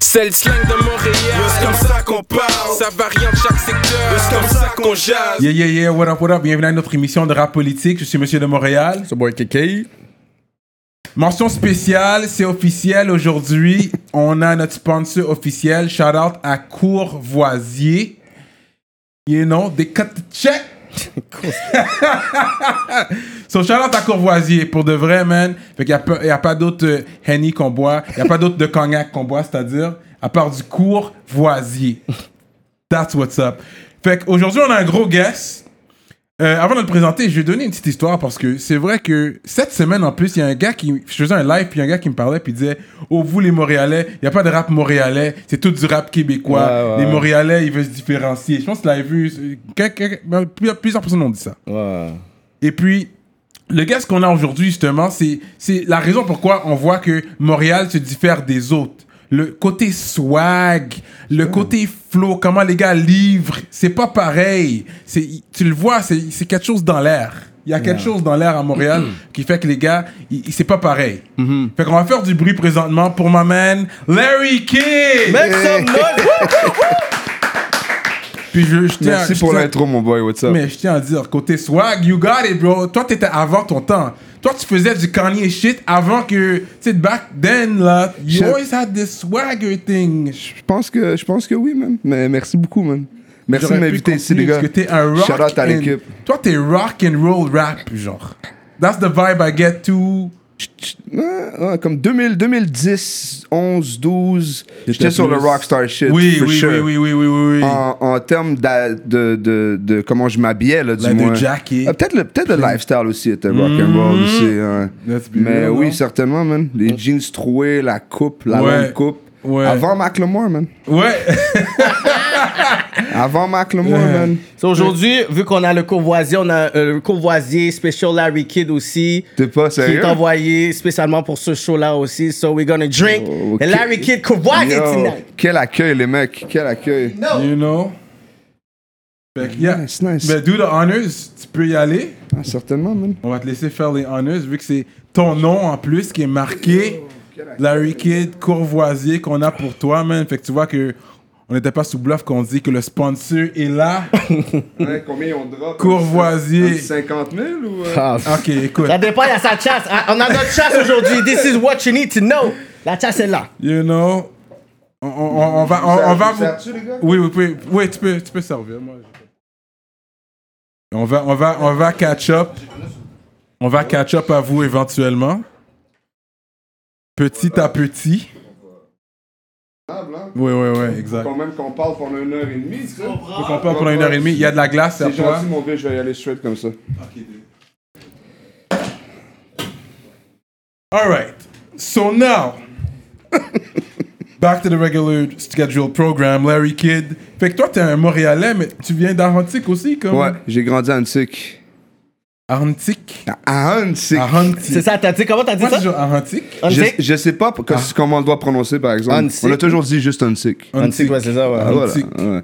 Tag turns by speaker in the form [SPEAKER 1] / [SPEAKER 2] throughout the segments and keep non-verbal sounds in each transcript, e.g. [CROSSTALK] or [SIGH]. [SPEAKER 1] C'est le slang de Montréal.
[SPEAKER 2] C'est comme ça qu'on parle.
[SPEAKER 1] Ça varie en chaque secteur.
[SPEAKER 2] C'est comme ça qu'on jase.
[SPEAKER 3] Yeah, yeah, yeah, what up, what up. Bienvenue à notre émission de rap politique. Je suis Monsieur de Montréal.
[SPEAKER 4] C'est boy KK.
[SPEAKER 3] Mention spéciale, c'est officiel aujourd'hui. [LAUGHS] On a notre sponsor officiel. Shout out à Courvoisier. You know, des cut check. [LAUGHS] so, shout out à Courvoisier. Pour de vrai, man. Fait qu'il n'y a, pas d'autre euh, Henny qu'on boit. Il n'y a pas d'autre de cognac qu'on boit, c'est-à-dire à part du Courvoisier. That's what's up. Fait qu'aujourd'hui, on a un gros guest. Euh, avant de le présenter, je vais donner une petite histoire parce que c'est vrai que cette semaine en plus, il y a un gars qui. Je faisais un live, puis il y a un gars qui me parlait, puis il disait Oh, vous les Montréalais, il n'y a pas de rap montréalais, c'est tout du rap
[SPEAKER 4] Ouais,
[SPEAKER 3] québécois.
[SPEAKER 4] ouais,
[SPEAKER 3] Les
[SPEAKER 4] ouais.
[SPEAKER 3] Montréalais, ils veulent se différencier. Je pense que tu l'avais vu. euh, quel- quel- ben, plusieurs- Plusieurs personnes ont dit ça.
[SPEAKER 4] Ouais.
[SPEAKER 3] Et puis, le gars, ce qu'on a aujourd'hui, justement, c'est c'est la raison pourquoi on voit que Montréal se diffère des autres. Le côté swag, le côté flow, comment les gars livrent, c'est pas pareil. C'est- Tu le vois, c'est c'est quelque chose dans l'air. Il y a quelque chose dans l'air à Montréal
[SPEAKER 4] Mm-hmm.
[SPEAKER 3] qui fait que les gars, ils- ils- c'est pas pareil. Fait qu'on va faire du bruit présentement pour ma man Larry King.
[SPEAKER 4] Make some noise!
[SPEAKER 3] Puis je, je tiens-
[SPEAKER 4] Merci
[SPEAKER 3] je
[SPEAKER 4] pour
[SPEAKER 3] tiens-
[SPEAKER 4] l'intro, mon boy. What's up?
[SPEAKER 3] Mais je tiens à dire, côté swag, you got it, bro. Toi, t'étais avant ton temps. Toi, tu faisais du Kanye shit avant que, tu sais, back then, là, you
[SPEAKER 4] Je-
[SPEAKER 3] always had this swagger thing.
[SPEAKER 4] Je pense que, je pense que oui, man. Mais merci beaucoup, man. Merci de
[SPEAKER 3] J'aurais pu
[SPEAKER 4] m'inviter ici,
[SPEAKER 3] continuer
[SPEAKER 4] les gars.
[SPEAKER 3] Parce que t'es un rock.
[SPEAKER 4] Shout out à
[SPEAKER 3] and-
[SPEAKER 4] l'équipe.
[SPEAKER 3] Toi, t'es rock and roll rap, genre. That's the vibe I get to.
[SPEAKER 4] Ouais, ouais, comme 2000, 2010, 11, 12, j'étais
[SPEAKER 3] J'étais
[SPEAKER 4] sur le
[SPEAKER 3] plus-
[SPEAKER 4] rockstar shit.
[SPEAKER 3] Oui,
[SPEAKER 4] for
[SPEAKER 3] oui,
[SPEAKER 4] sure. Ah.
[SPEAKER 3] oui, oui, oui, oui, oui.
[SPEAKER 4] En, en termes d'a- de, de, de, comment je m'habillais, là, du
[SPEAKER 3] Leather
[SPEAKER 4] moins.
[SPEAKER 3] jacket.
[SPEAKER 4] Ah, peut-être le, peut-être le lifestyle aussi était rock'n'roll aussi. hein.
[SPEAKER 3] Let's be
[SPEAKER 4] Mais
[SPEAKER 3] real,
[SPEAKER 4] oui,
[SPEAKER 3] non?
[SPEAKER 4] certainement, man. Les jeans troués, la coupe, la
[SPEAKER 3] Ouais.
[SPEAKER 4] longue coupe.
[SPEAKER 3] Ouais.
[SPEAKER 4] Avant Macklemore, man.
[SPEAKER 3] Ouais.
[SPEAKER 4] Avant Macklemore, man.
[SPEAKER 5] So, aujourd'hui, vu qu'on a le courvoisier, on a euh, le courvoisier Special Larry Kid aussi.
[SPEAKER 4] T'es pas
[SPEAKER 5] Qui
[SPEAKER 4] sérieux?
[SPEAKER 5] est envoyé spécialement pour ce show-là aussi. So, we're gonna drink
[SPEAKER 4] Oh,
[SPEAKER 5] the
[SPEAKER 4] ok.
[SPEAKER 5] Larry Kid courvoisier
[SPEAKER 4] Yo,
[SPEAKER 5] tonight.
[SPEAKER 4] Quel accueil, les mecs. Quel accueil.
[SPEAKER 3] You know. Fait que, yeah.
[SPEAKER 4] Nice, nice.
[SPEAKER 3] Ben, do the honors. Tu peux y aller.
[SPEAKER 4] Ah, certainement, man.
[SPEAKER 3] On va te laisser faire les honors vu que c'est ton nom en plus qui est marqué. Larry Kid Courvoisier qu'on a pour toi, man. Fait que tu vois que on n'était pas sous bluff qu'on dit que le sponsor est là.
[SPEAKER 4] Ouais, combien on drop
[SPEAKER 3] Courvoisier.
[SPEAKER 4] Un 50 000 ou. euh?
[SPEAKER 5] Ah,
[SPEAKER 3] Ok, écoute.
[SPEAKER 5] Ça dépend, il y a sa chasse. Ah, On a notre chasse
[SPEAKER 4] [LAUGHS]
[SPEAKER 5] aujourd'hui. This is what you need to know. La chasse est là.
[SPEAKER 3] You know, on, on- on- on va, on, on va
[SPEAKER 4] Vous
[SPEAKER 3] vous.
[SPEAKER 4] sers-tu, les gars?
[SPEAKER 3] Oui, oui, oui, oui, tu peux, tu peux servir. Moi. je- On va, on va, on va catch up. On va catch up à vous éventuellement, petit à petit.
[SPEAKER 4] hein?
[SPEAKER 3] Oui, oui, oui, exact.
[SPEAKER 4] Quand même qu'on parle pendant une heure et demie, tu sais.
[SPEAKER 3] Donc on parle pendant une heure et demie. Il y a de la glace à
[SPEAKER 4] C'est
[SPEAKER 3] toi.
[SPEAKER 4] gentil, mon gars, je vais y aller straight comme ça.
[SPEAKER 3] All right. So now, [LAUGHS] back to the regular scheduled program, Larry Kidd. Fait que toi, t'es un Montréalais, mais tu viens d'Arantique aussi, comme.
[SPEAKER 4] Ouais, j'ai grandi à Antique.
[SPEAKER 3] Arantique.
[SPEAKER 4] À Antique.
[SPEAKER 5] C'est
[SPEAKER 3] Arantique.
[SPEAKER 5] ça, t'as dit comment t'as dit
[SPEAKER 3] Moi,
[SPEAKER 5] ça?
[SPEAKER 3] c'est toujours Arantique.
[SPEAKER 4] Je,
[SPEAKER 5] Antique?
[SPEAKER 4] je sais pas pourquoi-
[SPEAKER 3] Ah.
[SPEAKER 4] comment on doit prononcer, par exemple.
[SPEAKER 5] Antique.
[SPEAKER 4] On a toujours dit juste Antique.
[SPEAKER 5] Antique, ouais, c'est ça, ouais.
[SPEAKER 4] Ah, voilà,
[SPEAKER 3] Antique.
[SPEAKER 4] ouais.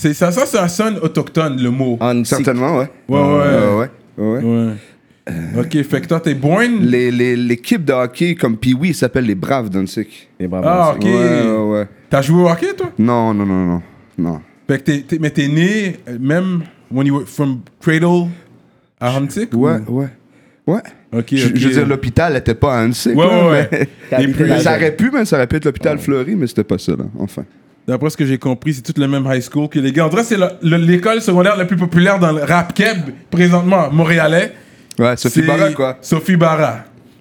[SPEAKER 3] C'est ça, ça, ça sonne autochtone, le mot.
[SPEAKER 5] Antique.
[SPEAKER 4] Certainement, ouais.
[SPEAKER 3] Ouais, ouais.
[SPEAKER 4] Euh, ouais. ouais.
[SPEAKER 3] Ouais. Ok, fait que toi, t'es born.
[SPEAKER 4] Les- les- L'équipe de hockey comme Pee-Wee s'appelle les Braves d'Antique.
[SPEAKER 3] Ah, ok.
[SPEAKER 4] Ouais, ouais, ouais.
[SPEAKER 3] T'as joué au hockey, toi?
[SPEAKER 4] Non, non, non, non. Non.
[SPEAKER 3] Fait que t'es, t'es- mais t'es né, euh, même, when you were from cradle à Arantique?
[SPEAKER 4] Ouais,
[SPEAKER 3] ou-
[SPEAKER 4] ouais. Ouais.
[SPEAKER 3] Ok,
[SPEAKER 4] Je,
[SPEAKER 3] ok.
[SPEAKER 4] je veux dire, l'hôpital n'était pas à Annecy.
[SPEAKER 3] Ouais,
[SPEAKER 4] là,
[SPEAKER 3] ouais,
[SPEAKER 4] mais-
[SPEAKER 3] ouais. [LAUGHS]
[SPEAKER 5] T'as
[SPEAKER 3] Les
[SPEAKER 5] habité
[SPEAKER 3] plus-
[SPEAKER 4] [LAUGHS]
[SPEAKER 5] la-
[SPEAKER 4] ça aurait pu, mais ça aurait pu être l'hôpital Fleury, mais c'était pas ça, là. Enfin.
[SPEAKER 3] D'après ce que j'ai compris, c'est tout le même high school que les gars. En vrai, c'est le- le- l'école secondaire la plus populaire dans le rap keb, présentement, montréalais.
[SPEAKER 4] Ouais, Sophie
[SPEAKER 3] C'est
[SPEAKER 4] Barra, quoi.
[SPEAKER 3] Sophie Barra.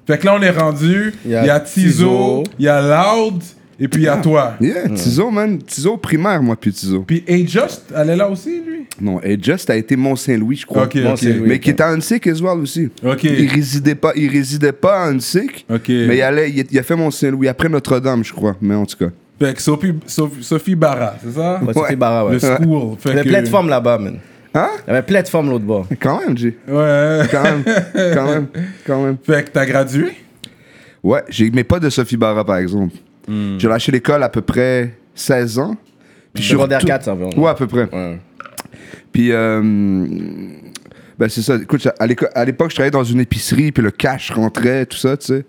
[SPEAKER 3] Fait que là, on est rendu. Il y a Tizo,
[SPEAKER 5] Tizo.
[SPEAKER 3] il y a Loud, et puis il y
[SPEAKER 4] Ah.
[SPEAKER 3] a toi.
[SPEAKER 4] Yeah, Tizo, man. Tizo primaire, moi, puis Tizo.
[SPEAKER 3] Puis A-Just, elle est là aussi, lui.
[SPEAKER 4] Non, et Just a été Mont-Saint-Louis, je crois.
[SPEAKER 3] Ok, ok.
[SPEAKER 4] Mais qui était à Annecyc as well aussi.
[SPEAKER 3] Ok.
[SPEAKER 4] Il résidait pas, il résidait pas à Annecyc.
[SPEAKER 3] Ok.
[SPEAKER 4] Mais il, allait, il, il a fait Mont-Saint-Louis après Notre-Dame, je crois. Mais en tout cas.
[SPEAKER 3] Fait que Sophie, Sophie, Sophie Barra, c'est ça?
[SPEAKER 5] Ouais, Sophie Barra, ouais.
[SPEAKER 3] Le school. Fait
[SPEAKER 5] Il y avait
[SPEAKER 3] que-
[SPEAKER 5] plein de femmes là-bas, man.
[SPEAKER 4] Hein?
[SPEAKER 5] Il y avait plein de femmes l'autre bord.
[SPEAKER 4] Quand même, j'ai.
[SPEAKER 3] Ouais. [LAUGHS]
[SPEAKER 4] Quand même. quand même. Quand même.
[SPEAKER 3] Fait que t'as gradué?
[SPEAKER 4] Ouais, j'ai, mais pas de Sophie Barra, par exemple.
[SPEAKER 3] Hmm.
[SPEAKER 4] J'ai lâché l'école à peu près 16 ans. Puis je suis
[SPEAKER 5] Secondaire
[SPEAKER 4] retour-
[SPEAKER 5] 4, ça environ.
[SPEAKER 4] Ouais, à peu près.
[SPEAKER 5] Ouais.
[SPEAKER 4] Puis, euh, ben c'est ça. Écoute, à l'éco- à l'époque, je travaillais dans une épicerie, puis le cash rentrait, tout ça, tu sais.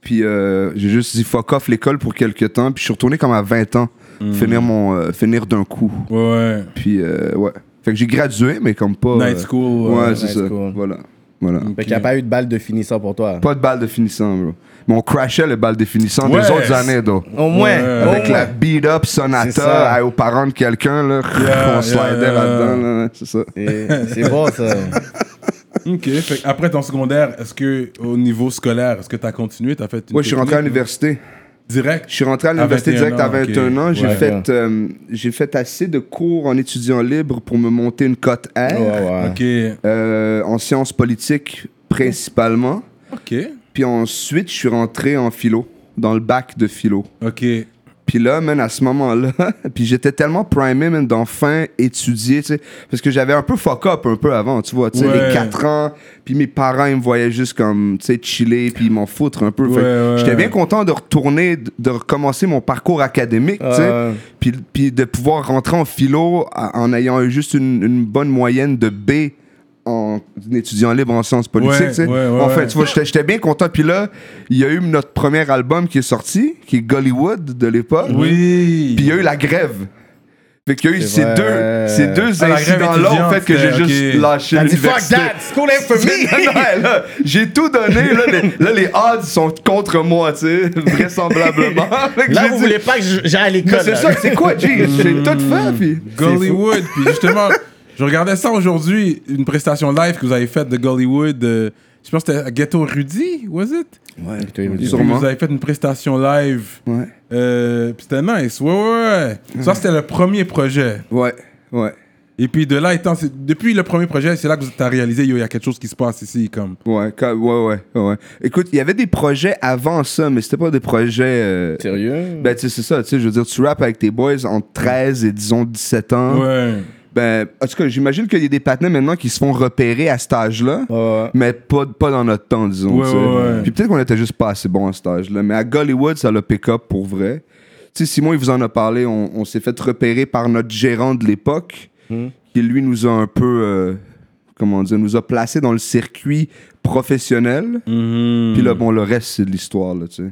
[SPEAKER 4] Puis euh, j'ai juste dit fuck off l'école pour quelques temps. Puis je suis retourné comme à 20 ans,
[SPEAKER 3] Hmm.
[SPEAKER 4] finir, mon, euh, finir d'un coup.
[SPEAKER 3] Ouais.
[SPEAKER 4] Puis euh, ouais. Fait que j'ai gradué, mais comme pas.
[SPEAKER 3] Night
[SPEAKER 4] euh,
[SPEAKER 3] school, Hmm.
[SPEAKER 4] Ouais,
[SPEAKER 3] ouais,
[SPEAKER 4] c'est
[SPEAKER 5] night
[SPEAKER 4] ça.
[SPEAKER 5] school.
[SPEAKER 4] Voilà. voilà.
[SPEAKER 5] Fait qu'il n'y a pas eu de balle de finissant pour toi.
[SPEAKER 4] Pas de balle de finissant, bro. Mais on crashait le balle de finissant
[SPEAKER 3] Ouais.
[SPEAKER 4] des autres années, donc.
[SPEAKER 5] Au moins.
[SPEAKER 3] Ouais.
[SPEAKER 5] au
[SPEAKER 4] Avec
[SPEAKER 5] moins.
[SPEAKER 4] la beat up
[SPEAKER 5] C'est ça.
[SPEAKER 4] Sonata à- aux parents de quelqu'un, là,
[SPEAKER 3] Yeah,
[SPEAKER 4] on slidait
[SPEAKER 3] yeah,
[SPEAKER 4] là-dedans, là, ouais, c'est ça.
[SPEAKER 5] C'est c'est bon,
[SPEAKER 3] [LAUGHS]
[SPEAKER 5] ça.
[SPEAKER 3] Ok. Fait que après ton secondaire, est-ce que au niveau scolaire, est-ce que t'as continué T'as fait une
[SPEAKER 4] Moi, je suis rentré à
[SPEAKER 3] technique, hein.
[SPEAKER 4] l'université.
[SPEAKER 3] ou- Direct.
[SPEAKER 4] Je suis rentré à l'université
[SPEAKER 3] 21
[SPEAKER 4] direct à
[SPEAKER 3] ans,
[SPEAKER 4] 21
[SPEAKER 3] ok.
[SPEAKER 4] ans. J'ai
[SPEAKER 3] Ouais.
[SPEAKER 4] fait, euh, j'ai fait assez de cours en étudiant libre pour me monter une cote R
[SPEAKER 5] Ouais, ouais.
[SPEAKER 3] Ok.
[SPEAKER 4] euh, en sciences politiques principalement.
[SPEAKER 3] Ok.
[SPEAKER 4] Puis ensuite, je suis rentré en philo, dans le bac de philo.
[SPEAKER 3] Ok.
[SPEAKER 4] Puis là, man, à ce moment-là, [LAUGHS] puis j'étais tellement primé, man, d'enfin étudier, tu sais, parce que j'avais un peu fuck up un peu avant, tu vois, tu sais,
[SPEAKER 3] Ouais.
[SPEAKER 4] les 4 ans, puis mes parents, ils me voyaient juste comme, tu sais, chiller, puis ils m'en foutre un peu. Fait que
[SPEAKER 3] Ouais, ouais.
[SPEAKER 4] J'étais bien content de retourner, de de recommencer mon parcours académique, tu sais,
[SPEAKER 5] Euh,
[SPEAKER 4] puis, puis de pouvoir rentrer en philo à- en ayant eu juste une, une bonne moyenne de B en étudiant libre en sciences politiques.
[SPEAKER 3] Ouais,
[SPEAKER 4] tu sais.
[SPEAKER 3] ouais, ouais,
[SPEAKER 4] enfin,
[SPEAKER 3] ouais.
[SPEAKER 4] tu vois, j'étais j'étais bien content. Puis là, il y a eu notre premier album qui est sorti, qui est Gollywood de l'époque.
[SPEAKER 3] Oui.
[SPEAKER 4] Puis euh, il y a eu la grève. Fait qu'il y a eu
[SPEAKER 5] C'est
[SPEAKER 4] ces
[SPEAKER 5] vrai.
[SPEAKER 4] deux, ces deux
[SPEAKER 3] Ah, la grève
[SPEAKER 4] incidents-là en fait que j'ai
[SPEAKER 3] étudiante,
[SPEAKER 4] juste
[SPEAKER 3] ok.
[SPEAKER 4] lâché
[SPEAKER 5] T'as dit fuck
[SPEAKER 4] l'université.
[SPEAKER 5] that, school ain't for me.
[SPEAKER 4] [LAUGHS] Non, non, là, j'ai tout donné. Là les, là, les odds sont contre moi, tu sais, [LAUGHS] vraisemblablement. Fait que
[SPEAKER 5] Là,
[SPEAKER 4] j'ai
[SPEAKER 5] vous
[SPEAKER 4] dit-
[SPEAKER 5] voulez pas que je- j'aille à
[SPEAKER 4] mais
[SPEAKER 5] l'école.
[SPEAKER 4] c'est
[SPEAKER 5] là.
[SPEAKER 4] ça, c'est quoi, G? J'ai tout fait, puis...
[SPEAKER 3] Gollywood. Puis justement, je regardais ça aujourd'hui, une prestation live que vous avez faite de Gollywood. euh, je pense que c'était à Ghetto Rudy, was it? Puis
[SPEAKER 4] Sûrement.
[SPEAKER 3] Vous avez fait une prestation live.
[SPEAKER 4] Ouais,
[SPEAKER 3] Euh, puis c'était nice. Ouais, ouais, ouais.
[SPEAKER 4] Mm.
[SPEAKER 3] Ça, c'était le premier projet.
[SPEAKER 4] ouais, ouais,
[SPEAKER 3] Et puis de là étant, c'est- depuis le premier projet, c'est là que vous t'as réalisé, yo, il y a quelque chose qui se passe ici, comme.
[SPEAKER 4] ouais, quand- ouais, ouais, ouais. Écoute, il y avait des projets avant ça, mais c'était pas des projets... euh,
[SPEAKER 5] Sérieux?
[SPEAKER 4] Ben, tu sais, c'est ça, tu sais, je veux dire, tu rappes avec tes boys entre 13 et, disons, 17 ans.
[SPEAKER 3] Ouais.
[SPEAKER 4] Ben, en tout cas, j'imagine qu'il y a des patinets maintenant qui se font repérer à cet âge-là,
[SPEAKER 5] Ouais.
[SPEAKER 4] mais pas, pas dans notre temps, disons.
[SPEAKER 3] Ouais,
[SPEAKER 4] tu sais.
[SPEAKER 3] ouais, ouais.
[SPEAKER 4] Puis peut-être qu'on était juste pas assez bon à cet âge-là, mais à Gollywood, ça l'a pick-up pour vrai. Tu sais, Simon, il vous en a parlé, on, on s'est fait repérer par notre gérant de l'époque,
[SPEAKER 3] Hmm.
[SPEAKER 4] qui lui nous a un peu, euh, comment dire, nous a placé dans le circuit professionnel. Puis
[SPEAKER 3] Hmm.
[SPEAKER 4] là, bon, le reste, c'est de l'histoire, là, tu sais.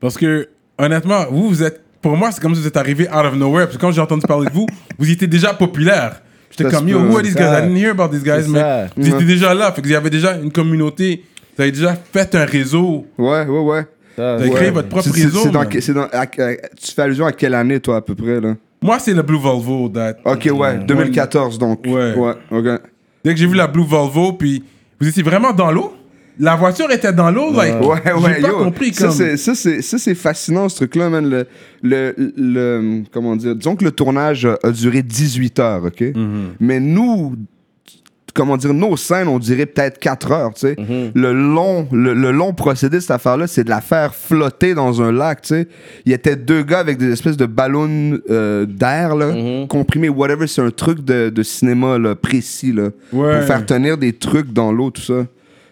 [SPEAKER 3] Parce que, honnêtement, vous, vous êtes. Pour moi, c'est comme si vous êtes arrivé out of nowhere. Parce que quand j'ai entendu parler
[SPEAKER 4] [LAUGHS]
[SPEAKER 3] de vous, vous étiez déjà populaire. J'étais
[SPEAKER 4] Ça
[SPEAKER 3] comme,
[SPEAKER 4] se
[SPEAKER 3] yo,
[SPEAKER 4] peut,
[SPEAKER 3] who are these
[SPEAKER 5] c'est
[SPEAKER 3] guys?
[SPEAKER 5] ça.
[SPEAKER 3] I didn't hear about these guys,
[SPEAKER 5] C'est
[SPEAKER 3] mais
[SPEAKER 5] ça.
[SPEAKER 3] vous étiez
[SPEAKER 4] Mhm.
[SPEAKER 3] déjà là. Fait que vous avez déjà une communauté. Vous avez déjà fait un réseau.
[SPEAKER 4] Ouais, ouais, ouais.
[SPEAKER 5] Ça,
[SPEAKER 3] Vous avez
[SPEAKER 5] ouais.
[SPEAKER 3] créé votre propre
[SPEAKER 4] C'est- c'est-
[SPEAKER 3] réseau.
[SPEAKER 4] c'est dans
[SPEAKER 3] man.
[SPEAKER 4] que- c'est dans- à- à- tu fais allusion à quelle année, toi, à peu près, là?
[SPEAKER 3] Moi, c'est le Blue Volvo. That...
[SPEAKER 4] OK, ouais, 2014, donc.
[SPEAKER 3] Ouais.
[SPEAKER 4] Ouais, OK.
[SPEAKER 3] Dès que j'ai vu la Blue Volvo, puis vous étiez vraiment dans l'eau. La voiture était dans l'eau. Like,
[SPEAKER 4] Ouais, ouais,
[SPEAKER 3] j'ai pas
[SPEAKER 4] yo,
[SPEAKER 3] compris.
[SPEAKER 4] ça,
[SPEAKER 3] Comme...
[SPEAKER 4] c'est- ça, c'est ça, c'est fascinant, ce truc-là, man. Le, le, le- comment dire? Disons que le tournage a, a duré 18 heures, OK?
[SPEAKER 3] Mm-hmm.
[SPEAKER 4] Mais nous, comment dire, nos scènes, on dirait peut-être 4 heures, tu sais.
[SPEAKER 3] Mm-hmm.
[SPEAKER 4] le, long, le, le long procédé de cette affaire-là, c'est de la faire flotter dans un lac, tu sais. Il y était deux gars avec des espèces de ballons euh, d'air, là,
[SPEAKER 3] Mm-hmm.
[SPEAKER 4] comprimés, whatever. C'est un truc de, de cinéma, là, précis, là.
[SPEAKER 3] Ouais.
[SPEAKER 4] Pour faire tenir des trucs dans l'eau, tout ça.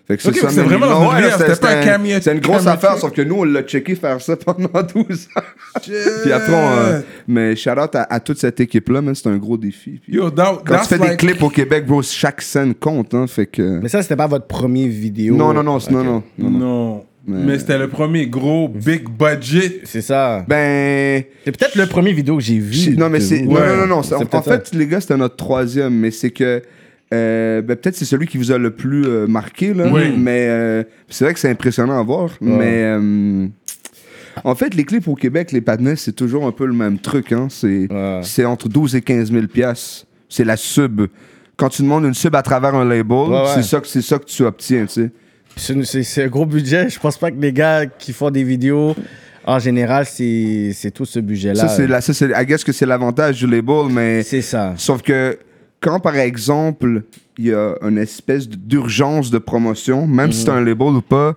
[SPEAKER 4] Fait que
[SPEAKER 3] Ok, mais c'est
[SPEAKER 4] man.
[SPEAKER 3] vraiment
[SPEAKER 4] Non,
[SPEAKER 3] une vraie,
[SPEAKER 4] là,
[SPEAKER 3] c'était pas un
[SPEAKER 4] un-
[SPEAKER 3] camion-
[SPEAKER 4] C'est une grosse
[SPEAKER 3] camion-
[SPEAKER 4] affaire, sauf que nous, on l'a checké faire ça pendant [LAUGHS] 12 ans. Puis après, on, euh, mais shout out à, à toute cette équipe-là, man, c'est un gros défi. Puis
[SPEAKER 3] Yo, that,
[SPEAKER 4] quand tu
[SPEAKER 3] that's
[SPEAKER 4] fais des
[SPEAKER 3] like-
[SPEAKER 4] clips au Québec, bro, chaque scène compte, hein, fait que...
[SPEAKER 5] Mais ça, c'était pas votre première vidéo.
[SPEAKER 4] Non, non, non, c'est- non, non, non, non.
[SPEAKER 3] Non. Mais c'était le premier gros big budget.
[SPEAKER 5] C'est ça.
[SPEAKER 4] Ben...
[SPEAKER 5] C'est peut-être le premier vidéo que j'ai
[SPEAKER 4] c'est-
[SPEAKER 5] vu.
[SPEAKER 4] Non, mais c'est...
[SPEAKER 5] Ouais.
[SPEAKER 4] Non, non, non, non, c'est-
[SPEAKER 5] C'est
[SPEAKER 4] En, en
[SPEAKER 5] peut-être
[SPEAKER 4] fait, les gars, c'était notre troisième, mais c'est que... euh, ben, peut-être c'est celui qui vous a le plus euh, marqué, là.
[SPEAKER 3] Oui.
[SPEAKER 4] Mais euh, c'est vrai que c'est impressionnant à voir, mais... euh, en fait, les clips au Québec, les patinets, c'est toujours un peu le même truc. Hein. C'est
[SPEAKER 5] Ouais.
[SPEAKER 4] c'est entre 12 et 15 000 piastres. C'est la sub. Quand tu demandes une sub à travers un label,
[SPEAKER 5] ouais.
[SPEAKER 4] c'est ça, que- c'est ça que tu obtiens, tu sais.
[SPEAKER 5] C'est c'est- c'est un gros budget. Je pense pas que les gars qui font des vidéos, en général, c'est c'est tout ce budget-là.
[SPEAKER 4] Ça, c'est la, ça, c'est, I guess que c'est l'avantage du label, mais
[SPEAKER 5] euh, C'est ça.
[SPEAKER 4] sauf que quand, par exemple, il y a une espèce d'urgence de promotion, même si c'est
[SPEAKER 5] Mhm.
[SPEAKER 4] un label ou pas,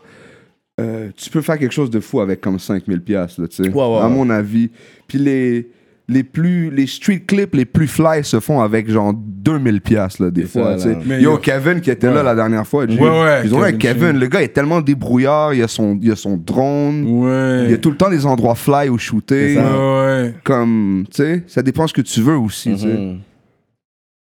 [SPEAKER 4] euh, tu peux faire quelque chose de fou avec comme 5000 pièces tu sais,
[SPEAKER 5] Ouais, ouais,
[SPEAKER 4] à
[SPEAKER 5] ouais.
[SPEAKER 4] mon avis. Puis les, les plus, les street clips les plus fly se font avec genre 2000 pièces là, des
[SPEAKER 5] C'est
[SPEAKER 4] fois,
[SPEAKER 5] ça,
[SPEAKER 4] tu sais.
[SPEAKER 5] là.
[SPEAKER 3] Mais
[SPEAKER 4] Yo,
[SPEAKER 3] yo.
[SPEAKER 4] Kevin qui était là la dernière fois, j'ai-
[SPEAKER 3] Ouais, ouais,
[SPEAKER 4] ils ont avec
[SPEAKER 3] Kevin
[SPEAKER 4] Kevin,
[SPEAKER 3] Shane.
[SPEAKER 4] le gars est tellement débrouillard, il a son, il a son drone,
[SPEAKER 3] Ouais.
[SPEAKER 4] il y a tout le temps des endroits fly où shooter
[SPEAKER 5] C'est ça.
[SPEAKER 3] Ouais.
[SPEAKER 4] comme, tu sais, ça dépend ce que tu veux aussi, tu sais.
[SPEAKER 5] Mhm.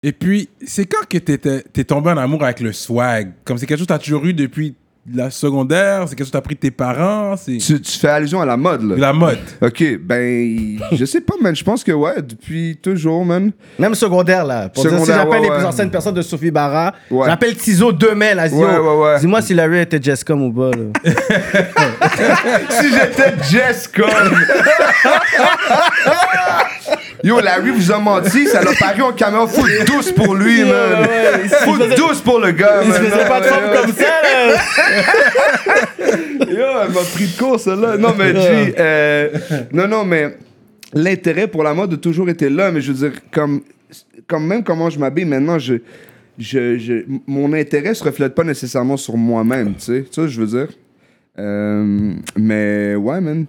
[SPEAKER 3] Et puis, c'est quand que t'étais- t'es tombé en amour avec le swag Comme c'est quelque chose que t'as toujours eu depuis de la secondaire? C'est quelque chose que t'as appris de tes parents? C'est
[SPEAKER 4] Tu, tu fais allusion à la mode, là.
[SPEAKER 3] de la mode.
[SPEAKER 4] Ok, ben, [LAUGHS] je sais pas, man. Je pense que, ouais, depuis toujours, man.
[SPEAKER 5] Même secondaire, là. Pour dire, si
[SPEAKER 4] Secondaire,
[SPEAKER 5] j'appelle
[SPEAKER 4] ouais,
[SPEAKER 5] les
[SPEAKER 4] ouais.
[SPEAKER 5] plus anciennes personnes de Sophie Barra,
[SPEAKER 4] Ouais.
[SPEAKER 5] j'appelle Tizo demain, là. Zio.
[SPEAKER 4] Ouais, ouais, ouais.
[SPEAKER 5] Dis-moi si Larry était Jessica ou pas, là.
[SPEAKER 4] si j'étais Jess Cole. Yo, Larry vous a menti, ça l'a paru en caméra full douce pour lui, man.
[SPEAKER 5] ouais, il se
[SPEAKER 4] Full
[SPEAKER 5] faisait-
[SPEAKER 4] douce pour le gars,
[SPEAKER 5] Il se
[SPEAKER 4] man.
[SPEAKER 5] faisait
[SPEAKER 4] Non,
[SPEAKER 5] pas de
[SPEAKER 4] mais
[SPEAKER 5] femme
[SPEAKER 4] yo.
[SPEAKER 5] comme ça, là.
[SPEAKER 4] Yo, elle m'a pris de court, celle-là. Non, mais G, euh, non, non, mais l'intérêt pour la mode a toujours été là, mais je veux dire, comme, comme même comment je m'habille maintenant, je, je, je- mon intérêt se reflète pas nécessairement sur moi-même, tu sais, tu sais, ce que je veux dire. Euh, mais ouais, man,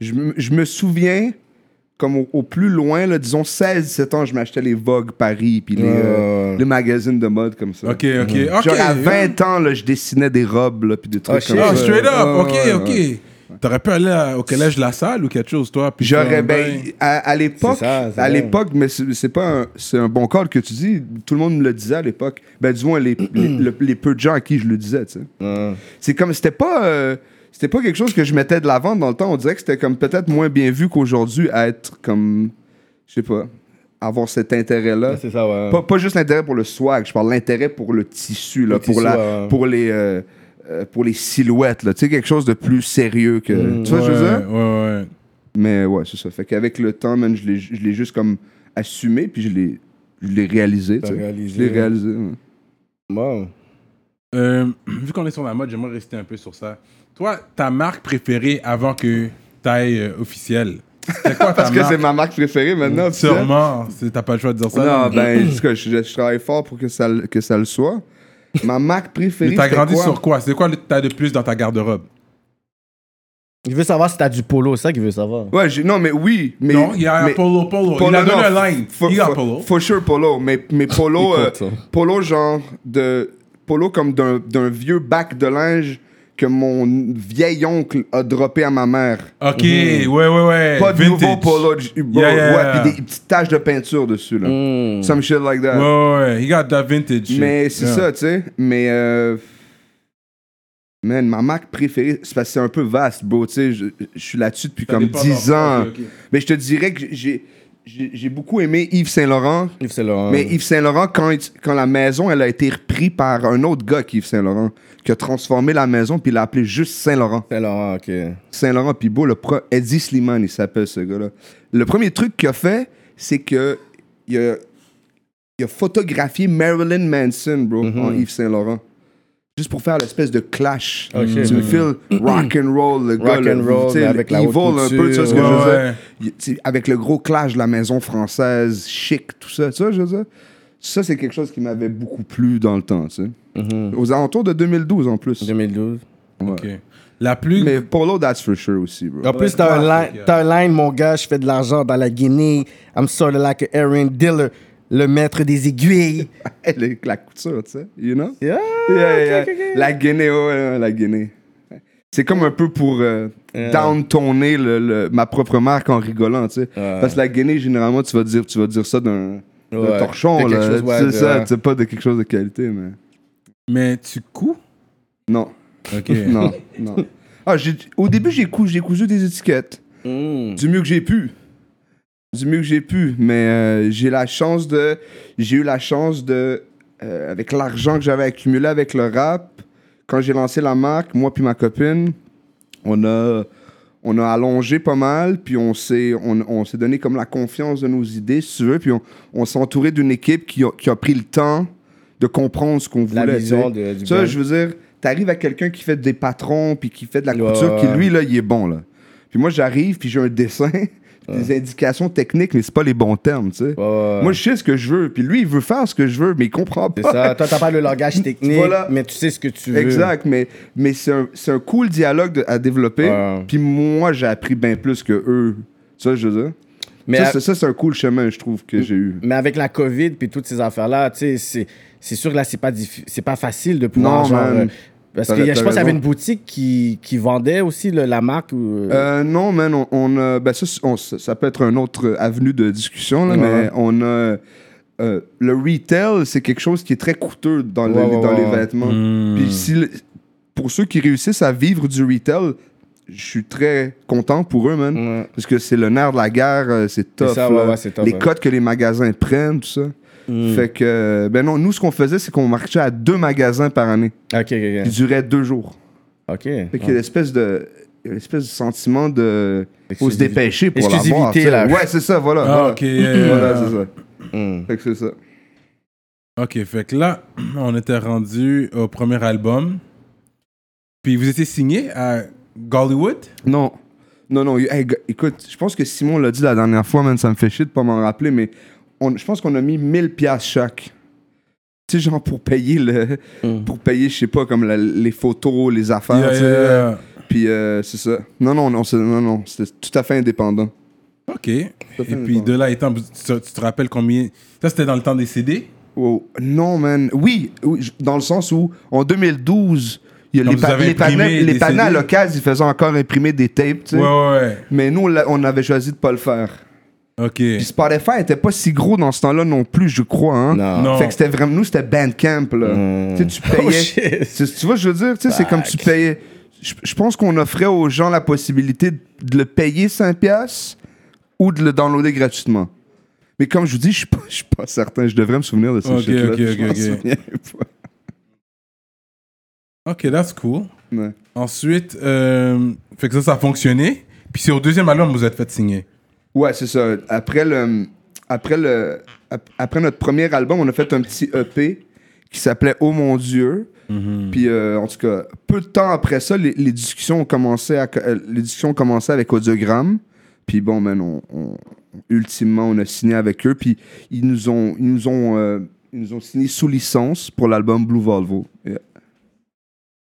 [SPEAKER 4] je, me- je me souviens, comme au, au plus loin, là, disons 16-17 ans, je m'achetais les Vogue Paris, puis les, euh, les magazines de mode comme ça.
[SPEAKER 3] Ok, ok. ok.
[SPEAKER 4] Mhm. Genre à 20 ans, là, je dessinais des robes, là, puis des trucs
[SPEAKER 5] shit.
[SPEAKER 4] comme ça.
[SPEAKER 3] Ah, straight up.
[SPEAKER 4] Ouais,
[SPEAKER 3] Ok,
[SPEAKER 4] ouais,
[SPEAKER 3] ok.
[SPEAKER 4] ouais.
[SPEAKER 3] T'aurais pu aller à- au collège de la salle ou quelque chose, toi? puis
[SPEAKER 4] J'aurais
[SPEAKER 3] faire un
[SPEAKER 4] ben,
[SPEAKER 3] bain.
[SPEAKER 4] à, à l'époque,
[SPEAKER 5] C'est ça, c'est
[SPEAKER 4] à
[SPEAKER 5] vrai.
[SPEAKER 4] l'époque, mais c'est c'est pas un, c'est un bon call que tu dis. Tout le monde me le disait à l'époque. Ben du moins les,
[SPEAKER 5] [CLEARS THROAT]
[SPEAKER 4] les, le- les peu de gens à qui je le disais. tu sais. C'est comme c'était pas euh, c'était pas quelque chose que je mettais de l'avant dans le temps. On dirait que c'était comme peut-être moins bien vu qu'aujourd'hui à être comme je sais pas avoir cet intérêt là.
[SPEAKER 5] C'est ça, ouais.
[SPEAKER 4] Pas, pas juste l'intérêt pour le swag, je parle l'intérêt pour le tissu, là,
[SPEAKER 5] Le
[SPEAKER 4] pour,
[SPEAKER 5] tissu,
[SPEAKER 4] la,
[SPEAKER 5] ouais.
[SPEAKER 4] pour, les, euh, euh, pour les silhouettes, là. tu sais, quelque chose de plus sérieux que.
[SPEAKER 5] Mmh,
[SPEAKER 4] tu vois, ce que je veux dire?
[SPEAKER 3] Ouais, ouais, ouais.
[SPEAKER 4] Mais ouais, c'est ça. Fait qu'avec le temps, man, je l'ai- je l'ai juste comme assumé, puis je l'ai je l'ai réalisé.
[SPEAKER 5] T'as
[SPEAKER 4] tu sais.
[SPEAKER 5] réalisé,
[SPEAKER 4] Je l'ai
[SPEAKER 5] ouais.
[SPEAKER 4] réalisé. ouais.
[SPEAKER 5] Wow.
[SPEAKER 3] Euh, vu qu'on est sur la mode, j'aimerais rester un peu sur ça. Toi, ta marque préférée avant que t'ailles euh, officielle,
[SPEAKER 4] [LAUGHS]
[SPEAKER 3] c'est quoi ta
[SPEAKER 4] Parce que
[SPEAKER 3] marque?
[SPEAKER 4] c'est ma marque préférée maintenant. tu sais.
[SPEAKER 3] Sûrement, c'est- t'as pas le choix de dire ça. là.
[SPEAKER 4] Non, ben, en tout cas, je, je travaille fort pour que ça, le- que ça le soit. Ma marque préférée.
[SPEAKER 3] Mais t'as
[SPEAKER 4] c'était
[SPEAKER 3] grandi
[SPEAKER 4] quoi?
[SPEAKER 3] sur quoi C'est quoi le- t'as de plus dans ta garde-robe
[SPEAKER 5] Il veut savoir si t'as du polo, c'est ça qu'il veut savoir.
[SPEAKER 4] Ouais, j'ai- non, mais oui. Mais,
[SPEAKER 3] Non, il y a un
[SPEAKER 4] mais-
[SPEAKER 3] Polo Polo. Il a donné un line.
[SPEAKER 4] For,
[SPEAKER 3] Il a
[SPEAKER 4] for-
[SPEAKER 3] Polo.
[SPEAKER 4] for sure, Polo. Mais, mais Polo,
[SPEAKER 5] Il
[SPEAKER 4] euh,
[SPEAKER 5] compte, ça.
[SPEAKER 4] Polo genre de... Polo comme d'un d'un vieux bac de linge que mon vieil oncle a droppé à ma mère.
[SPEAKER 3] Ok, ouais, ouais, ouais.
[SPEAKER 4] Mhm. Pas de
[SPEAKER 3] Vintage.
[SPEAKER 4] nouveau Polo. j- bro.
[SPEAKER 3] Yeah, yeah.
[SPEAKER 4] Ouais, puis des petites taches de peinture dessus, là.
[SPEAKER 5] Hmm. Mm.
[SPEAKER 4] Some shit like that.
[SPEAKER 3] Ouais, ouais, ouais. Il a de la vintage. shit.
[SPEAKER 4] Mais c'est
[SPEAKER 3] Yeah.
[SPEAKER 4] ça, tu sais. Mais, euh, man, ma marque préférée, c'est parce que c'est un peu vaste, bro. Tu sais, je, je suis là-dessus depuis
[SPEAKER 3] Ça
[SPEAKER 4] comme
[SPEAKER 3] dépend
[SPEAKER 4] 10
[SPEAKER 3] d'en-
[SPEAKER 4] ans.
[SPEAKER 3] ok, ok.
[SPEAKER 4] Mais je te dirais que j'ai j'ai- j'ai beaucoup aimé Yves Saint-Laurent.
[SPEAKER 5] Yves Saint Laurent.
[SPEAKER 4] Mais Yves Saint-Laurent, quand, il- quand la maison, elle a été reprise par un autre gars qu'Yves Saint-Laurent, qui a transformé la maison, puis il l'a appelé juste Saint-Laurent.
[SPEAKER 5] Saint Laurent, ok.
[SPEAKER 4] Saint-Laurent Pibault, le pro- Eddie Slimane, il s'appelle ce gars-là. Le premier truc qu'il a fait, c'est que il a, il a photographié Marilyn Manson, bro,
[SPEAKER 5] Mm-hmm.
[SPEAKER 4] en Yves Saint-Laurent. Juste pour faire l'espèce de clash.
[SPEAKER 5] Ok. Mm-hmm.
[SPEAKER 4] Tu me files rock and roll, le gars. le-
[SPEAKER 5] Rock'n'roll,
[SPEAKER 4] tu sais,
[SPEAKER 5] mais
[SPEAKER 4] le
[SPEAKER 5] avec la haute
[SPEAKER 4] evil un peu, tu sais ce que
[SPEAKER 5] couture,
[SPEAKER 4] je veux dire?
[SPEAKER 3] ouais.
[SPEAKER 4] Il- tu sais, Avec le gros clash de la maison française, chic, tout ça, tu sais, je veux dire? Ça, c'est quelque chose qui m'avait beaucoup plu dans le temps, tu sais.
[SPEAKER 5] Mm-hmm.
[SPEAKER 4] Aux alentours de 2012, en plus.
[SPEAKER 5] 2012.
[SPEAKER 3] Ok. La plus.
[SPEAKER 4] Mais Polo, that's for sure aussi, bro.
[SPEAKER 5] En plus, t'as un, line, t'as un line, mon gars, je fais de l'argent dans la Guinée. I'm sort of like a Aaron Diller, le maître des aiguilles.
[SPEAKER 4] [LAUGHS] Elle est la couture, tu sais, you know?
[SPEAKER 5] Yeah,
[SPEAKER 4] Yeah, yeah,
[SPEAKER 5] ok, ok,
[SPEAKER 4] yeah.
[SPEAKER 5] ok.
[SPEAKER 4] La Guinée, ouais, ouais, la Guinée. C'est comme un peu pour euh, downtoner le- le- ma propre marque en rigolant, tu sais.
[SPEAKER 5] Ouais.
[SPEAKER 4] Parce que la Guinée, généralement, tu vas dire, tu vas dire ça d'un d'un
[SPEAKER 5] Ouais, de
[SPEAKER 4] torchon,
[SPEAKER 5] quelque
[SPEAKER 4] là.
[SPEAKER 5] chose, ouais,
[SPEAKER 4] c'est
[SPEAKER 5] de-
[SPEAKER 4] ça,
[SPEAKER 5] ouais.
[SPEAKER 4] tu sais, pas de quelque chose de qualité, mais...
[SPEAKER 3] Mais tu couds
[SPEAKER 4] Non,
[SPEAKER 3] Ok.
[SPEAKER 4] [LAUGHS] non,
[SPEAKER 5] [LAUGHS]
[SPEAKER 4] non. Ah, j'ai- au début, j'ai cou- j'ai cousu des étiquettes.
[SPEAKER 5] Mm.
[SPEAKER 4] du mieux que j'ai pu. Du mieux que j'ai pu. Mais euh, j'ai la chance de. J'ai eu la chance de. euh, avec l'argent que j'avais accumulé avec le rap, quand j'ai lancé la marque, moi puis ma copine, on a. On a allongé pas mal, puis on s'est, on, on s'est donné comme la confiance de nos idées, si tu veux, puis on, on s'est entouré d'une équipe qui a, qui a pris le temps de comprendre ce qu'on
[SPEAKER 5] La
[SPEAKER 4] voulait.
[SPEAKER 5] vision
[SPEAKER 4] tu sais.
[SPEAKER 5] de- du
[SPEAKER 4] Ça,
[SPEAKER 5] brand.
[SPEAKER 4] je veux dire, t'arrives à quelqu'un qui fait des patrons, puis qui fait de la
[SPEAKER 5] Ouais,
[SPEAKER 4] couture,
[SPEAKER 5] ouais,
[SPEAKER 4] qui
[SPEAKER 5] ouais.
[SPEAKER 4] lui, là, il est bon, là. Puis moi, j'arrive, puis j'ai un dessin, [LAUGHS] des indications techniques, mais c'est pas les bons termes, tu sais.
[SPEAKER 5] Ouais, ouais.
[SPEAKER 4] Moi, je sais ce que je veux, puis lui, il veut faire ce que je veux, mais il comprend
[SPEAKER 5] C'est
[SPEAKER 4] pas. [LAUGHS]
[SPEAKER 5] ça. Toi, t'as pas le langage technique,
[SPEAKER 4] Voilà.
[SPEAKER 5] mais tu sais ce que tu veux.
[SPEAKER 4] Exact, mais, mais c'est un, c'est un cool dialogue de- à développer.
[SPEAKER 5] Ouais.
[SPEAKER 4] Puis moi, j'ai appris bien plus que eux. Ça, je veux dire.
[SPEAKER 5] Mais,
[SPEAKER 4] ça,
[SPEAKER 5] à-
[SPEAKER 4] c'est- ça, c'est un cool chemin, je trouve, que j'ai eu.
[SPEAKER 5] mais avec la COVID puis toutes ces affaires-là, tu sais, c'est- c'est sûr que là, c'est pas, diffi- c'est pas facile de pouvoir.
[SPEAKER 4] Non,
[SPEAKER 5] genre,
[SPEAKER 4] man.
[SPEAKER 5] euh, parce
[SPEAKER 4] T'as-
[SPEAKER 5] que y a- je
[SPEAKER 4] t'as
[SPEAKER 5] pense qu'il y avait
[SPEAKER 4] raison.
[SPEAKER 5] une boutique qui, qui vendait aussi le- la marque. ou-
[SPEAKER 4] Euh, non, man, on, on a- ben, ça, c'est- on- ça, ça peut être un autre avenue de discussion, là,
[SPEAKER 5] Ouais.
[SPEAKER 4] mais on a. euh, le retail, c'est quelque chose qui est très coûteux dans, le-
[SPEAKER 5] Ouais, ouais,
[SPEAKER 4] dans les
[SPEAKER 5] ouais.
[SPEAKER 4] vêtements. Puis si le- pour ceux qui réussissent à vivre du retail, je suis très content pour eux, man.
[SPEAKER 5] Ouais.
[SPEAKER 4] Parce que c'est le nerf de la guerre, euh, c'est tough.
[SPEAKER 5] ça, ouais,
[SPEAKER 4] là.
[SPEAKER 5] ouais, Hmm. c'est tough,
[SPEAKER 4] les
[SPEAKER 5] ouais. Hmm.
[SPEAKER 4] cotes que les magasins prennent, tout ça. Fait que, euh, ben non, nous, ce qu'on faisait, c'est qu'on marchait à deux magasins par année,
[SPEAKER 5] Ok, ok,
[SPEAKER 4] qui duraient deux jours.
[SPEAKER 5] ok. Ok.
[SPEAKER 4] Fait qu'il y a l'espèce de il y a l'espèce de sentiment de faut se
[SPEAKER 5] Exclusivité.
[SPEAKER 4] dépêcher pour l'avoir.
[SPEAKER 5] Exclusivité,
[SPEAKER 4] tu sais.
[SPEAKER 5] là.
[SPEAKER 4] Ouais, c'est ça, voilà.
[SPEAKER 3] Ah,
[SPEAKER 4] voilà.
[SPEAKER 3] ok. euh,
[SPEAKER 4] Voilà, c'est ça.
[SPEAKER 5] Hmm.
[SPEAKER 4] Fait que c'est ça.
[SPEAKER 3] Ok, fait que là, [CLEARS THROAT] on était rendu au premier album. Puis vous étiez signé à Gollywood.
[SPEAKER 4] Non. Non, non. hey, gars, écoute, je pense que Simon l'a dit la dernière fois, man, ça me fait chier de pas m'en rappeler, mais on- je pense qu'on a mis 1000 piastres chaque. Tu sais, genre pour payer le.
[SPEAKER 5] Hmm.
[SPEAKER 4] Pour payer, je sais pas, comme la- les photos, les affaires,
[SPEAKER 3] Yeah,
[SPEAKER 4] tu sais.
[SPEAKER 3] yeah, yeah.
[SPEAKER 4] Puis euh, c'est ça. Non, non, non, c'est- non, non. C'était tout à fait indépendant.
[SPEAKER 3] Ok. Et
[SPEAKER 4] fait
[SPEAKER 3] puis de là étant, tu, te- tu te rappelles combien. Ça, c'était dans le temps des CD.
[SPEAKER 4] Wow. Non, man. Oui, oui, j- dans le sens où en 2012, il y a
[SPEAKER 3] Quand
[SPEAKER 4] les,
[SPEAKER 3] vous
[SPEAKER 4] pa-
[SPEAKER 3] avez
[SPEAKER 4] les
[SPEAKER 3] imprimé
[SPEAKER 4] panels,
[SPEAKER 3] des
[SPEAKER 4] les panels à
[SPEAKER 3] CD.
[SPEAKER 4] l'occasion, ils faisaient encore imprimer des tapes, tu sais.
[SPEAKER 3] Ouais, ouais, ouais.
[SPEAKER 4] Mais nous, on l'a- on avait choisi de pas le faire.
[SPEAKER 3] Ok.
[SPEAKER 4] Puis Spotify était pas si gros dans ce temps-là non plus, je crois. Hein.
[SPEAKER 5] Non.
[SPEAKER 3] Non.
[SPEAKER 4] Fait que c'était vraiment. Nous, c'était Bandcamp, là. Tu sais, tu
[SPEAKER 5] Oh,
[SPEAKER 4] payais.
[SPEAKER 5] shit.
[SPEAKER 4] C'est- tu vois, je veux dire, tu sais, c'est comme tu payais. Je je pense qu'on offrait aux gens la possibilité de de le payer 5$ piastres ou de le downloader gratuitement. Mais comme je vous dis, je suis pas, je suis pas certain. Je devrais me souvenir de ce
[SPEAKER 3] Ok,
[SPEAKER 4] shit-là.
[SPEAKER 3] ok,
[SPEAKER 4] je
[SPEAKER 3] ok,
[SPEAKER 4] m'en
[SPEAKER 3] ok.
[SPEAKER 4] souviens pas.
[SPEAKER 3] Ok, that's cool.
[SPEAKER 4] Ouais.
[SPEAKER 3] Ensuite, euh, fait que ça, ça a fonctionné. Puis c'est au deuxième album que vous êtes fait signer.
[SPEAKER 4] Ouais, c'est ça. Après le, après le, ap- après notre premier album, on a fait un petit EP qui s'appelait Oh mon Dieu.
[SPEAKER 3] Mhm.
[SPEAKER 4] Puis euh, en tout cas, peu de temps après ça, les, les discussions ont commencé à, euh, les discussions ont commencé avec Audiogramme. Puis bon, man, on, on- ultimement, on a signé avec eux. Puis ils nous ont, ils nous ont, euh, ils nous ont signé sous licence pour l'album Blue Volvo. Yeah.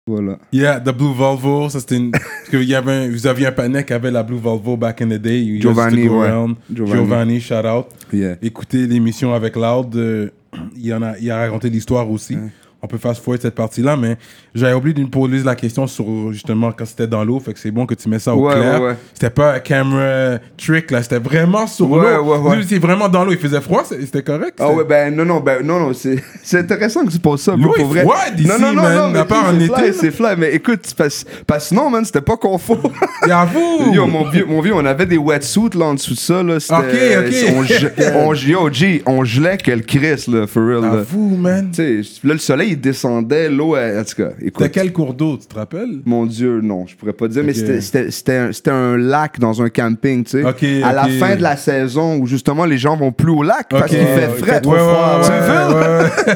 [SPEAKER 4] Voilà.
[SPEAKER 3] Yeah, The Blue Volvo, ça
[SPEAKER 4] [LAUGHS]
[SPEAKER 3] c'était une. Parce que il y avait un- vous aviez un panel qui avait la Blue Volvo back in the day. You used to
[SPEAKER 4] Giovanni,
[SPEAKER 3] go
[SPEAKER 4] ouais.
[SPEAKER 3] around. Giovanni.
[SPEAKER 4] Giovanni.
[SPEAKER 3] shout out.
[SPEAKER 4] Yeah.
[SPEAKER 3] Écoutez l'émission avec Loud. euh, il, y en a, il a raconté l'histoire aussi. On peut fast forward cette partie-là, mais j'avais oublié de me poser la question sur justement quand c'était dans l'eau. Fait que c'est bon que tu mets ça au
[SPEAKER 4] Ouais,
[SPEAKER 3] clair.
[SPEAKER 4] ouais, ouais.
[SPEAKER 3] C'était pas un camera trick là, c'était vraiment sur
[SPEAKER 4] Ouais,
[SPEAKER 3] l'eau.
[SPEAKER 4] ouais, ouais.
[SPEAKER 3] Vous étiez vraiment dans l'eau. Il faisait froid, c'est- c'était correct.
[SPEAKER 4] Ah
[SPEAKER 3] c'était-
[SPEAKER 4] ouais, ben non, non, ben non, non, c'est [LAUGHS] c'est intéressant que tu poses ça,
[SPEAKER 3] L'eau
[SPEAKER 4] mais
[SPEAKER 3] est
[SPEAKER 4] pour vrai.
[SPEAKER 3] froide ici, man,
[SPEAKER 4] mais
[SPEAKER 3] à part
[SPEAKER 4] c'est
[SPEAKER 3] en
[SPEAKER 4] fly,
[SPEAKER 3] été, là.
[SPEAKER 4] C'est fly, mais écoute, parce, parce que non, man, c'était pas confort. [LAUGHS]
[SPEAKER 3] Et à vous!
[SPEAKER 4] Yo, mon vieux, mon vieux, on avait des wetsuits là en dessous de ça, là. c'était-
[SPEAKER 3] Ok, ok.
[SPEAKER 4] On, ge-
[SPEAKER 3] [LAUGHS]
[SPEAKER 4] on, ge- yo, G, on gelait que le Chris, là, for real,
[SPEAKER 3] à
[SPEAKER 4] là.
[SPEAKER 3] vous, man!
[SPEAKER 4] Tu sais, là, le soleil, il descendait, l'eau, elle- en tout cas,
[SPEAKER 3] T'as
[SPEAKER 4] écoute.
[SPEAKER 3] quel cours d'eau, tu te rappelles?
[SPEAKER 4] Mon Dieu, non, je pourrais pas dire, mais
[SPEAKER 3] Ok.
[SPEAKER 4] c'était- c'était- c'était un, c'était un lac dans un camping, tu sais.
[SPEAKER 3] Ok,
[SPEAKER 4] à la
[SPEAKER 3] ok.
[SPEAKER 4] fin de la saison où justement les gens vont plus au lac parce
[SPEAKER 3] Ok.
[SPEAKER 4] qu'il fait
[SPEAKER 3] Ouais,
[SPEAKER 4] frais.
[SPEAKER 3] ouais, ouais,
[SPEAKER 4] Tu
[SPEAKER 3] ouais,
[SPEAKER 4] veux, là?
[SPEAKER 3] ouais,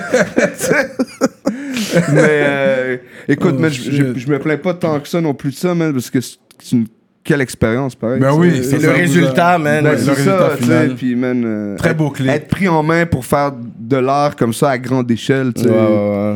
[SPEAKER 3] [LAUGHS] ouais.
[SPEAKER 4] mais
[SPEAKER 3] [LAUGHS]
[SPEAKER 4] euh, écoute,
[SPEAKER 3] Oh,
[SPEAKER 4] man, je-
[SPEAKER 3] shit.
[SPEAKER 4] je je me plains pas tant que ça non plus de ça, man, parce que c'est une quelle expérience, pareil.
[SPEAKER 3] Ben
[SPEAKER 4] tu
[SPEAKER 3] oui,
[SPEAKER 4] sais.
[SPEAKER 3] c'est ça
[SPEAKER 5] Et le
[SPEAKER 3] vous a-
[SPEAKER 5] résultat, man.
[SPEAKER 3] Ouais,
[SPEAKER 4] Ouais,
[SPEAKER 3] le
[SPEAKER 4] c'est
[SPEAKER 3] résultat
[SPEAKER 4] ça, tu
[SPEAKER 3] final.
[SPEAKER 4] sais, puis, man, euh,
[SPEAKER 3] Très
[SPEAKER 4] être-
[SPEAKER 3] beau clip.
[SPEAKER 4] Être pris en main pour faire de l'art comme ça à grande échelle, tu sais,
[SPEAKER 5] Ouais, ouais, ouais.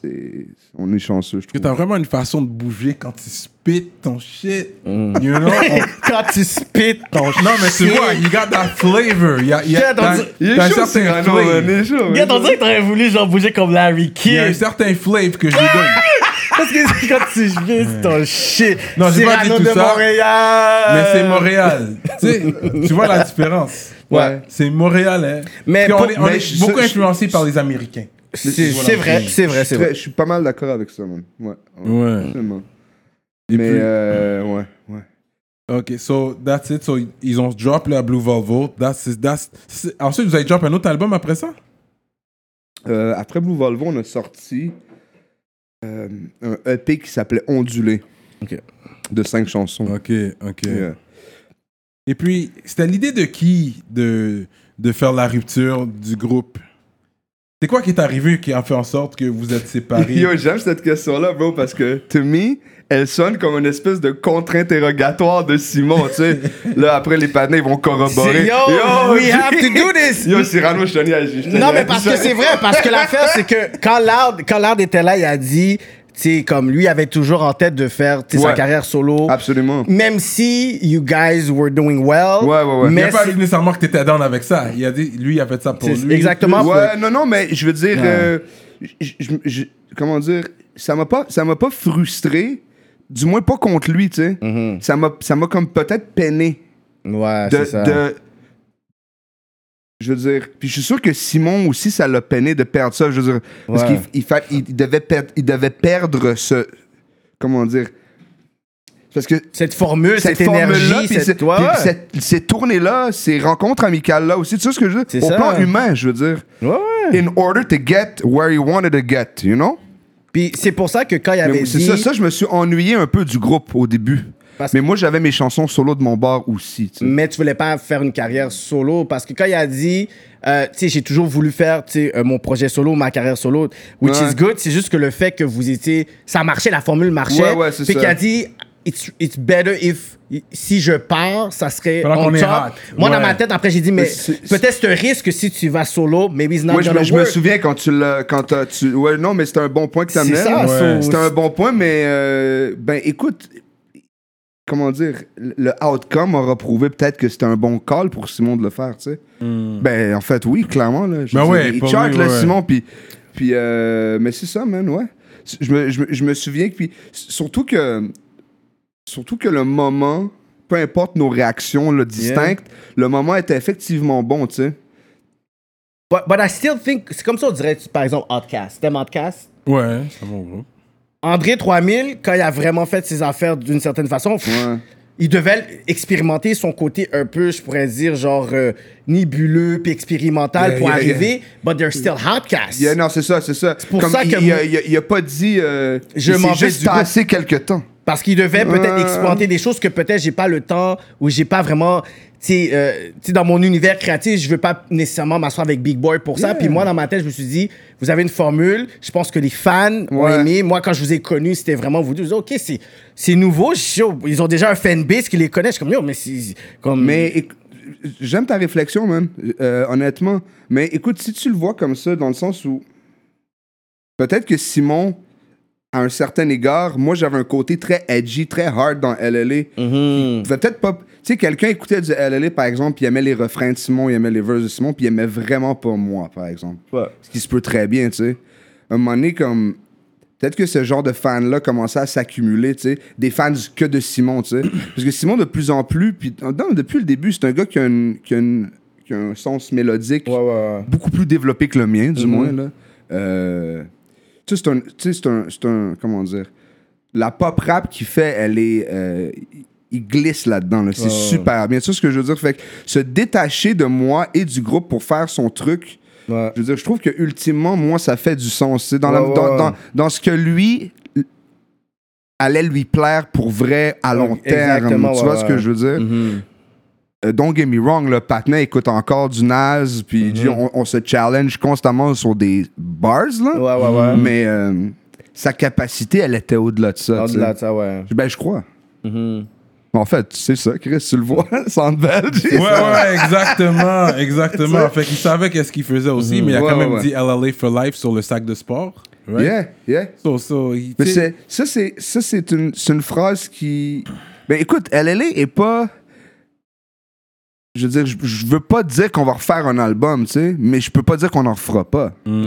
[SPEAKER 4] c'est- on est chanceux, je
[SPEAKER 3] Que
[SPEAKER 4] trouve.
[SPEAKER 3] t'as vraiment une façon de bouger quand tu spit ton shit. You
[SPEAKER 4] [LAUGHS]
[SPEAKER 3] know? On-
[SPEAKER 5] Quand tu spit
[SPEAKER 3] ton- non, mais tu vois, you got that flavor. Y a, y a,
[SPEAKER 5] Yeah,
[SPEAKER 3] t'as-
[SPEAKER 5] dans-
[SPEAKER 4] Il est
[SPEAKER 3] t'as un
[SPEAKER 4] chaud,
[SPEAKER 3] certain
[SPEAKER 4] Cyrano,
[SPEAKER 3] flavor.
[SPEAKER 4] man, il est chaud,
[SPEAKER 5] Regarde,
[SPEAKER 4] man.
[SPEAKER 5] on dirait que t'aurais voulu genre bouger comme Larry
[SPEAKER 3] Il y a un
[SPEAKER 5] King.
[SPEAKER 3] certain flavor que je lui donne.
[SPEAKER 5] Parce que quand tu joues, c'est ton shit.
[SPEAKER 3] Non, j'ai pas dit
[SPEAKER 5] Cyrano
[SPEAKER 3] tout
[SPEAKER 5] de
[SPEAKER 3] ça,
[SPEAKER 5] Montréal.
[SPEAKER 3] Mais c'est Montréal. tu sais, tu vois la différence.
[SPEAKER 4] Ouais.
[SPEAKER 3] C'est Montréal, hein.
[SPEAKER 5] Mais
[SPEAKER 3] Puis on
[SPEAKER 5] pour-
[SPEAKER 3] est, on
[SPEAKER 4] mais
[SPEAKER 3] est
[SPEAKER 4] je-
[SPEAKER 3] beaucoup
[SPEAKER 4] je-
[SPEAKER 3] influencé par les Américains.
[SPEAKER 5] C'est
[SPEAKER 3] Voilà.
[SPEAKER 5] c'est vrai, c'est
[SPEAKER 4] Je
[SPEAKER 5] vrai, c'est
[SPEAKER 4] suis très-
[SPEAKER 5] vrai.
[SPEAKER 4] Je suis pas mal d'accord avec ça, man. Ouais.
[SPEAKER 3] Ouais.
[SPEAKER 4] absolument.
[SPEAKER 3] Et
[SPEAKER 4] Mais,
[SPEAKER 3] puis-
[SPEAKER 4] euh, ouais, ouais.
[SPEAKER 3] OK, so that's it. So ils ont drop la Blue Volvo. That's, it, that's, c'est- ensuite, vous avez drop un autre album après ça?
[SPEAKER 4] Euh, après Blue Volvo, on a sorti euh, un EP qui s'appelait Ondulé.
[SPEAKER 5] Ok.
[SPEAKER 4] De cinq chansons. euh,
[SPEAKER 3] OK, OK.
[SPEAKER 5] [LAUGHS]
[SPEAKER 4] Yeah.
[SPEAKER 3] Et puis, c'était l'idée de qui de, de faire la rupture du groupe? C'est quoi qui est arrivé qui a fait en sorte que vous
[SPEAKER 4] [LAUGHS]
[SPEAKER 3] êtes séparés?
[SPEAKER 4] Yo, j'aime cette question-là, bro, parce que, to me, elle sonne comme une espèce de contre-interrogatoire de Simon, tu
[SPEAKER 5] [LAUGHS]
[SPEAKER 4] sais. Là, après, les panneaux, ils vont corroborer.
[SPEAKER 5] C'est- Yo, we have to do this.
[SPEAKER 4] [LAUGHS] Yo, Cyrano, je tenais à je tenais
[SPEAKER 5] Non,
[SPEAKER 4] à-
[SPEAKER 5] mais parce que c'est vrai, parce que l'affaire, c'est que quand Lard, quand Lard était là, il a dit, tu sais, comme lui avait toujours en tête de faire tu sais, sa
[SPEAKER 4] Ouais.
[SPEAKER 5] carrière solo.
[SPEAKER 4] [LAUGHS] Absolument.
[SPEAKER 5] Même si you guys were doing well.
[SPEAKER 4] Ouais, ouais, ouais.
[SPEAKER 3] Il
[SPEAKER 5] Mais
[SPEAKER 3] n'a pas
[SPEAKER 5] c'est-
[SPEAKER 3] dit nécessairement que t'étais down avec ça. Il a dit, lui, il a fait ça pour
[SPEAKER 5] C'est-
[SPEAKER 3] lui.
[SPEAKER 5] exactement.
[SPEAKER 4] Ouais, non, non, mais je veux dire, euh, je- je- je- comment dire, ça m'a pas, ça m'a pas frustré, du moins pas contre lui, tu sais. Ça m'a, ça m'a comme peut-être peiné
[SPEAKER 5] Mhm. Ouais,
[SPEAKER 4] de,
[SPEAKER 5] Ah, c'est ça.
[SPEAKER 4] de- je veux dire, puis je suis sûr que Simon aussi, ça l'a peiné de perdre ça, je veux dire, parce
[SPEAKER 5] Ouais.
[SPEAKER 4] qu'il il fa- il devait perdre, il devait perdre ce, comment dire, parce que
[SPEAKER 5] Cette formule, cette,
[SPEAKER 4] cette, formule-là,
[SPEAKER 5] énergie,
[SPEAKER 4] puis
[SPEAKER 5] cette...
[SPEAKER 4] cette-
[SPEAKER 5] Ouais,
[SPEAKER 4] puis
[SPEAKER 5] ouais.
[SPEAKER 4] cette- ces tournées-là, ces rencontres amicales-là aussi, tu sais ce que je veux
[SPEAKER 5] C'est
[SPEAKER 4] dire? Au
[SPEAKER 5] ça.
[SPEAKER 4] plan humain, je veux dire.
[SPEAKER 5] Ouais, ouais.
[SPEAKER 4] In order to get where you wanted to get, you know?
[SPEAKER 5] Puis c'est pour ça que quand il
[SPEAKER 4] Mais
[SPEAKER 5] avait
[SPEAKER 4] c'est
[SPEAKER 5] dit...
[SPEAKER 4] ça, ça, je me suis ennuyé un peu du groupe au début.
[SPEAKER 5] Parce-
[SPEAKER 4] Mais moi, j'avais mes chansons solo de mon bar aussi. tu sais.
[SPEAKER 5] mais tu voulais pas faire une carrière solo parce que quand il a dit euh, tu sais j'ai toujours voulu faire tu sais, euh, mon projet solo ma carrière solo which
[SPEAKER 4] Ouais.
[SPEAKER 5] is good c'est juste que le fait que vous étiez ça marchait la formule marchait
[SPEAKER 4] Ouais, ouais, c'est
[SPEAKER 5] puis
[SPEAKER 4] ça.
[SPEAKER 5] qu'il a dit it's, it's better if si je pars ça serait
[SPEAKER 3] Faudra
[SPEAKER 5] on
[SPEAKER 3] qu'on
[SPEAKER 5] top
[SPEAKER 3] ait hâte.
[SPEAKER 5] moi dans
[SPEAKER 3] Ouais.
[SPEAKER 5] ma tête après j'ai dit mais
[SPEAKER 4] c'est-
[SPEAKER 5] peut-être c'est un risque si tu vas solo maybe it's not
[SPEAKER 4] Moi, je
[SPEAKER 5] gonna
[SPEAKER 4] me, je me
[SPEAKER 5] work
[SPEAKER 4] souviens quand tu l'as. Quand euh, tu... Ouais, non, mais c'était un bon point que tu
[SPEAKER 5] c'est ça
[SPEAKER 3] Ouais.
[SPEAKER 5] so-
[SPEAKER 4] C'était un bon point, mais euh, ben écoute, comment dire, le le outcome aura prouvé peut-être que c'était un bon call pour Simon de le faire, tu sais. Ben en fait, oui, clairement. Là, je
[SPEAKER 3] Hmm. Ben
[SPEAKER 4] veux
[SPEAKER 3] ouais,
[SPEAKER 4] dire, il
[SPEAKER 3] pour
[SPEAKER 4] charte,
[SPEAKER 3] lui,
[SPEAKER 4] là,
[SPEAKER 3] ouais.
[SPEAKER 4] Simon, puis. puis euh, mais c'est ça, man, ouais. Je me, je me- je me souviens que. Puis, surtout que. Surtout que le moment, peu importe nos réactions là, distinctes, le moment était effectivement bon, tu sais.
[SPEAKER 5] but, but I still think c'est comme ça on dirait tu- par exemple Outcast t'aimes Outcast
[SPEAKER 3] Ouais, c'est bon groupe.
[SPEAKER 5] André 3000, quand il a vraiment fait ses affaires d'une certaine façon, pff,
[SPEAKER 4] Ouais.
[SPEAKER 5] il devait expérimenter son côté un peu, je pourrais dire, genre euh, nébuleux puis expérimental
[SPEAKER 4] Yeah,
[SPEAKER 5] pour
[SPEAKER 4] yeah,
[SPEAKER 5] arriver, but they're still hotcast.
[SPEAKER 4] Yeah, non, c'est ça, c'est ça. C'est
[SPEAKER 5] pour ça que
[SPEAKER 4] il,
[SPEAKER 5] moi-
[SPEAKER 4] a, il a- il a pas dit. euh,
[SPEAKER 5] Je
[SPEAKER 4] il
[SPEAKER 5] m'en
[SPEAKER 4] s'est
[SPEAKER 5] vais
[SPEAKER 4] juste
[SPEAKER 5] du groupe.
[SPEAKER 4] passé quelques temps.
[SPEAKER 5] Parce qu'il devait peut-être
[SPEAKER 4] Ouais.
[SPEAKER 5] exploiter des choses que peut-être j'ai pas le temps ou j'ai pas vraiment. Tu sais, euh, tu sais, dans mon univers créatif, je veux pas nécessairement m'asseoir avec Big Boy pour ça. Puis moi, dans ma tête, je me suis dit, vous avez une formule. Je pense que les fans ont
[SPEAKER 4] Ouais.
[SPEAKER 5] aimé. Moi, quand je vous ai connu, c'était vraiment vous deux. Ok, c'est c'est nouveau. Je- yo, ils ont déjà un fanbase qui les connaît. Je suis comme yo, mais c'est comme.
[SPEAKER 4] Mais éc- j'aime ta réflexion, man, euh, honnêtement. Mais écoute, si tu le vois comme ça, dans le sens où peut-être que Simon, à un certain égard, moi j'avais un côté très edgy, très hard dans LLA.
[SPEAKER 5] Mhm.
[SPEAKER 4] Il va peut-être pas. Tu sais, quelqu'un écoutait du LLA, par exemple, puis il aimait les refrains de Simon, il aimait les verses de Simon, puis il aimait vraiment pas moi, par exemple. Ce qui se peut très bien, tu sais. À un moment donné, comme. Peut-être que ce genre de fans-là commençait à s'accumuler, tu sais. Des fans que de Simon, tu sais. [CLEARS THROAT] Parce que Simon, de plus en plus, puis non, depuis le début, c'est un gars qui a, une- qui a une- qui a un sens mélodique beaucoup plus développé que le mien, du moins, là. Euh, tu sais, c'est un, tu sais, c'est un, c'est un- Comment dire La pop rap qu'il fait, elle est. euh, il glisse là-dedans, là. c'est super bien. Tu sais ce que je veux dire? Fait que se détacher de moi et du groupe pour faire son truc,
[SPEAKER 5] Ouais.
[SPEAKER 4] je veux dire, je trouve que ultimement, moi, ça fait du sens. C'est dans, la-
[SPEAKER 5] Ouais, ouais,
[SPEAKER 4] dans,
[SPEAKER 5] ouais.
[SPEAKER 4] dans- dans ce que lui l- allait lui plaire pour vrai à long terme. Tu
[SPEAKER 5] exactement, ouais,
[SPEAKER 4] vois ce
[SPEAKER 5] ouais.
[SPEAKER 4] que je veux dire?
[SPEAKER 5] Mhm.
[SPEAKER 4] Euh, don't get me wrong, le patin écoute encore du Nas, puis il dit,
[SPEAKER 5] Mm-hmm.
[SPEAKER 4] on, on se challenge constamment sur des bars, là.
[SPEAKER 5] Ouais, ouais, ouais.
[SPEAKER 4] Mais euh, sa capacité, elle était au-delà de ça. tu sais.
[SPEAKER 5] Au-delà de ça, Mm-hmm. ouais.
[SPEAKER 4] Ben, je crois. En fait, c'est ça, Chris, tu le vois, [LAUGHS] Sandbell.
[SPEAKER 3] Ouais, ouais,
[SPEAKER 4] [LAUGHS]
[SPEAKER 3] exactement, exactement. Fait qu'il savait qu'est-ce qu'il faisait aussi, mais il a
[SPEAKER 4] Mm-hmm. Ouais,
[SPEAKER 3] quand
[SPEAKER 4] ouais,
[SPEAKER 3] même
[SPEAKER 4] ouais.
[SPEAKER 3] dit LLA for life sur le sac de sport. Right?
[SPEAKER 4] Yeah, yeah.
[SPEAKER 3] So, so, il-
[SPEAKER 4] Mais
[SPEAKER 3] tu sais-
[SPEAKER 4] c'est, ça, c'est, ça, c'est une, c'est une phrase qui. Ben écoute, LLA est pas. Je veux dire, je, je veux pas dire qu'on va refaire un album, tu sais, mais je peux pas dire qu'on en refera pas.
[SPEAKER 5] Ouais.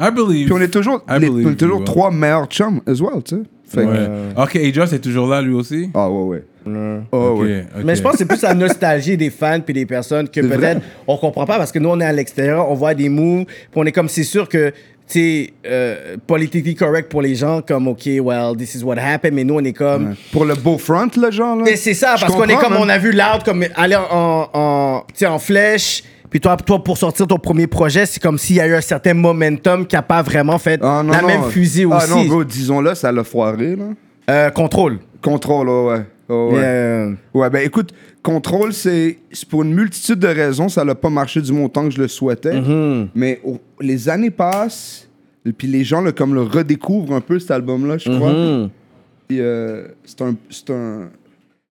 [SPEAKER 3] I believe.
[SPEAKER 4] Puis on est toujours,
[SPEAKER 3] Mm. I
[SPEAKER 4] les-
[SPEAKER 3] believe
[SPEAKER 4] on est toujours
[SPEAKER 3] you.
[SPEAKER 4] trois meilleurs chums as well, tu sais. Fait que-
[SPEAKER 3] Ouais. Ok, Ajax est toujours là lui aussi.
[SPEAKER 4] Ah ouais, ouais.
[SPEAKER 5] Ouais.
[SPEAKER 4] Ah
[SPEAKER 3] Ok,
[SPEAKER 4] ouais.
[SPEAKER 3] ok.
[SPEAKER 5] Mais je pense que c'est plus la nostalgie des fans puis des personnes que
[SPEAKER 4] C'est vrai.
[SPEAKER 5] peut-être on comprend pas parce que nous on est à l'extérieur, on voit des moves, puis on est comme c'est sûr que tu sais euh, politically correct pour les gens comme OK, well, this is what happened, mais nous on est comme
[SPEAKER 4] Pour le beau front, le genre, là.
[SPEAKER 5] mais c'est ça
[SPEAKER 4] Je
[SPEAKER 5] parce qu'on est
[SPEAKER 4] comprends,
[SPEAKER 5] comme
[SPEAKER 4] man.
[SPEAKER 5] on a vu Loud comme aller en en tu sais, en flèche puis toi, toi, pour sortir ton premier projet, c'est comme s'il y a eu un certain momentum qui n'a pas vraiment fait
[SPEAKER 4] Ah, non,
[SPEAKER 5] la
[SPEAKER 4] non.
[SPEAKER 5] même fusée
[SPEAKER 4] Ah
[SPEAKER 5] aussi.
[SPEAKER 4] non, bro, disons-le, ça l'a foiré, là.
[SPEAKER 5] Euh, contrôle.
[SPEAKER 4] Contrôle, ouais, ouais. Ouais, ouais.
[SPEAKER 5] Mais, euh,
[SPEAKER 4] Ouais, ben écoute, Contrôle, c'est c'est pour une multitude de raisons, ça n'a pas marché du montant que je le souhaitais. Mais au- les années passent, et puis les gens le, comme le redécouvrent un peu cet album-là, je crois. Puis, euh, c'est un, c'est un,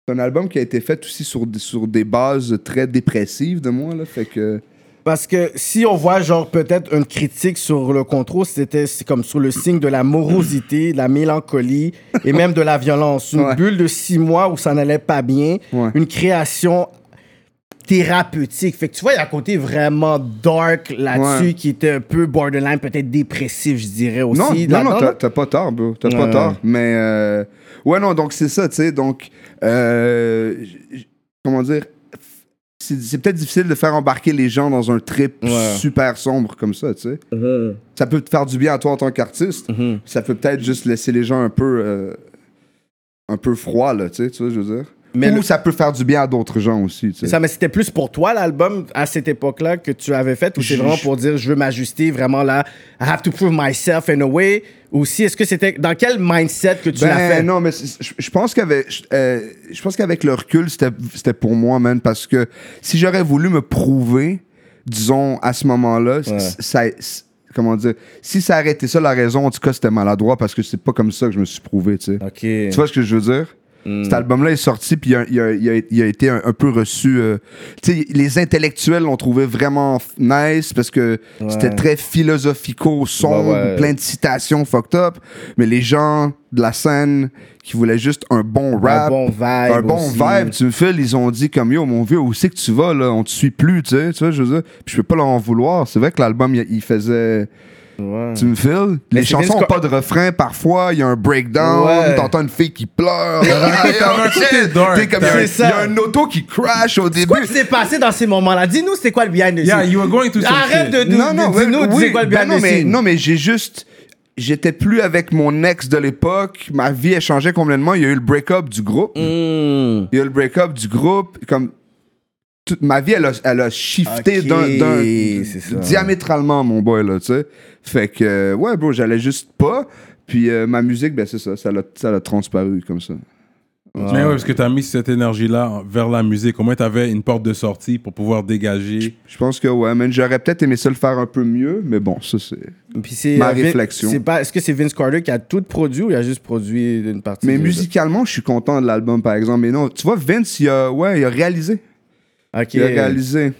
[SPEAKER 4] c'est un album qui a été fait aussi sur, des- sur des bases très dépressives de moi, là. Fait que.
[SPEAKER 5] Parce que si on voit, genre, peut-être une critique sur le contrôle, c'était c'est comme sur le signe de la morosité, de la mélancolie et même de la violence. Une
[SPEAKER 4] Ouais.
[SPEAKER 5] bulle de six mois où ça n'allait pas bien,
[SPEAKER 4] Ouais.
[SPEAKER 5] une création thérapeutique. Fait que tu vois, il y a un côté vraiment dark là-dessus
[SPEAKER 4] Ouais.
[SPEAKER 5] qui était un peu borderline, peut-être dépressif, je dirais aussi.
[SPEAKER 4] Non, non,
[SPEAKER 5] là-dedans,
[SPEAKER 4] non,
[SPEAKER 5] là.
[SPEAKER 4] t'as- t'as pas tort, bro. T'as pas
[SPEAKER 5] Ouais.
[SPEAKER 4] tort. Mais. euh, Ouais, non, donc c'est ça, tu sais. Donc. euh, j- j- Comment dire. c'est c'est peut-être difficile de faire embarquer les gens dans un trip
[SPEAKER 5] Ouais.
[SPEAKER 4] super sombre comme ça, tu sais. Ça peut te faire du bien à toi en tant qu'artiste.
[SPEAKER 5] Mhm.
[SPEAKER 4] Ça peut peut-être juste laisser les gens un peu, euh, un peu froid, là, tu sais, tu vois, je veux dire.
[SPEAKER 5] Mais
[SPEAKER 4] Ou
[SPEAKER 5] le-
[SPEAKER 4] ça peut faire du bien à d'autres gens aussi, tu sais.
[SPEAKER 5] Ça, mais c'était plus pour toi l'album à cette époque-là que tu avais fait ou c'est
[SPEAKER 4] Je-
[SPEAKER 5] vraiment
[SPEAKER 4] je-
[SPEAKER 5] pour dire je veux m'ajuster vraiment là, I have to prove myself in a way ou si est-ce que c'était dans quel mindset que tu
[SPEAKER 4] Ben,
[SPEAKER 5] l'as fait
[SPEAKER 4] Non, mais c'est- je je pense qu'avec je euh, je pense qu'avec le recul, c'était c'était pour moi, man, parce que si j'aurais voulu me prouver, disons, à ce moment-là, c- ça. c- Comment dire? Si ça arrêtait ça, la raison, en tout cas, c'était maladroit parce que c'est pas comme ça que je me suis prouvé, tu sais.
[SPEAKER 5] Ok.
[SPEAKER 4] Tu vois ce que je veux dire?
[SPEAKER 5] Hmm.
[SPEAKER 4] Cet album-là est sorti, puis il a, il a- il a- il a été un, un peu reçu. euh, tu sais, les intellectuels l'ont trouvé vraiment f- nice parce que c'était très philosophico, sombre,
[SPEAKER 5] Ouais, ouais.
[SPEAKER 4] plein de citations fucked up. Mais les gens de la scène qui voulaient juste un bon rap,
[SPEAKER 5] un bon vibe.
[SPEAKER 4] un bon
[SPEAKER 5] aussi.
[SPEAKER 4] vibe, tu me fais, ils ont dit comme yo, mon vieux, où c'est que tu vas là? On te suit plus, tu sais. Tu vois, je veux dire, puis je peux pas leur en vouloir. C'est vrai que l'album, il il faisait. Tu me files? Les
[SPEAKER 5] Mais c'est
[SPEAKER 4] chansons
[SPEAKER 5] Vince
[SPEAKER 4] n'ont
[SPEAKER 5] Cor-
[SPEAKER 4] pas de refrain, parfois, il y a un breakdown,
[SPEAKER 5] Ouais.
[SPEAKER 4] t'entends une fille qui pleure. Ah,
[SPEAKER 5] [LAUGHS]
[SPEAKER 4] yo,
[SPEAKER 3] T'as un
[SPEAKER 4] shit!
[SPEAKER 3] côté dark,
[SPEAKER 4] T'es comme,
[SPEAKER 3] t'as-
[SPEAKER 4] il y a un-
[SPEAKER 5] C'est ça.
[SPEAKER 4] il y a un auto qui crash au début.
[SPEAKER 5] Quoi qui s'est passé dans ces moments-là Dis-nous c'était quoi le behind the
[SPEAKER 3] Yeah,
[SPEAKER 5] scenes
[SPEAKER 3] you were going to some
[SPEAKER 5] Arrête
[SPEAKER 3] shit.
[SPEAKER 5] de nous
[SPEAKER 4] non, non, ouais,
[SPEAKER 5] dis-nous
[SPEAKER 4] oui,
[SPEAKER 5] c'est quoi le
[SPEAKER 4] ben
[SPEAKER 5] behind
[SPEAKER 4] non,
[SPEAKER 5] the
[SPEAKER 4] mais,
[SPEAKER 5] scenes.
[SPEAKER 4] non, mais j'ai juste. J'étais plus avec mon ex de l'époque, ma vie a changé complètement. Il y a eu le break-up du groupe.
[SPEAKER 5] Hmm.
[SPEAKER 4] Il y a eu le break-up du groupe. Comme. Toute ma vie, elle a, elle a shifté
[SPEAKER 5] Ok,
[SPEAKER 4] d'un- d'un-
[SPEAKER 5] c'est ça.
[SPEAKER 4] diamétralement, mon boy, là, tu sais. Fait que, euh, ouais, bro, j'allais juste pas. Puis euh, ma musique, ben c'est ça, ça l'a- ça l'a transparu comme ça.
[SPEAKER 3] Mais ouais, parce que t'as mis cette énergie-là en- vers la musique. Au moins, t'avais une porte de sortie pour pouvoir dégager.
[SPEAKER 4] Je pense que ouais, man, j'aurais peut-être aimé ça le faire un peu mieux, mais bon, ça c'est.
[SPEAKER 5] Puis c'est
[SPEAKER 4] Ma
[SPEAKER 5] euh, Vin-
[SPEAKER 4] réflexion.
[SPEAKER 5] c'est pas est-ce que c'est Vince Carter qui a tout produit ou il a juste produit une partie
[SPEAKER 4] Mais
[SPEAKER 5] de-
[SPEAKER 4] musicalement, je suis content de l'album par exemple. Mais non, tu vois, Vince, il a, ouais, il a réalisé.
[SPEAKER 5] OK.
[SPEAKER 4] Il a réalisé.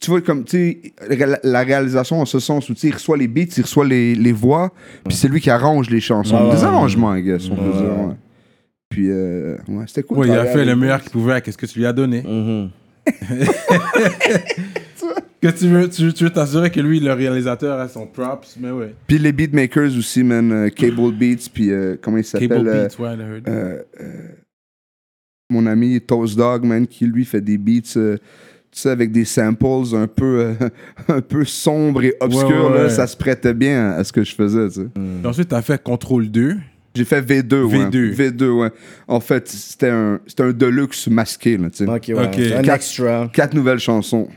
[SPEAKER 4] Tu vois, comme, tu sais, la- la réalisation en ce sens où, tu sais, il reçoit les beats, il reçoit les, les voix, puis c'est lui qui arrange les chansons.
[SPEAKER 5] Ouais,
[SPEAKER 4] Des
[SPEAKER 5] ouais.
[SPEAKER 4] arrangements, I guess, on peut
[SPEAKER 5] Ouais.
[SPEAKER 4] dire, ouais. Puis, euh, ouais, c'était cool.
[SPEAKER 3] Ouais,
[SPEAKER 4] de
[SPEAKER 3] il a
[SPEAKER 4] travailler
[SPEAKER 3] fait le
[SPEAKER 4] avec euh,
[SPEAKER 3] meilleur
[SPEAKER 4] lui.
[SPEAKER 3] qu'il pouvait. Qu'est-ce que tu lui as donné
[SPEAKER 5] Mhm.
[SPEAKER 3] Que tu veux, tu, tu veux t'assurer que lui, le réalisateur, a son props. Mais ouais.
[SPEAKER 4] Puis les beatmakers aussi, man, euh, Cable Beats, puis euh, comment il s'appelle
[SPEAKER 3] Cable
[SPEAKER 4] euh,
[SPEAKER 3] Beats, ouais, I heard.
[SPEAKER 4] euh, euh, mon ami Toast Dog, man, qui lui fait des beats, euh, tu sais, avec des samples un peu, euh, [LAUGHS] un peu sombres et obscurs,
[SPEAKER 3] ouais,
[SPEAKER 4] là,
[SPEAKER 3] ouais.
[SPEAKER 4] ça se prêtait bien à, à ce que je faisais, tu sais.
[SPEAKER 5] Mmh.
[SPEAKER 3] Et ensuite, t'as fait Contrôle 2.
[SPEAKER 4] J'ai fait V2, ouais.
[SPEAKER 3] V2.
[SPEAKER 4] V2, ouais. En fait, c'était un, c'était un deluxe masqué, là, tu sais.
[SPEAKER 5] OK, ouais.
[SPEAKER 3] Ok.
[SPEAKER 5] c'est Un
[SPEAKER 4] Quatre-
[SPEAKER 5] extra.
[SPEAKER 4] Quatre nouvelles chansons.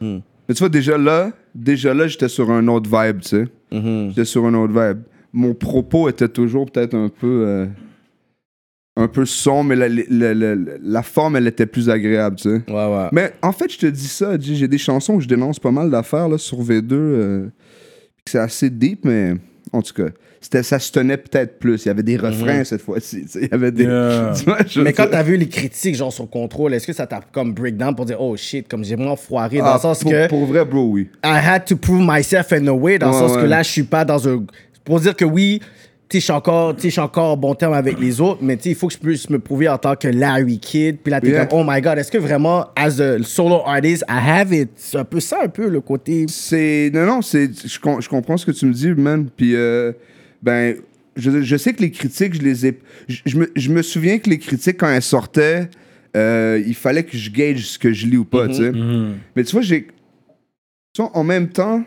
[SPEAKER 4] Mais tu vois, déjà là, déjà là, j'étais sur un autre vibe, tu sais.
[SPEAKER 5] Mmh.
[SPEAKER 4] J'étais sur un autre vibe. Mon propos était toujours peut-être un peu... euh, un peu sombre, mais la, la- la- la- la forme, elle était plus agréable, tu sais.
[SPEAKER 5] Ouais ouais.
[SPEAKER 4] Mais en fait, je te dis ça, j'ai j'ai des chansons où je dénonce pas mal d'affaires là, sur V2. euh, puis c'est assez deep, mais en tout cas, c'était, ça se tenait peut-être plus. Il y avait des refrains cette fois-ci. tu sais, Il y avait des.
[SPEAKER 3] Yeah.
[SPEAKER 4] [LAUGHS] tu vois, je veux
[SPEAKER 5] Mais quand
[SPEAKER 4] dire-
[SPEAKER 5] t'as vu les critiques, genre sur contrôle, est-ce que ça t'a comme breakdown pour dire oh shit, comme j'ai moins foiré dans
[SPEAKER 4] Ah,
[SPEAKER 5] le sens
[SPEAKER 4] pour,
[SPEAKER 5] que
[SPEAKER 4] pour vrai, bro, oui.
[SPEAKER 5] I had to prove myself in a way, dans le
[SPEAKER 4] Ouais,
[SPEAKER 5] sens que
[SPEAKER 4] ouais.
[SPEAKER 5] là je suis pas dans un. Pour dire que oui, tu sais, je suis encore, tu sais, je suis encore en bon terme avec les autres, mais tu sais, il faut que je puisse me prouver en tant que Larry Kid. Puis là t'es
[SPEAKER 4] Yeah.
[SPEAKER 5] comme oh my god, est-ce que vraiment as a solo artist I have it, c'est un peu ça un peu le côté.
[SPEAKER 4] C'est. Non, non, c'est, je, com- je comprends ce que tu me dis, man. Puis, euh, ben, je, je sais que les critiques, je les ai. Je, je me, je me souviens que les critiques, quand elles sortaient, euh, il fallait que je gauge ce que je lis ou pas, tu sais.
[SPEAKER 5] Hmm.
[SPEAKER 4] Mais tu vois, j'ai. Tu vois, en même temps,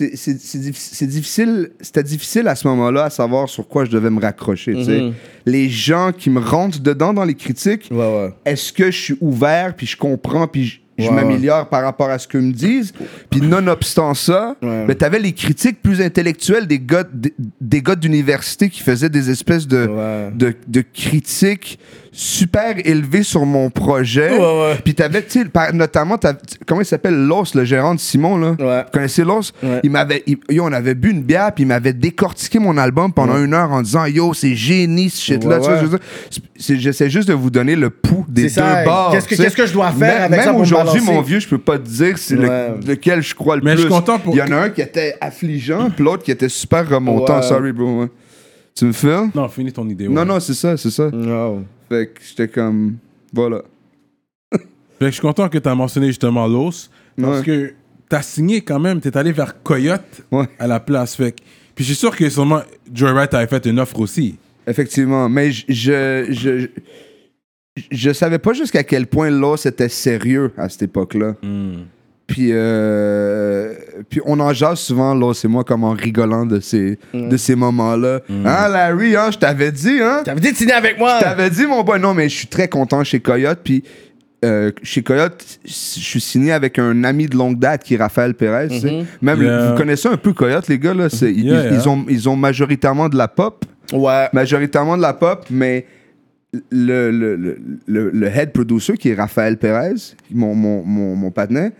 [SPEAKER 4] c'est- c'est c'est diffi- c'est difficile. C'était difficile à ce moment-là à savoir sur quoi je devais me raccrocher, tu sais.
[SPEAKER 5] Mhm.
[SPEAKER 4] Les gens qui me rentrent dedans dans les critiques,
[SPEAKER 5] Ouais ouais.
[SPEAKER 4] est-ce que je suis ouvert, puis je comprends, puis je, je
[SPEAKER 5] Ouais,
[SPEAKER 4] m'améliore par rapport à ce qu'ils me disent. Puis nonobstant ça,
[SPEAKER 5] Ouais.
[SPEAKER 4] ben, t'avais les critiques plus intellectuelles des gars, des, des gars d'université qui faisaient des espèces de,
[SPEAKER 5] Ouais.
[SPEAKER 4] de, de critiques super élevées sur mon projet.
[SPEAKER 5] Ouais, ouais.
[SPEAKER 4] Puis t'avais, tu sais, par- notamment, t'as- tu- comment il s'appelle, Los, le gérant de Simon, là.
[SPEAKER 5] Ouais.
[SPEAKER 4] Vous connaissez Los?
[SPEAKER 5] Ouais.
[SPEAKER 4] Il m'avait, il- yo, on avait bu une bière, puis il m'avait décortiqué mon album pendant une heure en disant, yo, c'est génie, ce shit-là.
[SPEAKER 5] Ouais,
[SPEAKER 4] Tu vois,
[SPEAKER 5] ouais.
[SPEAKER 4] je veux dire, c'est- c'est- J'essaie juste de vous donner le pouls des deux
[SPEAKER 5] C'est ça,
[SPEAKER 4] bords.
[SPEAKER 5] qu'est-ce que-
[SPEAKER 4] tu sais.
[SPEAKER 5] qu'est-ce que je dois faire
[SPEAKER 4] Même-
[SPEAKER 5] avec
[SPEAKER 4] Même
[SPEAKER 5] ça pour me
[SPEAKER 4] aujourd'hui,
[SPEAKER 5] balancer?
[SPEAKER 4] mon vieux, je peux pas te dire c'est le-
[SPEAKER 5] Ouais.
[SPEAKER 4] lequel je crois le
[SPEAKER 3] Mais
[SPEAKER 4] plus.
[SPEAKER 3] je suis content pour-
[SPEAKER 4] Il y en a un qui était affligeant, puis l'autre qui était super remontant.
[SPEAKER 5] Ouais.
[SPEAKER 4] Sorry, bro. ouais. Tu me fais?
[SPEAKER 3] Non, finis ton idée. ouais.
[SPEAKER 4] Non, non, c'est ça, c'est ça.
[SPEAKER 5] No.
[SPEAKER 4] Fait que j'étais comme, voilà.
[SPEAKER 3] Fait que je suis content que tu as mentionné justement l'os. Parce
[SPEAKER 4] Ouais.
[SPEAKER 3] que tu as signé quand même. Tu es allé vers Coyote
[SPEAKER 4] Ouais.
[SPEAKER 3] à la place. Fait que- Puis je suis sûr que sûrement Joyride t'avait fait une offre aussi.
[SPEAKER 4] Effectivement, mais je, je, je- je savais pas jusqu'à quel point l'os était sérieux à cette époque-là.
[SPEAKER 3] Mm.
[SPEAKER 5] Hmm.
[SPEAKER 4] Puis, euh, puis on en jase souvent, là, c'est moi, comme en rigolant de ces, de ces moments-là. Hein, Larry, hein, je t'avais dit, hein?
[SPEAKER 5] T'avais dit de signer avec moi.
[SPEAKER 4] T'avais dit, mon boy, non, mais je suis très content chez Coyote. Puis euh, chez Coyote, je suis signé avec un ami de longue date qui est Raphaël Pérez. tu sais. Même, le-
[SPEAKER 3] Yeah. Mm-hmm.
[SPEAKER 4] vous connaissez un peu Coyote, les gars, là? c'est- ils-
[SPEAKER 3] Yeah,
[SPEAKER 4] ils,
[SPEAKER 3] yeah.
[SPEAKER 4] ils ont, ils ont majoritairement de la pop
[SPEAKER 5] Ouais.
[SPEAKER 4] majoritairement de la pop, mais le, le, le, le- le head producer, qui est Raphaël Pérez, mon, mon, mon, mon patinet,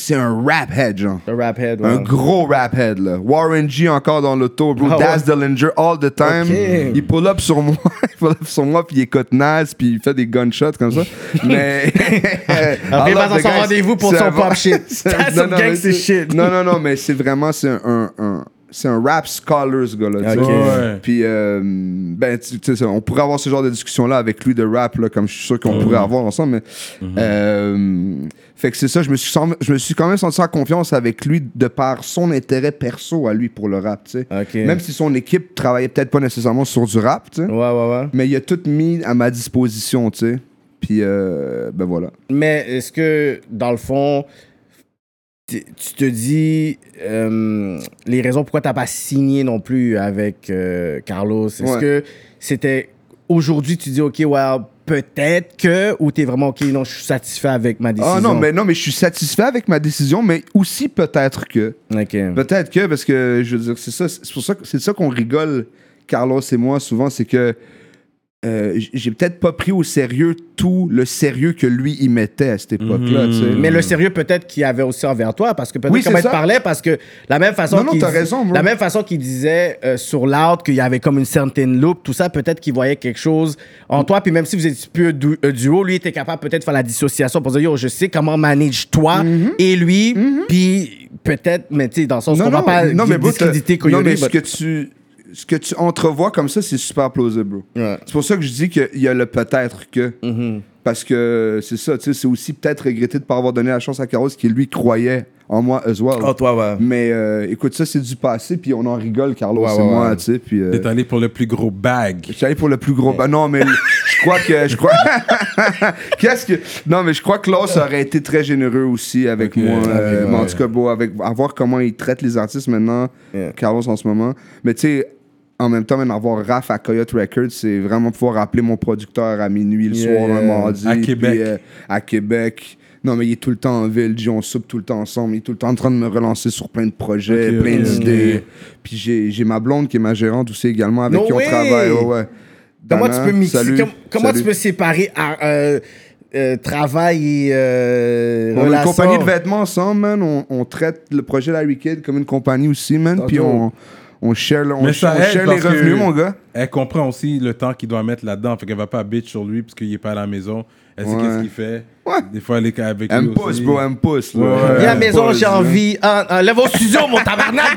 [SPEAKER 4] c'est un rap head, genre.
[SPEAKER 5] Le rap head, Mhm. ouais.
[SPEAKER 4] Un gros rap head, là. Warren G encore dans l'auto, bro.
[SPEAKER 5] Ah ouais.
[SPEAKER 4] Daz Dillinger all the time.
[SPEAKER 5] Ok.
[SPEAKER 4] Il pull up sur moi, [LAUGHS] il pull up sur moi, puis il écoute Nas, puis il fait des gunshots comme
[SPEAKER 5] [LAUGHS]
[SPEAKER 4] ça. mais. [LAUGHS] I
[SPEAKER 5] Après, il va
[SPEAKER 4] love
[SPEAKER 5] dans
[SPEAKER 4] the
[SPEAKER 5] son
[SPEAKER 4] guys.
[SPEAKER 5] rendez-vous pour
[SPEAKER 4] C'est
[SPEAKER 5] son
[SPEAKER 4] un- [LAUGHS]
[SPEAKER 5] pop shit.
[SPEAKER 4] c'est- non,
[SPEAKER 5] That's some
[SPEAKER 4] non, mais
[SPEAKER 5] gangsta
[SPEAKER 4] c'est-
[SPEAKER 5] shit.
[SPEAKER 4] Non, non, non, mais c'est vraiment, c'est un, un, un- c'est un rap scholar, ce gars-là. tu
[SPEAKER 5] Ok.
[SPEAKER 4] sais.
[SPEAKER 3] Ouais.
[SPEAKER 4] Puis, euh, ben, tu tu sais, on pourrait avoir ce genre de discussion-là avec lui de rap, là, comme je suis sûr qu'on pourrait avoir ensemble. Mais,
[SPEAKER 5] Mm-hmm.
[SPEAKER 4] euh, fait que c'est ça, je me, suis sen- je me suis quand même senti en confiance avec lui de par son intérêt perso à lui pour le rap, tu sais.
[SPEAKER 5] Ok.
[SPEAKER 4] Même si son équipe travaillait peut-être pas nécessairement sur du rap, tu sais.
[SPEAKER 5] Ouais, ouais, ouais.
[SPEAKER 4] Mais il a tout mis à ma disposition, tu sais. Puis, euh, ben voilà.
[SPEAKER 5] Mais est-ce que, dans le fond, t- tu te dis euh, les raisons pourquoi t'as pas signé non plus avec euh, Carlos? Est-ce
[SPEAKER 4] Ouais.
[SPEAKER 5] que c'était aujourd'hui, tu dis, OK, well, peut-être que, ou t'es vraiment OK, non, je suis satisfait avec ma décision?
[SPEAKER 4] Ah non, mais non, mais je suis satisfait avec ma décision, mais aussi peut-être que.
[SPEAKER 5] OK.
[SPEAKER 4] Peut-être que, parce que je veux dire, c'est ça, c'est pour ça, que- c'est ça qu'on rigole, Carlos et moi, souvent, c'est que euh, j- j'ai peut-être pas pris au sérieux tout le sérieux que lui y mettait à cette époque-là. tu sais.
[SPEAKER 5] Mais le sérieux peut-être qu'il y avait aussi envers toi, parce que peut-être
[SPEAKER 4] Oui,
[SPEAKER 5] comment
[SPEAKER 4] c'est
[SPEAKER 5] il te
[SPEAKER 4] ça.
[SPEAKER 5] parlait, parce que la même façon
[SPEAKER 4] Non, non,
[SPEAKER 5] qu'il
[SPEAKER 4] t'as
[SPEAKER 5] dis-
[SPEAKER 4] raison, bro.
[SPEAKER 5] la même façon qu'il disait euh, sur l'art qu'il y avait comme une certaine loupe, tout ça, peut-être qu'il voyait quelque chose en toi, puis même si vous étiez plus un du- un duo, lui était capable peut-être de faire la dissociation pour dire yo, je sais comment manage toi et lui, puis peut-être, mais tu sais, dans le sens qu'on va pas
[SPEAKER 4] Mhm. non, mais bro, t'as-
[SPEAKER 5] discréditer
[SPEAKER 4] non, mais
[SPEAKER 5] Coyote,
[SPEAKER 4] ce
[SPEAKER 5] but-
[SPEAKER 4] que tu ce que tu entrevois comme ça, c'est super plausible. bro.
[SPEAKER 5] Ouais. Mm-hmm.
[SPEAKER 4] C'est pour ça que je dis qu'il y a le peut-être que. Parce que c'est ça, tu sais, c'est aussi peut-être regretter de ne pas avoir donné la chance à Carlos qui lui croyait en moi euh, as well.
[SPEAKER 5] Oh, toi, ouais.
[SPEAKER 4] Mais euh, écoute, ça c'est du passé, puis on en rigole, Carlos
[SPEAKER 5] Ouais,
[SPEAKER 4] et
[SPEAKER 5] ouais,
[SPEAKER 4] moi,
[SPEAKER 5] ouais.
[SPEAKER 4] tu sais. Puis, euh,
[SPEAKER 3] T'es allé pour le plus gros bag.
[SPEAKER 4] je suis allé pour le plus gros. Bah non, mais je crois que. Je crois. [LAUGHS] Qu'est-ce que. Non, mais je crois que Klaus aurait été très généreux aussi avec
[SPEAKER 3] Ok, Ah,
[SPEAKER 4] moi. euh,
[SPEAKER 5] avec-
[SPEAKER 4] mais en
[SPEAKER 5] ouais.
[SPEAKER 4] tout cas, beau, avec, à voir comment il traite les artistes maintenant,
[SPEAKER 5] Yeah.
[SPEAKER 4] Carlos en ce moment. Mais tu sais, en même temps, même avoir Raph à Coyote Records, c'est vraiment pouvoir appeler mon producteur à minuit le
[SPEAKER 5] Yeah,
[SPEAKER 4] soir, un
[SPEAKER 5] yeah.
[SPEAKER 4] mardi.
[SPEAKER 3] À
[SPEAKER 4] puis,
[SPEAKER 3] Québec.
[SPEAKER 4] euh, à Québec. Non, mais il est tout le temps en ville, G, on soupe tout le temps ensemble. Il est tout le temps en train de me relancer sur plein de projets,
[SPEAKER 3] Ok,
[SPEAKER 4] plein
[SPEAKER 3] ok,
[SPEAKER 4] d'idées.
[SPEAKER 3] ok.
[SPEAKER 4] Puis j'ai j'ai ma blonde qui est ma gérante aussi également, avec
[SPEAKER 5] No
[SPEAKER 4] qui on
[SPEAKER 5] way!
[SPEAKER 4] travaille. ouais, ouais.
[SPEAKER 5] Comment
[SPEAKER 4] Dana,
[SPEAKER 5] tu peux mixer
[SPEAKER 4] salut,
[SPEAKER 5] com- Comment
[SPEAKER 4] salut.
[SPEAKER 5] tu peux séparer à, euh, euh, travail et euh,
[SPEAKER 4] On est une
[SPEAKER 5] relations?
[SPEAKER 4] compagnie de vêtements ensemble, man. On, on traite le projet La Weekend comme une compagnie aussi, man. Puis on, on share, le- on
[SPEAKER 3] Mais
[SPEAKER 4] sh-
[SPEAKER 3] ça
[SPEAKER 4] on
[SPEAKER 3] aide
[SPEAKER 4] share les
[SPEAKER 3] parce que-
[SPEAKER 4] revenus, mon gars.
[SPEAKER 3] Elle comprend aussi le temps qu'il doit mettre là-dedans. Fait qu'elle va pas bitch sur lui parce qu'il est pas à la maison. Elle sait
[SPEAKER 4] Ouais.
[SPEAKER 3] qu'est-ce qu'il fait.
[SPEAKER 4] Ouais.
[SPEAKER 3] Des fois, elle est avec
[SPEAKER 4] Elle
[SPEAKER 3] lui
[SPEAKER 4] me pousse,
[SPEAKER 3] aussi.
[SPEAKER 4] bro, elle me pousse. là.
[SPEAKER 3] Ouais, ouais.
[SPEAKER 4] Elle
[SPEAKER 5] Viens à la
[SPEAKER 4] me
[SPEAKER 5] maison,
[SPEAKER 4] pousse,
[SPEAKER 5] j'ai
[SPEAKER 4] là.
[SPEAKER 5] envie. Ah, ah, lève au studio, mon tabarnak,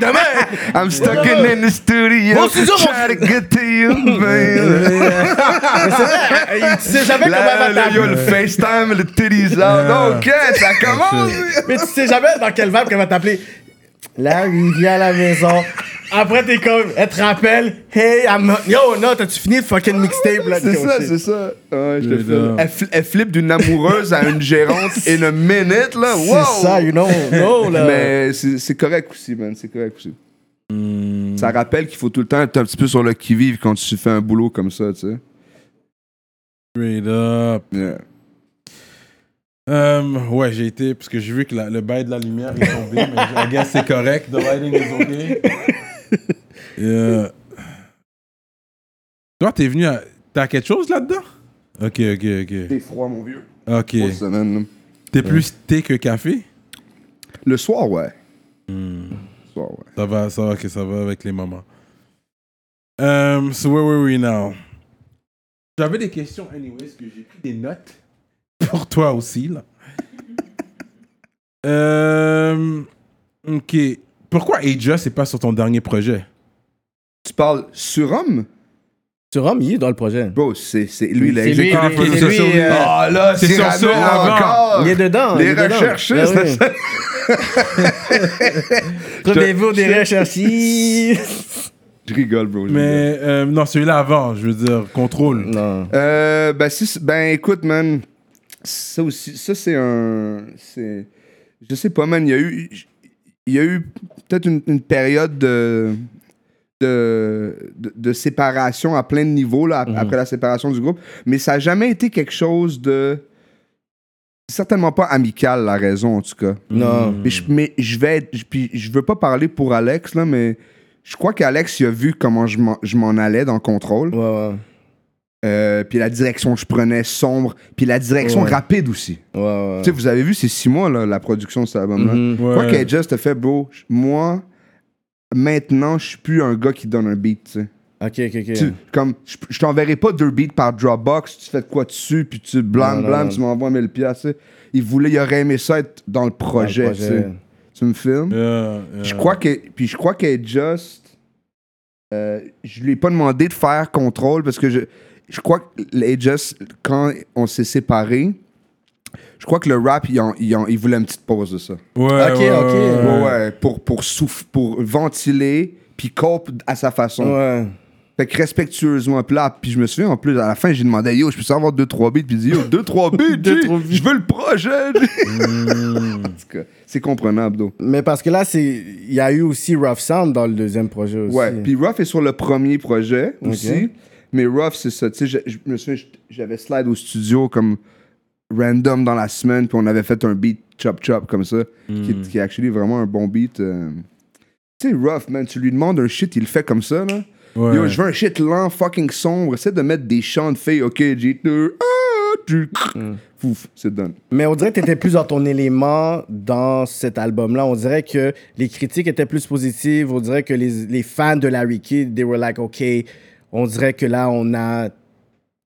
[SPEAKER 4] [LAUGHS]
[SPEAKER 5] demain!
[SPEAKER 4] I'm stuck in the studio.
[SPEAKER 5] Bon, c'est ça,
[SPEAKER 4] Try
[SPEAKER 5] mon-
[SPEAKER 4] to get to you,
[SPEAKER 5] [LAUGHS]
[SPEAKER 4] man.
[SPEAKER 5] Tu sais jamais comment
[SPEAKER 4] Là,
[SPEAKER 5] elle va
[SPEAKER 4] là, yo, le
[SPEAKER 5] t'appeler.
[SPEAKER 4] FaceTime, le titties out. Ok, ça commence.
[SPEAKER 5] Mais tu sais jamais dans quel vibe qu'elle va t'appeler. Là, il vient à la maison. Après, t'es comme, elle te rappelle. Hey, I'm not- Yo, non, t'as-tu fini le fucking mixtape, là?
[SPEAKER 4] C'est
[SPEAKER 5] Oh,
[SPEAKER 4] ça,
[SPEAKER 5] shit.
[SPEAKER 4] c'est ça. Ouais, je te
[SPEAKER 3] Mais
[SPEAKER 4] file.
[SPEAKER 3] non.
[SPEAKER 4] Elle, fl- elle flippe d'une amoureuse à une gérante in a minute, là.
[SPEAKER 5] C'est
[SPEAKER 4] Wow!
[SPEAKER 5] ça, you know. No, là.
[SPEAKER 4] Mais c'est c'est correct aussi, man. C'est correct aussi.
[SPEAKER 3] Hmm.
[SPEAKER 4] Ça rappelle qu'il faut tout le temps être un petit peu sur le qui-vive quand tu fais un boulot comme ça, tu sais.
[SPEAKER 3] Straight up.
[SPEAKER 4] Yeah.
[SPEAKER 3] Euh, ouais, j'ai été, parce que j'ai vu que la- le bail de la lumière est tombé, mais I guess c'est correct. The lighting is okay. Euh, Toi, t'es venu à. T'as quelque chose là-dedans? Ok, ok, ok.
[SPEAKER 4] T'es froid, mon vieux.
[SPEAKER 3] Ok.
[SPEAKER 4] Grosse semaine, là.
[SPEAKER 3] T'es plus thé que café?
[SPEAKER 4] Le soir, ouais.
[SPEAKER 3] Hmm.
[SPEAKER 4] Le soir, ouais.
[SPEAKER 3] Ça va, ça va, que ça va avec les mamans. Um, so where were we now? J'avais des questions anyways que j'ai pris des notes pour toi
[SPEAKER 4] [LAUGHS]
[SPEAKER 3] aussi là. Um, ok, pourquoi Aja c'est pas sur ton dernier projet?
[SPEAKER 4] Tu parles surhomme?
[SPEAKER 5] Tu Rome, il est dans le projet.
[SPEAKER 4] Bro, c'est c'est- lui, il a
[SPEAKER 5] C'est
[SPEAKER 4] exécuté.
[SPEAKER 5] lui, lui,
[SPEAKER 3] Ah,
[SPEAKER 5] c'est
[SPEAKER 3] faut que
[SPEAKER 5] lui,
[SPEAKER 3] ce soit lui.
[SPEAKER 5] euh,
[SPEAKER 4] Ah là,
[SPEAKER 3] C'est
[SPEAKER 4] c'est
[SPEAKER 3] sur
[SPEAKER 4] Ramel
[SPEAKER 3] ça, avant.
[SPEAKER 4] encore!
[SPEAKER 5] Il est dedans.
[SPEAKER 4] Les
[SPEAKER 5] il est dedans.
[SPEAKER 4] recherchistes,
[SPEAKER 5] Ben oui. [LAUGHS] Rendez-vous des recherchistes.
[SPEAKER 4] Je rigole, bro. je rigole.
[SPEAKER 3] Mais euh, non, celui-là avant, je veux dire, contrôle.
[SPEAKER 5] Non.
[SPEAKER 4] Euh, ben, si, c'est- ben écoute, man, ça aussi, ça c'est un. c'est- Je sais pas, man, il y a eu. Il y a eu peut-être une, une période de, de, de, de séparation à plein de niveaux là, ap- après la séparation du groupe, mais ça n'a jamais été quelque chose de. Certainement pas amical, la raison, en tout cas.
[SPEAKER 5] Non.
[SPEAKER 4] Mais je, mais je vais être- je- puis je veux pas parler pour Alex, là, mais je crois qu'Alex, il a vu comment je m'en- je m'en allais dans le contrôle.
[SPEAKER 5] Ouais, ouais.
[SPEAKER 4] Euh, puis la direction que je prenais sombre, puis la direction
[SPEAKER 5] Ouais.
[SPEAKER 4] rapide aussi.
[SPEAKER 5] Ouais, ouais.
[SPEAKER 4] Tu sais, hein. vous avez vu, c'est six mois, là, la production de cet album-là.
[SPEAKER 5] Mhm.
[SPEAKER 3] Ouais.
[SPEAKER 4] Moi, Kay Just a fait, bro, j- moi, maintenant, je suis plus un gars qui donne un beat, tu sais.
[SPEAKER 5] Ok, ok, ok.
[SPEAKER 4] Tu- Comme, je je t'enverrai pas deux beats par Dropbox, tu fais de quoi dessus, puis tu blam,
[SPEAKER 5] Non, non,
[SPEAKER 4] blam,
[SPEAKER 5] non.
[SPEAKER 4] tu m'envoies 1000 piastres, tu sais. Il voulait, il aurait aimé ça être dans le projet,
[SPEAKER 5] projet.
[SPEAKER 4] tu sais. Tu me filmes?
[SPEAKER 3] Euh, euh,
[SPEAKER 4] Je crois que. Puis je crois qu'elle est Just. euh, je lui ai pas demandé de faire contrôle parce que je. Je crois que les Just, quand on s'est séparés, je crois que le rap, il, en- il en- il voulait une petite pause de ça.
[SPEAKER 3] Ouais,
[SPEAKER 5] Ok,
[SPEAKER 3] ouais,
[SPEAKER 5] ok.
[SPEAKER 3] ouais, ouais.
[SPEAKER 4] Ouais, ouais, pour, pour, souff- pour ventiler, puis cope à sa façon.
[SPEAKER 5] Ouais.
[SPEAKER 4] Fait que respectueusement, puis là, puis je me souviens, en plus, à la fin, j'ai demandé, yo, je peux avoir deux, trois beats, puis il dit, yo, deux,
[SPEAKER 3] [LAUGHS]
[SPEAKER 4] trois beats,
[SPEAKER 5] Deux,
[SPEAKER 4] G,
[SPEAKER 5] trois beats.
[SPEAKER 4] je veux le projet. G. [LAUGHS]
[SPEAKER 3] Hmm.
[SPEAKER 4] en tout cas, c'est comprenable, donc.
[SPEAKER 5] Mais parce que là, c'est, il y a eu aussi Rough Sound dans le deuxième projet aussi.
[SPEAKER 4] Ouais, puis Ruff est sur le premier projet aussi. Mais Ruff, c'est ça. Tu sais, je, je me souviens, je- j'avais slide au studio comme random dans la semaine, puis on avait fait un beat chop chop comme ça,
[SPEAKER 5] Hmm.
[SPEAKER 4] qui, qui est actually vraiment un bon beat. euh. Tu sais, Ruff, man, tu lui demandes un shit, il le fait comme ça, là.
[SPEAKER 3] Ouais.
[SPEAKER 4] Yo, je veux un shit lent, fucking sombre. Essaie de mettre des chants de filles, ok, j'ai deux, ah, tu.
[SPEAKER 5] Hmm.
[SPEAKER 4] Fouf, c'est done.
[SPEAKER 5] Mais on dirait que t'étais plus dans ton élément dans cet album-là. On dirait que les critiques étaient plus positives. On dirait que les, les fans de Larry Kidd, they were like, OK, on dirait que là, on a,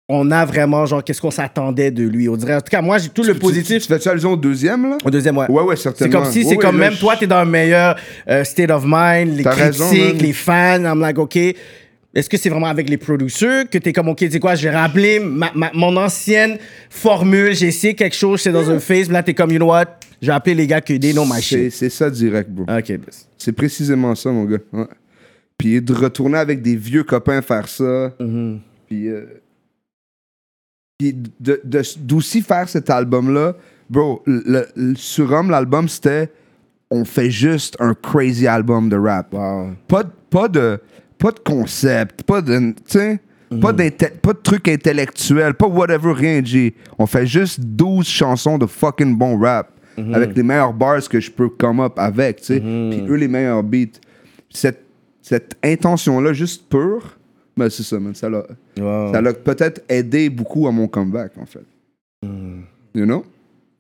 [SPEAKER 5] on a vraiment, genre, qu'est-ce qu'on s'attendait de lui. On dirait, en tout cas, moi, j'ai tout le
[SPEAKER 4] Tu-
[SPEAKER 5] positif.
[SPEAKER 4] Tu, tu fais-tu allusion au deuxième, là?
[SPEAKER 5] Au deuxième, ouais.
[SPEAKER 4] Ouais, ouais,
[SPEAKER 5] C'est
[SPEAKER 4] certainement.
[SPEAKER 5] comme si,
[SPEAKER 4] Ouais,
[SPEAKER 5] c'est
[SPEAKER 4] ouais,
[SPEAKER 5] comme
[SPEAKER 4] là,
[SPEAKER 5] même
[SPEAKER 4] je-
[SPEAKER 5] toi, t'es dans un meilleur euh, state of mind, les
[SPEAKER 4] T'as
[SPEAKER 5] critiques,
[SPEAKER 4] raison, man.
[SPEAKER 5] les fans. I'm like, OK, est-ce que c'est vraiment avec les producteurs que t'es comme, OK, tu sais quoi, j'ai rappelé ma- ma- mon ancienne formule, j'ai essayé quelque chose, c'est dans un face, là, t'es comme, you know what, j'ai appelé les gars que des non, my
[SPEAKER 4] C'est
[SPEAKER 5] shit.
[SPEAKER 4] c'est ça direct, bro.
[SPEAKER 5] OK, boss.
[SPEAKER 4] C'est précisément ça, mon gars. Ouais. Puis de retourner avec des vieux copains faire ça. Puis, euh, puis de- de- d'aussi faire cet album-là. Bro, le, le- sur Homme, l'album, c'était on fait juste un crazy album de rap. Pas, de- pas, de, pas de concept, pas de. Tu sais, Pas, d'inte- pas de truc intellectuel, pas whatever, rien, G. On fait juste 12 chansons de fucking bon rap. Avec les meilleurs bars que je peux come up avec, tu sais. Puis eux, les meilleurs beats. Cette, cette intention-là, juste pure, ben c'est ça, man. Ça l'a
[SPEAKER 5] Wow.
[SPEAKER 4] ça l'a peut-être aidé beaucoup à mon comeback, en fait.
[SPEAKER 5] Hmm.
[SPEAKER 4] You know?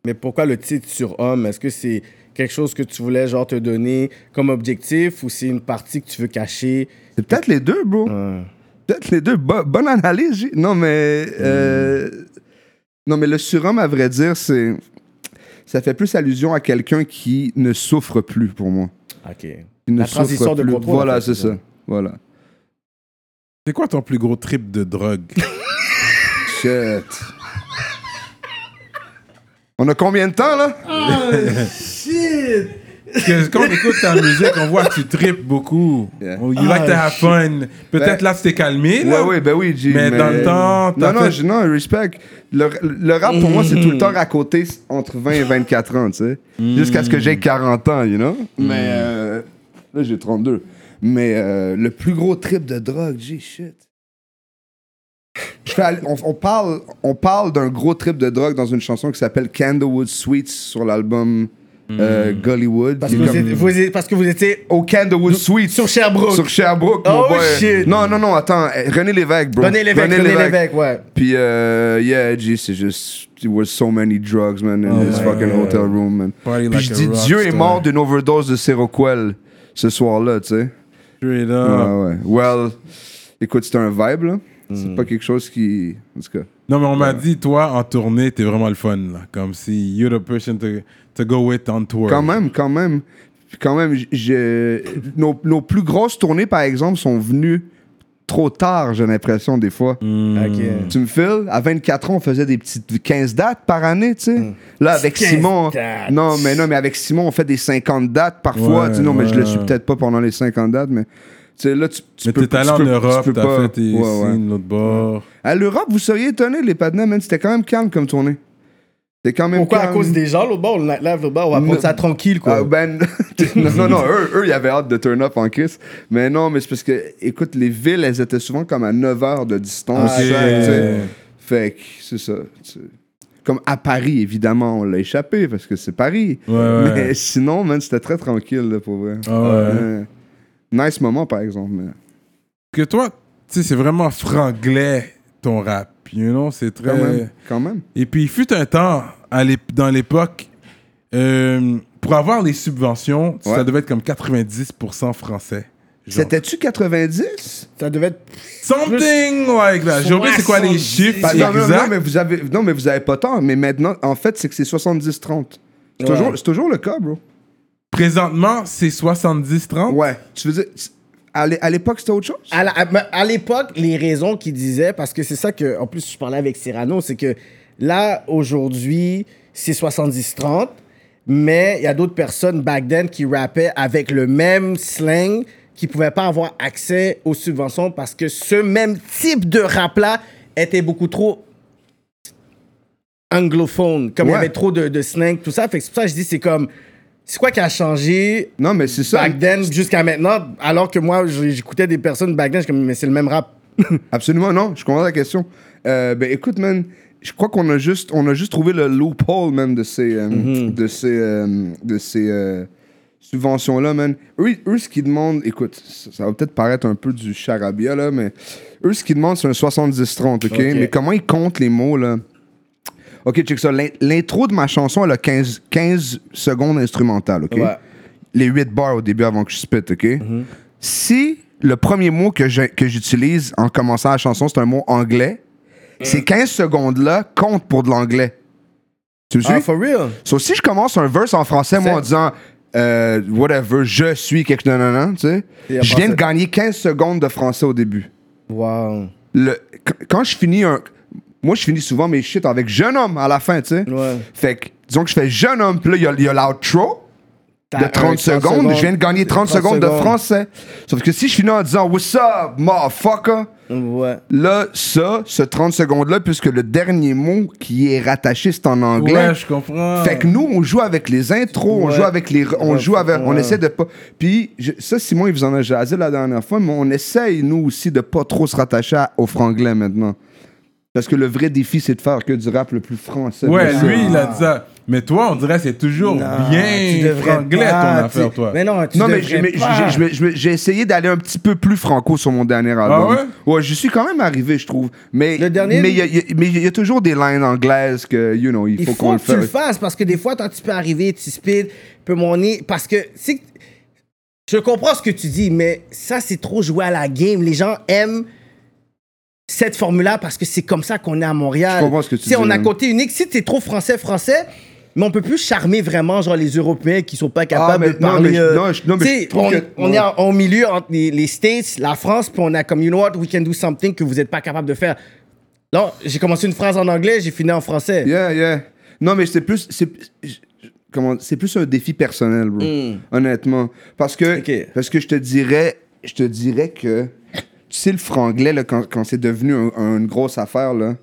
[SPEAKER 5] Mais pourquoi le titre sur homme? Est-ce que c'est quelque chose que tu voulais, genre, te donner comme objectif ou c'est une partie que tu veux cacher?
[SPEAKER 4] C'est peut-être les deux, bro.
[SPEAKER 5] Ouais.
[SPEAKER 4] Peut-être les deux. Bo- bonne analyse. J. Non, mais. euh,
[SPEAKER 5] Hmm.
[SPEAKER 4] non, mais le surhomme, à vrai dire, c'est. Ça fait plus allusion à quelqu'un qui ne souffre plus pour moi.
[SPEAKER 5] Ah, OK.
[SPEAKER 4] Qui ne
[SPEAKER 5] La transition
[SPEAKER 4] souffre
[SPEAKER 5] de
[SPEAKER 4] plus.
[SPEAKER 5] contrôle, en
[SPEAKER 4] Voilà,
[SPEAKER 5] fait,
[SPEAKER 4] c'est
[SPEAKER 5] c'est
[SPEAKER 4] ça.
[SPEAKER 5] ça.
[SPEAKER 4] Voilà.
[SPEAKER 3] C'est quoi ton plus gros trip de drogue?
[SPEAKER 4] Shit. On a combien de temps, là?
[SPEAKER 3] Parce que quand on écoute ta musique, on voit que tu tripes beaucoup.
[SPEAKER 4] Yeah. Ah,
[SPEAKER 3] Oh, You like to have fun. Peut-être
[SPEAKER 4] Ben-
[SPEAKER 3] là, tu t'es calmé.
[SPEAKER 4] Ouais,
[SPEAKER 3] Là.
[SPEAKER 4] oui, ben oui, G,
[SPEAKER 3] Mais dans le temps, t'as
[SPEAKER 4] Non, non,
[SPEAKER 3] fait- Mm.
[SPEAKER 4] je- non, respect. Le, le rap, pour moi, c'est tout le temps à côté entre 20 et 24 ans, tu sais. Jusqu'à ce que j'ai 40 ans, you know?
[SPEAKER 3] Mm.
[SPEAKER 4] Mais euh, là, j'ai 32. Mais euh, le plus gros trip de drogue, G, shit. Je fais aller- on, on parle, on parle d'un gros trip de drogue dans une chanson qui s'appelle Candlewood Sweets sur l'album
[SPEAKER 3] Mm.
[SPEAKER 4] euh, Gollywood.
[SPEAKER 5] Parce
[SPEAKER 4] qui
[SPEAKER 5] que,
[SPEAKER 4] est
[SPEAKER 5] vous
[SPEAKER 4] comme-
[SPEAKER 5] êtes- vous êtes- parce que vous étiez
[SPEAKER 4] Au Candlewood Sweets.
[SPEAKER 5] sur Sherbrooke.
[SPEAKER 4] Sur Sherbrooke, mon
[SPEAKER 5] Oh,
[SPEAKER 4] boy.
[SPEAKER 5] shit.
[SPEAKER 4] Non, non, non, attends. eh, René Lévesque, bro.
[SPEAKER 5] René Lévesque, René Lévesque, ouais.
[SPEAKER 4] Puis, euh, yeah, G, c'est juste... There were so many drugs, man,
[SPEAKER 5] Oh
[SPEAKER 4] in this
[SPEAKER 3] my
[SPEAKER 4] fucking
[SPEAKER 3] God.
[SPEAKER 4] hotel room, man.
[SPEAKER 3] Party
[SPEAKER 4] Puis
[SPEAKER 3] like
[SPEAKER 4] je
[SPEAKER 3] a
[SPEAKER 4] dis,
[SPEAKER 3] rock
[SPEAKER 4] Dieu est
[SPEAKER 3] star.
[SPEAKER 4] mort d'une overdose de Seroquel ce soir-là, tu sais. Ouais,
[SPEAKER 3] Straight
[SPEAKER 5] Ah.
[SPEAKER 3] up.
[SPEAKER 4] ouais. Well, écoute, c'est un vibe, là. C'est
[SPEAKER 5] Mm.
[SPEAKER 4] pas quelque chose qui... En tout cas...
[SPEAKER 3] Non, mais on m'a dit, toi, en tournée, t'es vraiment le fun. Là. Comme si you're the person to, to go with on tour.
[SPEAKER 4] Quand même, quand même. Quand même, j- je- nos, nos plus grosses tournées, par exemple, sont venues trop tard, j'ai l'impression, des fois.
[SPEAKER 3] Hmm.
[SPEAKER 5] OK.
[SPEAKER 4] Tu me files? À 24 ans, on faisait des petites 15 dates par année, tu sais. Là, avec
[SPEAKER 5] 15
[SPEAKER 4] Simon.
[SPEAKER 5] Hmm. dates.
[SPEAKER 4] Non, mais non, mais avec Simon, on fait des 50 dates parfois.
[SPEAKER 3] Ouais,
[SPEAKER 4] tu sais, non, mais je le
[SPEAKER 3] ouais.
[SPEAKER 4] suis peut-être pas pendant les 50 dates, mais sais, là, tu, tu
[SPEAKER 3] Mais
[SPEAKER 4] peux
[SPEAKER 3] t'es allé en
[SPEAKER 4] tu peux-
[SPEAKER 3] Europe,
[SPEAKER 4] tu peux
[SPEAKER 3] t'as
[SPEAKER 4] pas-
[SPEAKER 3] fait tes
[SPEAKER 4] Ouais, ouais.
[SPEAKER 3] signes de l'autre bord.
[SPEAKER 4] À l'Europe, vous seriez étonné, les Padnais, man. C'était quand même calme comme tournée. C'était quand même
[SPEAKER 5] Pourquoi à
[SPEAKER 4] calme.
[SPEAKER 5] cause des gens, l'autre bord, le nightlife, l'autre bord, on va prendre
[SPEAKER 4] Ne-
[SPEAKER 5] ça tranquille, quoi.
[SPEAKER 4] Ah, ben, [LAUGHS] non, non, non, eux, eux, ils avaient hâte de turn up en crise. Mais non, mais c'est parce que, écoute, les villes, elles étaient souvent comme à 9 heures de distance.
[SPEAKER 5] Ah,
[SPEAKER 4] chaque,
[SPEAKER 3] ok.
[SPEAKER 4] tu sais. Fait que, c'est ça. tu sais. Comme à Paris, évidemment, on l'a échappé parce que c'est Paris.
[SPEAKER 3] Ouais, ouais.
[SPEAKER 4] Mais sinon, man, c'était très tranquille, là, pour vrai.
[SPEAKER 3] Ah ouais.
[SPEAKER 4] Ouais. Nice moment, par exemple. mais-
[SPEAKER 3] Que toi, tu sais, c'est vraiment franglais ton rap. You know, c'est très.
[SPEAKER 4] Quand même. Quand même.
[SPEAKER 3] Et puis, il fut un temps, à l'ép- dans l'époque, euh, pour avoir les subventions,
[SPEAKER 4] Ouais.
[SPEAKER 3] ça devait être comme 90% français. Genre.
[SPEAKER 4] C'était-tu 90?
[SPEAKER 5] Ça devait être.
[SPEAKER 3] Something like that. J'ai oublié c'est quoi les
[SPEAKER 5] 70.
[SPEAKER 3] chiffres
[SPEAKER 4] Bah, non, non, non,
[SPEAKER 3] exacts.
[SPEAKER 4] mais vous avez, non, mais vous avez pas tort. Mais maintenant, en fait, c'est que c'est 70-30. C'est toujours, c'est toujours le cas, bro.
[SPEAKER 3] Présentement, c'est 70-30.
[SPEAKER 4] Ouais. Tu veux dire, c'est- à l'é- à l'époque, c'était autre chose?
[SPEAKER 5] À la- à- mais à l'époque, les raisons qu'ils disaient, parce que c'est ça que, en plus, je parlais avec Cyrano, c'est que là, aujourd'hui, c'est 70-30, mais il y a d'autres personnes back then qui rappaient avec le même slang qui pouvaient pas avoir accès aux subventions parce que ce même type de rap-là était beaucoup trop anglophone. Comme il y
[SPEAKER 4] Ouais.
[SPEAKER 5] avait trop de, de slang, tout ça. Fait que c'est pour ça que je dis, c'est comme, c'est quoi qui a changé
[SPEAKER 4] Non, mais c'est ça.
[SPEAKER 5] back then jusqu'à maintenant, alors que moi, j'ai- j'écoutais des personnes back then, je suis comme, mais c'est le même rap.
[SPEAKER 4] Absolument, non. Je comprends la question. Euh, ben, écoute, man, je crois qu'on a juste, on a juste trouvé le loophole, man, de ces, euh,
[SPEAKER 5] Mm-hmm.
[SPEAKER 4] de ces, euh, de ces euh, subventions-là, man. Eux, ils- eux, ce qu'ils demandent, écoute, ça, ça va peut-être paraître un peu du charabia, là, mais eux, ce qu'ils demandent, c'est un 70-30, OK? Mais comment ils comptent les mots, là? OK, check ça. L'in- L'intro de ma chanson, elle a 15, 15 secondes instrumentales, OK?
[SPEAKER 5] Ouais.
[SPEAKER 4] Les 8 bars au début avant que je spit, OK? Si le premier mot que j'ai- que j'utilise en commençant la chanson, c'est un mot anglais, ces 15 secondes-là comptent pour de l'anglais. Tu me suis?
[SPEAKER 5] Ah, for real?
[SPEAKER 4] So, si je commence un verse en français, moi, en disant euh, whatever, je suis quelque chose, non, non, non, tu sais,
[SPEAKER 5] Et en
[SPEAKER 4] je viens de
[SPEAKER 5] français.
[SPEAKER 4] gagner 15 secondes de français au début.
[SPEAKER 5] Wow.
[SPEAKER 4] Le, qu- quand je finis un. Moi, je finis souvent mes shit avec jeune homme à la fin, tu sais.
[SPEAKER 5] Ouais.
[SPEAKER 4] Fait que, disons que je fais jeune homme, puis là, il y a- il y a, l'outro
[SPEAKER 5] T'as
[SPEAKER 4] de
[SPEAKER 5] un
[SPEAKER 4] 30, secondes, Je viens de gagner 30, secondes, de
[SPEAKER 5] secondes.
[SPEAKER 4] français. Sauf que si je finis en disant What's up, motherfucker,
[SPEAKER 5] Ouais.
[SPEAKER 4] là, ça, ce 30 secondes-là, puisque le dernier mot qui est rattaché, c'est en anglais.
[SPEAKER 3] Ouais, je comprends.
[SPEAKER 4] Fait que nous, on joue avec les intros, on
[SPEAKER 5] Ouais.
[SPEAKER 4] joue avec les. On
[SPEAKER 5] Ouais,
[SPEAKER 4] joue avec. On
[SPEAKER 5] ouais.
[SPEAKER 4] essaie de pas. Puis, je- ça, Simon, il vous en a jasé la dernière fois, mais on essaye, nous aussi, de pas trop se rattacher à- au franglais maintenant. Parce que le vrai défi, c'est de faire que du rap le plus français.
[SPEAKER 3] Ouais,
[SPEAKER 4] possible.
[SPEAKER 3] lui, il a dit ça. Mais toi, on dirait que c'est toujours
[SPEAKER 5] Ah, tu
[SPEAKER 3] bien
[SPEAKER 5] devrais
[SPEAKER 3] franglais
[SPEAKER 5] pas,
[SPEAKER 3] ton
[SPEAKER 5] tu-
[SPEAKER 3] affaire, toi.
[SPEAKER 5] Mais non, tu
[SPEAKER 4] Non, mais j'ai
[SPEAKER 5] devrais
[SPEAKER 4] mais
[SPEAKER 5] pas.
[SPEAKER 4] j'ai- j'ai- j'ai- j'ai essayé d'aller un petit peu plus franco sur mon dernier album.
[SPEAKER 3] ouais?
[SPEAKER 4] je suis quand même arrivé, je trouve. Mais
[SPEAKER 5] Le dernier-
[SPEAKER 4] mais il y, a- il y a- mais il y a toujours des lines anglaises que, you know, il
[SPEAKER 5] Il
[SPEAKER 4] faut,
[SPEAKER 5] faut,
[SPEAKER 4] qu'on le
[SPEAKER 5] que tu le
[SPEAKER 4] fasse.
[SPEAKER 5] fasses parce que des fois, quand tu peux arriver, tu speed, peux mon nez. Parce que, c'est je comprends ce que tu dis, mais ça, c'est trop jouer à la game. Les gens aiment cette formule-là parce que c'est comme ça qu'on est à Montréal.
[SPEAKER 4] Je comprends ce que tu
[SPEAKER 5] sais,
[SPEAKER 4] dis, hein.
[SPEAKER 5] on a
[SPEAKER 4] ouais.
[SPEAKER 5] côté unique. Si t'es trop français, français. Mais on peut plus charmer vraiment genre les Européens qui sont pas capables
[SPEAKER 4] Ah, mais
[SPEAKER 5] de
[SPEAKER 4] non,
[SPEAKER 5] parler.
[SPEAKER 4] mais je-
[SPEAKER 5] euh,
[SPEAKER 4] non, je- non, mais
[SPEAKER 5] tu sais,
[SPEAKER 4] je trouve
[SPEAKER 5] on,
[SPEAKER 4] que-
[SPEAKER 5] on est en, en milieu entre les, les States, la France, puis on a comme you know what, we can do something que vous n'êtes pas capable de faire. Non, j'ai commencé une phrase en anglais, j'ai fini en français.
[SPEAKER 4] Yeah, yeah. Non, mais c'est plus. C'est, je- comment, c'est plus un défi personnel, bro. Honnêtement. Parce que,
[SPEAKER 5] Mm. Ok.
[SPEAKER 4] parce que je te dirais. Je te dirais que. Tu sais, le franglais, là, quand, quand c'est devenu un- un- une grosse affaire, là.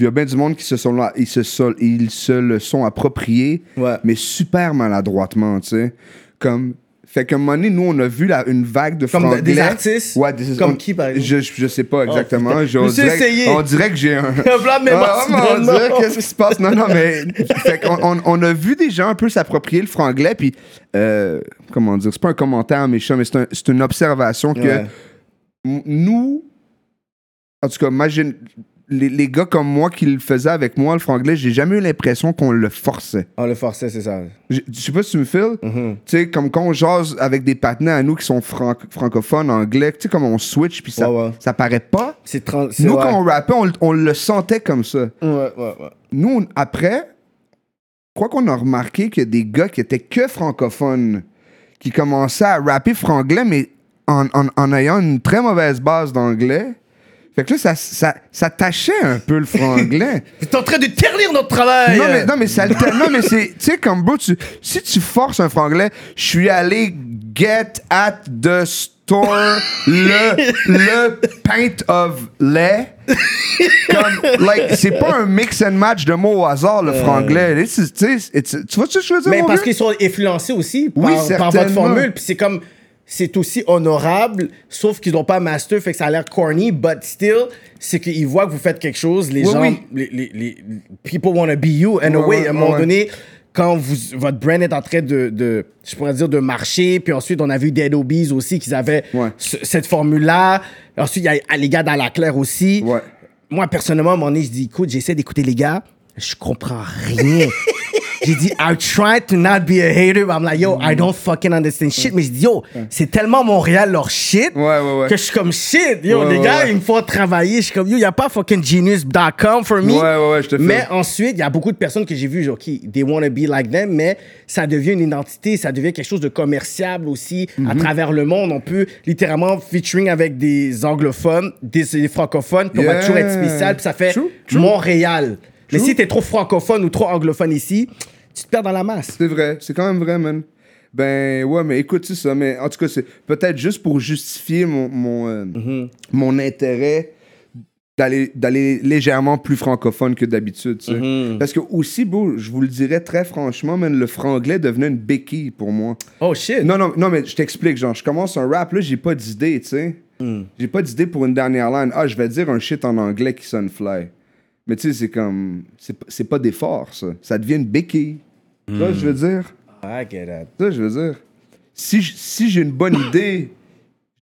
[SPEAKER 4] Il y a bien du monde qui se sont, là- ils se, sont- ils se le sont appropriés,
[SPEAKER 5] Ouais.
[SPEAKER 4] mais super maladroitement, tu sais. Comme, fait qu'à un moment donné, nous, on a vu la- une vague de
[SPEAKER 5] Comme
[SPEAKER 4] franglais.
[SPEAKER 5] des- des artistes?
[SPEAKER 4] Ouais, des-
[SPEAKER 5] Comme
[SPEAKER 4] on-
[SPEAKER 5] qui, par exemple? [LAUGHS]
[SPEAKER 4] Je, je, je sais pas exactement.
[SPEAKER 5] putain.
[SPEAKER 4] Je- on,
[SPEAKER 5] Monsieur,
[SPEAKER 4] dirait,
[SPEAKER 5] essayez.
[SPEAKER 4] on dirait que j'ai un...
[SPEAKER 5] Un blanc, mais
[SPEAKER 4] Ah,
[SPEAKER 5] bon,
[SPEAKER 4] on
[SPEAKER 5] non,
[SPEAKER 4] dirait
[SPEAKER 5] non.
[SPEAKER 4] qu'est-ce qui se passe? Non, non, mais. fait qu'on- on, on a vu des gens un peu s'approprier le franglais, puis. euh, comment dire? C'est pas un commentaire méchant, mais c'est un- c'est une observation que
[SPEAKER 5] Ouais.
[SPEAKER 4] m- nous. En tout cas, moi, j'ai- les, les gars comme moi qui le faisaient avec moi, le franglais, j'ai jamais eu l'impression qu'on le forçait.
[SPEAKER 5] On Ah, le forçait, c'est ça. Mhm.
[SPEAKER 4] Je je sais pas si tu me files. Tu sais, comme quand on jase avec des partenaires à nous qui sont fran- francophones, anglais, tu sais, comme on switch, puis ça,
[SPEAKER 5] Ouais, ouais.
[SPEAKER 4] ça paraît pas.
[SPEAKER 5] C'est tran- c'est-
[SPEAKER 4] Nous,
[SPEAKER 5] ouais.
[SPEAKER 4] quand on rappait, on, le- on le sentait comme ça
[SPEAKER 5] Ouais, ouais, ouais.
[SPEAKER 4] nous, on- après, je crois qu'on a remarqué qu'il y a des gars qui étaient que francophones, qui commençaient à rapper franglais, mais en, en- en ayant une très mauvaise base d'anglais. Fait que là, ça, ça, ça tachait un peu le franglais.
[SPEAKER 5] T'es en train de ternir notre travail!
[SPEAKER 4] non, mais, non, mais ça alter- Non, mais c'est. Tu sais, comme bro, tu- si tu forces un franglais, je suis allé get at the. s- tore le, le paint of lait. Comme, like, c'est pas un mix and match de mots au hasard, le franglais. This is- tu sais, it's- tu vois ce que je veux dire?
[SPEAKER 5] Euh. Mais
[SPEAKER 4] mon
[SPEAKER 5] parce
[SPEAKER 4] gars?
[SPEAKER 5] qu'ils sont influencés aussi par,
[SPEAKER 4] Oui,
[SPEAKER 5] par votre
[SPEAKER 4] certainement.
[SPEAKER 5] formule. Puis c'est comme, c'est aussi honorable, sauf qu'ils n'ont pas master, fait que ça a l'air corny, but still, c'est qu'ils voient que vous faites quelque chose, les
[SPEAKER 4] Oui,
[SPEAKER 5] gens,
[SPEAKER 4] oui.
[SPEAKER 5] Les, les- les- people want to be you, and
[SPEAKER 4] Ouais,
[SPEAKER 5] away,
[SPEAKER 4] ouais,
[SPEAKER 5] à un moment
[SPEAKER 4] ouais.
[SPEAKER 5] donné, quand vous, votre brand est en train de, de, je pourrais dire, de marcher, puis ensuite, on a vu Dead Obies aussi, qu'ils avaient
[SPEAKER 4] Ouais.
[SPEAKER 5] ce- cette formule-là. Ensuite, il y a les gars dans la claire aussi.
[SPEAKER 4] Ouais.
[SPEAKER 5] Moi, personnellement, à un moment donné, je dis, écoute, j'essaie d'écouter les gars, je comprends
[SPEAKER 4] [LAUGHS]
[SPEAKER 5] rien. j'ai dit, I try to not be a hater, but I'm like, yo,
[SPEAKER 4] Mm.
[SPEAKER 5] I don't fucking understand shit. Mais je dis, yo, c'est tellement Montréal leur shit
[SPEAKER 4] Ouais, ouais, ouais.
[SPEAKER 5] que je suis comme shit. Yo,
[SPEAKER 4] Ouais,
[SPEAKER 5] les
[SPEAKER 4] ouais,
[SPEAKER 5] gars,
[SPEAKER 4] ouais.
[SPEAKER 5] il me faut travailler. Je suis comme, yo, il n'y a pas fucking genius.com for me.
[SPEAKER 4] Ouais, ouais, ouais, je te fais.
[SPEAKER 5] Mais ensuite, il y a beaucoup de personnes que j'ai vues, genre, qui, they want to be like them, mais ça devient une identité, ça devient quelque chose de commerciable aussi à
[SPEAKER 4] Mm-hmm.
[SPEAKER 5] travers le monde. On peut littéralement featuring avec des anglophones, des, des francophones, puis on va
[SPEAKER 4] Yeah.
[SPEAKER 5] toujours être spécial, puis ça fait
[SPEAKER 4] True, true.
[SPEAKER 5] Montréal. Mais si t'es trop francophone ou trop anglophone ici, tu te perds dans la masse.
[SPEAKER 4] C'est vrai, c'est quand même vrai, man. Ben ouais, mais écoute, c'est ça. Mais en tout cas, c'est peut-être juste pour justifier mon, mon, euh, mon intérêt d'aller d'aller légèrement plus francophone que d'habitude. tu sais. Parce que aussi, beau, je vous le dirais très franchement, man, le franglais devenait une béquille pour moi.
[SPEAKER 5] Oh shit.
[SPEAKER 4] Non, non, non, mais je t'explique, genre, je commence un rap, là, j'ai pas d'idée, tu sais.
[SPEAKER 5] Hmm.
[SPEAKER 4] J'ai pas d'idée pour une dernière line. Ah, je vais dire un shit en anglais qui sonne fly. Mais tu sais, c'est comme. C'est p- c'est pas d'effort, ça. Ça devient une béquille. Tu vois, je veux
[SPEAKER 5] Hmm.
[SPEAKER 4] dire.
[SPEAKER 5] I get that.
[SPEAKER 4] Tu vois, je veux dire. Si, j- si j'ai une bonne idée,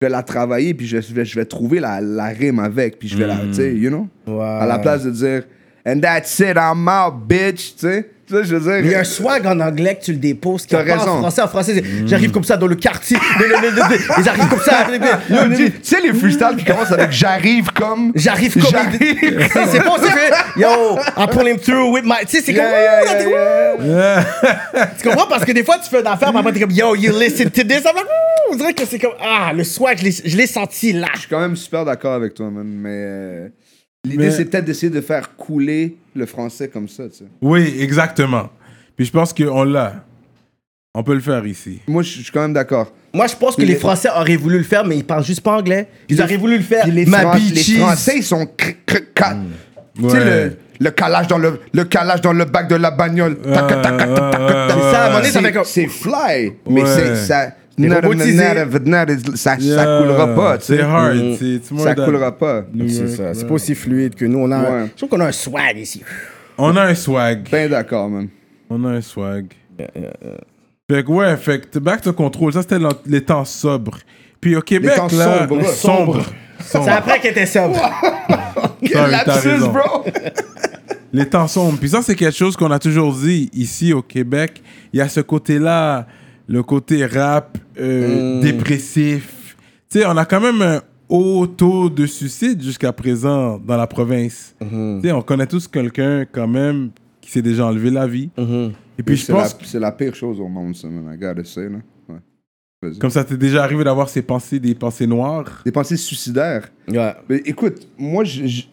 [SPEAKER 4] je vais la travailler, puis je vais, je vais trouver la, la rime avec, puis je vais la. Tu
[SPEAKER 5] Hmm.
[SPEAKER 4] sais, you know? À la place de dire. And that's it, I'm out, bitch, tu sais. Tu vois, je veux dire.
[SPEAKER 5] Il y a un swag en anglais que tu le déposes. qui
[SPEAKER 4] T'as
[SPEAKER 5] a pas En
[SPEAKER 4] raison.
[SPEAKER 5] français, en français, c'est- j'arrive comme ça dans le quartier. [LAUGHS] Ils arrivent comme ça.
[SPEAKER 4] Yo, tu tu sais, les freestyles qui commencent avec j'arrive comme.
[SPEAKER 5] J'arrive comme. [LAUGHS]
[SPEAKER 4] J'arrive.
[SPEAKER 5] C'est c'est pas ça. fait, Yo, I'm pulling through with my. Tu sais, c'est comme.
[SPEAKER 4] [LAUGHS] Yeah, yeah, yeah, yeah.
[SPEAKER 5] Tu comprends? Parce que des fois, tu fais une affaire, mais après, t'es comme, yo, you listen to this. I'm like, ouh, on dirait que c'est comme, ah, le swag, je l'ai- je l'ai senti là.
[SPEAKER 4] Je suis quand même super d'accord avec toi, man. Mais euh, l'idée,
[SPEAKER 3] Mais-
[SPEAKER 4] c'est peut-être d'essayer de faire couler le français comme ça, tu sais.
[SPEAKER 3] Oui, exactement. Puis je pense qu'on l'a. On peut le faire ici.
[SPEAKER 4] Moi, je je suis quand même d'accord.
[SPEAKER 5] Moi, je pense que les
[SPEAKER 4] Les-
[SPEAKER 5] Français auraient voulu le faire, mais ils parlent juste pas anglais. Ils auraient voulu le faire.
[SPEAKER 4] Puis les,
[SPEAKER 5] Ma
[SPEAKER 4] Fran-
[SPEAKER 5] bitch
[SPEAKER 4] les
[SPEAKER 5] is-
[SPEAKER 4] Français, ils sont. cr- cr- ca- Tu sais,
[SPEAKER 3] Ouais.
[SPEAKER 4] le, le calage dans le, le calage dans le bac de la bagnole. Tac, tac, tac, tac, tac, tac. [LAUGHS]
[SPEAKER 3] Euh,
[SPEAKER 5] C'est ça, à un moment donné, ça
[SPEAKER 4] C'est-
[SPEAKER 5] fait comme.
[SPEAKER 4] C'est fly, mais
[SPEAKER 3] Ouais.
[SPEAKER 4] c'est ça.
[SPEAKER 5] Les
[SPEAKER 4] nada-
[SPEAKER 5] robotisés.
[SPEAKER 4] nada- nada- Ça ça
[SPEAKER 3] Yeah.
[SPEAKER 4] coulera pas, tu sais. Mm.
[SPEAKER 3] C'est hard. c'est- c'est more
[SPEAKER 4] Ça
[SPEAKER 3] than-
[SPEAKER 4] coulera pas.
[SPEAKER 5] C'est ça, c'est pas aussi fluide que nous. On a un-
[SPEAKER 4] Ouais.
[SPEAKER 5] Je trouve qu'on a un swag ici.
[SPEAKER 3] On a un swag.
[SPEAKER 4] Ben d'accord, man.
[SPEAKER 3] On a un swag. Fait que ouais, fait que back to control. Ça, c'était l'en- les temps sobres. Puis au Québec,
[SPEAKER 4] Les temps
[SPEAKER 3] là,
[SPEAKER 4] sombres, ouais.
[SPEAKER 3] sombres.
[SPEAKER 5] C'est
[SPEAKER 3] Sombres.
[SPEAKER 5] après qu'il
[SPEAKER 4] [LAUGHS]
[SPEAKER 5] était sobre.
[SPEAKER 3] Sorry, t'as
[SPEAKER 4] Oh. lapsus,
[SPEAKER 3] raison.
[SPEAKER 4] bro!
[SPEAKER 3] Les temps sombres. Puis ça, c'est quelque chose qu'on a toujours dit ici au Québec. Il y a ce côté-là, le côté rap
[SPEAKER 4] Hmm.
[SPEAKER 3] euh, dépressif. Tu sais, on a quand même un haut taux de suicide jusqu'à présent dans la province.
[SPEAKER 4] Mm-hmm.
[SPEAKER 3] Tu sais, on connaît tous quelqu'un quand même qui s'est déjà enlevé la vie. Et puis je
[SPEAKER 4] Mm-hmm. C'est la-
[SPEAKER 3] pense,
[SPEAKER 4] c'est la, pire chose au monde, ça, man. I gotta say, là. Ouais. Vas-y.
[SPEAKER 3] comme ça, t'es déjà arrivé d'avoir ces pensées, des pensées noires.
[SPEAKER 4] Des pensées suicidaires.
[SPEAKER 5] Ouais.
[SPEAKER 4] Mais écoute, moi, je, je-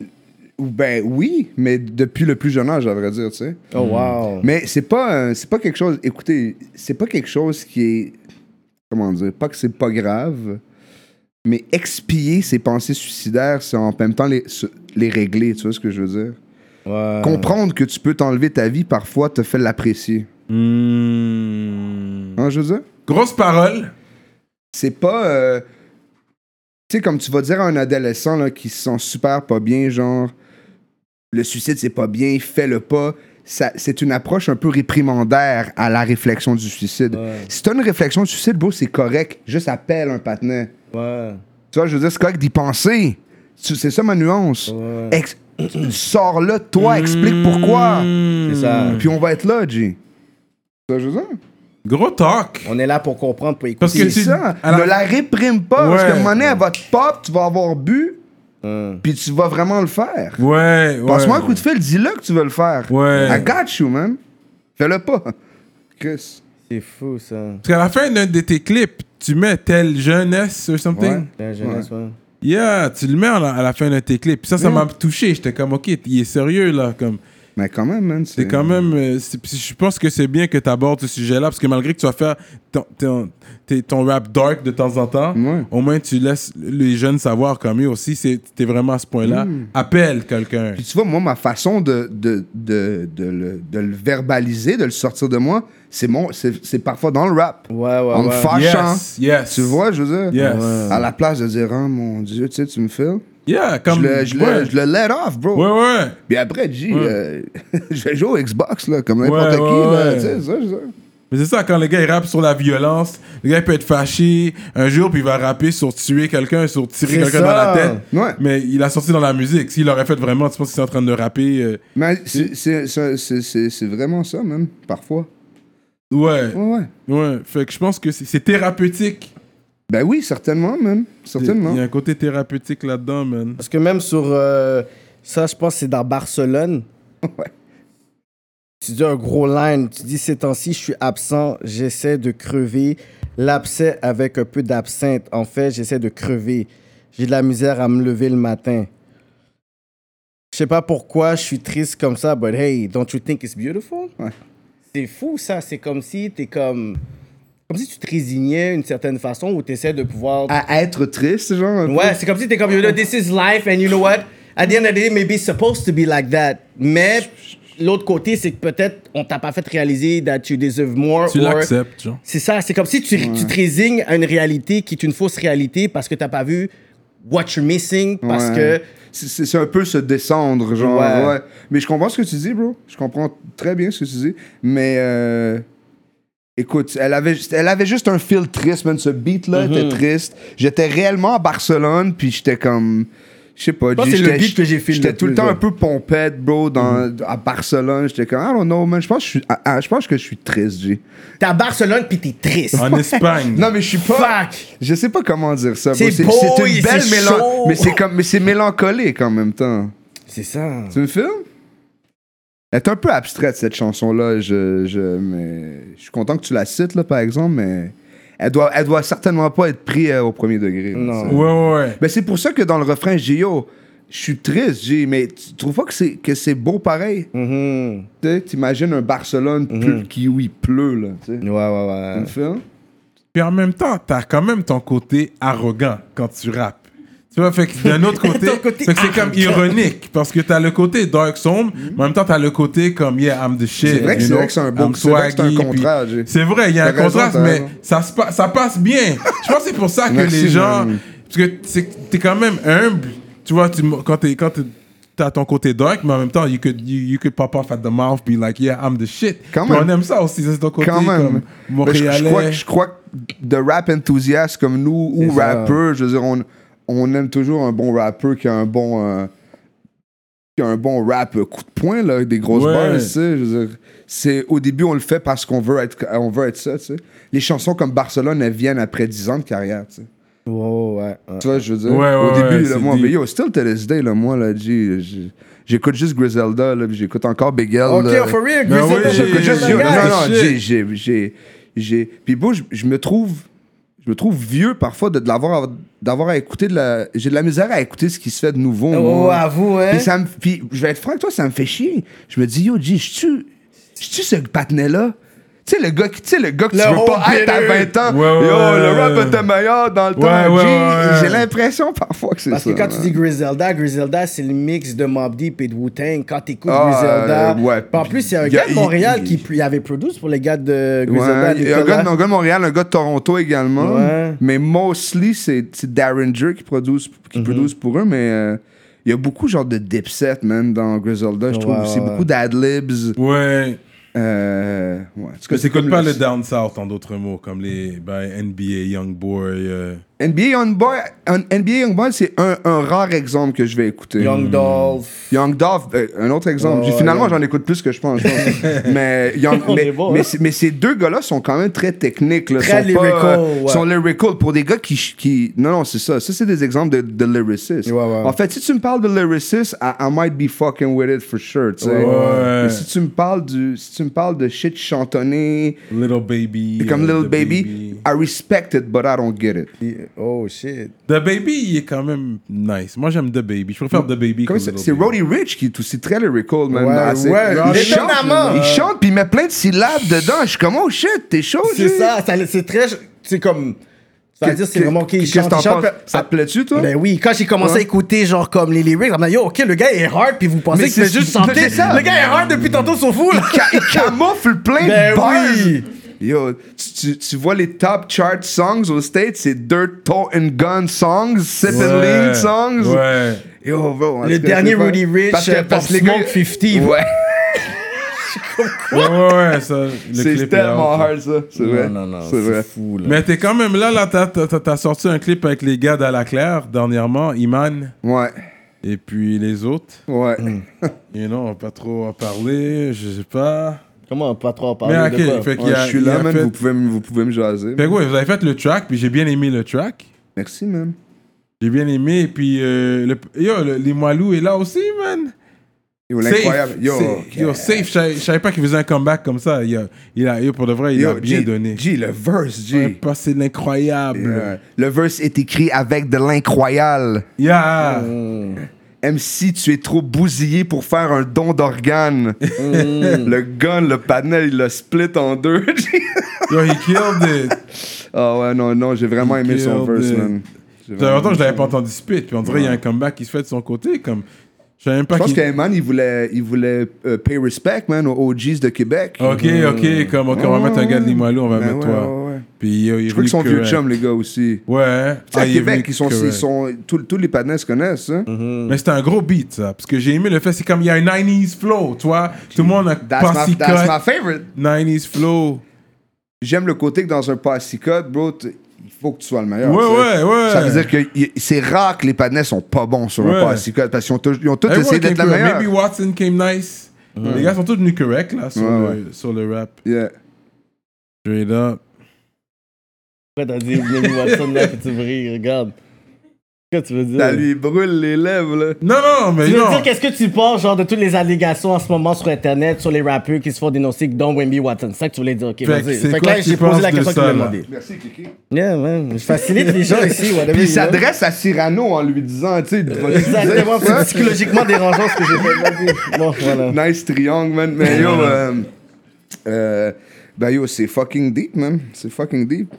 [SPEAKER 4] ben oui, mais depuis le plus jeune âge, à vrai dire, tu sais.
[SPEAKER 5] Oh, wow.
[SPEAKER 4] Mais c'est pas, euh, c'est pas quelque chose. Écoutez, c'est pas quelque chose qui est, comment dire, pas que c'est pas grave, mais expier ses pensées suicidaires, c'est en même temps les, se- les régler. Tu vois ce que je veux dire?
[SPEAKER 5] Ouais.
[SPEAKER 4] Comprendre que tu peux t'enlever ta vie parfois te fait l'apprécier.
[SPEAKER 3] Hmm.
[SPEAKER 4] Hein, je veux dire?
[SPEAKER 3] Grosse parole.
[SPEAKER 4] c'est pas. euh, tu sais, comme tu vas dire à un adolescent là, qui se sent super pas bien, genre, le suicide, c'est pas bien, fais-le pas. Ça- C'est une approche un peu réprimandaire à la réflexion du suicide. Si t'as une réflexion du suicide, bro, c'est correct. Juste appelle un patinet.
[SPEAKER 5] Ouais.
[SPEAKER 4] Tu vois, je veux dire, c'est correct d'y penser. Tu- C'est ça ma nuance. Ex- Sors-le, toi, explique pourquoi.
[SPEAKER 5] C'est ça.
[SPEAKER 4] Puis on va être là, G. Tu vois, je veux dire?
[SPEAKER 3] Gros talk.
[SPEAKER 5] On est là pour comprendre, pour écouter.
[SPEAKER 3] Parce que
[SPEAKER 4] C'est
[SPEAKER 3] tu-
[SPEAKER 4] ça.
[SPEAKER 3] à la-
[SPEAKER 4] Ne la réprime pas. Parce
[SPEAKER 3] Ouais.
[SPEAKER 4] que monnaie, elle va te pop, tu vas avoir bu,
[SPEAKER 5] Hum.
[SPEAKER 4] puis tu vas vraiment le faire.
[SPEAKER 3] Ouais, ouais.
[SPEAKER 4] Passe-moi un coup de fil, dis-le que tu veux le faire.
[SPEAKER 3] Ouais.
[SPEAKER 4] I got you, man. Fais-le pas. [LAUGHS] Chris.
[SPEAKER 5] C'est fou, ça.
[SPEAKER 3] Parce qu'à la fin d'un de tes clips, tu mets telle jeunesse or something.
[SPEAKER 4] Ouais.
[SPEAKER 5] La jeunesse, ouais.
[SPEAKER 3] Yeah, tu le mets en- à la fin de tes clips. Puis ça, ça m'a touché. J'étais comme, ok, il est sérieux là. Comme,
[SPEAKER 4] Mais quand même, man.
[SPEAKER 3] C'est quand même. euh, c'est- puis je pense que c'est bien que tu abordes ce sujet-là, parce que malgré que tu vas faire ton, ton- t'es- ton rap dark de temps en temps,
[SPEAKER 4] Ouais.
[SPEAKER 3] au moins tu laisses les jeunes savoir comme eux aussi, c'est- t'es vraiment à ce point-là.
[SPEAKER 4] Mm.
[SPEAKER 3] Appelle quelqu'un.
[SPEAKER 4] Puis tu vois, moi, ma façon de, de, de, de le, de le verbaliser, de le sortir de moi, c'est mon, c'est c'est parfois dans le rap.
[SPEAKER 5] Ouais, ouais,
[SPEAKER 4] en me
[SPEAKER 5] ouais.
[SPEAKER 4] fâchant.
[SPEAKER 3] Yes, yes.
[SPEAKER 4] Tu vois, je veux dire?
[SPEAKER 3] Yes. Ouais.
[SPEAKER 4] À la place de dire, oh mon Dieu, tu sais, tu me fais.
[SPEAKER 3] Yeah,
[SPEAKER 4] Je
[SPEAKER 3] comme.
[SPEAKER 4] le, je,
[SPEAKER 3] ouais.
[SPEAKER 4] le, je le let off, bro.
[SPEAKER 3] ouais, ouais.
[SPEAKER 4] Puis après, G, euh, [LAUGHS] je vais jouer au Xbox, là, comme
[SPEAKER 3] Ouais,
[SPEAKER 4] n'importe qui,
[SPEAKER 3] ouais,
[SPEAKER 4] là,
[SPEAKER 3] ouais.
[SPEAKER 4] tu sais, ça, ça.
[SPEAKER 3] Mais c'est ça, quand le gars il rappe sur la violence, le gars il peut être fâché un jour, puis il va rapper sur tuer quelqu'un, sur tirer
[SPEAKER 5] C'est
[SPEAKER 3] quelqu'un dans la
[SPEAKER 5] ça.
[SPEAKER 3] tête.
[SPEAKER 4] Ouais.
[SPEAKER 3] Mais il a sorti dans la musique. S'il l'aurait fait vraiment, tu penses qu'il est en train de rapper. euh,
[SPEAKER 4] Mais c'est- c'est- c'est c'est- c'est- c'est vraiment ça, même, parfois.
[SPEAKER 3] Ouais.
[SPEAKER 4] Ouais, ouais.
[SPEAKER 3] Ouais, fait que je pense que c'est- c'est thérapeutique.
[SPEAKER 4] Ben oui, certainement, même.
[SPEAKER 3] Il y
[SPEAKER 4] Certainement.
[SPEAKER 3] a un côté thérapeutique là-dedans,
[SPEAKER 4] Mm.
[SPEAKER 3] man.
[SPEAKER 5] Parce que même sur. euh, ça, je pense que c'est dans Barcelone.
[SPEAKER 4] [LAUGHS] Ouais.
[SPEAKER 5] Tu dis un gros line. Tu dis ces temps-ci, je suis absent. J'essaie de crever. L'abcès avec un peu d'absinthe. En fait, j'essaie de crever. J'ai de la misère à me lever le matin. Je sais pas pourquoi je suis triste comme ça, but hey, don't you think it's beautiful?
[SPEAKER 4] Ouais.
[SPEAKER 5] C'est fou ça. C'est comme si t'es comme. Comme si tu te résignais d'une certaine façon ou t'essaies de pouvoir.
[SPEAKER 4] À être triste, genre. un peu.
[SPEAKER 5] Ouais, c'est comme si t'es comme, you know, this is life and you know what? At the end of the day, maybe it's supposed to be like that. Mais l'autre côté, c'est que peut-être on t'a pas fait réaliser that you deserve more.
[SPEAKER 3] Tu
[SPEAKER 5] or-
[SPEAKER 3] l'acceptes, genre.
[SPEAKER 5] C'est ça, c'est comme si tu, tu te résignes à une réalité qui est une fausse réalité parce que t'as pas vu what you're missing, parce
[SPEAKER 4] Ouais.
[SPEAKER 5] que.
[SPEAKER 4] C'est- C'est c'est un peu se descendre, genre.
[SPEAKER 5] Ouais.
[SPEAKER 4] Ouais. Mais je comprends ce que tu dis, bro. Je comprends très bien ce que tu dis. Mais euh, écoute, elle avait, elle avait juste un feel triste, man. Ce beat-là
[SPEAKER 5] Mhm.
[SPEAKER 4] était triste. J'étais réellement à Barcelone, puis j'étais comme. Je sais pas,
[SPEAKER 5] pense que c'est le
[SPEAKER 4] j'étais-
[SPEAKER 5] beat que j'ai feel
[SPEAKER 4] J'étais
[SPEAKER 5] le
[SPEAKER 4] tout le
[SPEAKER 5] plus,
[SPEAKER 4] temps
[SPEAKER 5] ouais. Mhm.
[SPEAKER 4] un peu pompette, bro, dans, à Barcelone. J'étais comme, I don't know, man. Je pense que je suis, ah, ah, je pense que je suis triste, G.
[SPEAKER 5] T'es à Barcelone puis t'es triste.
[SPEAKER 3] En Espagne.
[SPEAKER 4] Non, mais je suis pas.
[SPEAKER 5] Fuck!
[SPEAKER 4] Je sais pas comment dire ça, bro.
[SPEAKER 5] C'est beau,
[SPEAKER 4] une
[SPEAKER 5] il-
[SPEAKER 4] belle
[SPEAKER 5] c'est
[SPEAKER 4] mélan-
[SPEAKER 5] chaud.
[SPEAKER 4] Mais c'est comme, mais c'est mélancolique en même temps.
[SPEAKER 5] C'est ça.
[SPEAKER 4] Tu me filmes? Elle est un peu abstraite, cette chanson-là. Je, je, mais je suis content que tu la cites, là, par exemple, mais elle doit, elle doit certainement pas être prise euh, au premier degré. là,
[SPEAKER 5] Non.
[SPEAKER 4] tu sais.
[SPEAKER 3] Ouais, ouais, ouais.
[SPEAKER 4] Ben, c'est pour ça que dans le refrain, j'ai yo, je suis triste, j'ai, mais tu trouves pas que c'est, que c'est beau pareil?
[SPEAKER 5] Mhm.
[SPEAKER 4] Tu sais, T'imagines un Barcelone pleu- qui, où il pleut, là. tu sais.
[SPEAKER 5] Ouais, ouais,
[SPEAKER 4] Tu
[SPEAKER 5] ouais.
[SPEAKER 4] me filmes?
[SPEAKER 3] Puis en même temps, t'as quand même ton côté arrogant quand tu rappes. Tu vois, fait que
[SPEAKER 4] [LAUGHS]
[SPEAKER 3] d'un autre côté,
[SPEAKER 5] Ton côté
[SPEAKER 3] fait que c'est comme
[SPEAKER 5] arrogant.
[SPEAKER 3] ironique parce que t'as le côté dark sombre, mais en même temps t'as le côté comme yeah I'm the shit.
[SPEAKER 4] Mm-hmm. C'est vrai que c'est
[SPEAKER 3] you know,
[SPEAKER 4] vrai que c'est un beau-
[SPEAKER 3] I'm
[SPEAKER 4] c'est vrai que c'est un
[SPEAKER 3] swaggy, puis-
[SPEAKER 4] contraste, j'ai-
[SPEAKER 3] C'est vrai, il y
[SPEAKER 4] T'as
[SPEAKER 3] a un
[SPEAKER 4] raison,
[SPEAKER 3] contraste,
[SPEAKER 4] t'as
[SPEAKER 3] mais
[SPEAKER 4] raison.
[SPEAKER 3] ça, se pa- ça passe bien. Je pense que c'est pour ça que
[SPEAKER 4] Merci,
[SPEAKER 3] les gens,
[SPEAKER 4] man.
[SPEAKER 3] parce que c'est- t'es quand même humble. Tu vois, tu, m- quand t'es quand t'es- t'as ton côté dark, mais en même temps you could you, you could pop off at the mouth, be like yeah I'm the shit.
[SPEAKER 4] Quand
[SPEAKER 3] Puis
[SPEAKER 4] même.
[SPEAKER 3] on aime ça aussi, ça, c'est ton côté
[SPEAKER 4] Quand même.
[SPEAKER 3] comme
[SPEAKER 4] Ben, je,
[SPEAKER 3] montréalais.
[SPEAKER 4] je crois, que- je crois que de rap enthousiastes comme nous ou
[SPEAKER 5] C'est ça.
[SPEAKER 4] rappeurs, je veux dire, on, on aime toujours un bon rappeur qui a un bon, euh, qui a un bon rap euh, coup de poing, là, avec des grosses
[SPEAKER 3] Ouais.
[SPEAKER 4] bars, tu sais. Je veux dire, c'est, au début, on le fait parce qu'on veut être, on veut être ça, tu sais. Les chansons comme Barcelone, elles viennent après 10 ans de carrière, tu sais.
[SPEAKER 5] Ouais, ouais, ouais.
[SPEAKER 4] Tu vois, je veux dire,
[SPEAKER 3] Ah. Ouais,
[SPEAKER 4] au
[SPEAKER 3] ouais,
[SPEAKER 4] début,
[SPEAKER 3] ouais,
[SPEAKER 4] là,
[SPEAKER 3] c'est
[SPEAKER 4] moi,
[SPEAKER 3] deep.
[SPEAKER 4] mais yo, still to this day, là, moi, là, j'ai- j'ai- j'écoute juste Griselda, là, puis j'écoute encore Big L.
[SPEAKER 5] Ok, oh,
[SPEAKER 4] là.
[SPEAKER 5] for real,
[SPEAKER 3] Ben
[SPEAKER 5] Griselda,
[SPEAKER 3] oui,
[SPEAKER 5] je-
[SPEAKER 4] J'écoute juste
[SPEAKER 3] Yeah,
[SPEAKER 4] Yo. Non,
[SPEAKER 3] yeah,
[SPEAKER 4] non,
[SPEAKER 3] shit.
[SPEAKER 4] j'ai, j'ai, j'ai, j'ai- Puis bon, je, je me trouve, je me trouve vieux parfois de, de l'avoir, d'avoir à écouter de la. J'ai de la misère à écouter ce qui se fait de nouveau.
[SPEAKER 5] Oh,
[SPEAKER 4] moi.
[SPEAKER 5] avoue, hein.
[SPEAKER 4] Puis ça me, puis je vais être franc avec toi, ça me fait chier. Je me dis, yo, G, je tue, je tue ce patinet là. Tu sais, le gars, qui- tu sais, le gars que
[SPEAKER 5] Le
[SPEAKER 4] tu veux
[SPEAKER 5] haut
[SPEAKER 4] pas être à
[SPEAKER 5] pileux.
[SPEAKER 4] 20 ans.
[SPEAKER 3] Ouais, ouais,
[SPEAKER 4] yo, le
[SPEAKER 3] ouais,
[SPEAKER 4] rap
[SPEAKER 3] ouais.
[SPEAKER 4] était meilleur dans le
[SPEAKER 3] Ouais,
[SPEAKER 4] temps.
[SPEAKER 3] ouais,
[SPEAKER 4] G.
[SPEAKER 3] ouais,
[SPEAKER 4] J'ai
[SPEAKER 3] ouais.
[SPEAKER 4] l'impression parfois que c'est
[SPEAKER 5] Parce
[SPEAKER 4] ça.
[SPEAKER 5] que quand tu
[SPEAKER 4] man.
[SPEAKER 5] dis Griselda, Griselda, c'est le mix de Mobb Deep et de Wu-Tang. Quand t'écoutes
[SPEAKER 4] Ah,
[SPEAKER 5] Griselda...
[SPEAKER 4] euh, ouais.
[SPEAKER 5] Puis En plus, il y a un
[SPEAKER 4] Y a-
[SPEAKER 5] gars de Montréal
[SPEAKER 4] y-
[SPEAKER 5] qui pu- il avait produit pour les gars de
[SPEAKER 4] Ouais,
[SPEAKER 5] Griselda.
[SPEAKER 4] il y a un
[SPEAKER 5] Nicolas.
[SPEAKER 4] gars, de- un gars de Montréal, un gars de Toronto également.
[SPEAKER 5] Ouais.
[SPEAKER 4] Mais mostly, c'est c'est Darringer qui produisent qui
[SPEAKER 5] Mhm.
[SPEAKER 4] produisent pour eux. Mais euh, il y a beaucoup genre de dipset, man, dans Griselda. Je trouve
[SPEAKER 5] Ouais,
[SPEAKER 4] aussi
[SPEAKER 5] ouais.
[SPEAKER 4] beaucoup d'adlibs.
[SPEAKER 3] Ouais.
[SPEAKER 4] Euh, ouais. En tout cas,
[SPEAKER 3] Que t'écoutes
[SPEAKER 4] comme
[SPEAKER 3] pas le Down South, en d'autres mots, comme les ben, NBA, Youngboy. euh.
[SPEAKER 4] NBA Young Boy, un- NBA Young Boy, c'est un, un rare exemple que je vais écouter.
[SPEAKER 3] Mm.
[SPEAKER 5] Young Dolph.
[SPEAKER 4] Young Dolph, euh, un autre exemple.
[SPEAKER 5] Ouais,
[SPEAKER 4] J'ai-
[SPEAKER 5] ouais,
[SPEAKER 4] finalement,
[SPEAKER 5] Young-
[SPEAKER 4] j'en écoute plus que je pense.
[SPEAKER 5] [LAUGHS]
[SPEAKER 4] mais, Young-
[SPEAKER 5] On est
[SPEAKER 4] mais,
[SPEAKER 5] bon,
[SPEAKER 4] mais
[SPEAKER 5] hein.
[SPEAKER 4] c'est- mais ces deux gars-là sont quand même très techniques. Là,
[SPEAKER 5] Très
[SPEAKER 4] sont pas,
[SPEAKER 5] lyrical,
[SPEAKER 4] euh,
[SPEAKER 5] ouais.
[SPEAKER 4] Sont lyrical. Pour des gars qui. ch- qui non, non, c'est ça. Ça, c'est des exemples de, de lyricistes.
[SPEAKER 5] Ouais, ouais.
[SPEAKER 4] En fait, si tu me parles de lyricistes, I, I might be fucking with it for sure. tu sais.
[SPEAKER 3] ouais.
[SPEAKER 4] Mais si tu me parles du, si tu me parles de shit chantonné,
[SPEAKER 3] Little Baby.
[SPEAKER 4] comme
[SPEAKER 3] euh,
[SPEAKER 4] Little
[SPEAKER 3] The
[SPEAKER 4] baby, I respect it, but I don't get it.
[SPEAKER 5] Puis, euh, Oh shit.
[SPEAKER 3] The Baby, il est quand même nice. Moi, j'aime The Baby. Je préfère The Baby.
[SPEAKER 4] Comment
[SPEAKER 3] que
[SPEAKER 4] Mm. c'est
[SPEAKER 3] Little
[SPEAKER 4] c'est
[SPEAKER 3] Baby.
[SPEAKER 4] Roddy Rich qui est aussi très lyrical, man.
[SPEAKER 5] Ouais,
[SPEAKER 4] Ah, c'est-
[SPEAKER 5] ouais,
[SPEAKER 4] il, chante,
[SPEAKER 5] étonnamment.
[SPEAKER 4] il chante, puis il met plein de syllabes dedans. Je suis comme, oh shit, t'es chaud,
[SPEAKER 5] C'est ça, ça- c'est très. C'est comme. Ça veut dire, c'est vraiment qu'il
[SPEAKER 4] Qu'est-ce que
[SPEAKER 5] chante.
[SPEAKER 4] t'en
[SPEAKER 5] il chante,
[SPEAKER 4] penses?
[SPEAKER 5] puis-
[SPEAKER 4] Ça te plaît-tu, toi?
[SPEAKER 5] Ben oui, quand j'ai commencé à
[SPEAKER 4] Ouais.
[SPEAKER 5] écouter genre comme les lyrics, on m'a dit yo, ok, le gars est hard, puis vous pensez
[SPEAKER 4] Mais
[SPEAKER 5] que c'est
[SPEAKER 4] c'est-
[SPEAKER 5] juste chanter.
[SPEAKER 4] c'est ça.
[SPEAKER 5] Le gars est hard depuis tantôt, s'en fout
[SPEAKER 4] [LAUGHS]
[SPEAKER 5] là.
[SPEAKER 4] Ca- il camoufle plein
[SPEAKER 5] Ben
[SPEAKER 4] de bars.
[SPEAKER 5] oui.
[SPEAKER 4] Yo, tu, tu- tu vois les top chart songs aux States, c'est Dirt, Toe and Gun songs, Sip and
[SPEAKER 3] Ouais.
[SPEAKER 4] Lean songs.
[SPEAKER 3] Ouais.
[SPEAKER 4] Yo, bro, en
[SPEAKER 5] Le
[SPEAKER 4] tout cas,
[SPEAKER 5] dernier
[SPEAKER 4] je sais pas.
[SPEAKER 5] Rudy Rich,
[SPEAKER 4] Parce que-
[SPEAKER 5] euh,
[SPEAKER 4] parce
[SPEAKER 5] Pop
[SPEAKER 4] que les gars-
[SPEAKER 5] Smoke 50.
[SPEAKER 4] Ouais,
[SPEAKER 3] Ouais, ouais,
[SPEAKER 4] [LAUGHS]
[SPEAKER 3] ouais, ça. le clip est
[SPEAKER 4] c'est tellement
[SPEAKER 3] hard, ça.
[SPEAKER 4] hard, ça. C'est vrai.
[SPEAKER 5] Non, non, non,
[SPEAKER 4] c'est vrai.
[SPEAKER 5] fou là.
[SPEAKER 3] Mais t'es quand même là, là, t'as, t'as- t'as sorti un clip avec les gars d'Alaclaire dernièrement, Iman,
[SPEAKER 4] Ouais,
[SPEAKER 3] et puis les autres.
[SPEAKER 4] ouais.
[SPEAKER 5] Mm.
[SPEAKER 3] Et non, on va pas trop en parler, je sais pas.
[SPEAKER 5] Comment pas trop en parler
[SPEAKER 3] Mais ok,
[SPEAKER 5] de quoi?
[SPEAKER 3] fait qu'il
[SPEAKER 4] Ouais,
[SPEAKER 3] y a-
[SPEAKER 4] je suis
[SPEAKER 3] il y
[SPEAKER 4] là,
[SPEAKER 3] a
[SPEAKER 4] man.
[SPEAKER 3] fait-
[SPEAKER 4] Vous, pouvez, me- vous pouvez me jaser.
[SPEAKER 3] Fait que ouais, vous avez fait le track, puis j'ai bien aimé le track.
[SPEAKER 4] Merci, man.
[SPEAKER 3] J'ai bien aimé, et puis euh, le, yo, le- les Moilous est là aussi, man.
[SPEAKER 4] Yo,
[SPEAKER 3] Safe,
[SPEAKER 4] l'incroyable. Yo,
[SPEAKER 3] safe, yo, safe. Je savais- je savais pas qu'il faisait un comeback comme ça. Il a, il a, yo, pour de vrai, il
[SPEAKER 4] yo,
[SPEAKER 3] a bien
[SPEAKER 4] G-
[SPEAKER 3] donné.
[SPEAKER 4] G, le verse, G.
[SPEAKER 3] Ouais, pas, c'est l'incroyable.
[SPEAKER 4] Yeah. Le verse est écrit avec de l'incroyable.
[SPEAKER 3] Yeah.
[SPEAKER 4] MC, tu es trop bousillé pour faire un don [LAUGHS] d'organe. le gun, le panel, il le split en deux. [LAUGHS]
[SPEAKER 3] Yo, he killed it.
[SPEAKER 4] Ah ouais, non, non, j'ai vraiment aimé son
[SPEAKER 3] Killed
[SPEAKER 4] verse,
[SPEAKER 3] it.
[SPEAKER 4] man. J'ai
[SPEAKER 3] Ça fait longtemps que
[SPEAKER 4] vraiment-
[SPEAKER 3] je l'avais pas entendu spit, puis on dirait qu'il y a un comeback qui se fait de son côté. Comme, je savais même pas
[SPEAKER 4] Je pense
[SPEAKER 3] qu'il-
[SPEAKER 4] qu'Ayman, il voulait, il voulait euh, pay respect, man, aux OGs de Québec.
[SPEAKER 3] Ok, ok, comme, ok, on va
[SPEAKER 4] Ouais,
[SPEAKER 3] mettre un gars de Limoilou, on va
[SPEAKER 4] Ben
[SPEAKER 3] mettre
[SPEAKER 4] ouais,
[SPEAKER 3] toi.
[SPEAKER 4] ouais, ouais.
[SPEAKER 3] Puis yo, il est
[SPEAKER 4] Je crois qu'ils
[SPEAKER 3] venu
[SPEAKER 4] sont vieux
[SPEAKER 3] correct.
[SPEAKER 4] chums, les gars, aussi.
[SPEAKER 3] Ouais.
[SPEAKER 4] Tu sais, à
[SPEAKER 3] Ah, il est venu
[SPEAKER 4] Québec, ils sont, ils
[SPEAKER 3] correct.
[SPEAKER 4] sont, tous- tous les panels se connaissent. hein.
[SPEAKER 5] Mm-hmm.
[SPEAKER 3] Mais c'est un gros beat, ça. Parce que j'ai aimé le fait, c'est comme il y a un 90s flow, tu vois. Tout le monde a
[SPEAKER 4] That's, my,
[SPEAKER 3] passé
[SPEAKER 4] that's my favorite.
[SPEAKER 3] 90s flow.
[SPEAKER 4] J'aime le côté que dans un passy code, bro, t- il faut que tu sois le meilleur.
[SPEAKER 3] Ouais,
[SPEAKER 4] tu sais.
[SPEAKER 3] ouais, ouais.
[SPEAKER 4] Ça veut dire que y- c'est rare que les panais sont pas bons sur
[SPEAKER 3] Ouais.
[SPEAKER 4] un passy code parce qu'ils ont, tou- ils ont tous
[SPEAKER 3] Everyone
[SPEAKER 4] essayé d'être
[SPEAKER 3] came
[SPEAKER 4] le
[SPEAKER 3] correct.
[SPEAKER 4] meilleur.
[SPEAKER 3] Maybe Watson came nice. Les gars sont tous venus correct, là, sur,
[SPEAKER 4] Ouais,
[SPEAKER 3] le, sur le rap.
[SPEAKER 4] Yeah.
[SPEAKER 3] Straight up.
[SPEAKER 5] Pourquoi t'as dit Billy Watson là, puis tu brilles, regarde. Qu'est-ce que tu veux dire?
[SPEAKER 4] Ça lui brûle les lèvres, là.
[SPEAKER 3] Non, non, mais
[SPEAKER 5] Tu veux
[SPEAKER 3] non.
[SPEAKER 5] dire, qu'est-ce que tu penses, genre, de toutes les allégations en ce moment sur Internet, sur les rappeurs qui se font dénoncer dont Wimby Watson? C'est ça que tu voulais dire, ok, vas-y.
[SPEAKER 3] c'est
[SPEAKER 5] Fait que
[SPEAKER 3] quoi
[SPEAKER 5] là,
[SPEAKER 3] que
[SPEAKER 5] j'ai
[SPEAKER 3] tu
[SPEAKER 5] posé
[SPEAKER 3] penses
[SPEAKER 5] la
[SPEAKER 3] de
[SPEAKER 5] question que tu
[SPEAKER 3] ça,
[SPEAKER 5] m'as
[SPEAKER 3] là?
[SPEAKER 5] demandé.
[SPEAKER 4] Merci, Kiki.
[SPEAKER 5] Yeah, man. Je facilite les gens ici, whatever.
[SPEAKER 4] Puis il
[SPEAKER 5] you know.
[SPEAKER 4] s'adresse à Cyrano en lui disant, tu sais, de-
[SPEAKER 5] Exactement,
[SPEAKER 4] Ouais.
[SPEAKER 5] c'est psychologiquement dérangeant ce que j'ai fait. Vas-y. Bon, voilà.
[SPEAKER 4] Nice triangle, man. Mais yo, euh, euh, ben yo, c'est fucking deep, man. C'est fucking deep.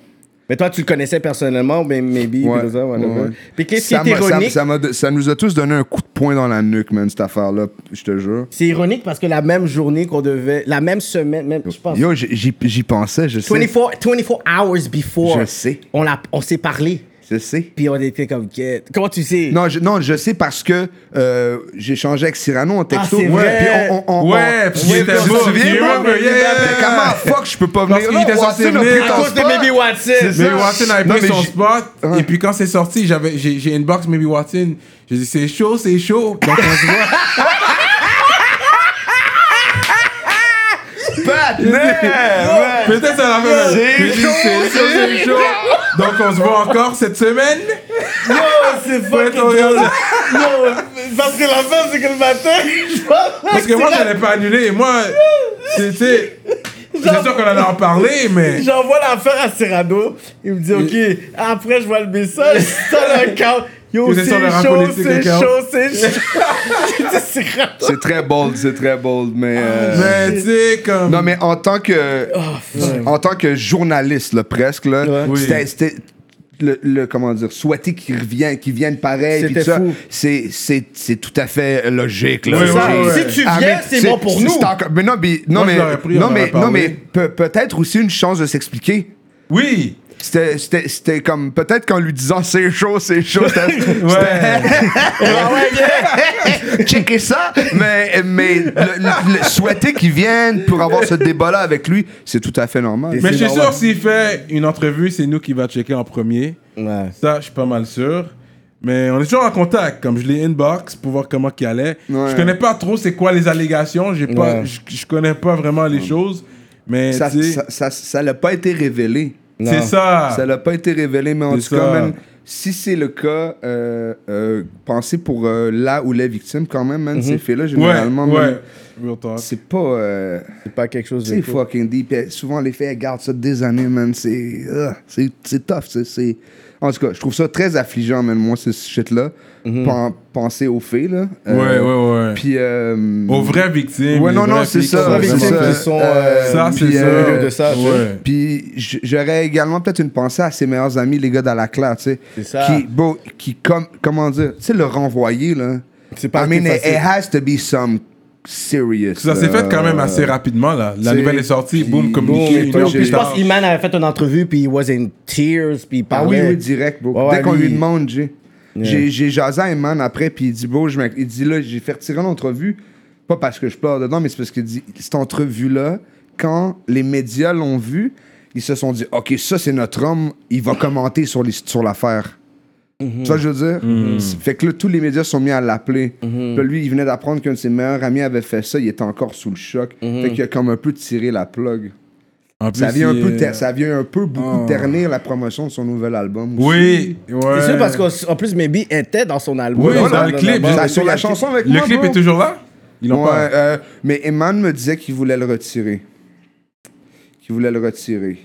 [SPEAKER 5] Mais toi, tu le connaissais personnellement, mais maybe,
[SPEAKER 4] Ouais,
[SPEAKER 5] because of whatever.
[SPEAKER 4] ouais.
[SPEAKER 5] Puis qu'est-ce qui
[SPEAKER 4] Ça
[SPEAKER 5] est
[SPEAKER 4] m'a- ça-
[SPEAKER 5] ironique?
[SPEAKER 4] ça, m'a- ça nous a tous donné un coup de poing dans la nuque, man, cette affaire-là, je te jure.
[SPEAKER 5] C'est ironique parce que la même journée qu'on devait, la même semaine, même, je pense,
[SPEAKER 4] Yo, j'ai- j'y j'y pensais, je sais.
[SPEAKER 5] 24, 24 hours before,
[SPEAKER 4] Je sais.
[SPEAKER 5] on, l'a- on s'est parlé.
[SPEAKER 4] Je sais.
[SPEAKER 5] Puis on était comme, Qu'est- comment tu sais?
[SPEAKER 4] Non je, non, je sais parce que euh, j'ai changé avec Cyrano en texto.
[SPEAKER 5] Ah, c'est vrai.
[SPEAKER 4] Puis on, on, on,
[SPEAKER 3] Ouais,
[SPEAKER 4] on-
[SPEAKER 3] parce qu'il
[SPEAKER 4] tu
[SPEAKER 3] était
[SPEAKER 4] te
[SPEAKER 3] beau.
[SPEAKER 4] souviens,
[SPEAKER 3] You
[SPEAKER 4] bro?
[SPEAKER 3] remember, yeah, yeah,
[SPEAKER 4] Mais
[SPEAKER 3] yeah.
[SPEAKER 4] Comment fuck je peux pas venir
[SPEAKER 3] Parce qu'il
[SPEAKER 4] là?
[SPEAKER 3] était
[SPEAKER 4] Watson
[SPEAKER 3] censé
[SPEAKER 4] a pris ton
[SPEAKER 3] venir.
[SPEAKER 5] à cause de
[SPEAKER 4] spot.
[SPEAKER 5] Baby Watson.
[SPEAKER 4] C'est ça.
[SPEAKER 3] Maybe Watson avait
[SPEAKER 4] Non,
[SPEAKER 3] pris
[SPEAKER 4] mais
[SPEAKER 3] son
[SPEAKER 4] j'ai-
[SPEAKER 3] spot.
[SPEAKER 4] Ouais.
[SPEAKER 3] Et puis quand c'est sorti, j'avais, j'ai, j'ai inbox Maybe Watson. J'ai dit, c'est chaud, c'est chaud. Donc on se voit.
[SPEAKER 4] [LAUGHS] Pat, man, man.
[SPEAKER 3] oh, Peut-être ça l'a fait.
[SPEAKER 4] C'est
[SPEAKER 3] J'ai dit,
[SPEAKER 4] chaud,
[SPEAKER 3] c'est chaud, c'est chaud. Donc on se voit encore cette semaine.
[SPEAKER 5] Yo, c'est
[SPEAKER 3] Faut être au-
[SPEAKER 5] fucking Yo, parce que la fin, c'est que le [LAUGHS] matin,
[SPEAKER 3] Parce que moi, j'allais pas annuler. Moi, c'est, c'est, c'est sûr qu'on allait en parler, mais.
[SPEAKER 5] J'envoie l'affaire à Serrano. Il me dit, OK, après, je vois le message. C'est le camp. Yo,
[SPEAKER 3] Vous êtes
[SPEAKER 5] c'est
[SPEAKER 3] sur le rap
[SPEAKER 5] chaud,
[SPEAKER 3] politique,
[SPEAKER 5] c'est
[SPEAKER 3] le camp.
[SPEAKER 5] chaud, c'est chaud. J'ai dit, Cyrano.
[SPEAKER 4] C'est très bold, c'est très bold, mais. euh,
[SPEAKER 3] Mais tu sais, comme.
[SPEAKER 4] Non, mais en tant que.
[SPEAKER 5] fuck.
[SPEAKER 4] en tant que journaliste, là, presque, là,
[SPEAKER 3] Oui.
[SPEAKER 4] c'était. c'était le, le- comment dire, souhaiter qu'ils reviennent, qu'ils viennent pareil, puis
[SPEAKER 5] C'était
[SPEAKER 4] tout ça,
[SPEAKER 5] fou.
[SPEAKER 4] c'est, c'est, c'est tout à fait logique. Là,
[SPEAKER 3] Oui,
[SPEAKER 4] Tu
[SPEAKER 3] oui,
[SPEAKER 4] sais.
[SPEAKER 3] oui.
[SPEAKER 5] Si tu
[SPEAKER 4] Ah,
[SPEAKER 5] viens,
[SPEAKER 4] mais
[SPEAKER 5] c'est bon pour nous.
[SPEAKER 4] c'est encore- mais non, mais, non,
[SPEAKER 3] Moi, je
[SPEAKER 4] mais,
[SPEAKER 3] l'aurais pris, on
[SPEAKER 4] non,
[SPEAKER 3] en aurait
[SPEAKER 4] mais,
[SPEAKER 3] parlé.
[SPEAKER 4] non, mais pe- peut-être aussi une chance de s'expliquer.
[SPEAKER 3] Oui!
[SPEAKER 4] C'était, c'était, c'était comme, peut-être qu'en lui disant c'est chaud, c'est chaud,
[SPEAKER 3] [LAUGHS]
[SPEAKER 4] c'était-
[SPEAKER 3] Ouais!
[SPEAKER 4] checker ça, mais, mais le- le- le- souhaiter qu'il vienne pour avoir ce débat-là avec lui, c'est tout à fait normal.
[SPEAKER 3] Mais je suis
[SPEAKER 5] normal.
[SPEAKER 3] sûr, s'il fait une entrevue, c'est nous qui va checker en premier.
[SPEAKER 5] Ouais.
[SPEAKER 3] Ça, je suis pas mal sûr. Mais on est toujours en contact, comme je l'ai inbox pour voir comment qu'il allait.
[SPEAKER 4] Ouais.
[SPEAKER 3] Je connais pas trop c'est quoi les allégations, j'ai pas,
[SPEAKER 5] Ouais.
[SPEAKER 3] je, je connais pas vraiment les choses, mais
[SPEAKER 4] ça,
[SPEAKER 3] tu sais,
[SPEAKER 4] ça, ça, ça l'a pas été révélé.
[SPEAKER 3] c'est
[SPEAKER 5] Non.
[SPEAKER 3] ça.
[SPEAKER 4] Ça l'a pas été révélé, mais en
[SPEAKER 3] C'est
[SPEAKER 4] tout cas,
[SPEAKER 3] ça.
[SPEAKER 4] man, si c'est le cas, euh, euh, pensez pour euh, la ou les victimes quand même, man, ces faits-là,
[SPEAKER 3] Ouais,
[SPEAKER 4] généralement. man.
[SPEAKER 3] Mhm. ouais. Real talk.
[SPEAKER 4] C'est pas. euh,
[SPEAKER 5] C'est pas quelque chose de.
[SPEAKER 4] c'est
[SPEAKER 5] cool.
[SPEAKER 4] fucking deep. Et souvent, les filles, elles gardent ça des années, man. C'est ah, c'est- c'est tough. c'est- C'est. En tout cas, je trouve ça très affligeant, man, moi, ce shit-là. Pen- penser aux filles, là.
[SPEAKER 3] Mhm. Ouais,
[SPEAKER 4] Euh,
[SPEAKER 3] ouais, ouais.
[SPEAKER 4] Puis. euh,
[SPEAKER 3] Aux vraies victimes.
[SPEAKER 4] Ouais,
[SPEAKER 3] les
[SPEAKER 4] non, non,
[SPEAKER 3] vraies
[SPEAKER 4] c'est
[SPEAKER 3] filles
[SPEAKER 4] ça.
[SPEAKER 3] qui sont
[SPEAKER 5] les
[SPEAKER 4] c'est
[SPEAKER 3] vraiment-
[SPEAKER 5] victimes
[SPEAKER 4] ça.
[SPEAKER 5] qui sont, euh,
[SPEAKER 3] Ça, c'est
[SPEAKER 4] puis,
[SPEAKER 3] ça.
[SPEAKER 4] euh,
[SPEAKER 5] de ça, tu sais.
[SPEAKER 3] Ouais.
[SPEAKER 4] Puis j- j'aurais également peut-être une pensée à ses meilleurs amis, les gars d'Alacla, tu sais.
[SPEAKER 5] C'est ça.
[SPEAKER 4] Qui, bro, qui comme, comment dire, tu sais, le renvoyer, là.
[SPEAKER 5] C'est pas
[SPEAKER 4] I mean,
[SPEAKER 5] facile.
[SPEAKER 4] it, it has to be some serious.
[SPEAKER 3] Ça s'est fait
[SPEAKER 4] euh,
[SPEAKER 3] quand même assez rapidement, là. La
[SPEAKER 4] c'est-
[SPEAKER 3] nouvelle est sortie,
[SPEAKER 4] puis-
[SPEAKER 3] boum,
[SPEAKER 4] Boum,
[SPEAKER 3] communiqué.
[SPEAKER 4] et
[SPEAKER 3] une
[SPEAKER 4] tout,
[SPEAKER 3] heure
[SPEAKER 4] puis
[SPEAKER 5] Puis
[SPEAKER 3] plus
[SPEAKER 5] je
[SPEAKER 3] tard.
[SPEAKER 5] pense qu'Iman avait fait une entrevue, puis he was in tears, puis il
[SPEAKER 4] Ah oui,
[SPEAKER 5] parlait.
[SPEAKER 4] oui, direct, bro.
[SPEAKER 5] Ouais,
[SPEAKER 4] Dès qu'on
[SPEAKER 5] lui-
[SPEAKER 4] lui demande, j'ai. J'ai, j'ai jasé à Eman après, puis il dit, bro, je m'inc- il dit, là, j'ai fait retirer l'entrevue, pas parce que je pleure dedans, mais c'est parce qu'il dit, cette entrevue-là, quand les médias l'ont vue, ils se sont dit, OK, ça, c'est notre homme, il va commenter sur, les, sur l'affaire. Tu
[SPEAKER 5] Mm-hmm.
[SPEAKER 4] vois, ce que je veux dire? C'est- Fait que là, tous les médias sont mis à l'appeler.
[SPEAKER 5] Mm-hmm.
[SPEAKER 4] Puis lui, il venait d'apprendre qu'un de ses meilleurs amis avait fait ça, il était encore sous le choc.
[SPEAKER 5] Mm-hmm.
[SPEAKER 4] Fait qu'il a comme un peu tiré la plug.
[SPEAKER 3] En plus,
[SPEAKER 4] Ça vient, un
[SPEAKER 3] il
[SPEAKER 4] peu,
[SPEAKER 3] est-
[SPEAKER 4] ter- ça vient un peu beaucoup
[SPEAKER 3] euh, Ah.
[SPEAKER 4] ternir la promotion de son nouvel album. aussi.
[SPEAKER 3] Oui, ouais.
[SPEAKER 5] C'est sûr, parce qu'en en plus, Maybe était dans son album.
[SPEAKER 3] Oui,
[SPEAKER 4] Ouais,
[SPEAKER 3] dans le clip.
[SPEAKER 4] Bah,
[SPEAKER 3] j'ai-
[SPEAKER 4] sur la chanson avec
[SPEAKER 3] Le
[SPEAKER 4] moi,
[SPEAKER 3] clip
[SPEAKER 4] bro.
[SPEAKER 3] est toujours là Ils l'ont
[SPEAKER 4] Ouais,
[SPEAKER 3] pas.
[SPEAKER 4] euh, mais Eman me disait qu'il voulait le retirer. Qu'il voulait le retirer.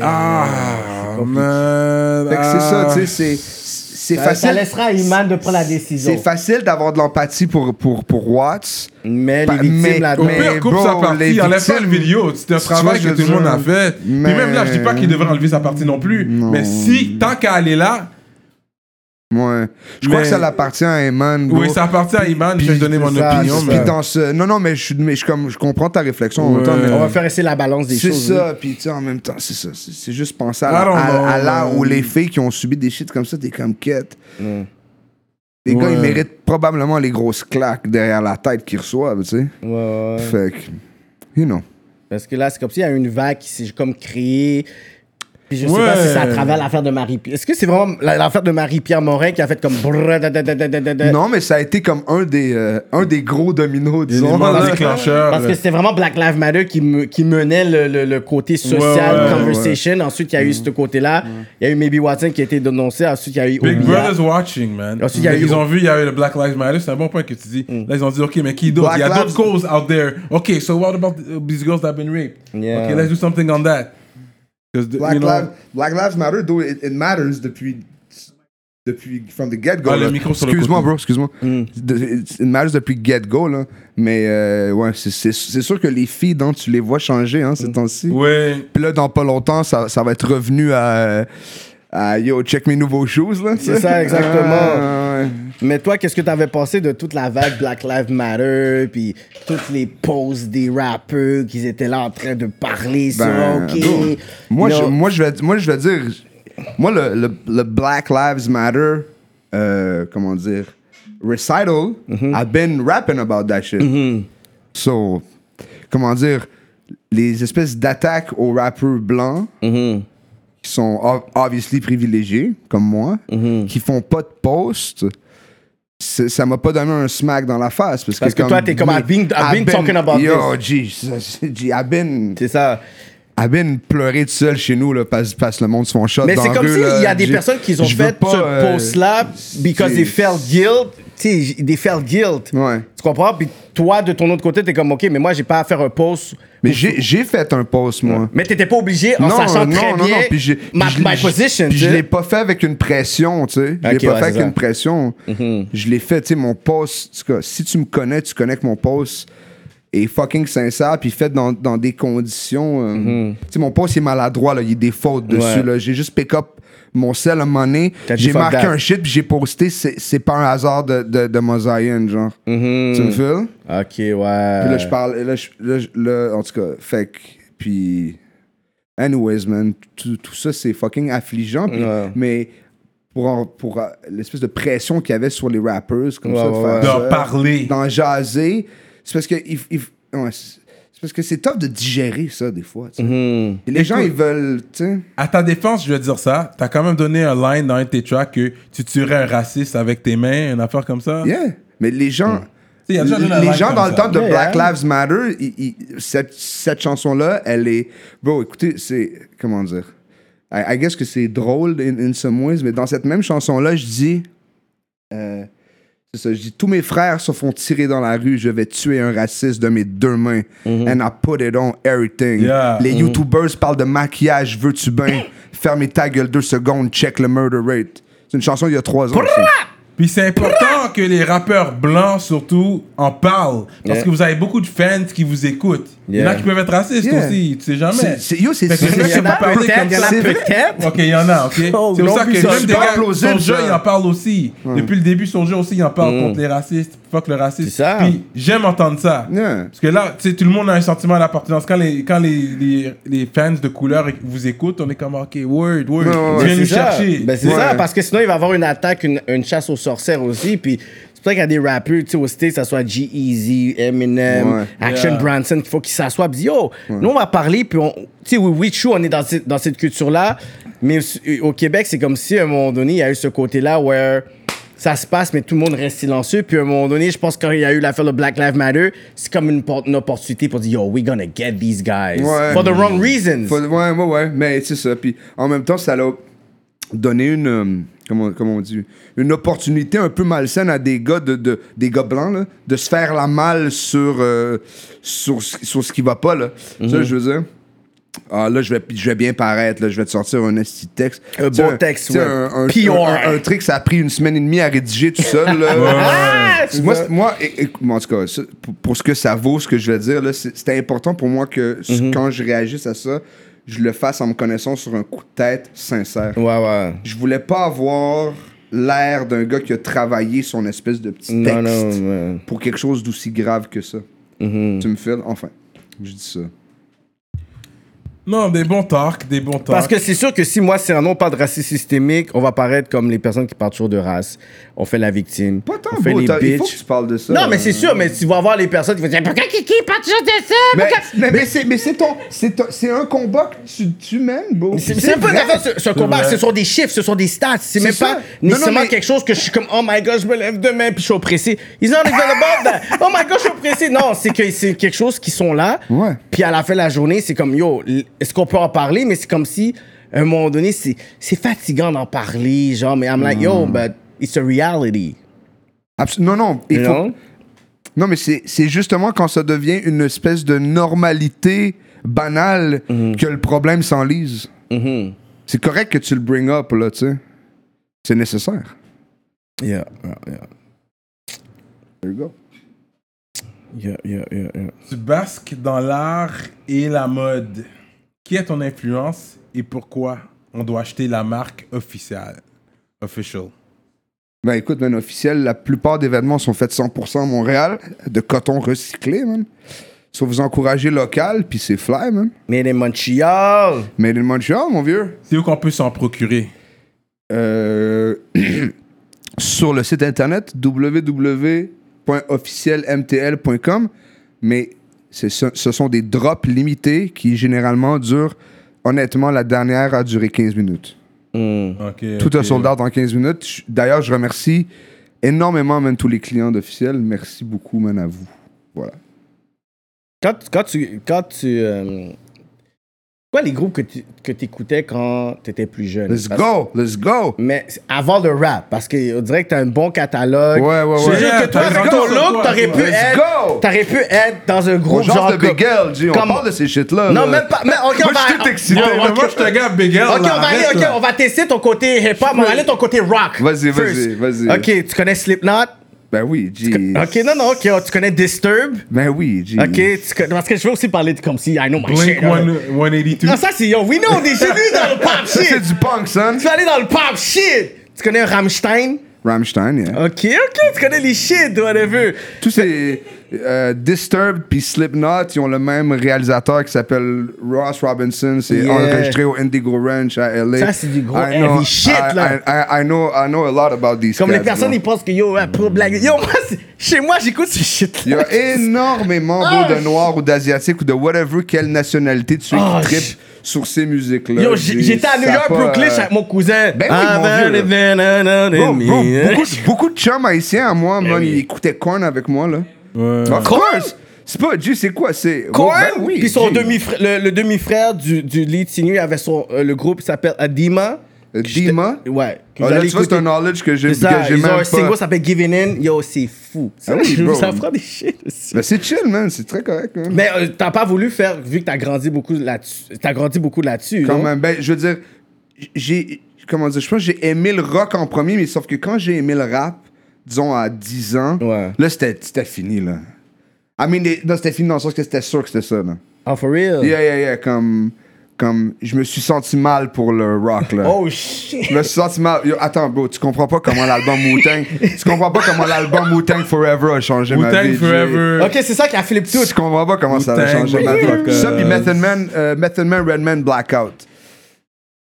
[SPEAKER 3] Ah, man.
[SPEAKER 4] Fait que c'est ça,
[SPEAKER 3] ah.
[SPEAKER 4] tu sais, c'est- c'est
[SPEAKER 5] Ça, ça
[SPEAKER 4] facile.
[SPEAKER 5] laissera à Iman de prendre la
[SPEAKER 4] C'est
[SPEAKER 5] décision.
[SPEAKER 4] facile d'avoir de l'empathie pour, pour, pour Watts.
[SPEAKER 5] Mais
[SPEAKER 4] Pa-
[SPEAKER 5] les victimes
[SPEAKER 4] mais-
[SPEAKER 5] là
[SPEAKER 3] Bah, Au
[SPEAKER 5] dedans
[SPEAKER 3] pire, coupe
[SPEAKER 4] bro,
[SPEAKER 3] sa
[SPEAKER 4] les
[SPEAKER 3] partie, enlève pas le
[SPEAKER 4] victimes-
[SPEAKER 3] vidéo. C'est un
[SPEAKER 4] Tu vois,
[SPEAKER 3] travail
[SPEAKER 4] je
[SPEAKER 3] que tout le
[SPEAKER 4] veux
[SPEAKER 3] monde
[SPEAKER 4] dire,
[SPEAKER 3] a fait.
[SPEAKER 4] mais-
[SPEAKER 3] Puis même là, je dis pas qu'il devrait enlever sa partie non plus.
[SPEAKER 4] Non.
[SPEAKER 3] Mais si, tant qu'à aller là,
[SPEAKER 4] Ouais. Je crois
[SPEAKER 3] Mais-
[SPEAKER 4] que ça l'appartient à Eman.
[SPEAKER 3] oui, ça appartient à Iman, je vais donner mon
[SPEAKER 5] c'est ça,
[SPEAKER 3] opinion.
[SPEAKER 5] c'est
[SPEAKER 3] mais-
[SPEAKER 4] Puis dans ce... Non, non, mais je, suis- mais je, comme, je comprends ta réflexion en même temps.
[SPEAKER 3] Ouais.
[SPEAKER 4] mais-
[SPEAKER 5] On va faire essayer la balance des
[SPEAKER 4] C'est
[SPEAKER 5] choses. là.
[SPEAKER 4] ça, puis tu sais, en même temps, c'est ça. C'est c'est juste penser à,
[SPEAKER 3] I don't
[SPEAKER 4] à-
[SPEAKER 3] know,
[SPEAKER 4] à là
[SPEAKER 3] man.
[SPEAKER 4] où les filles qui ont subi des shit comme ça, t'es comme quête. Les
[SPEAKER 3] Ouais.
[SPEAKER 4] gars, ils méritent probablement les grosses claques derrière la tête qu'ils reçoivent, tu sais.
[SPEAKER 5] Ouais, ouais, ouais.
[SPEAKER 4] Fait que, you know.
[SPEAKER 5] Parce que là, c'est comme s'il y a une vague qui s'est comme créée. Puis je sais
[SPEAKER 3] Ouais.
[SPEAKER 5] pas si c'est à travers l'affaire de Marie-Pierre. Est-ce que c'est vraiment la- l'affaire de Marie-Pierre Morin qui a fait comme. brrr, da, da, da, da, da, da, da?
[SPEAKER 4] Non, mais ça a été comme un des, euh, un des gros dominos, disons. [LAUGHS]
[SPEAKER 3] Élément
[SPEAKER 4] là.
[SPEAKER 3] déclencheur.
[SPEAKER 5] Parce que c'était vraiment Black Lives Matter qui, me- qui menait le, le- le côté social,
[SPEAKER 3] Ouais, ouais, Mm.
[SPEAKER 5] conversation. Ensuite, il y a eu ce côté-là. Il y a eu Maybe Watson qui a été dénoncé. Ensuite, il y a eu
[SPEAKER 3] Big
[SPEAKER 5] Obia.
[SPEAKER 3] Brother's watching, man.
[SPEAKER 4] Ah,
[SPEAKER 5] Ensuite, il y a eu-
[SPEAKER 3] ils ont vu, il y a eu le Black Lives Matter, c'est un bon point que tu dis. Là, ils ont dit, OK, mais qui d'autre Il y a
[SPEAKER 4] Mm. Black
[SPEAKER 3] d'autres causes out there. OK, so what about uh, these girls that have been raped
[SPEAKER 5] Yeah.
[SPEAKER 3] OK, let's do something on that. 'Cause the-
[SPEAKER 4] Black,
[SPEAKER 3] you know-
[SPEAKER 4] Lives, Black Lives Matter, though, it, it matters depuis. Depuis. From the get-go.
[SPEAKER 3] Ah, le
[SPEAKER 4] là.
[SPEAKER 3] micro sur le Mm.
[SPEAKER 4] excuse-moi,
[SPEAKER 3] côté.
[SPEAKER 4] bro, excuse-moi. De- It matters depuis get-go, là. Mais, euh, ouais, c'est- c'est c'est sûr que les filles, dont tu les vois changer, hein, ces temps-ci.
[SPEAKER 3] Mm. Ouais.
[SPEAKER 4] Puis là, dans pas longtemps, ça, ça va être revenu à, à Yo, check mes nouveaux shoes, là. tu
[SPEAKER 5] C'est
[SPEAKER 4] sais.
[SPEAKER 5] ça, exactement.
[SPEAKER 4] Ah, ouais.
[SPEAKER 5] Mais toi, qu'est-ce que t'avais pensé de toute la vague Black Lives Matter, puis toutes les poses des rappeurs qui étaient là en train de parler sur
[SPEAKER 4] Ben,
[SPEAKER 5] OK.
[SPEAKER 4] bro, moi,
[SPEAKER 5] you
[SPEAKER 4] je,
[SPEAKER 5] know.
[SPEAKER 4] moi, je vais, moi, je vais dire. Moi, le, le, le Black Lives Matter, euh, comment dire, recital,
[SPEAKER 5] Mm-hmm.
[SPEAKER 4] I've been rapping about that shit. So, comment dire, les espèces d'attaques aux rappeurs blancs
[SPEAKER 5] Mm-hmm.
[SPEAKER 4] qui sont ob- obviously privilégiés, comme moi,
[SPEAKER 5] Mm-hmm.
[SPEAKER 4] qui font pas de post. c'est- Ça m'a pas donné un smack dans la face. Parce,
[SPEAKER 5] Parce que toi, t'es comme, I've been- I've been talking about
[SPEAKER 4] yo, this. Yo, gee, I've been.
[SPEAKER 5] C'est ça.
[SPEAKER 4] Elle vient pleurer tout seul chez nous, là, parce, parce que le monde se font shot.
[SPEAKER 5] Mais
[SPEAKER 4] dans
[SPEAKER 5] c'est
[SPEAKER 4] la
[SPEAKER 5] comme
[SPEAKER 4] rue,
[SPEAKER 5] s'il
[SPEAKER 4] là.
[SPEAKER 5] y a des
[SPEAKER 4] J'ai-
[SPEAKER 5] personnes qui ont
[SPEAKER 4] je veux
[SPEAKER 5] fait
[SPEAKER 4] pas,
[SPEAKER 5] ce
[SPEAKER 4] euh,
[SPEAKER 5] post-là because
[SPEAKER 4] j'ai-
[SPEAKER 5] they felt guilt. Tu sais, they felt guilt.
[SPEAKER 4] Ouais.
[SPEAKER 5] Tu comprends? Puis toi, de ton autre côté, t'es comme, OK, mais moi, j'ai pas à faire un post.
[SPEAKER 4] Mais j'ai j'ai fait un post, moi.
[SPEAKER 5] Mais t'étais pas obligé en sachant très bien
[SPEAKER 4] puis j'ai-
[SPEAKER 5] ma,
[SPEAKER 4] je l'ai-
[SPEAKER 5] my position.
[SPEAKER 4] puis
[SPEAKER 5] tu
[SPEAKER 4] je
[SPEAKER 5] sais.
[SPEAKER 4] l'ai pas fait avec une pression, tu sais. Je l'ai
[SPEAKER 5] Ok,
[SPEAKER 4] pas fait
[SPEAKER 5] ouais, c'est
[SPEAKER 4] avec
[SPEAKER 5] ça. Mhm.
[SPEAKER 4] une pression. Je l'ai fait, tu sais, mon post. en tout cas, si tu me connais, tu connais que mon post est fucking sincère, puis fait dans, dans des conditions. euh, Tu sais, mon post, il est maladroit, là. Il y a des fautes dessus,
[SPEAKER 5] Mhm. Ouais.
[SPEAKER 4] là. J'ai juste pick up mon sel à un moment donné.
[SPEAKER 5] T'as dit
[SPEAKER 4] J'ai
[SPEAKER 5] fuck
[SPEAKER 4] marqué
[SPEAKER 5] that.
[SPEAKER 4] un shit, puis j'ai posté. C'est c'est pas un hasard de, de, de Mosaïen, genre.
[SPEAKER 5] Mhm.
[SPEAKER 4] Tu me fais?
[SPEAKER 5] OK, ouais.
[SPEAKER 4] Puis
[SPEAKER 5] Euh.
[SPEAKER 4] là, je parle. Là, je- là, je- là, en tout cas, fait que. Puis. Anyways, man, tout, tout ça, c'est fucking affligeant. puis-
[SPEAKER 5] Ouais.
[SPEAKER 4] Mais pour, en- pour euh, l'espèce de pression qu'il y avait sur les rappers, comme
[SPEAKER 5] Ouais,
[SPEAKER 4] ça, de
[SPEAKER 5] ouais,
[SPEAKER 4] faire
[SPEAKER 5] ouais.
[SPEAKER 3] D'en
[SPEAKER 4] ça,
[SPEAKER 3] parler.
[SPEAKER 4] D'en jaser. C'est parce que. il- il- ouais, c'est c'est parce que c'est tough de digérer ça, des fois. tu sais.
[SPEAKER 5] Mm-hmm.
[SPEAKER 4] Et les gens, ils veulent. tu sais,
[SPEAKER 3] À ta défense, je vais dire ça. T'as quand même donné un line dans un de tes tracks que tu tuerais un raciste avec tes mains, une affaire comme ça.
[SPEAKER 4] Yeah. Mais les gens.
[SPEAKER 5] Mm.
[SPEAKER 3] Tu sais, y a déjà donné un
[SPEAKER 4] les
[SPEAKER 3] like
[SPEAKER 4] gens
[SPEAKER 3] comme
[SPEAKER 4] dans le
[SPEAKER 3] ça.
[SPEAKER 4] temps de
[SPEAKER 5] Yeah,
[SPEAKER 4] Black
[SPEAKER 5] yeah.
[SPEAKER 4] Lives Matter, ils- ils- cette, cette chanson-là, elle est. Bro, écoutez, c'est. Comment dire? I, I guess que c'est drôle in, in some ways, mais dans cette même chanson-là, je dis. euh, C'est ça, je dis, tous mes frères se font tirer dans la rue, je vais tuer un raciste de mes deux mains. And I put it on everything.
[SPEAKER 3] Mm-hmm. Yeah. Mm-hmm.
[SPEAKER 4] Les YouTubers parlent de maquillage, veux-tu
[SPEAKER 3] [COUGHS]
[SPEAKER 4] bien? Fermez ta gueule deux secondes, check le murder rate. C'est une chanson il y a trois ans. ça.
[SPEAKER 3] Puis c'est important que les rappeurs blancs, surtout, en parlent. Parce
[SPEAKER 5] Yeah.
[SPEAKER 3] que vous avez beaucoup de fans qui vous écoutent. Il y en a
[SPEAKER 5] Yeah.
[SPEAKER 3] qui peuvent être racistes
[SPEAKER 4] Yeah.
[SPEAKER 3] aussi, tu sais jamais.
[SPEAKER 4] C'est- c'est- Yo, c'est
[SPEAKER 3] Fait que c'est
[SPEAKER 4] c'est-
[SPEAKER 3] vrai
[SPEAKER 5] Il
[SPEAKER 3] que
[SPEAKER 5] y en a
[SPEAKER 3] pas parlé comme
[SPEAKER 5] peut-être, il y en a
[SPEAKER 3] ça.
[SPEAKER 5] peut-être.
[SPEAKER 3] Ok, il y en a, ok.
[SPEAKER 5] [LAUGHS] Oh,
[SPEAKER 3] c'est pour
[SPEAKER 5] non,
[SPEAKER 3] ça que même
[SPEAKER 5] puis ça,
[SPEAKER 4] c'est
[SPEAKER 3] des
[SPEAKER 4] pas
[SPEAKER 3] gars,
[SPEAKER 4] plausible,
[SPEAKER 3] son jeu,
[SPEAKER 5] hein.
[SPEAKER 4] ça.
[SPEAKER 3] il en parle aussi.
[SPEAKER 5] Hmm.
[SPEAKER 3] Depuis le début, son jeu aussi, il en parle contre les racistes. Fuck le raciste.
[SPEAKER 5] C'est ça.
[SPEAKER 3] Puis j'aime entendre ça.
[SPEAKER 4] Yeah.
[SPEAKER 3] Parce que là, tu sais, tout le monde a un sentiment d'appartenance. Quand les, quand les, les, les fans de couleur vous écoutent, on est comme, ok, word,
[SPEAKER 4] Ouais, ouais,
[SPEAKER 3] word. Tu
[SPEAKER 4] ouais.
[SPEAKER 3] viens
[SPEAKER 5] C'est
[SPEAKER 3] nous
[SPEAKER 5] ça.
[SPEAKER 3] chercher.
[SPEAKER 5] Ben, c'est
[SPEAKER 4] Ouais.
[SPEAKER 5] ça, parce que sinon, il va y avoir une attaque, une, une chasse aux sorcières aussi. Puis c'est pour ça qu'il y a des rappeurs, tu sais, au States, que ce soit G-Eazy, Eminem,
[SPEAKER 4] Ouais.
[SPEAKER 5] Action
[SPEAKER 3] Yeah.
[SPEAKER 5] Bronson, qu'il faut qu'ils s'assoient. Puis yo, nous, on va parler. Puis, on- tu sais, oui, oui, true, on est dans, ce- dans cette culture-là. Mais euh, au- au Québec, c'est comme si, à un moment donné, il y a eu ce côté-là where ça se passe, mais tout le monde reste silencieux. Puis, à un moment donné, je pense que quand il y a eu l'affaire de Black Lives Matter, c'est comme une, por- une opportunité pour dire, yo, we're gonna get these guys.
[SPEAKER 4] Ouais.
[SPEAKER 5] For the wrong reasons.
[SPEAKER 4] Faut- ouais, ouais, ouais. Mais c'est ça. Puis en même temps, ça l'a donné une. euh, comment, comment on dit Une opportunité un peu malsaine à des gars, de, de- des gars blancs, là, de se faire la malle sur, euh, sur, ce- sur ce qui va pas, là. Tu
[SPEAKER 5] Mhm.
[SPEAKER 4] sais, je veux dire. Ah, là, je vais, je vais bien paraître, là, je vais te sortir un esti de texte.
[SPEAKER 5] Un
[SPEAKER 4] Tu sais,
[SPEAKER 5] bon texte,
[SPEAKER 4] tu sais,
[SPEAKER 5] ouais.
[SPEAKER 4] Un, un,
[SPEAKER 5] PR.
[SPEAKER 4] un- un truc, ça a pris une semaine et demie à rédiger tout seul,
[SPEAKER 5] [LAUGHS]
[SPEAKER 4] là.
[SPEAKER 5] Ah,
[SPEAKER 4] Moi, c'est- moi, é- é- moi, en tout cas, ça, pour, pour ce que ça vaut, ce que je veux dire, là, c'est- c'était important pour moi que ce-
[SPEAKER 5] Mhm.
[SPEAKER 4] quand je réagisse à ça, je le fasse en me connaissant sur un coup de tête sincère.
[SPEAKER 5] Ouais, ouais.
[SPEAKER 4] Je voulais pas avoir l'air d'un gars qui a travaillé son espèce de petit texte
[SPEAKER 5] Non, non, Mhm. ouais.
[SPEAKER 4] pour quelque chose d'aussi grave que ça. Tu me files? Enfin, je dis ça.
[SPEAKER 3] Non, des bons talks, des bons talks.
[SPEAKER 5] Parce que c'est sûr que si moi c'est un nom pas de racisme systémique, on va paraître comme les personnes qui parlent toujours de race. On fait la victime.
[SPEAKER 4] Pas tant,
[SPEAKER 5] on fait
[SPEAKER 4] beau,
[SPEAKER 5] les
[SPEAKER 4] t'as- il faut que
[SPEAKER 5] bitches.
[SPEAKER 4] tu parles de ça.
[SPEAKER 5] Non, mais c'est sûr, mais tu vas voir les personnes qui vont dire Pourquoi Kiki parle toujours de ça
[SPEAKER 4] Mais,
[SPEAKER 5] Pourquoi-
[SPEAKER 4] mais- mais c'est- mais c'est ton- c'est ton- c'est un combat que tu, tu mènes, beau.
[SPEAKER 5] C'est c'est pas
[SPEAKER 4] vrai.
[SPEAKER 5] grave, ce, ce combat,
[SPEAKER 3] vrai.
[SPEAKER 5] ce sont des chiffres, ce sont des stats. C'est même
[SPEAKER 4] ça.
[SPEAKER 5] pas
[SPEAKER 4] Non, non,
[SPEAKER 5] nécessairement
[SPEAKER 4] mais-
[SPEAKER 5] quelque chose que je suis comme, oh my god, je me lève demain puis je suis oppressé. Ils ont even about that. Oh my god, je suis oppressé. Non, c'est que c'est quelque chose qui sont là.
[SPEAKER 4] Ouais.
[SPEAKER 5] Puis à la fin de la journée, c'est comme, yo, l- est-ce qu'on peut en parler? Mais c'est comme si, à un moment donné, c'est c'est fatigant d'en parler. Genre, mais I'm like, yo, but it's a reality.
[SPEAKER 4] Absol- non, non, il
[SPEAKER 5] You
[SPEAKER 4] faut,
[SPEAKER 5] know?
[SPEAKER 4] Non, mais c'est c'est justement quand ça devient une espèce de normalité banale que le problème s'enlise.
[SPEAKER 5] Mm-hmm.
[SPEAKER 4] C'est correct que tu le bring up, là, tu sais. C'est nécessaire.
[SPEAKER 5] Yeah, yeah, yeah.
[SPEAKER 4] There you go.
[SPEAKER 5] Yeah, yeah, yeah, yeah.
[SPEAKER 3] Tu basques dans l'art et la mode. Qui est ton influence et pourquoi on doit acheter la marque officielle? Official.
[SPEAKER 4] Ben écoute, man, officiel, la plupart des vêtements sont faits 100% à Montréal, de coton recyclé, man. Sauf vous encouragez local, puis c'est fly, man.
[SPEAKER 5] Made in Montreal.
[SPEAKER 4] Made in Montreal, mon vieux.
[SPEAKER 3] C'est où qu'on peut s'en procurer?
[SPEAKER 4] Euh, [CLEARS THROAT] sur le site internet www.officielmtl.com, mais c'est ce, ce sont des drops limités qui généralement durent, honnêtement, la dernière a duré 15 minutes. Mm.
[SPEAKER 3] Ok,
[SPEAKER 4] Tout
[SPEAKER 3] ok.
[SPEAKER 4] un soldat dans 15 minutes. Je- D'ailleurs, je remercie énormément même tous les clients d'officiel. Merci beaucoup, même à vous. Voilà.
[SPEAKER 5] quand, quand tu. Quand tu euh, quoi les groupes que tu que écoutais quand tu étais plus jeune?
[SPEAKER 4] Let's
[SPEAKER 5] Parce-
[SPEAKER 4] go! Let's go!
[SPEAKER 5] Mais c'est avant le rap, parce qu'on dirait que t'as un bon catalogue.
[SPEAKER 4] Ouais, ouais,
[SPEAKER 5] Je
[SPEAKER 4] ouais.
[SPEAKER 5] te jure
[SPEAKER 3] Yeah,
[SPEAKER 5] que toi,
[SPEAKER 3] t'as
[SPEAKER 5] avec
[SPEAKER 3] raison
[SPEAKER 5] ton
[SPEAKER 3] sur
[SPEAKER 5] look,
[SPEAKER 3] toi,
[SPEAKER 5] t'aurais
[SPEAKER 3] toi.
[SPEAKER 5] pu,
[SPEAKER 4] Let's go!
[SPEAKER 5] être- t'aurais pu être dans un
[SPEAKER 4] On
[SPEAKER 5] groupe genre...
[SPEAKER 4] jase de Big L, G, on
[SPEAKER 5] comme-
[SPEAKER 4] parle de ces shit-là.
[SPEAKER 5] Non,
[SPEAKER 4] là.
[SPEAKER 5] même pas... Mais, ok,
[SPEAKER 4] Moi,
[SPEAKER 5] on va...
[SPEAKER 4] je suis tout excité.
[SPEAKER 5] Ouais, ouais,
[SPEAKER 3] Mais moi, je te garde Big L,
[SPEAKER 5] Ok,
[SPEAKER 3] là,
[SPEAKER 5] on va aller,
[SPEAKER 3] arrête,
[SPEAKER 5] ok,
[SPEAKER 3] là.
[SPEAKER 5] on va tester ton côté hip-hop, on va aller ton côté rock.
[SPEAKER 4] Vas-y,
[SPEAKER 5] first.
[SPEAKER 4] vas-y, vas-y.
[SPEAKER 5] Ok, tu connais Slipknot?
[SPEAKER 4] Ben oui, G.
[SPEAKER 5] Ok, non, non, ok, oh, tu connais Disturb?
[SPEAKER 4] Ben oui, G.
[SPEAKER 5] Ok, tu connais- parce que je veux aussi parler de comme si I know my
[SPEAKER 3] Blink
[SPEAKER 5] shit. là.
[SPEAKER 3] one- 182.
[SPEAKER 4] Ah,
[SPEAKER 5] Non, ça c'est yo, we know, des génies dans le pop
[SPEAKER 4] Ça, c'est
[SPEAKER 5] shit.
[SPEAKER 4] du punk, son.
[SPEAKER 5] Tu vas aller dans le pop shit. Tu connais Rammstein?
[SPEAKER 4] Rammstein, yeah.
[SPEAKER 5] Ok, ok, tu connais les shit, whatever.
[SPEAKER 4] Tous ces euh, Disturbed puis Slipknot, ils ont le même réalisateur qui s'appelle Ross Robinson. C'est
[SPEAKER 5] Yeah.
[SPEAKER 4] enregistré au Indigo Ranch à LA.
[SPEAKER 5] Ça, c'est du gros
[SPEAKER 4] I
[SPEAKER 5] heavy shit,
[SPEAKER 4] I-
[SPEAKER 5] là.
[SPEAKER 4] I, I- I know, I know a lot about these
[SPEAKER 5] Comme
[SPEAKER 4] cats,
[SPEAKER 5] les personnes,
[SPEAKER 4] là.
[SPEAKER 5] ils pensent que yo, ouais, pour blague. Yo, moi, c'est- chez moi, j'écoute ce shit.
[SPEAKER 4] Il y a
[SPEAKER 5] [LAUGHS]
[SPEAKER 4] énormément
[SPEAKER 5] Ah,
[SPEAKER 4] beau, de
[SPEAKER 5] je-
[SPEAKER 4] noirs ou d'asiatiques ou de whatever, quelle nationalité tu es
[SPEAKER 5] Ah,
[SPEAKER 4] qui
[SPEAKER 5] je-
[SPEAKER 4] tripent sur ces musiques-là.
[SPEAKER 5] Yo, j'-
[SPEAKER 4] J'ai-
[SPEAKER 5] j'étais à New
[SPEAKER 4] ça a
[SPEAKER 5] York,
[SPEAKER 4] pas,
[SPEAKER 5] Brooklyn,
[SPEAKER 4] euh,
[SPEAKER 5] avec mon cousin. Ah, ben,
[SPEAKER 4] Ben oui, mon
[SPEAKER 5] Avant
[SPEAKER 4] vieux.
[SPEAKER 5] les bananas de
[SPEAKER 4] Bro, bro,
[SPEAKER 5] mi-
[SPEAKER 4] beaucoup, beaucoup de chums haïtiens à moi, man,
[SPEAKER 5] oui.
[SPEAKER 4] ils écoutaient Korn avec moi, là.
[SPEAKER 3] Ouais.
[SPEAKER 4] Of
[SPEAKER 5] Korn?
[SPEAKER 4] course! C'est pas G, c'est quoi? C'est.
[SPEAKER 5] Korn,
[SPEAKER 4] Ben oui,
[SPEAKER 5] puis son
[SPEAKER 4] G.
[SPEAKER 5] demi-frère, le, le demi-frère du, du lead singer avait son, euh, le groupe qui s'appelle Adima.
[SPEAKER 4] Dima.
[SPEAKER 5] Ouais. que
[SPEAKER 4] Ah,
[SPEAKER 5] vous
[SPEAKER 4] là,
[SPEAKER 5] allez
[SPEAKER 4] tu vois, c'est un
[SPEAKER 5] écouter.
[SPEAKER 4] knowledge que j'ai
[SPEAKER 5] C'est
[SPEAKER 4] que
[SPEAKER 5] ça,
[SPEAKER 4] j'ai
[SPEAKER 5] ils
[SPEAKER 4] même
[SPEAKER 5] ont un
[SPEAKER 4] pas.
[SPEAKER 5] single qui s'appelle Giving In. Yo, c'est fou. Ça,
[SPEAKER 4] Ah oui, bro.
[SPEAKER 5] [LAUGHS] ça fera des shit aussi.
[SPEAKER 4] Mais Ben, c'est chill, man. C'est très correct, man.
[SPEAKER 5] Mais euh, t'as pas voulu faire, vu que t'as grandi beaucoup là-dessus. T'as grandi beaucoup là-dessus.
[SPEAKER 4] Quand
[SPEAKER 5] non?
[SPEAKER 4] même, ben, je veux dire, j'ai. Comment dire, je pense que j'ai aimé le rock en premier, mais sauf que quand j'ai aimé le rap, disons à 10 ans,
[SPEAKER 5] Ouais.
[SPEAKER 4] là, c'était c'était fini, là. I mean, les- non, c'était fini dans le sens que c'était sûr que c'était ça, là.
[SPEAKER 5] Ah, for real?
[SPEAKER 4] Yeah, yeah, yeah, comme. Comme. Je me suis senti mal pour le rock, là.
[SPEAKER 5] Oh shit!
[SPEAKER 4] Je me suis senti mal. Yo, attends, bro, tu comprends pas comment l'album Wu-Tang. tu comprends pas comment l'album Wu-Tang Forever a changé ma vie.
[SPEAKER 3] Wu-Tang
[SPEAKER 4] Jay.
[SPEAKER 3] Forever.
[SPEAKER 5] Ok, c'est ça qui a flippé tout.
[SPEAKER 4] Tu comprends pas comment ça a
[SPEAKER 3] Wu-Tang,
[SPEAKER 4] changé ma vie.
[SPEAKER 3] motherfuckers.
[SPEAKER 4] Ça, puis Method Man, euh, Method Man, Redman, Blackout.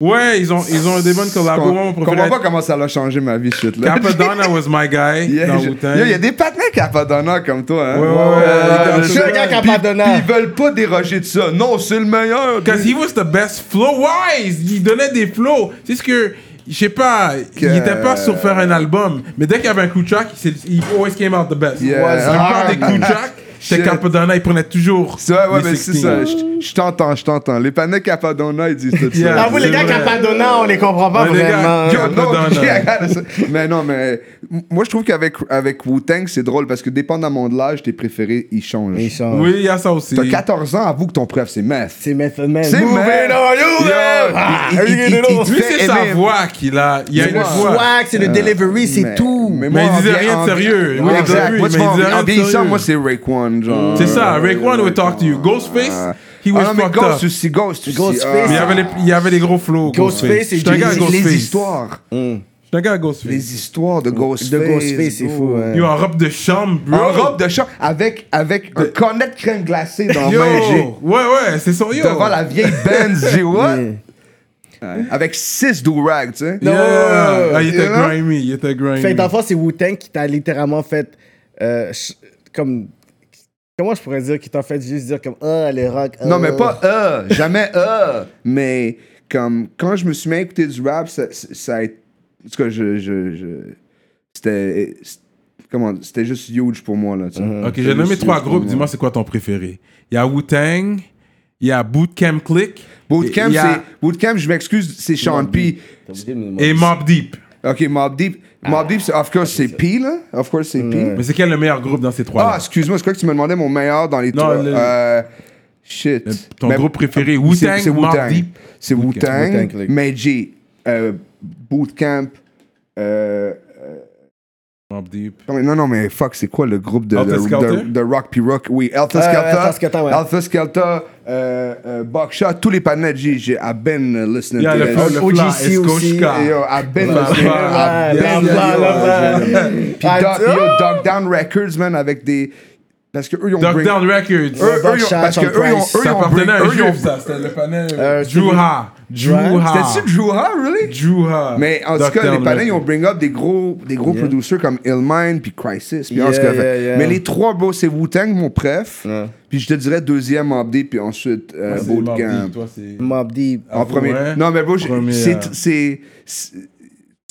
[SPEAKER 3] Ouais, ils ont, ils ont des bonnes
[SPEAKER 4] Je
[SPEAKER 3] collabos. Moi,
[SPEAKER 4] comprends
[SPEAKER 3] mon
[SPEAKER 4] comprends
[SPEAKER 3] préféré-
[SPEAKER 4] pas comment ça l'a changé ma vie, shit, là.
[SPEAKER 3] Capadonna was my guy
[SPEAKER 4] [LAUGHS] Yeah,
[SPEAKER 3] dans
[SPEAKER 4] je-
[SPEAKER 3] Wu-Tang.
[SPEAKER 4] Yo, Il y a des patins Capadonna comme toi, hein.
[SPEAKER 3] Ouais, ouais, ouais, il est dans
[SPEAKER 4] le
[SPEAKER 3] tout
[SPEAKER 4] shit.
[SPEAKER 5] le gars
[SPEAKER 4] Puis-
[SPEAKER 5] Capadonna.
[SPEAKER 4] puis Ils veulent pas déroger de ça. Non, c'est le meilleur.
[SPEAKER 3] Because he was the best flow-wise. Il donnait des flows. C'est ce que, je sais pas, il était pas sur faire un album. Mais dès qu'il y avait un coup de track, il s'est- he always came out the best.
[SPEAKER 4] Yeah.
[SPEAKER 3] La plupart des
[SPEAKER 4] Ah,
[SPEAKER 3] coups de
[SPEAKER 4] man.
[SPEAKER 3] track, c'était
[SPEAKER 4] Shit.
[SPEAKER 3] Capadonna, il prenait toujours.
[SPEAKER 4] C'est vrai, ouais,
[SPEAKER 3] les
[SPEAKER 4] mais c'est
[SPEAKER 3] 16.
[SPEAKER 4] ça. Je je t'entends, je t'entends. Les panneaux Capadonna, ils [LAUGHS] disent tout ça.
[SPEAKER 3] Yeah.
[SPEAKER 5] Ah, vous, les
[SPEAKER 3] C'est
[SPEAKER 5] gars,
[SPEAKER 3] vrai.
[SPEAKER 5] Capadonna, on les comprend pas
[SPEAKER 3] Ouais, les gars,
[SPEAKER 5] vraiment.
[SPEAKER 3] yo,
[SPEAKER 4] Yo, non,
[SPEAKER 3] Madonna.
[SPEAKER 4] ok, [LAUGHS] regarde ça. mais non, mais m- moi je trouve qu'avec avec Wu-Tang, c'est drôle parce que dépendamment de l'âge, tes préférés, ils changent.
[SPEAKER 5] Ils sont-
[SPEAKER 3] Oui, il y a ça aussi.
[SPEAKER 4] T'as 14 ans, avoue que ton préf, c'est meth.
[SPEAKER 5] C'est Method Man.
[SPEAKER 4] C'est
[SPEAKER 5] Moving
[SPEAKER 4] Meth.
[SPEAKER 5] on, you
[SPEAKER 4] Yo,
[SPEAKER 5] man.
[SPEAKER 4] il-
[SPEAKER 5] Ah,
[SPEAKER 4] il-
[SPEAKER 5] everything
[SPEAKER 4] il-
[SPEAKER 5] in the
[SPEAKER 4] il-
[SPEAKER 5] law.
[SPEAKER 4] il-
[SPEAKER 3] Lui, c'est
[SPEAKER 4] fait
[SPEAKER 3] sa
[SPEAKER 4] aimer.
[SPEAKER 3] voix qu'il a. Il y a une
[SPEAKER 4] Ouais.
[SPEAKER 3] voix.
[SPEAKER 5] Swag, c'est le delivery, c'est
[SPEAKER 4] Mais-
[SPEAKER 5] tout.
[SPEAKER 4] Mais,
[SPEAKER 3] Mais
[SPEAKER 4] moi,
[SPEAKER 3] il
[SPEAKER 4] en
[SPEAKER 3] disait
[SPEAKER 4] vie-
[SPEAKER 3] rien de
[SPEAKER 4] en-
[SPEAKER 3] sérieux. Oui,
[SPEAKER 4] Ouais,
[SPEAKER 3] il
[SPEAKER 4] exact.
[SPEAKER 3] disait-
[SPEAKER 4] Moi, tu
[SPEAKER 3] mais il
[SPEAKER 4] vois,
[SPEAKER 3] disait rien
[SPEAKER 4] en
[SPEAKER 3] de
[SPEAKER 4] vieillissant,
[SPEAKER 3] sérieux.
[SPEAKER 4] moi, c'est Raekwon, genre.
[SPEAKER 3] C'est ça, Raekwon will
[SPEAKER 4] Raekwon.
[SPEAKER 3] talk to you. Ghostface,
[SPEAKER 4] Ah.
[SPEAKER 3] he was
[SPEAKER 4] Ah non, mais
[SPEAKER 3] fucked up.
[SPEAKER 4] Ghost aussi, Ghost aussi.
[SPEAKER 5] Ghostface.
[SPEAKER 4] Ah.
[SPEAKER 3] Mais il y avait les- il y avait des gros flows.
[SPEAKER 5] Ghostface et
[SPEAKER 3] J'étais un gars à
[SPEAKER 5] Jay-Z.
[SPEAKER 4] Les-
[SPEAKER 3] Ghostface.
[SPEAKER 4] Les histoires.
[SPEAKER 5] Mm.
[SPEAKER 3] J'étais un gars à Ghostface.
[SPEAKER 4] Les histoires de oh. Ghostface.
[SPEAKER 5] De Ghostface, c'est
[SPEAKER 4] bro.
[SPEAKER 5] fou. ouais.
[SPEAKER 3] Yo, en robe de chambre, bro.
[SPEAKER 4] En robe de chambre, avec, avec un cornet de crème glacée dans
[SPEAKER 3] Yo,
[SPEAKER 4] main, j'ai.
[SPEAKER 3] ouais, ouais, c'est son yo.
[SPEAKER 4] Devant la vieille Benz, j'ai what?
[SPEAKER 5] Mm.
[SPEAKER 4] Ouais. Avec 6 do-rags, tu sais.
[SPEAKER 3] Yeah.
[SPEAKER 5] Non.
[SPEAKER 3] Ah, il était
[SPEAKER 4] You know?
[SPEAKER 3] grimy, il était grimy.
[SPEAKER 5] Fait que dans le fond, c'est Wu-Tang qui t'a littéralement fait. euh, ch- comme. Comment je pourrais dire Qui t'a fait juste dire comme. Ah, les rock. ah.
[SPEAKER 4] Non, mais pas euh, jamais euh. [LAUGHS] Mais comme quand je me suis mis à écouter du rap, ça, ça- ça a été. En tout cas, je. je, je c'était. c'est- Comment C'était juste huge pour moi, là, tu sais.
[SPEAKER 3] Ok,
[SPEAKER 4] C'était
[SPEAKER 3] j'ai nommé
[SPEAKER 4] juste
[SPEAKER 3] trois
[SPEAKER 4] huge pour
[SPEAKER 3] groupes.
[SPEAKER 4] moi.
[SPEAKER 3] Dis-moi, c'est quoi ton préféré? Il y a Wu-Tang, il y a Bootcamp Click.
[SPEAKER 4] Bootcamp,
[SPEAKER 3] il y a-
[SPEAKER 4] c'est. Bootcamp, je m'excuse, c'est Sean P.
[SPEAKER 3] Et Mob Deep.
[SPEAKER 4] Ok, Mob Deep. Mob Deep, c'est- of course, c'est P, là. Of course, c'est P.
[SPEAKER 3] Mais c'est quel le meilleur groupe dans ces trois
[SPEAKER 4] Ah, excuse-moi, c'est quoi que tu me demandais mon meilleur dans les
[SPEAKER 3] Non,
[SPEAKER 4] trois?
[SPEAKER 3] le-
[SPEAKER 4] Euh, shit.
[SPEAKER 3] ton
[SPEAKER 4] Mais-
[SPEAKER 3] groupe préféré,
[SPEAKER 4] C'est-
[SPEAKER 3] Wu-Tang,
[SPEAKER 4] c'est
[SPEAKER 3] Mobb
[SPEAKER 4] Wu-Tang.
[SPEAKER 3] Deep.
[SPEAKER 4] C'est Wu-Tang.
[SPEAKER 5] Wu-Tang, like.
[SPEAKER 4] Mais j'ai euh, Bootcamp. euh,
[SPEAKER 3] Mob Deep.
[SPEAKER 4] non, mais- non, non, mais fuck, c'est quoi le groupe de,
[SPEAKER 3] Alpha
[SPEAKER 4] de,
[SPEAKER 3] Skelter?
[SPEAKER 4] de- de Rock P Rock? Oui, Alpha
[SPEAKER 5] Euh,
[SPEAKER 4] Skelter.
[SPEAKER 5] Alpha Skelter, ouais.
[SPEAKER 4] Alpha Skelter, euh, euh, Buckshot, tous les panels, j'ai, j'ai- I've been uh, listening
[SPEAKER 3] Il y a
[SPEAKER 4] to
[SPEAKER 3] le
[SPEAKER 4] this.
[SPEAKER 3] flow, le flan,
[SPEAKER 5] OGC aussi.
[SPEAKER 3] Escochka.
[SPEAKER 4] Yo, I've been
[SPEAKER 3] Blah,
[SPEAKER 4] listening.
[SPEAKER 3] blah,
[SPEAKER 4] I've been-
[SPEAKER 5] blah, blah,
[SPEAKER 4] Yo,
[SPEAKER 5] blah.
[SPEAKER 4] yo, yo. Puis
[SPEAKER 5] Ah,
[SPEAKER 4] Dog-
[SPEAKER 5] tu-
[SPEAKER 4] yo, Dog Down Records, man, avec des... Parce que eux, ils ont
[SPEAKER 3] Duck
[SPEAKER 4] bring-
[SPEAKER 3] Down Records.
[SPEAKER 4] Eux, eux, ils ont-
[SPEAKER 5] Buckshot,
[SPEAKER 4] parce que
[SPEAKER 5] Sean
[SPEAKER 4] eux, ils ont-
[SPEAKER 5] Price.
[SPEAKER 4] eux, ils
[SPEAKER 3] ça
[SPEAKER 4] ont
[SPEAKER 3] appartenait à un
[SPEAKER 4] bring- eux, ils ont-
[SPEAKER 3] juif, ça. C'était le panel.
[SPEAKER 5] Euh,
[SPEAKER 3] Drew
[SPEAKER 5] c'est-
[SPEAKER 3] Ha. Drew Ha.
[SPEAKER 4] C'était-tu Drew Ha, really?
[SPEAKER 3] Drew
[SPEAKER 5] Ah.
[SPEAKER 3] Ha.
[SPEAKER 4] Mais en tout
[SPEAKER 3] Duck
[SPEAKER 4] cas, les
[SPEAKER 3] Down
[SPEAKER 4] panels, ils ont
[SPEAKER 3] Records.
[SPEAKER 4] bring up des gros, des gros producers comme Illmind, puis Crisis, puis en
[SPEAKER 5] Yeah,
[SPEAKER 4] tout cas,
[SPEAKER 5] yeah,
[SPEAKER 4] fait.
[SPEAKER 5] yeah.
[SPEAKER 4] Mais les trois, bro, c'est Wu-Tang, mon préf. Puis je te dirais deuxième update, puis ensuite euh,
[SPEAKER 3] C'est Mobb
[SPEAKER 4] Bootcamp.
[SPEAKER 3] Deep, toi, c'est-
[SPEAKER 5] Mob Deep.
[SPEAKER 4] En premier.
[SPEAKER 3] Ouais.
[SPEAKER 4] Non, mais bro, je-
[SPEAKER 3] Premier,
[SPEAKER 4] c'est...
[SPEAKER 3] euh.
[SPEAKER 4] c'est- c'est-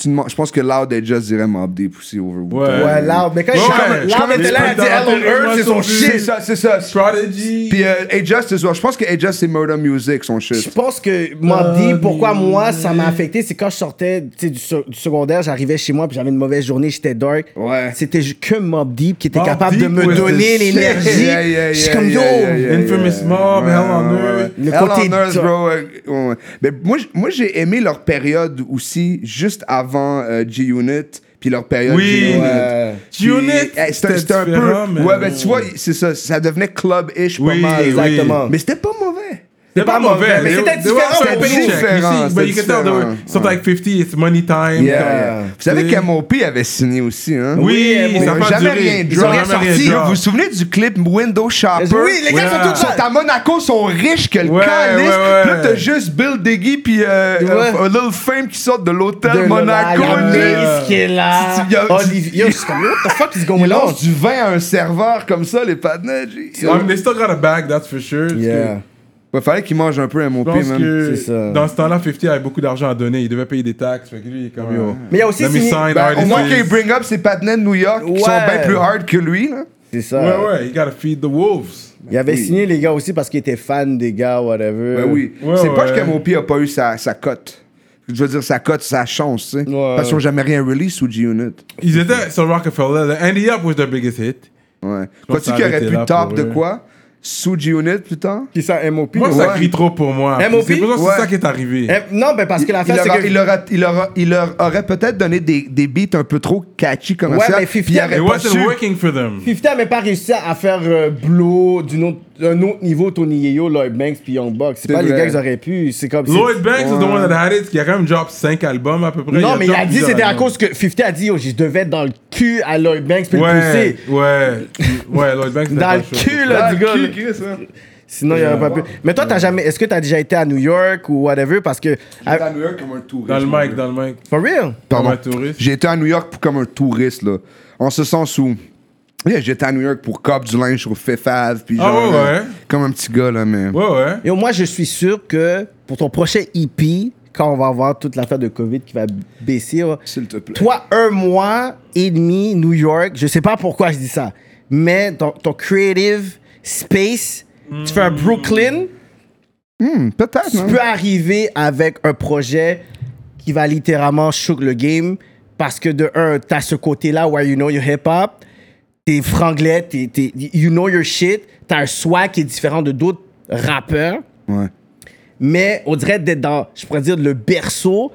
[SPEAKER 4] tu demandes- Je pense que Loud et Just dirait Mob Deep aussi over Wu-Tang.
[SPEAKER 3] Ouais.
[SPEAKER 5] Ouais, Loud. Mais quand
[SPEAKER 3] Ouais.
[SPEAKER 5] je suis comme-
[SPEAKER 3] Je
[SPEAKER 5] Loud
[SPEAKER 3] commence
[SPEAKER 5] était là, elle dit
[SPEAKER 3] pas
[SPEAKER 5] Hell on Earth, c'est son
[SPEAKER 3] sur-
[SPEAKER 5] shit.
[SPEAKER 4] C'est ça, c'est ça.
[SPEAKER 3] Prodigy.
[SPEAKER 4] Puis euh, A-Just, c'est ça. je pense que A-Just, c'est Murder Music, son shit.
[SPEAKER 5] Je pense que m'a dit pourquoi moi ça m'a affecté, c'est quand je sortais tu sais, du, se- du secondaire, j'arrivais chez moi puis j'avais une mauvaise journée, j'étais dark.
[SPEAKER 4] Ouais.
[SPEAKER 5] C'était ju- que Mob Deep qui était
[SPEAKER 3] Mobb
[SPEAKER 5] capable de
[SPEAKER 3] Deep was
[SPEAKER 5] me
[SPEAKER 3] the
[SPEAKER 5] donner
[SPEAKER 3] shit.
[SPEAKER 5] l'énergie. Je
[SPEAKER 4] Yeah, yeah,
[SPEAKER 5] suis
[SPEAKER 4] yeah,
[SPEAKER 5] comme yo.
[SPEAKER 4] yeah, yeah, yeah.
[SPEAKER 3] Infamous Mob, Hell on Earth.
[SPEAKER 5] Le
[SPEAKER 4] Hell
[SPEAKER 5] côté
[SPEAKER 4] on Earth,
[SPEAKER 5] dark.
[SPEAKER 4] bro. euh, ouais, ouais. Mais moi, j- moi j'ai aimé leur période aussi, juste avant euh, G-Unit, puis leur période
[SPEAKER 3] Oui.
[SPEAKER 4] G-Unit.
[SPEAKER 3] Ouais.
[SPEAKER 4] Puis,
[SPEAKER 3] G-Unit,
[SPEAKER 4] eh, c'était
[SPEAKER 3] c'était
[SPEAKER 4] c'était un peu...
[SPEAKER 3] différent, mais-
[SPEAKER 4] Ouais, ben tu vois, c'est ça, ça devenait club-ish pas
[SPEAKER 3] Oui,
[SPEAKER 4] mal.
[SPEAKER 5] exactement.
[SPEAKER 4] Mais c'était pas mauvais.
[SPEAKER 3] C'était pas
[SPEAKER 5] pas mauvais,
[SPEAKER 3] mauvais.
[SPEAKER 5] mais
[SPEAKER 3] They-
[SPEAKER 5] c'était
[SPEAKER 3] they were
[SPEAKER 5] différent,
[SPEAKER 3] also
[SPEAKER 5] c'était
[SPEAKER 3] paycheck. ben,
[SPEAKER 4] différent,
[SPEAKER 3] You see, But you
[SPEAKER 4] c'était
[SPEAKER 3] can tell they were
[SPEAKER 4] différent.
[SPEAKER 3] something like 50, it's money time.
[SPEAKER 4] Yeah. Vous savez
[SPEAKER 3] C'est-
[SPEAKER 4] qu'MOP avait signé aussi, hein?
[SPEAKER 3] Oui,
[SPEAKER 5] Oui,
[SPEAKER 3] ça
[SPEAKER 4] Ils
[SPEAKER 3] n'a
[SPEAKER 4] ont
[SPEAKER 3] pas
[SPEAKER 4] jamais
[SPEAKER 3] duré.
[SPEAKER 4] rien
[SPEAKER 3] Ils ont
[SPEAKER 4] drop.
[SPEAKER 3] jamais rien
[SPEAKER 4] Yo,
[SPEAKER 3] drop.
[SPEAKER 4] Vous vous souvenez du clip Window Shopper?
[SPEAKER 5] Oui, les gars
[SPEAKER 3] Ouais.
[SPEAKER 5] sont tous
[SPEAKER 4] Ils sont à Monaco, sont riches que le
[SPEAKER 3] Ouais,
[SPEAKER 4] calice.
[SPEAKER 3] ouais, ouais.
[SPEAKER 4] Puis là, t'as juste Bill Diggy puis euh, euh,
[SPEAKER 5] Ouais.
[SPEAKER 4] Lil Fame qui sortent de l'hôtel
[SPEAKER 5] De
[SPEAKER 4] Monaco.
[SPEAKER 5] Lola,
[SPEAKER 4] lui.
[SPEAKER 5] la Miss qui est là.
[SPEAKER 4] Tu- tu- y a-
[SPEAKER 5] Olivier, yo, je suis comme, what the fuck is going
[SPEAKER 4] Ils
[SPEAKER 5] on?
[SPEAKER 4] lancent du vin à un serveur comme ça, les patnets.
[SPEAKER 3] I mean, they still got a bag, that's for sure. parce que
[SPEAKER 5] Yeah.
[SPEAKER 4] Ouais, fallait qu'ils mangent un peu
[SPEAKER 3] Je
[SPEAKER 4] MOP,
[SPEAKER 3] pense
[SPEAKER 4] man.
[SPEAKER 5] C'est ça.
[SPEAKER 3] que dans ce temps-là, 50 avait beaucoup d'argent à donner. Il devait payer des taxes. Fait que lui, il est comme yo.
[SPEAKER 5] Mais il y a aussi
[SPEAKER 3] Let me
[SPEAKER 5] signé-
[SPEAKER 4] Ben,
[SPEAKER 3] sign
[SPEAKER 4] au
[SPEAKER 3] artists.
[SPEAKER 4] moins qu'il bring up ses patnets de New York qui sont
[SPEAKER 5] Ouais.
[SPEAKER 4] bien plus hard que lui. Là.
[SPEAKER 5] C'est ça.
[SPEAKER 3] Ouais, ouais, you gotta feed the wolves.
[SPEAKER 5] Il avait
[SPEAKER 4] Oui.
[SPEAKER 5] signé les gars aussi parce qu'il était fan des gars, whatever.
[SPEAKER 4] Ben oui.
[SPEAKER 3] Euh, Ouais,
[SPEAKER 4] C'est pas
[SPEAKER 3] ouais.
[SPEAKER 4] que MOP a pas eu sa, sa cote. je veux dire, ça cote sa chance, tu sais.
[SPEAKER 5] Ouais.
[SPEAKER 4] Parce qu'ils n'ont jamais rien release sous G-Unit.
[SPEAKER 3] Ils étaient sur Rockefeller. The Andy Up was their biggest hit.
[SPEAKER 4] Ouais.
[SPEAKER 3] pense que
[SPEAKER 4] Crois-tu
[SPEAKER 3] ça
[SPEAKER 4] qu'il
[SPEAKER 3] avait
[SPEAKER 4] aurait
[SPEAKER 3] été
[SPEAKER 4] pu
[SPEAKER 3] là
[SPEAKER 4] top
[SPEAKER 3] pour
[SPEAKER 4] de
[SPEAKER 3] eux.
[SPEAKER 4] quoi Sous G-Unit plus tard
[SPEAKER 5] Qui ça, MOP?
[SPEAKER 3] Moi, ça
[SPEAKER 4] Ouais.
[SPEAKER 3] crie trop pour moi.
[SPEAKER 5] M.O.P.?
[SPEAKER 3] C'est pour ça que
[SPEAKER 4] Ouais.
[SPEAKER 3] c'est ça qui est arrivé.
[SPEAKER 5] Eh, Non, ben parce que
[SPEAKER 4] il
[SPEAKER 5] l'affaire, c'est
[SPEAKER 4] leur,
[SPEAKER 5] que...
[SPEAKER 4] il, leur a- il leur a- il leur aurait peut-être donné des, des beats un peu trop catchy commercial.
[SPEAKER 5] Ouais, mais 50
[SPEAKER 4] puis il aurait
[SPEAKER 3] It
[SPEAKER 4] pas su.
[SPEAKER 3] wasn't working for them.
[SPEAKER 5] 50 n'a même pas réussi à faire euh, blow d'un autre, d'un autre niveau Tony Yeo, Lloyd Banks puis Young Buck. C'est
[SPEAKER 4] C'est
[SPEAKER 5] pas les
[SPEAKER 4] vrai.
[SPEAKER 5] gars qu'ils auraient pu. C'est comme
[SPEAKER 3] Lloyd Banks is the one that had it, qui a quand même drop 5 albums à peu près.
[SPEAKER 5] Non, mais il
[SPEAKER 3] drop
[SPEAKER 5] a dit
[SPEAKER 3] plusieurs
[SPEAKER 5] c'était à
[SPEAKER 3] albums.
[SPEAKER 5] cause que 50 a dit oh, je devais être dans le cul à Lloyd Banks puis le
[SPEAKER 3] Ouais,
[SPEAKER 5] pousser.
[SPEAKER 3] ouais, ouais, Lloyd Banks. c'était
[SPEAKER 5] Dans
[SPEAKER 3] pas
[SPEAKER 5] le
[SPEAKER 3] chaud.
[SPEAKER 5] cul, là, du gars. là. Sinon, il n'y aurait pas pu. Mais toi, t'as jamais. Est-ce que t'as déjà été à New York ou whatever Parce que. à-
[SPEAKER 4] comme un touriste.
[SPEAKER 3] Dans le mic, dans le mic.
[SPEAKER 5] For real
[SPEAKER 4] Pardon.
[SPEAKER 3] Comme un touriste.
[SPEAKER 4] J'ai été à New York pour- comme un touriste, là. En ce sens où. yeah, j'étais à New York pour cop du linge sur Fifth Ave, puis
[SPEAKER 3] Ah
[SPEAKER 4] genre,
[SPEAKER 3] ouais,
[SPEAKER 4] euh,
[SPEAKER 3] ouais.
[SPEAKER 4] comme un petit gars, là, mais...
[SPEAKER 3] Ouais, ouais.
[SPEAKER 5] Et moi, je suis sûr que pour ton prochain EP, quand on va avoir toute l'affaire de COVID qui va baisser, oh, là,
[SPEAKER 4] S'il te plaît.
[SPEAKER 5] toi, un mois et demi, New York, je sais pas pourquoi je dis ça, mais ton, ton creative space, tu fais un Brooklyn,
[SPEAKER 4] Hmm, peut-être,
[SPEAKER 5] tu
[SPEAKER 4] non?
[SPEAKER 5] peux arriver avec un projet qui va littéralement shook le game parce que de un, t'as ce côté-là where you know your hip-hop, t'es franglais, t'es, t'es- you know your shit, t'as un swag qui est différent de d'autres rappeurs,
[SPEAKER 4] Ouais.
[SPEAKER 5] mais on dirait d'être dans, je pourrais dire, le berceau.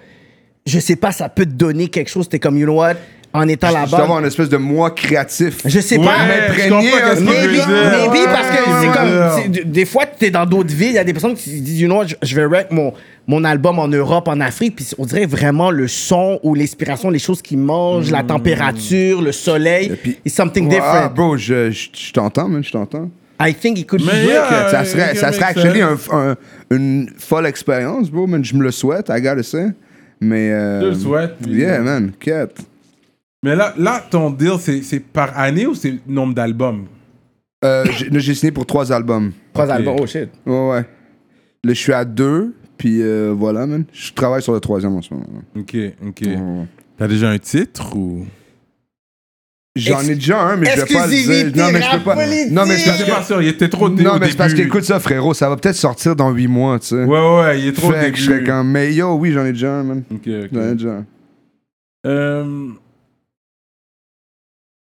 [SPEAKER 5] Je sais pas, ça peut te donner quelque chose. T'es comme, you know what, en étant
[SPEAKER 4] Je dois avoir
[SPEAKER 5] là-bas.
[SPEAKER 4] une espèce de moi créatif.
[SPEAKER 5] Je sais
[SPEAKER 3] Ouais,
[SPEAKER 5] pas, mais
[SPEAKER 3] je
[SPEAKER 4] imprégné,
[SPEAKER 3] comprends
[SPEAKER 4] hein,
[SPEAKER 3] qu'est-ce que tu veux
[SPEAKER 5] Maybe,
[SPEAKER 3] dire.
[SPEAKER 5] maybe
[SPEAKER 4] Ouais,
[SPEAKER 5] parce que
[SPEAKER 4] ouais,
[SPEAKER 5] c'est
[SPEAKER 4] ouais.
[SPEAKER 5] comme. c'est- d- Des fois, tu es dans d'autres villes, il y a des personnes qui se disent, you know, what, je, je vais rec mon, mon album en Europe, en Afrique, puis on dirait vraiment le son ou l'inspiration, les choses qu'ils mangent, la température, le soleil,
[SPEAKER 4] Hmm. puis-
[SPEAKER 5] is something
[SPEAKER 4] Ah,
[SPEAKER 5] different.
[SPEAKER 4] bro, je, je, je t'entends, man, je t'entends.
[SPEAKER 5] I think it could
[SPEAKER 3] Mais
[SPEAKER 5] be.
[SPEAKER 3] yeah.
[SPEAKER 4] Que ça
[SPEAKER 3] it
[SPEAKER 4] serait,
[SPEAKER 3] can
[SPEAKER 4] ça
[SPEAKER 3] make
[SPEAKER 4] serait actually un, un- une folle expérience, bro, man. Je me le souhaite, I gotta say. Mais... Euh,
[SPEAKER 3] Je le souhaite, mais-
[SPEAKER 4] Yeah, man, quête.
[SPEAKER 3] Mais là, là, ton deal, c'est c'est par année ou c'est nombre d'albums?
[SPEAKER 4] Euh, j'ai- j'ai signé pour trois albums.
[SPEAKER 5] Trois
[SPEAKER 3] Ok.
[SPEAKER 5] albums, oh shit.
[SPEAKER 4] Ouais, ouais. Là, je suis à deux, puis euh, voilà, man. Je travaille sur le troisième en ce moment. là.
[SPEAKER 3] Ok, ok.
[SPEAKER 4] Ouais, ouais.
[SPEAKER 3] T'as déjà un titre ou?
[SPEAKER 4] J'en ai déjà un, mais je vais pas le dire.
[SPEAKER 5] Exclusivité
[SPEAKER 4] Non, mais je peux
[SPEAKER 5] rap
[SPEAKER 4] pas.
[SPEAKER 5] politique.
[SPEAKER 4] Non, mais c'est parce
[SPEAKER 3] Je suis pas
[SPEAKER 4] que.
[SPEAKER 3] sûr, il était trop dé- au
[SPEAKER 4] Non, mais c'est parce
[SPEAKER 3] début.
[SPEAKER 4] qu'écoute ça, frérot, ça va peut-être sortir dans huit mois, tu sais.
[SPEAKER 3] Ouais, ouais, ouais, il est trop au
[SPEAKER 4] Fait que
[SPEAKER 3] début.
[SPEAKER 4] je serais
[SPEAKER 5] hein.
[SPEAKER 4] comme. Mais yo, oui, j'en ai déjà un, man.
[SPEAKER 3] Ok,
[SPEAKER 4] J'en ai
[SPEAKER 3] ok.
[SPEAKER 4] déjà un.
[SPEAKER 3] Euh,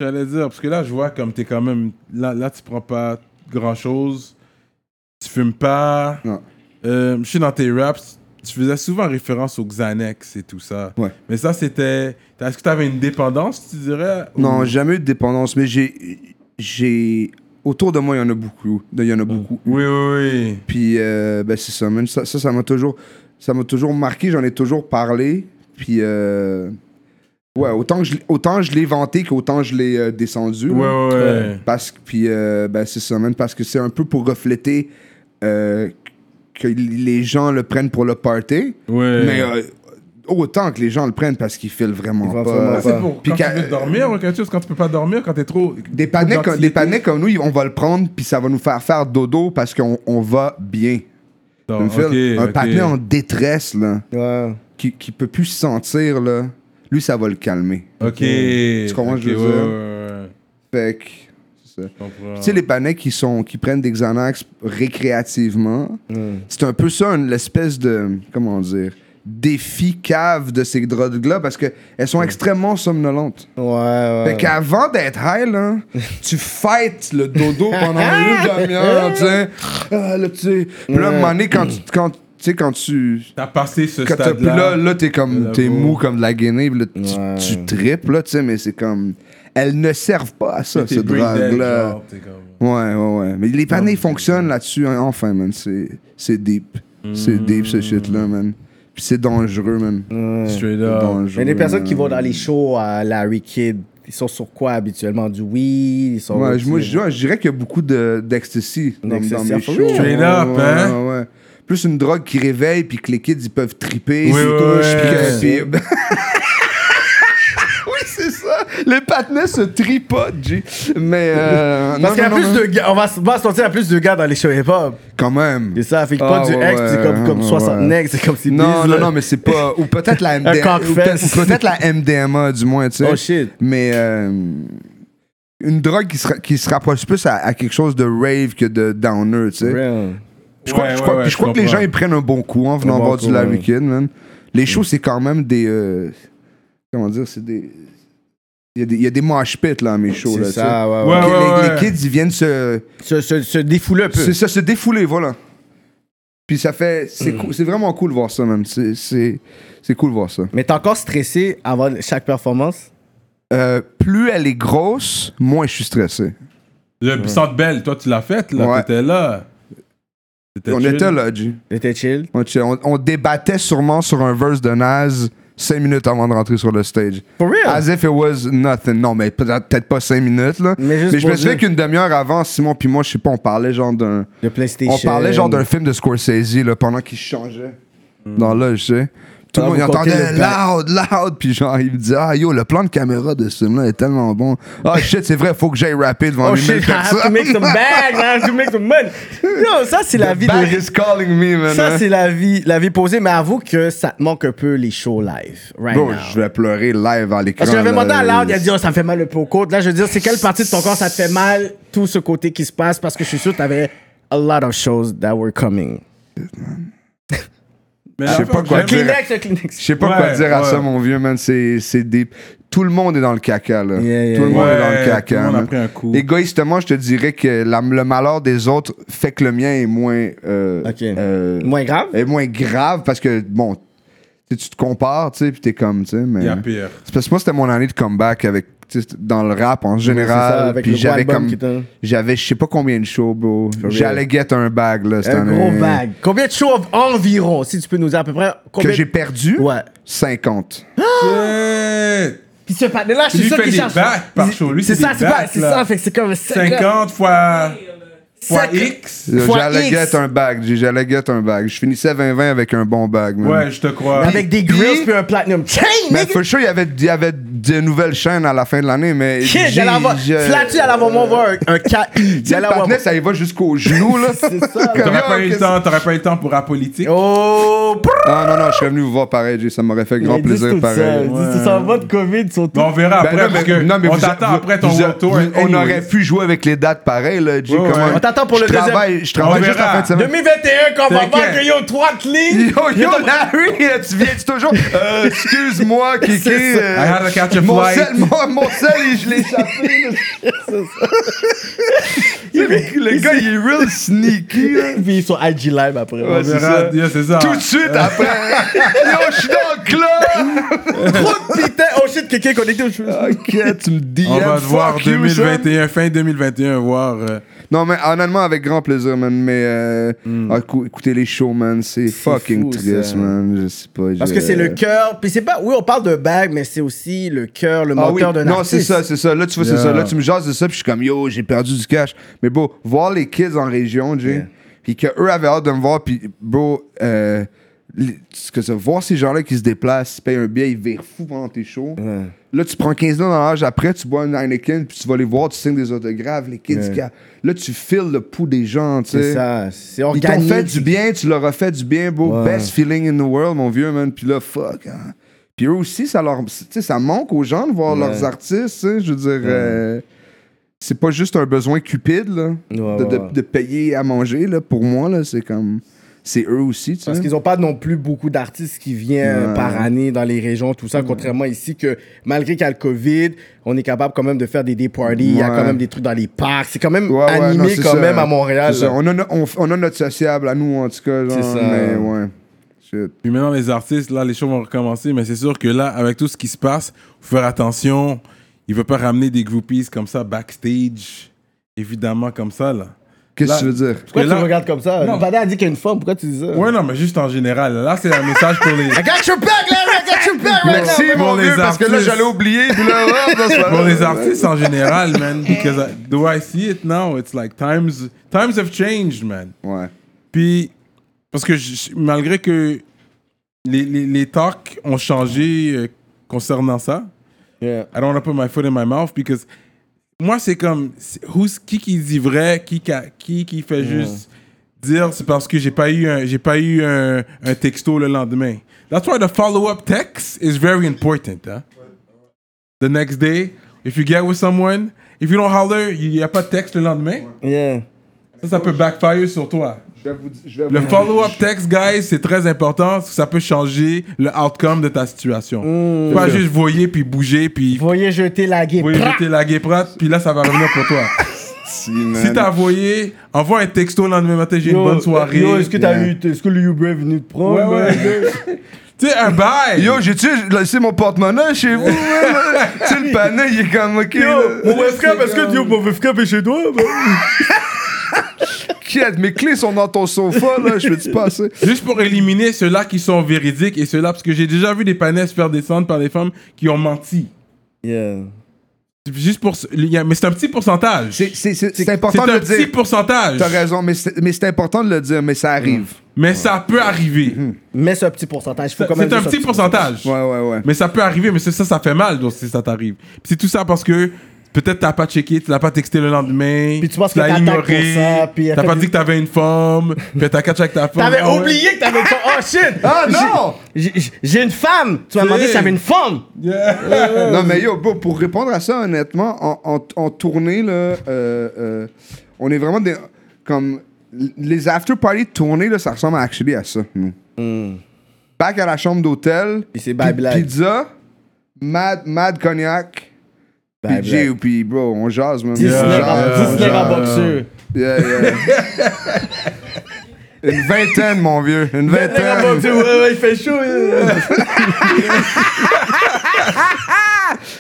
[SPEAKER 3] J'allais dire, parce que là, je vois comme t'es quand même. Là, là tu prends pas grand chose. Tu fumes pas.
[SPEAKER 4] Non.
[SPEAKER 3] Euh, je suis dans tes raps. Tu faisais souvent référence aux Xanax et tout ça.
[SPEAKER 4] Ouais.
[SPEAKER 3] Mais ça, c'était. t'as- Est-ce que t'avais une dépendance, tu dirais ou-
[SPEAKER 4] Non, j'ai jamais eu de dépendance, mais j'ai. J'ai. Autour de moi, il y en a beaucoup. Il y en a beaucoup.
[SPEAKER 3] Oui, oui, oui.
[SPEAKER 4] Puis, euh, ben, c'est ça, man. Ça, ça ça m'a toujours, ça m'a toujours marqué. J'en ai toujours parlé. Puis, euh, ouais, autant que je, l'ai- autant je l'ai vanté qu'autant je l'ai euh, descendu.
[SPEAKER 3] Ouais,
[SPEAKER 4] là.
[SPEAKER 3] ouais, ouais.
[SPEAKER 4] Parce que, puis, euh, ben, c'est ça, man. Parce que c'est un peu pour refléter euh, que les gens le prennent pour le party.
[SPEAKER 3] Ouais.
[SPEAKER 4] Mais euh, autant que les gens le prennent parce qu'ils filent vraiment
[SPEAKER 5] Ils vont
[SPEAKER 4] pas.
[SPEAKER 5] vraiment
[SPEAKER 3] Ça, c'est pour
[SPEAKER 4] Puis
[SPEAKER 3] quand tu
[SPEAKER 4] qu'à-
[SPEAKER 3] veux dormir ou quelque chose, quand tu peux pas dormir, quand t'es trop.
[SPEAKER 4] Des panneaux, comme,
[SPEAKER 3] d'anxiété.
[SPEAKER 4] des panneaux comme nous, ils- on va le prendre, puis ça va nous faire faire dodo parce qu'on on va bien.
[SPEAKER 3] Non,
[SPEAKER 4] Tu me fais,
[SPEAKER 3] Ah, ok,
[SPEAKER 4] un
[SPEAKER 3] ok.
[SPEAKER 4] patinet en détresse, là,
[SPEAKER 5] Ouais.
[SPEAKER 4] qui, qui peut plus se sentir, là, lui, ça va le calmer.
[SPEAKER 3] Ok. Tu
[SPEAKER 4] comprends ce que je veux dire? Fait que, c'est ça. Tu
[SPEAKER 3] Ah.
[SPEAKER 4] sais, les panneaux qui, sont, qui prennent des Xanax récréativement, c'est un peu ça, une- l'espèce de, comment dire, défi cave de ces drogues-là, parce que elles sont extrêmement somnolentes.
[SPEAKER 5] Ouais, ouais.
[SPEAKER 4] Fait qu'avant d'être high, là, tu fêtes le dodo pendant une demi-heure, tu sais. Ah, là, tu sais. Puis là, à un moment donné, quand tu- quand, tu sais, quand tu...
[SPEAKER 3] T'as passé ce
[SPEAKER 4] Quand t'as- puis
[SPEAKER 3] stade-là.
[SPEAKER 4] là, là t'es comme
[SPEAKER 3] là,
[SPEAKER 4] t'es
[SPEAKER 3] bon.
[SPEAKER 4] mou comme de la guinée, puis là, tu,
[SPEAKER 5] Ouais.
[SPEAKER 4] tu tripes, là, tu sais, mais c'est comme. Elles ne servent pas à ça,
[SPEAKER 3] [LAUGHS] t'es
[SPEAKER 4] cette
[SPEAKER 3] brain-dead,
[SPEAKER 4] drogue-là.
[SPEAKER 3] genre, t'es comme-
[SPEAKER 4] Ouais, ouais, ouais. Mais les panneaux ils fonctionnent là-dessus, hein. enfin, man. C'est c'est deep. C'est deep, ce shit-là, man. Puis c'est dangereux, man.
[SPEAKER 3] Straight
[SPEAKER 4] C'est
[SPEAKER 3] up.
[SPEAKER 4] dangereux,
[SPEAKER 5] Mais les personnes
[SPEAKER 4] man.
[SPEAKER 5] qui vont dans les shows à Larry Kidd, ils sont sur quoi habituellement Du weed ils sont
[SPEAKER 4] Ouais, je- moi, je, ouais, je dirais qu'il y a beaucoup de- d'ecstasy dans, dans
[SPEAKER 5] D'ecstasy,
[SPEAKER 4] mes
[SPEAKER 5] for
[SPEAKER 4] shows.
[SPEAKER 5] real.
[SPEAKER 3] Straight
[SPEAKER 4] Ouais,
[SPEAKER 3] up,
[SPEAKER 4] ouais,
[SPEAKER 3] hein?
[SPEAKER 4] ouais, ouais. Plus une drogue qui réveille, puis que les kids, ils peuvent triper.
[SPEAKER 3] Oui,
[SPEAKER 4] c'est
[SPEAKER 3] oui,
[SPEAKER 4] tout,
[SPEAKER 3] oui.
[SPEAKER 4] puis que- puis- [LAUGHS] oui, c'est ça. Les patinets se tripotent, G. Mais... euh, non,
[SPEAKER 5] Parce qu'il y a
[SPEAKER 4] non,
[SPEAKER 5] plus
[SPEAKER 4] non,
[SPEAKER 5] de gars, on va, on va sentir plus de gars dans les shows hip-hop.
[SPEAKER 4] Quand même.
[SPEAKER 5] Et ça, fait que
[SPEAKER 4] Ah,
[SPEAKER 5] pas du
[SPEAKER 4] ouais,
[SPEAKER 5] ex, c'est comme,
[SPEAKER 4] ouais,
[SPEAKER 5] comme
[SPEAKER 4] ouais,
[SPEAKER 5] 60
[SPEAKER 4] ouais.
[SPEAKER 5] ex, c'est comme si
[SPEAKER 4] Non,
[SPEAKER 5] Biz,
[SPEAKER 4] non,
[SPEAKER 5] là.
[SPEAKER 4] non, mais c'est pas... Ou peut-être
[SPEAKER 5] [LAUGHS]
[SPEAKER 4] la MDMA.
[SPEAKER 5] cock
[SPEAKER 4] Ou peut-être
[SPEAKER 5] fest.
[SPEAKER 4] ou peut-être la MDMA, du moins, tu sais.
[SPEAKER 5] Oh shit.
[SPEAKER 4] Mais euh, une drogue qui se, ra- qui se rapproche plus à, à quelque chose de rave que de downer, tu sais.
[SPEAKER 5] Real.
[SPEAKER 4] Je crois,
[SPEAKER 3] Ouais,
[SPEAKER 4] je
[SPEAKER 3] ouais,
[SPEAKER 4] crois-
[SPEAKER 3] ouais,
[SPEAKER 4] puis je
[SPEAKER 3] je
[SPEAKER 4] crois que les gens
[SPEAKER 3] comprends.
[SPEAKER 4] ils prennent un bon coup en venant
[SPEAKER 5] bon
[SPEAKER 4] voir
[SPEAKER 5] coup,
[SPEAKER 4] du Larry
[SPEAKER 5] ouais.
[SPEAKER 4] Kidd, man. Les shows, c'est quand même des. euh, comment dire C'est des. Il y a des- il y, a des mosh pits, là, à mes shows.
[SPEAKER 5] C'est
[SPEAKER 4] là, tu
[SPEAKER 5] ça,
[SPEAKER 4] sais.
[SPEAKER 5] ouais,
[SPEAKER 3] Ouais,
[SPEAKER 5] ouais.
[SPEAKER 4] Les-
[SPEAKER 3] ouais,
[SPEAKER 4] les-
[SPEAKER 3] ouais.
[SPEAKER 4] les kids, ils viennent se.
[SPEAKER 5] Se, se, se défouler un peu.
[SPEAKER 4] C'est ça, se défouler, voilà. Puis ça fait. C'est cou- c'est vraiment cool de voir ça, man. C'est- C'est c'est cool de voir ça.
[SPEAKER 5] Mais t'es encore stressé avant chaque performance?
[SPEAKER 4] Euh, plus elle est grosse, moins je suis stressé.
[SPEAKER 3] Le Centre Bell, toi, tu l'as faite, là.
[SPEAKER 4] Ouais.
[SPEAKER 3] T'étais là. T'étais
[SPEAKER 4] On
[SPEAKER 3] chill.
[SPEAKER 4] était là, G.
[SPEAKER 5] T'étais chill?
[SPEAKER 4] On, était- on- on débattait sûrement sur un verse de Naz cinq minutes avant de rentrer sur le stage.
[SPEAKER 5] For real?
[SPEAKER 4] [LAUGHS] As if it was nothing. Non, mais peut- peut-être pas cinq minutes, là.
[SPEAKER 5] Mais juste
[SPEAKER 4] je me
[SPEAKER 5] pour
[SPEAKER 4] souviens
[SPEAKER 5] dire.
[SPEAKER 4] qu'une demi-heure avant, Simon puis moi, je sais pas, on parlait genre d'un...
[SPEAKER 5] Le PlayStation.
[SPEAKER 4] On parlait genre d'un film de Scorsese, là, pendant qu'il changeait dans l'œil, je sais. Tout le
[SPEAKER 5] Hmm. Ah,
[SPEAKER 4] monde il
[SPEAKER 5] vous comptez
[SPEAKER 4] entendait
[SPEAKER 5] le plan.
[SPEAKER 4] loud, loud, puis genre, il me dit Ah yo, le plan de caméra de ce film-là est tellement bon. Ah
[SPEAKER 5] [LAUGHS]
[SPEAKER 4] shit, c'est vrai, faut que j'aille rapper devant
[SPEAKER 5] Oh
[SPEAKER 4] lui.
[SPEAKER 5] shit, I have to make some bags, I have to make some money. Yo, ça,
[SPEAKER 4] [LAUGHS]
[SPEAKER 5] c'est la vie
[SPEAKER 4] Bag
[SPEAKER 5] de...
[SPEAKER 4] is calling me, man.
[SPEAKER 5] Ça,
[SPEAKER 4] hein.
[SPEAKER 5] c'est la vie, la vie posée, mais avoue que ça te manque un peu les shows live, right
[SPEAKER 4] Bro,
[SPEAKER 5] now.
[SPEAKER 4] je vais pleurer live à l'écran.
[SPEAKER 5] Parce que j'avais demandé à
[SPEAKER 4] là.
[SPEAKER 5] Loud, il a dit, oh, ça me fait mal le pot côte. Là, je veux dire, c'est quelle partie de ton corps ça te fait mal, tout ce côté qui se passe, parce que je suis sûr que t'avais a lot of shows that were coming.
[SPEAKER 3] Mais
[SPEAKER 4] Je sais
[SPEAKER 3] l'affaire
[SPEAKER 4] pas
[SPEAKER 3] que
[SPEAKER 4] quoi
[SPEAKER 3] j'aime-
[SPEAKER 4] dire.
[SPEAKER 5] Kleenex, le Kleenex.
[SPEAKER 4] Je sais pas
[SPEAKER 3] Ouais,
[SPEAKER 4] quoi dire à
[SPEAKER 3] ouais.
[SPEAKER 4] ça, mon vieux, man. C'est c'est des. Tout le monde est dans le caca, là.
[SPEAKER 5] Yeah, yeah,
[SPEAKER 4] tout le
[SPEAKER 5] yeah.
[SPEAKER 4] monde est
[SPEAKER 3] Ouais,
[SPEAKER 4] dans le
[SPEAKER 3] tout le
[SPEAKER 4] caca.
[SPEAKER 3] monde a
[SPEAKER 4] man.
[SPEAKER 3] pris un coup.
[SPEAKER 4] Égoïstement, je te dirais que la- le malheur des autres fait que le mien est moins. euh,
[SPEAKER 5] Ok.
[SPEAKER 4] euh,
[SPEAKER 5] Moins grave?
[SPEAKER 4] est moins grave parce que, bon, tu sais, tu te compares, tu sais, puis t'es comme, tu sais, mais.
[SPEAKER 3] Il y a pire.
[SPEAKER 4] C'est parce que moi, c'était mon année de comeback avec, tu sais, dans le rap en
[SPEAKER 5] c'est ça,
[SPEAKER 4] général.
[SPEAKER 5] avec
[SPEAKER 4] puis
[SPEAKER 5] le gros
[SPEAKER 4] j'avais
[SPEAKER 5] album
[SPEAKER 4] comme.
[SPEAKER 5] qui t'a-
[SPEAKER 4] J'avais, je sais pas combien de shows, bro.
[SPEAKER 5] real.
[SPEAKER 4] J'allais get un bag, là, cette
[SPEAKER 5] Un
[SPEAKER 4] année.
[SPEAKER 5] gros bag. Combien de shows environ, si tu peux nous dire à peu près combien
[SPEAKER 4] Que j'ai perdu?
[SPEAKER 5] Ouais.
[SPEAKER 4] 50.
[SPEAKER 3] Shit!
[SPEAKER 5] Puis ce panel-là, je
[SPEAKER 3] Lui,
[SPEAKER 5] suis sûr
[SPEAKER 3] fait
[SPEAKER 5] qu'il
[SPEAKER 3] des
[SPEAKER 5] charge.
[SPEAKER 3] bacs par show. Lui,
[SPEAKER 5] c'est
[SPEAKER 3] c'est
[SPEAKER 5] ça,
[SPEAKER 3] des
[SPEAKER 5] c'est pas,
[SPEAKER 3] bacs,
[SPEAKER 5] c'est
[SPEAKER 3] là.
[SPEAKER 5] ça, fait que c'est comme
[SPEAKER 3] 50 fois, fois
[SPEAKER 5] Cinq-
[SPEAKER 3] X.
[SPEAKER 5] Fois
[SPEAKER 4] J'allais
[SPEAKER 5] X.
[SPEAKER 4] get un bag, j'ai- j'allais get un bag. Je finissais 20-20 avec un bon bag. man.
[SPEAKER 3] Ouais, je te crois.
[SPEAKER 5] Avec des
[SPEAKER 4] Puis-
[SPEAKER 5] grills puis un platinum. Chain,
[SPEAKER 4] Mais
[SPEAKER 5] nigga!
[SPEAKER 4] for sure, il y avait, il y avait de nouvelles chaînes à la fin de l'année, mais.
[SPEAKER 5] Shit,
[SPEAKER 4] j'ai-
[SPEAKER 5] j'allais avoir.
[SPEAKER 4] je-
[SPEAKER 5] Flat-tu, j'allais avoir mon voir un- un KI.
[SPEAKER 4] Tu sais,
[SPEAKER 5] J'allais
[SPEAKER 4] le
[SPEAKER 5] avoir.
[SPEAKER 4] patinet, ça y va jusqu'aux genoux, là.
[SPEAKER 5] [LAUGHS] C'est ça, là.
[SPEAKER 4] Comme,
[SPEAKER 3] T'aurais
[SPEAKER 4] yo,
[SPEAKER 3] pas eu le
[SPEAKER 4] qu'est-ce-
[SPEAKER 3] temps, t'aurais pas eu le temps pour la politique.
[SPEAKER 5] Oh! prrr,
[SPEAKER 4] Ah non, non, je serais venu vous voir pareil, Jay, ça m'aurait fait grand
[SPEAKER 5] ils disent
[SPEAKER 4] plaisir
[SPEAKER 5] tout ça,
[SPEAKER 4] pareil.
[SPEAKER 5] ils disent, Ça s'en va de COVID, surtout.
[SPEAKER 3] Mais on verra après,
[SPEAKER 4] Ben non,
[SPEAKER 3] parce que
[SPEAKER 4] non, mais
[SPEAKER 3] on
[SPEAKER 4] vous-
[SPEAKER 3] t'attend
[SPEAKER 4] vous-
[SPEAKER 3] après ton
[SPEAKER 4] vous-
[SPEAKER 3] world tour.
[SPEAKER 4] vous- on
[SPEAKER 3] anyways.
[SPEAKER 4] aurait pu jouer avec les dates pareilles, là, Jay,
[SPEAKER 3] Ouais, ouais.
[SPEAKER 4] comment-
[SPEAKER 5] On t'attend pour le
[SPEAKER 4] je
[SPEAKER 5] deuxième.
[SPEAKER 4] travaille, je
[SPEAKER 3] On
[SPEAKER 4] travaille
[SPEAKER 3] verra.
[SPEAKER 4] juste la fin de semaine.
[SPEAKER 5] 2021, quand on va voir
[SPEAKER 3] T'inquiète.
[SPEAKER 5] que yo, trois
[SPEAKER 4] [LAUGHS]
[SPEAKER 5] clés.
[SPEAKER 4] Yo, yo, Larry, tu viens tu toujours. Euh, excuse-moi, Kiki.
[SPEAKER 5] [LAUGHS] C'est ça.
[SPEAKER 4] euh,
[SPEAKER 3] I had to catch a
[SPEAKER 4] mon
[SPEAKER 3] flight.
[SPEAKER 4] sel, mon, mon sel, il- je l'ai
[SPEAKER 5] [LAUGHS]
[SPEAKER 4] échappé. là. le gars, il Ah. est real sneaky. [LAUGHS] là.
[SPEAKER 5] Puis ils sont IG Live après.
[SPEAKER 3] On
[SPEAKER 4] Ouais, c'est ça.
[SPEAKER 3] verra. Yeah, c'est ça.
[SPEAKER 4] Tout de suite après. [LAUGHS] Yo, je suis dans le club.
[SPEAKER 5] Trop de putain. Oh shit, quelqu'un est connecté au
[SPEAKER 4] Ah,
[SPEAKER 5] cheveu.
[SPEAKER 4] Ok, tu me dis.
[SPEAKER 3] On va te voir 2021, fin 2021, voir. euh,
[SPEAKER 4] Non, mais honnêtement, avec grand plaisir, man. Mais euh, écou- écoutez les shows, man. C'est fucking
[SPEAKER 5] Hmm. fou,
[SPEAKER 4] triste,
[SPEAKER 5] ça.
[SPEAKER 4] man. Je sais pas.
[SPEAKER 5] Parce
[SPEAKER 4] je-
[SPEAKER 5] que c'est le cœur. Puis c'est pas. Oui, on parle de bag, mais c'est aussi le cœur, le
[SPEAKER 4] Ah oui,
[SPEAKER 5] moteur d'un
[SPEAKER 4] non,
[SPEAKER 5] artiste.
[SPEAKER 4] c'est ça, c'est ça. Là, tu vois, c'est
[SPEAKER 3] Yeah.
[SPEAKER 4] ça. Là, tu me jases de ça, puis je suis comme, yo, j'ai perdu du cash. Mais bro, voir les kids en région, Jay, puis qu'eux avaient hâte de me voir, puis bro, euh, les- ce que ça, voir ces gens-là qui se déplacent, ils payent un billet, ils virent fou pendant tes shows. Là, tu prends 15 dollars après, tu bois un Heineken, puis tu vas les voir, tu signes des autographes, les kids. qui a- Là, tu files le pouls des gens, tu sais.
[SPEAKER 5] C'est ça. C'est
[SPEAKER 4] Ils t'ont
[SPEAKER 5] organique.
[SPEAKER 4] fait du bien, tu leur as fait du bien, beau.
[SPEAKER 5] Ouais.
[SPEAKER 4] Best feeling in the world, mon vieux, man. Puis là, fuck. hein. Puis eux aussi, ça leur. Tu sais, ça manque aux gens de voir
[SPEAKER 5] Ouais.
[SPEAKER 4] leurs artistes, tu sais, Je veux dire. euh, c'est pas juste un besoin cupide, là.
[SPEAKER 5] Ouais,
[SPEAKER 4] de,
[SPEAKER 5] ouais,
[SPEAKER 4] de-
[SPEAKER 5] ouais.
[SPEAKER 4] de payer à manger, là. Pour moi, là, c'est comme. C'est eux aussi, tu sais.
[SPEAKER 5] Parce qu'ils n'ont pas non plus beaucoup d'artistes qui viennent
[SPEAKER 4] Ouais.
[SPEAKER 5] par année dans les régions, tout ça, contrairement ici que malgré qu'il y a le COVID, on est capable quand même de faire des day parties, il y a
[SPEAKER 4] Ouais.
[SPEAKER 5] quand même des trucs dans les parcs, c'est quand même
[SPEAKER 4] Ouais, ouais, non,
[SPEAKER 5] animé
[SPEAKER 4] c'est
[SPEAKER 5] quand
[SPEAKER 4] ça.
[SPEAKER 5] même à Montréal.
[SPEAKER 4] C'est
[SPEAKER 5] là.
[SPEAKER 4] ça. On, a, no- on f- on a notre sociable à nous, en tout cas. genre,
[SPEAKER 5] C'est ça.
[SPEAKER 4] Mais ouais. Shit.
[SPEAKER 3] Puis maintenant, les artistes, là, les choses vont recommencer, mais c'est sûr que là, avec tout ce qui se passe, faut faire attention. Il veut pas ramener des groupies comme ça backstage, évidemment, comme ça, là.
[SPEAKER 4] Qu'est-ce
[SPEAKER 3] Là-
[SPEAKER 4] que tu veux dire?
[SPEAKER 5] Pourquoi
[SPEAKER 3] Et
[SPEAKER 5] tu
[SPEAKER 3] là-
[SPEAKER 5] me regardes comme ça?
[SPEAKER 3] Non.
[SPEAKER 5] Pada a dit qu'il y a une femme, pourquoi tu dis ça?
[SPEAKER 3] Ouais, non, mais juste en général. Là, c'est un message pour les,
[SPEAKER 5] I got your back, Larry, I got your back right
[SPEAKER 4] [LAUGHS] Merci,
[SPEAKER 5] now.
[SPEAKER 3] pour
[SPEAKER 4] mon
[SPEAKER 3] les
[SPEAKER 4] vieux, parce que là,
[SPEAKER 3] artistes.
[SPEAKER 4] j'allais oublier. Puis là, hop, dans ce-
[SPEAKER 3] pour les artistes en général, man. Because I- do I see it now? It's like times, times have changed, man.
[SPEAKER 4] Ouais.
[SPEAKER 3] Puis, parce que je- je- malgré que les, les, les talks ont changé euh, concernant ça,
[SPEAKER 5] Yeah.
[SPEAKER 3] I don't want to put my foot in my mouth because moi c'est comme c'est- who's- qui qui dit vrai, qui qui a- qui, qui fait juste dire c'est parce que j'ai pas eu un j'ai pas eu un, un texto le lendemain. That's why the follow-up text is very important. Hein? The next day, if you get with someone, if you don't holler, il y a pas de texte le lendemain.
[SPEAKER 5] Yeah.
[SPEAKER 3] Ça, ça peut backfire sur toi.
[SPEAKER 4] Je vais vous di- je vais
[SPEAKER 3] Le
[SPEAKER 4] vous-
[SPEAKER 3] follow-up text, guys, c'est très important. Ça peut changer le outcome de ta situation. Pas juste voyer, puis bouger, puis
[SPEAKER 5] Voyez jeter la guêpe.
[SPEAKER 3] voyer, jeter la guéprate, puis là, ça va revenir pour toi.
[SPEAKER 4] Si, man.
[SPEAKER 3] si t'as voyé, envoie un texto le lendemain matin, j'ai une
[SPEAKER 5] Yo,
[SPEAKER 3] bonne soirée.
[SPEAKER 5] Yo, est-ce que t'as
[SPEAKER 4] Yeah.
[SPEAKER 5] eu, est-ce que le Uber est venu te prendre?
[SPEAKER 3] Ouais, ouais. [LAUGHS] tu sais, un bail.
[SPEAKER 4] Yo, j'ai-tu laissé mon porte-monnaie chez vous? hein? tu sais, le panier, il est comme, OK, là.
[SPEAKER 5] Mon web scrap, est-ce que yo, mon web scrap est chez toi? bro?
[SPEAKER 4] Inquiète, mes clés sont dans ton sofa, là. Je veux-tu passer?
[SPEAKER 3] [LAUGHS] Juste pour éliminer ceux-là qui sont véridiques et ceux-là, parce que j'ai déjà vu des panels se faire descendre par des femmes qui ont menti.
[SPEAKER 5] Yeah.
[SPEAKER 3] Juste pour. ce- il y a- Mais c'est un petit pourcentage.
[SPEAKER 4] C'est- C'est c'est- c'est
[SPEAKER 3] C'est
[SPEAKER 4] important de
[SPEAKER 3] un
[SPEAKER 4] le
[SPEAKER 3] petit
[SPEAKER 4] dire.
[SPEAKER 3] pourcentage.
[SPEAKER 4] T'as raison, mais c'est mais c'est important de le dire, mais ça arrive.
[SPEAKER 3] Mais ça peut arriver.
[SPEAKER 5] Mais c'est un petit pourcentage. Faut quand même
[SPEAKER 3] C'est un
[SPEAKER 5] juste
[SPEAKER 3] petit pourcentage.
[SPEAKER 4] Mhm. Ouais, ouais, ouais.
[SPEAKER 3] Mais ça peut arriver, mais c'est ça, ça fait mal donc, si ça t'arrive. Puis C'est tout ça parce que peut-être t'as pas checké, tu l'as pas texté le lendemain.
[SPEAKER 5] Puis tu penses que
[SPEAKER 3] l'as
[SPEAKER 5] t'attaques pour ça, puis
[SPEAKER 3] T'as
[SPEAKER 5] après,
[SPEAKER 3] pas
[SPEAKER 5] tu-
[SPEAKER 3] dit que t'avais une femme. Puis t'as catché avec ta femme.
[SPEAKER 5] T'avais
[SPEAKER 3] Ah ouais.
[SPEAKER 5] oublié que t'avais une femme. Oh shit!
[SPEAKER 4] Ah, non!
[SPEAKER 5] J'ai- j'ai- J'ai une femme! Tu m'as demandé si j'avais une femme!
[SPEAKER 4] Non, mais yo, bro, pour répondre à ça, honnêtement, en, en- en tournée, là, euh, euh, on est vraiment des. Comme. Les after-parties tournées, là, ça ressemble actually à ça, nous. Back à la chambre d'hôtel.
[SPEAKER 5] Puis c'est bye
[SPEAKER 4] pi-
[SPEAKER 5] blague.
[SPEAKER 4] Pizza. Mad, mad cognac.
[SPEAKER 5] Bye
[SPEAKER 4] Puis Jay, puis bro, on jase, man.
[SPEAKER 5] 10
[SPEAKER 4] On
[SPEAKER 5] lèvres
[SPEAKER 4] jase,
[SPEAKER 5] à-
[SPEAKER 4] on
[SPEAKER 5] 10 lèvres à
[SPEAKER 4] jase.
[SPEAKER 3] [LAUGHS]
[SPEAKER 5] boxeur.
[SPEAKER 4] Yeah, yeah. [LAUGHS] Une vingtaine, mon vieux. Une
[SPEAKER 5] Lèvres à
[SPEAKER 4] vingtaine.
[SPEAKER 5] boxeur, ouais, ouais, il fait chaud. euh.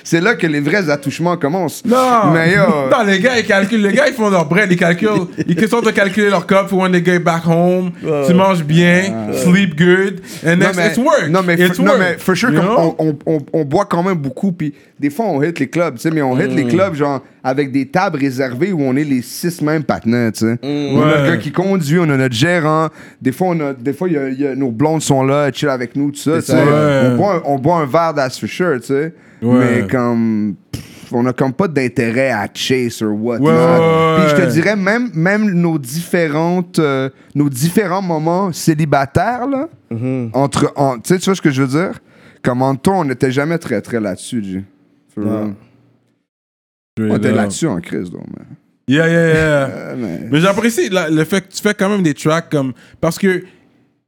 [SPEAKER 4] C'est là que les vrais attouchements commencent.
[SPEAKER 3] Non!
[SPEAKER 4] Mais yo.
[SPEAKER 3] Non, les gars, ils calculent. Les gars, ils font leur bread, ils calculent. Ils sont de calculer leur cup for when they get back home. Tu manges bien, sleep good,
[SPEAKER 4] Non
[SPEAKER 3] and next,
[SPEAKER 4] mais,
[SPEAKER 3] it's work.
[SPEAKER 4] non, mais,
[SPEAKER 3] it's
[SPEAKER 4] for, non, mais for sure,
[SPEAKER 3] you
[SPEAKER 4] comme
[SPEAKER 3] know?
[SPEAKER 4] on, on, on, on boit quand même beaucoup, puis des fois, on hit les clubs, tu sais, mais on hit
[SPEAKER 3] Mm.
[SPEAKER 4] les clubs, genre, avec des tables réservées où on est les six mêmes patinants, tu sais. On a
[SPEAKER 3] Mm. Ouais.
[SPEAKER 4] le gars qui conduit, on a notre gérant, des fois, on a, des fois il y a- il y a- nos blondes sont là, elles chill avec nous, tout ça, tu sais.
[SPEAKER 3] ça. Ouais.
[SPEAKER 4] On, boit un- on boit un verre, that's for sure, tu sais.
[SPEAKER 3] Ouais.
[SPEAKER 4] Mais comme... pff, on a comme pas d'intérêt à chase or what.
[SPEAKER 3] Ouais,
[SPEAKER 4] not.
[SPEAKER 3] ouais,
[SPEAKER 4] Puis je
[SPEAKER 3] ouais.
[SPEAKER 4] te dirais, même, même nos, différentes, euh, nos différents moments célibataires, là,
[SPEAKER 5] Mm-hmm.
[SPEAKER 4] entre, en- tu sais, tu vois ce que je veux dire? Comme en toi, on n'était jamais très, très là-dessus, G. For real. On était là-dessus en crise, donc. man.
[SPEAKER 3] Yeah, yeah, yeah.
[SPEAKER 4] Euh, mais-
[SPEAKER 3] Mais j'apprécie la- le fait que tu fais quand même des tracks comme. Parce que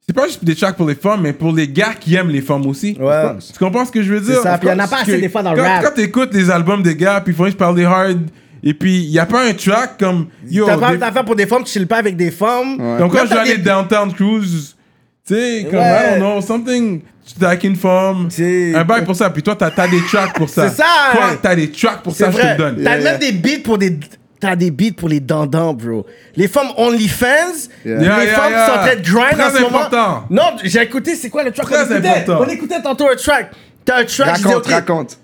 [SPEAKER 3] c'est pas juste des tracks pour les femmes, mais pour les gars qui aiment les femmes aussi.
[SPEAKER 5] Ouais.
[SPEAKER 3] Tu comprends ce que je veux dire?
[SPEAKER 5] C'est ça, puis y en a
[SPEAKER 3] Parce
[SPEAKER 5] pas assez
[SPEAKER 3] que
[SPEAKER 5] des fois dans le
[SPEAKER 3] quand,
[SPEAKER 5] rap.
[SPEAKER 3] Quand t'écoutes les albums des gars, puis ils font juste parler hard, et puis y a pas un track comme. Yo,
[SPEAKER 5] T'as pas
[SPEAKER 3] des-
[SPEAKER 5] d'affaires pour des femmes qui chillent pas avec des femmes.
[SPEAKER 3] Comme quand
[SPEAKER 5] Même
[SPEAKER 3] je vais
[SPEAKER 5] t'as
[SPEAKER 3] aller
[SPEAKER 5] des-
[SPEAKER 3] downtown cruise, tu sais, comme,
[SPEAKER 5] Ouais.
[SPEAKER 3] I don't know, something, tu t'as une femme,
[SPEAKER 5] C'est-
[SPEAKER 3] un bail pour ça, puis toi, t'as t'as des tracks pour ça.
[SPEAKER 5] C'est ça. hein.
[SPEAKER 3] Toi, t'as des tracks pour
[SPEAKER 5] C'est
[SPEAKER 3] ça, je te
[SPEAKER 5] vrai.
[SPEAKER 3] le donne.
[SPEAKER 5] T'as même des beats pour des. T'as des beats pour les dandans, bro. Les femmes OnlyFans, les
[SPEAKER 3] Yeah, yeah,
[SPEAKER 5] femmes
[SPEAKER 3] yeah.
[SPEAKER 5] qui sont en train de grind
[SPEAKER 3] Très
[SPEAKER 5] en ce
[SPEAKER 3] important.
[SPEAKER 5] moment. Non, j'ai écouté, c'est quoi le track
[SPEAKER 3] Très
[SPEAKER 5] on écoutait?
[SPEAKER 3] important.
[SPEAKER 5] On écoutait tantôt un track. T'as un track, je dis,
[SPEAKER 4] Raconte,
[SPEAKER 5] ok,
[SPEAKER 4] raconte.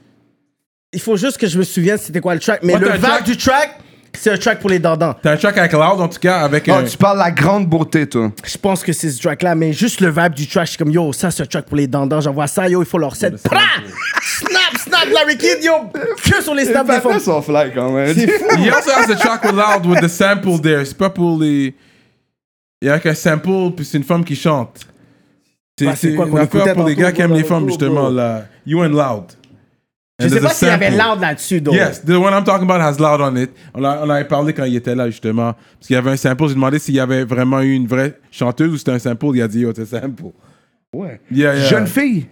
[SPEAKER 5] il faut juste que je me souvienne c'était quoi le track. Mais
[SPEAKER 3] Moi,
[SPEAKER 5] le
[SPEAKER 3] t'as un
[SPEAKER 5] vibe
[SPEAKER 3] track-
[SPEAKER 5] du track, c'est un track pour les dandans.
[SPEAKER 3] T'as un track avec Loud, en tout cas, avec
[SPEAKER 4] Oh,
[SPEAKER 3] un-
[SPEAKER 4] tu parles la grande beauté, toi.
[SPEAKER 5] Je pense que c'est ce track-là, mais juste le vibe du track, je suis comme yo, ça c'est un track pour les dandans, j'envoie ça, yo, il faut leur set. Pra! Snap, snap, Larry Kid, yo, que sur les snaps des femmes.
[SPEAKER 4] sont fly quand même. [LAUGHS]
[SPEAKER 3] He also has a track with Loud with the sample there. C'est pas pour les. Il y a qu'un sample, puis c'est une femme qui chante.
[SPEAKER 5] Bah,
[SPEAKER 3] C'est
[SPEAKER 5] c'est
[SPEAKER 3] c'est
[SPEAKER 5] quoi
[SPEAKER 3] une
[SPEAKER 5] qu'on écoutait
[SPEAKER 3] affaire pour les
[SPEAKER 5] tantôt,
[SPEAKER 3] gars qui
[SPEAKER 5] bro,
[SPEAKER 3] aiment les
[SPEAKER 5] dans
[SPEAKER 3] femmes,
[SPEAKER 5] l'auto,
[SPEAKER 3] justement,
[SPEAKER 5] bro.
[SPEAKER 3] là. You and Loud.
[SPEAKER 5] Je sais pas s'il y avait loud là-dessus, donc.
[SPEAKER 3] Yes, the one I'm talking about has loud on it. On, a- on avait parlé quand il était là, justement. Parce qu'il y avait un sample. J'ai demandé s'il y avait vraiment eu une vraie chanteuse ou c'était un sample. Il a dit, oh, c'est un sample.
[SPEAKER 4] Ouais.
[SPEAKER 3] Yeah, yeah.
[SPEAKER 4] Jeune fille.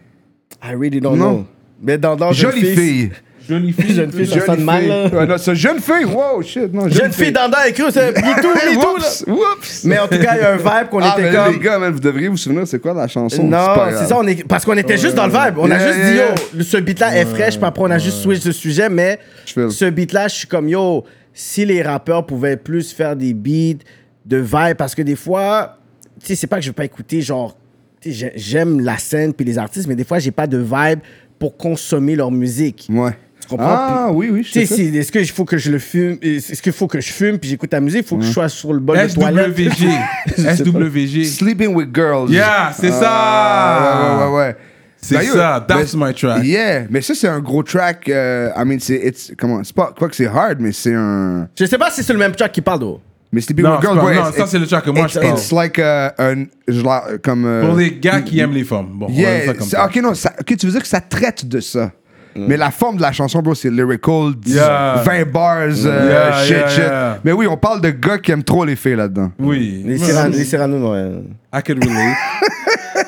[SPEAKER 5] I really don't
[SPEAKER 4] Non.
[SPEAKER 5] know. Mais dandans,
[SPEAKER 4] Jolie fille.
[SPEAKER 3] Jolie fille.
[SPEAKER 5] Jeune fille, ça
[SPEAKER 4] Jolie
[SPEAKER 5] sonne mal,
[SPEAKER 4] fille.
[SPEAKER 5] là.
[SPEAKER 4] Ouais, non, c'est jeune fille. Wow, shit. Non,
[SPEAKER 5] Jeune fille dandan et creux, c'est me
[SPEAKER 4] [LAUGHS]
[SPEAKER 5] too, me too, là.
[SPEAKER 4] Oups, oups.
[SPEAKER 5] Mais en tout cas, il y a un vibe qu'on
[SPEAKER 4] Ah,
[SPEAKER 5] était
[SPEAKER 4] mais là, les
[SPEAKER 5] comme.
[SPEAKER 4] gars, man, vous devriez vous souvenir, c'est quoi la chanson?
[SPEAKER 5] Non,
[SPEAKER 4] pas grave.
[SPEAKER 5] c'est ça, on est... parce qu'on était juste dans le vibe. On a
[SPEAKER 4] Yeah,
[SPEAKER 5] juste
[SPEAKER 4] yeah, yeah.
[SPEAKER 5] dit, yo, le- ce beat-là est fraîche, puis après, on a juste switch de sujet, mais
[SPEAKER 4] Je feel.
[SPEAKER 5] ce beat-là, je suis comme, yo, si les rappeurs pouvaient plus faire des beats de vibe, parce que des fois, tu sais, c'est pas que je veux pas écouter, genre, tu sais, j'ai- j'aime la scène puis les artistes, mais des fois, j'ai pas de vibe pour consommer leur musique.
[SPEAKER 4] Ouais.
[SPEAKER 5] Tu comprends?
[SPEAKER 4] Ah,
[SPEAKER 5] Puis-
[SPEAKER 4] oui, oui, je
[SPEAKER 5] Tu
[SPEAKER 4] sais.
[SPEAKER 5] sais,
[SPEAKER 4] ça.
[SPEAKER 5] c'est- est-ce que il faut que je le fume? Est-ce qu'il faut que je fume puis j'écoute ta musique? Il faut que je sois sur le bol de toilette. [LAUGHS]
[SPEAKER 3] SWG. SWG.
[SPEAKER 4] Sleeping with Girls.
[SPEAKER 3] Yeah, c'est
[SPEAKER 4] Ah, ouais,
[SPEAKER 3] ça.
[SPEAKER 4] ouais, ouais.
[SPEAKER 3] C'est
[SPEAKER 4] D'ailleurs,
[SPEAKER 3] ça. That's
[SPEAKER 4] mais-
[SPEAKER 3] my track.
[SPEAKER 4] Yeah, mais ça, c'est un gros track. euh, I mean, c'est. it's- Comment? C'est pas quoi que c'est hard, mais c'est un.
[SPEAKER 5] Je sais pas si c'est le même track qui parle, d'eau.
[SPEAKER 4] Mais Sleeping
[SPEAKER 3] Non,
[SPEAKER 4] with
[SPEAKER 3] c'est
[SPEAKER 4] Girls,
[SPEAKER 3] pas-
[SPEAKER 4] ouais,
[SPEAKER 3] non,
[SPEAKER 4] it's-
[SPEAKER 3] ça, c'est le track que moi,
[SPEAKER 4] it's-
[SPEAKER 3] je parle.
[SPEAKER 4] It's like euh, un. je la- Comme. euh,
[SPEAKER 3] Pour les gars qui aiment les femmes. Bon, on va dire
[SPEAKER 4] Yeah,
[SPEAKER 3] ça comme
[SPEAKER 4] c'est-
[SPEAKER 3] ça.
[SPEAKER 4] ok, non, ça- ok, tu veux dire que ça traite de ça. Mais la forme de la chanson, bro, c'est lyrical, dix-
[SPEAKER 3] Yeah.
[SPEAKER 4] 20 bars, euh,
[SPEAKER 3] Yeah,
[SPEAKER 4] shit,
[SPEAKER 3] yeah,
[SPEAKER 4] shit.
[SPEAKER 3] yeah.
[SPEAKER 4] Mais oui, on parle de gars qui aiment trop les filles là-dedans.
[SPEAKER 3] Oui.
[SPEAKER 5] Les
[SPEAKER 3] Moi,
[SPEAKER 5] Cyrano, les Cyrano de Montréal.
[SPEAKER 3] I could
[SPEAKER 4] [LAUGHS]
[SPEAKER 3] relate.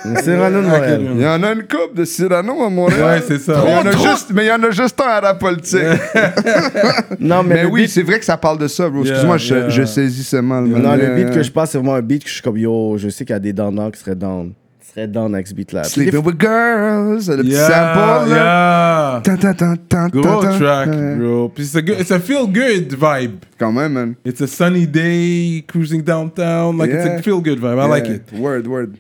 [SPEAKER 5] Les Cyrano de
[SPEAKER 3] I could
[SPEAKER 5] Montréal.
[SPEAKER 4] Il
[SPEAKER 3] relate.
[SPEAKER 4] y en a une coupe de Cyrano à Montréal.
[SPEAKER 3] Ouais, c'est ça.
[SPEAKER 4] Mais il y en a
[SPEAKER 5] Trop, trop.
[SPEAKER 4] juste- mais il y en a juste un à la politique.
[SPEAKER 5] Non, mais,
[SPEAKER 4] Mais
[SPEAKER 5] le
[SPEAKER 4] oui,
[SPEAKER 5] beat-
[SPEAKER 4] c'est vrai que ça parle de ça, bro.
[SPEAKER 3] Yeah,
[SPEAKER 4] Excuse-moi, je,
[SPEAKER 3] yeah.
[SPEAKER 4] je saisissais mal. man.
[SPEAKER 5] non, le
[SPEAKER 4] Mais-
[SPEAKER 5] beat que je passe, c'est vraiment un beat que je suis comme, yo, je sais qu'il y a des downers qui seraient down. Qui seraient down avec ce beat-là. Puis des
[SPEAKER 4] Sleeping with girls, le petit
[SPEAKER 3] Yeah,
[SPEAKER 4] sample, uh, là.
[SPEAKER 3] yeah.
[SPEAKER 4] Tan, tan, tan, tan,
[SPEAKER 3] Gros
[SPEAKER 4] tan, tan.
[SPEAKER 3] track,
[SPEAKER 4] Ouais.
[SPEAKER 3] bro. Puis it's a, good, it's a feel good vibe.
[SPEAKER 4] Quand même, man.
[SPEAKER 3] It's a sunny day, cruising downtown. Like it's
[SPEAKER 4] Yeah.
[SPEAKER 3] a feel good vibe. I like it.
[SPEAKER 4] Word, word.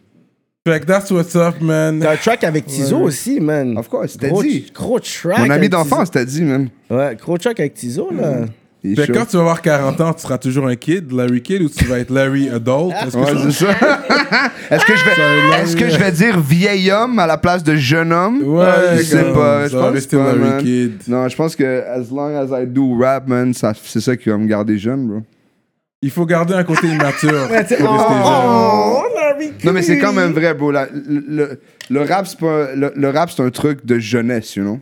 [SPEAKER 3] Fait que that's what's up, man.
[SPEAKER 5] T'as un track avec Tizo aussi, man.
[SPEAKER 4] Of course, t'as
[SPEAKER 5] Gros-
[SPEAKER 4] dit.
[SPEAKER 5] Gros track.
[SPEAKER 4] Mon ami
[SPEAKER 5] avec
[SPEAKER 4] d'enfance, Hmm. t'as dit, man.
[SPEAKER 5] Tizo. Ouais, gros track avec Tizo, là.
[SPEAKER 4] Il est
[SPEAKER 3] Fait que
[SPEAKER 4] chaud.
[SPEAKER 3] quand tu vas avoir 40 ans, tu seras toujours un kid, Larry Kid, ou tu vas être Larry Adult. Est-ce que
[SPEAKER 4] Ouais,
[SPEAKER 3] tu-
[SPEAKER 4] c'est ça. [LAUGHS] Est-ce que, je vais,
[SPEAKER 3] Sorry,
[SPEAKER 4] est-ce que je vais dire vieil homme à la place de jeune homme? Ah,
[SPEAKER 3] Ouais,
[SPEAKER 4] je sais
[SPEAKER 3] comme
[SPEAKER 4] pas. Je
[SPEAKER 3] ça,
[SPEAKER 4] pense
[SPEAKER 3] rester
[SPEAKER 4] pas,
[SPEAKER 3] Larry
[SPEAKER 4] man.
[SPEAKER 3] Kid.
[SPEAKER 4] Non, je pense que as long as I do rap, man, ça, c'est ça qui va me garder jeune, bro.
[SPEAKER 3] Il faut garder un côté immature. pour rester jeune.
[SPEAKER 5] Oh, Larry
[SPEAKER 4] Non, mais c'est quand même vrai, bro. La- le, le- le rap, c'est pas, un- le, le rap, c'est un truc de jeunesse, you know?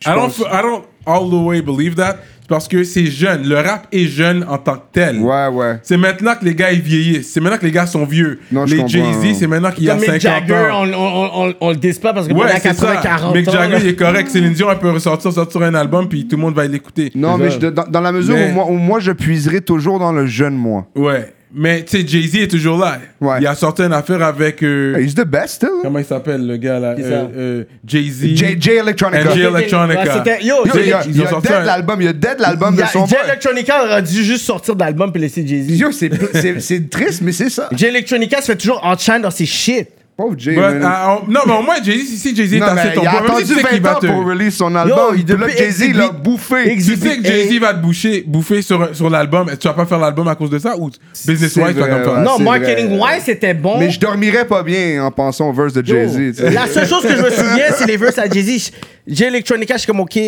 [SPEAKER 4] Je
[SPEAKER 3] I don't,
[SPEAKER 4] pense-
[SPEAKER 3] f- I don't all the way believe that c'est parce que c'est jeune. Le rap est jeune en tant que tel.
[SPEAKER 4] Ouais, ouais.
[SPEAKER 3] C'est maintenant que les gars ils vieillissent. C'est maintenant que les gars sont vieux.
[SPEAKER 4] Non, je
[SPEAKER 3] les
[SPEAKER 4] comprends. hein.
[SPEAKER 3] Jay-Z, c'est maintenant qu'il y a
[SPEAKER 5] Comme
[SPEAKER 3] 50
[SPEAKER 5] Mick Jagger,
[SPEAKER 3] ans.
[SPEAKER 5] on, on, on, on, on le dispatche parce que pendant
[SPEAKER 3] Ouais, c'est
[SPEAKER 5] 80,
[SPEAKER 3] ça.
[SPEAKER 5] 40
[SPEAKER 3] Mick
[SPEAKER 5] ans,
[SPEAKER 3] Jagger,
[SPEAKER 5] là.
[SPEAKER 3] il est correct. Céline Dion, elle peut ressortir, sortir un album, puis tout le monde va l'écouter.
[SPEAKER 4] Non, mais je- dans, dans la mesure
[SPEAKER 3] Mais-
[SPEAKER 4] où, moi, où moi, je puiserai toujours dans le jeune moi.
[SPEAKER 3] Ouais. Mais tu sais, Jay-Z est toujours là.
[SPEAKER 4] Ouais.
[SPEAKER 3] Il a sorti une affaire avec. euh,
[SPEAKER 4] He's the best, still.
[SPEAKER 3] Comment il s'appelle, le gars là
[SPEAKER 5] ça?
[SPEAKER 3] Euh, euh, Jay-Z.
[SPEAKER 4] JJ Electronica.
[SPEAKER 3] NJ
[SPEAKER 4] Yo,
[SPEAKER 5] Ouais,
[SPEAKER 3] Electronica.
[SPEAKER 5] c'était- yo,
[SPEAKER 4] il y a-
[SPEAKER 3] ils ont
[SPEAKER 4] il y a
[SPEAKER 3] sorti
[SPEAKER 4] dead
[SPEAKER 3] un-
[SPEAKER 4] l'album, il y a dead l'album de
[SPEAKER 5] Yeah,
[SPEAKER 4] son
[SPEAKER 5] Jay
[SPEAKER 4] boy.
[SPEAKER 5] Electronica aurait dû juste sortir de l'album puis laisser Jay-Z.
[SPEAKER 4] Yo, c'est- c'est c'est triste, mais c'est ça.
[SPEAKER 5] Jay Electronica se fait toujours enchaîner dans ses shit.
[SPEAKER 4] Pauvre Jay,
[SPEAKER 3] But,
[SPEAKER 4] man.
[SPEAKER 3] ah, on- non, mais au moins, Jay-Z, si- si Jay-Z est
[SPEAKER 4] non, mais
[SPEAKER 3] assez ton
[SPEAKER 4] il a
[SPEAKER 3] point, même si
[SPEAKER 4] attendu
[SPEAKER 3] tu sais qu'il
[SPEAKER 4] 20
[SPEAKER 3] va
[SPEAKER 4] ans
[SPEAKER 3] te.
[SPEAKER 4] pour release son
[SPEAKER 5] Yo,
[SPEAKER 4] album.
[SPEAKER 5] il-
[SPEAKER 4] Puis là,
[SPEAKER 5] depuis
[SPEAKER 4] Jay-Z l'a
[SPEAKER 5] Exhibit-
[SPEAKER 4] bouffé.
[SPEAKER 5] Exhibit-
[SPEAKER 3] Tu sais que Jay-Z va te boucher, bouffer sur, sur l'album. Tu vas pas faire l'album à cause de ça ou business-wise, tu vas
[SPEAKER 4] vrai, ouais.
[SPEAKER 3] comme ça?
[SPEAKER 5] non,
[SPEAKER 4] Ah, c'est
[SPEAKER 5] marketing
[SPEAKER 4] vrai.
[SPEAKER 5] wise, c'était bon.
[SPEAKER 4] Mais je dormirais pas bien en pensant au verse de
[SPEAKER 5] Yo,
[SPEAKER 4] Jay-Z. tu sais.
[SPEAKER 5] La seule chose que je me souviens, c'est les verses à Jay-Z. Jay Electronica, je suis comme OK.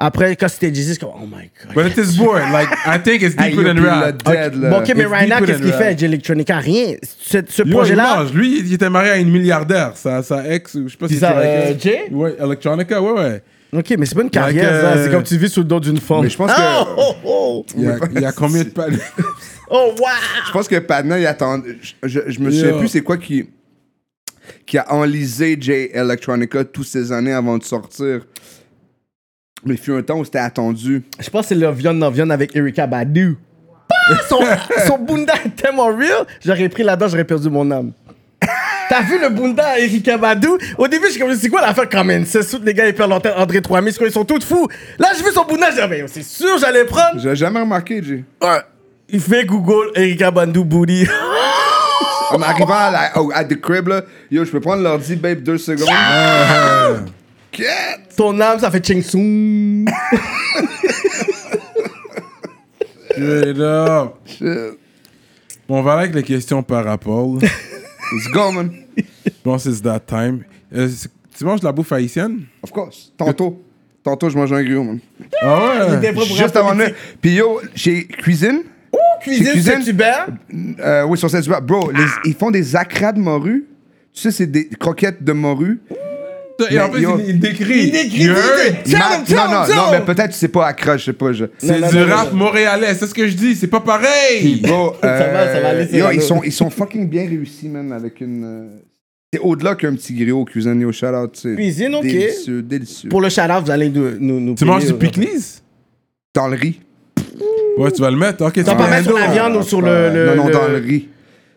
[SPEAKER 5] Après, quand c'était Jay-Z, je suis comme Oh my God.
[SPEAKER 3] But it is boring. Like, I think it's
[SPEAKER 4] Hey,
[SPEAKER 3] deeper
[SPEAKER 4] yo,
[SPEAKER 3] than
[SPEAKER 4] puis le
[SPEAKER 3] rap.
[SPEAKER 4] dead, là.
[SPEAKER 5] Bon, OK, mais
[SPEAKER 3] It's
[SPEAKER 5] right now,
[SPEAKER 3] deeper
[SPEAKER 5] qu'est-ce
[SPEAKER 3] than
[SPEAKER 5] qu'il
[SPEAKER 3] rap.
[SPEAKER 5] fait, Jay Electronica? Rien. Ce, ce
[SPEAKER 3] Yo, il
[SPEAKER 5] projet-là.
[SPEAKER 3] mange. Lui, il était marié à une milliardaire. Sa, sa ex, ou je sais pas si
[SPEAKER 5] ça,
[SPEAKER 3] c'est
[SPEAKER 5] euh,
[SPEAKER 3] laquelle.
[SPEAKER 5] Jay?
[SPEAKER 3] Ouais, Electronica, ouais, ouais.
[SPEAKER 5] OK, mais c'est pas une carrière,
[SPEAKER 3] Like,
[SPEAKER 5] ça.
[SPEAKER 3] euh,
[SPEAKER 5] C'est comme tu vis sous le dos d'une femme.
[SPEAKER 4] Mais je pense que-
[SPEAKER 5] Oh, [LAUGHS] oh, oh.
[SPEAKER 3] Il y a, il y a combien de pal-
[SPEAKER 5] Oh, wow.
[SPEAKER 4] Je pense que Padna, il attendait. Je, je- je me
[SPEAKER 3] Yeah.
[SPEAKER 4] souviens plus c'est quoi qui. qui a enlisé Jay Electronica toutes ces années avant de sortir. Mais il fut un temps où c'était attendu.
[SPEAKER 5] Je pense que c'est le Vion non Vion avec Erika Badu. Bah, son, son bunda est tellement real, j'aurais pris là-dedans, j'aurais perdu mon âme. T'as vu le bunda à Erika Badu Au début, je suis comme, c'est quoi l'affaire quand même C'est sûr que les gars, ils perdent leur tête, André 3000, c'est quoi, ils sont tous fous. Là, j'ai vu son bunda, j'ai dit, mais c'est sûr, j'allais prendre.
[SPEAKER 4] J'ai jamais remarqué, Jay.
[SPEAKER 5] Ouais. Il fait Google Erika Badu Booty.
[SPEAKER 4] En arrivant à, la, au- à The Crib, là, yo, je peux prendre l'ordi, babe, deux secondes.
[SPEAKER 5] Ah.
[SPEAKER 4] Quête!
[SPEAKER 5] Ton âme, ça fait ching soum.
[SPEAKER 3] Straight up.
[SPEAKER 4] Shit.
[SPEAKER 3] Bon, on va aller avec les questions par rapport. Je
[SPEAKER 4] Let's go, man.
[SPEAKER 3] pense que c'est that time. Euh, c'est- tu manges de la bouffe haïtienne?
[SPEAKER 4] Of course. Tantôt. Tantôt, je mange un griot, man.
[SPEAKER 3] Ah ouais?
[SPEAKER 4] Juste avant de. Puis yo, chez Cuisine,
[SPEAKER 5] Cuisine,
[SPEAKER 4] Cuisine.
[SPEAKER 5] c'est Hubert.
[SPEAKER 4] Euh, oui, sur Saint-Hubert. Bro, les- ils font des acras de morue. Tu sais, c'est des croquettes de morue.
[SPEAKER 3] Et en
[SPEAKER 4] Mais
[SPEAKER 3] plus,
[SPEAKER 4] yo-
[SPEAKER 3] il, il décrit.
[SPEAKER 5] Il décrit,
[SPEAKER 3] You
[SPEAKER 5] il
[SPEAKER 3] heard?
[SPEAKER 5] décrit. Tell
[SPEAKER 4] Ma-
[SPEAKER 5] him, tell
[SPEAKER 4] non,
[SPEAKER 5] him,
[SPEAKER 4] non,
[SPEAKER 5] tell
[SPEAKER 4] non,
[SPEAKER 5] him.
[SPEAKER 4] mais peut-être tu sais pas accra, je sais pas. Je...
[SPEAKER 5] Non,
[SPEAKER 3] C'est
[SPEAKER 5] non,
[SPEAKER 3] du
[SPEAKER 5] non, non,
[SPEAKER 3] rap
[SPEAKER 5] non.
[SPEAKER 3] montréalais, c'est ce que je dis, c'est pas
[SPEAKER 4] Puis,
[SPEAKER 3] pareil.
[SPEAKER 4] bro,
[SPEAKER 5] [LAUGHS] Ça va, ça va aller,
[SPEAKER 4] euh,
[SPEAKER 5] c'est
[SPEAKER 4] yo,
[SPEAKER 5] la
[SPEAKER 4] ils
[SPEAKER 5] note.
[SPEAKER 4] sont, ils sont fucking bien réussis, man, avec une. euh, C'est au-delà qu'un petit griot au cuisine, yo, shout out, tu sais.
[SPEAKER 5] Cuisine, ok.
[SPEAKER 4] Délicieux, délicieux.
[SPEAKER 5] Pour le shout-out, vous allez nous. nous, nous
[SPEAKER 3] Tu manges
[SPEAKER 5] payer,
[SPEAKER 3] du pickles?
[SPEAKER 4] Dans le riz.
[SPEAKER 3] Ouais, tu vas le mettre. Ok, tu
[SPEAKER 5] T'as
[SPEAKER 3] vas
[SPEAKER 5] pas mettre sur la
[SPEAKER 4] Ah,
[SPEAKER 5] viande ou sur le. le-
[SPEAKER 4] Non, non,
[SPEAKER 5] le-
[SPEAKER 4] dans le riz.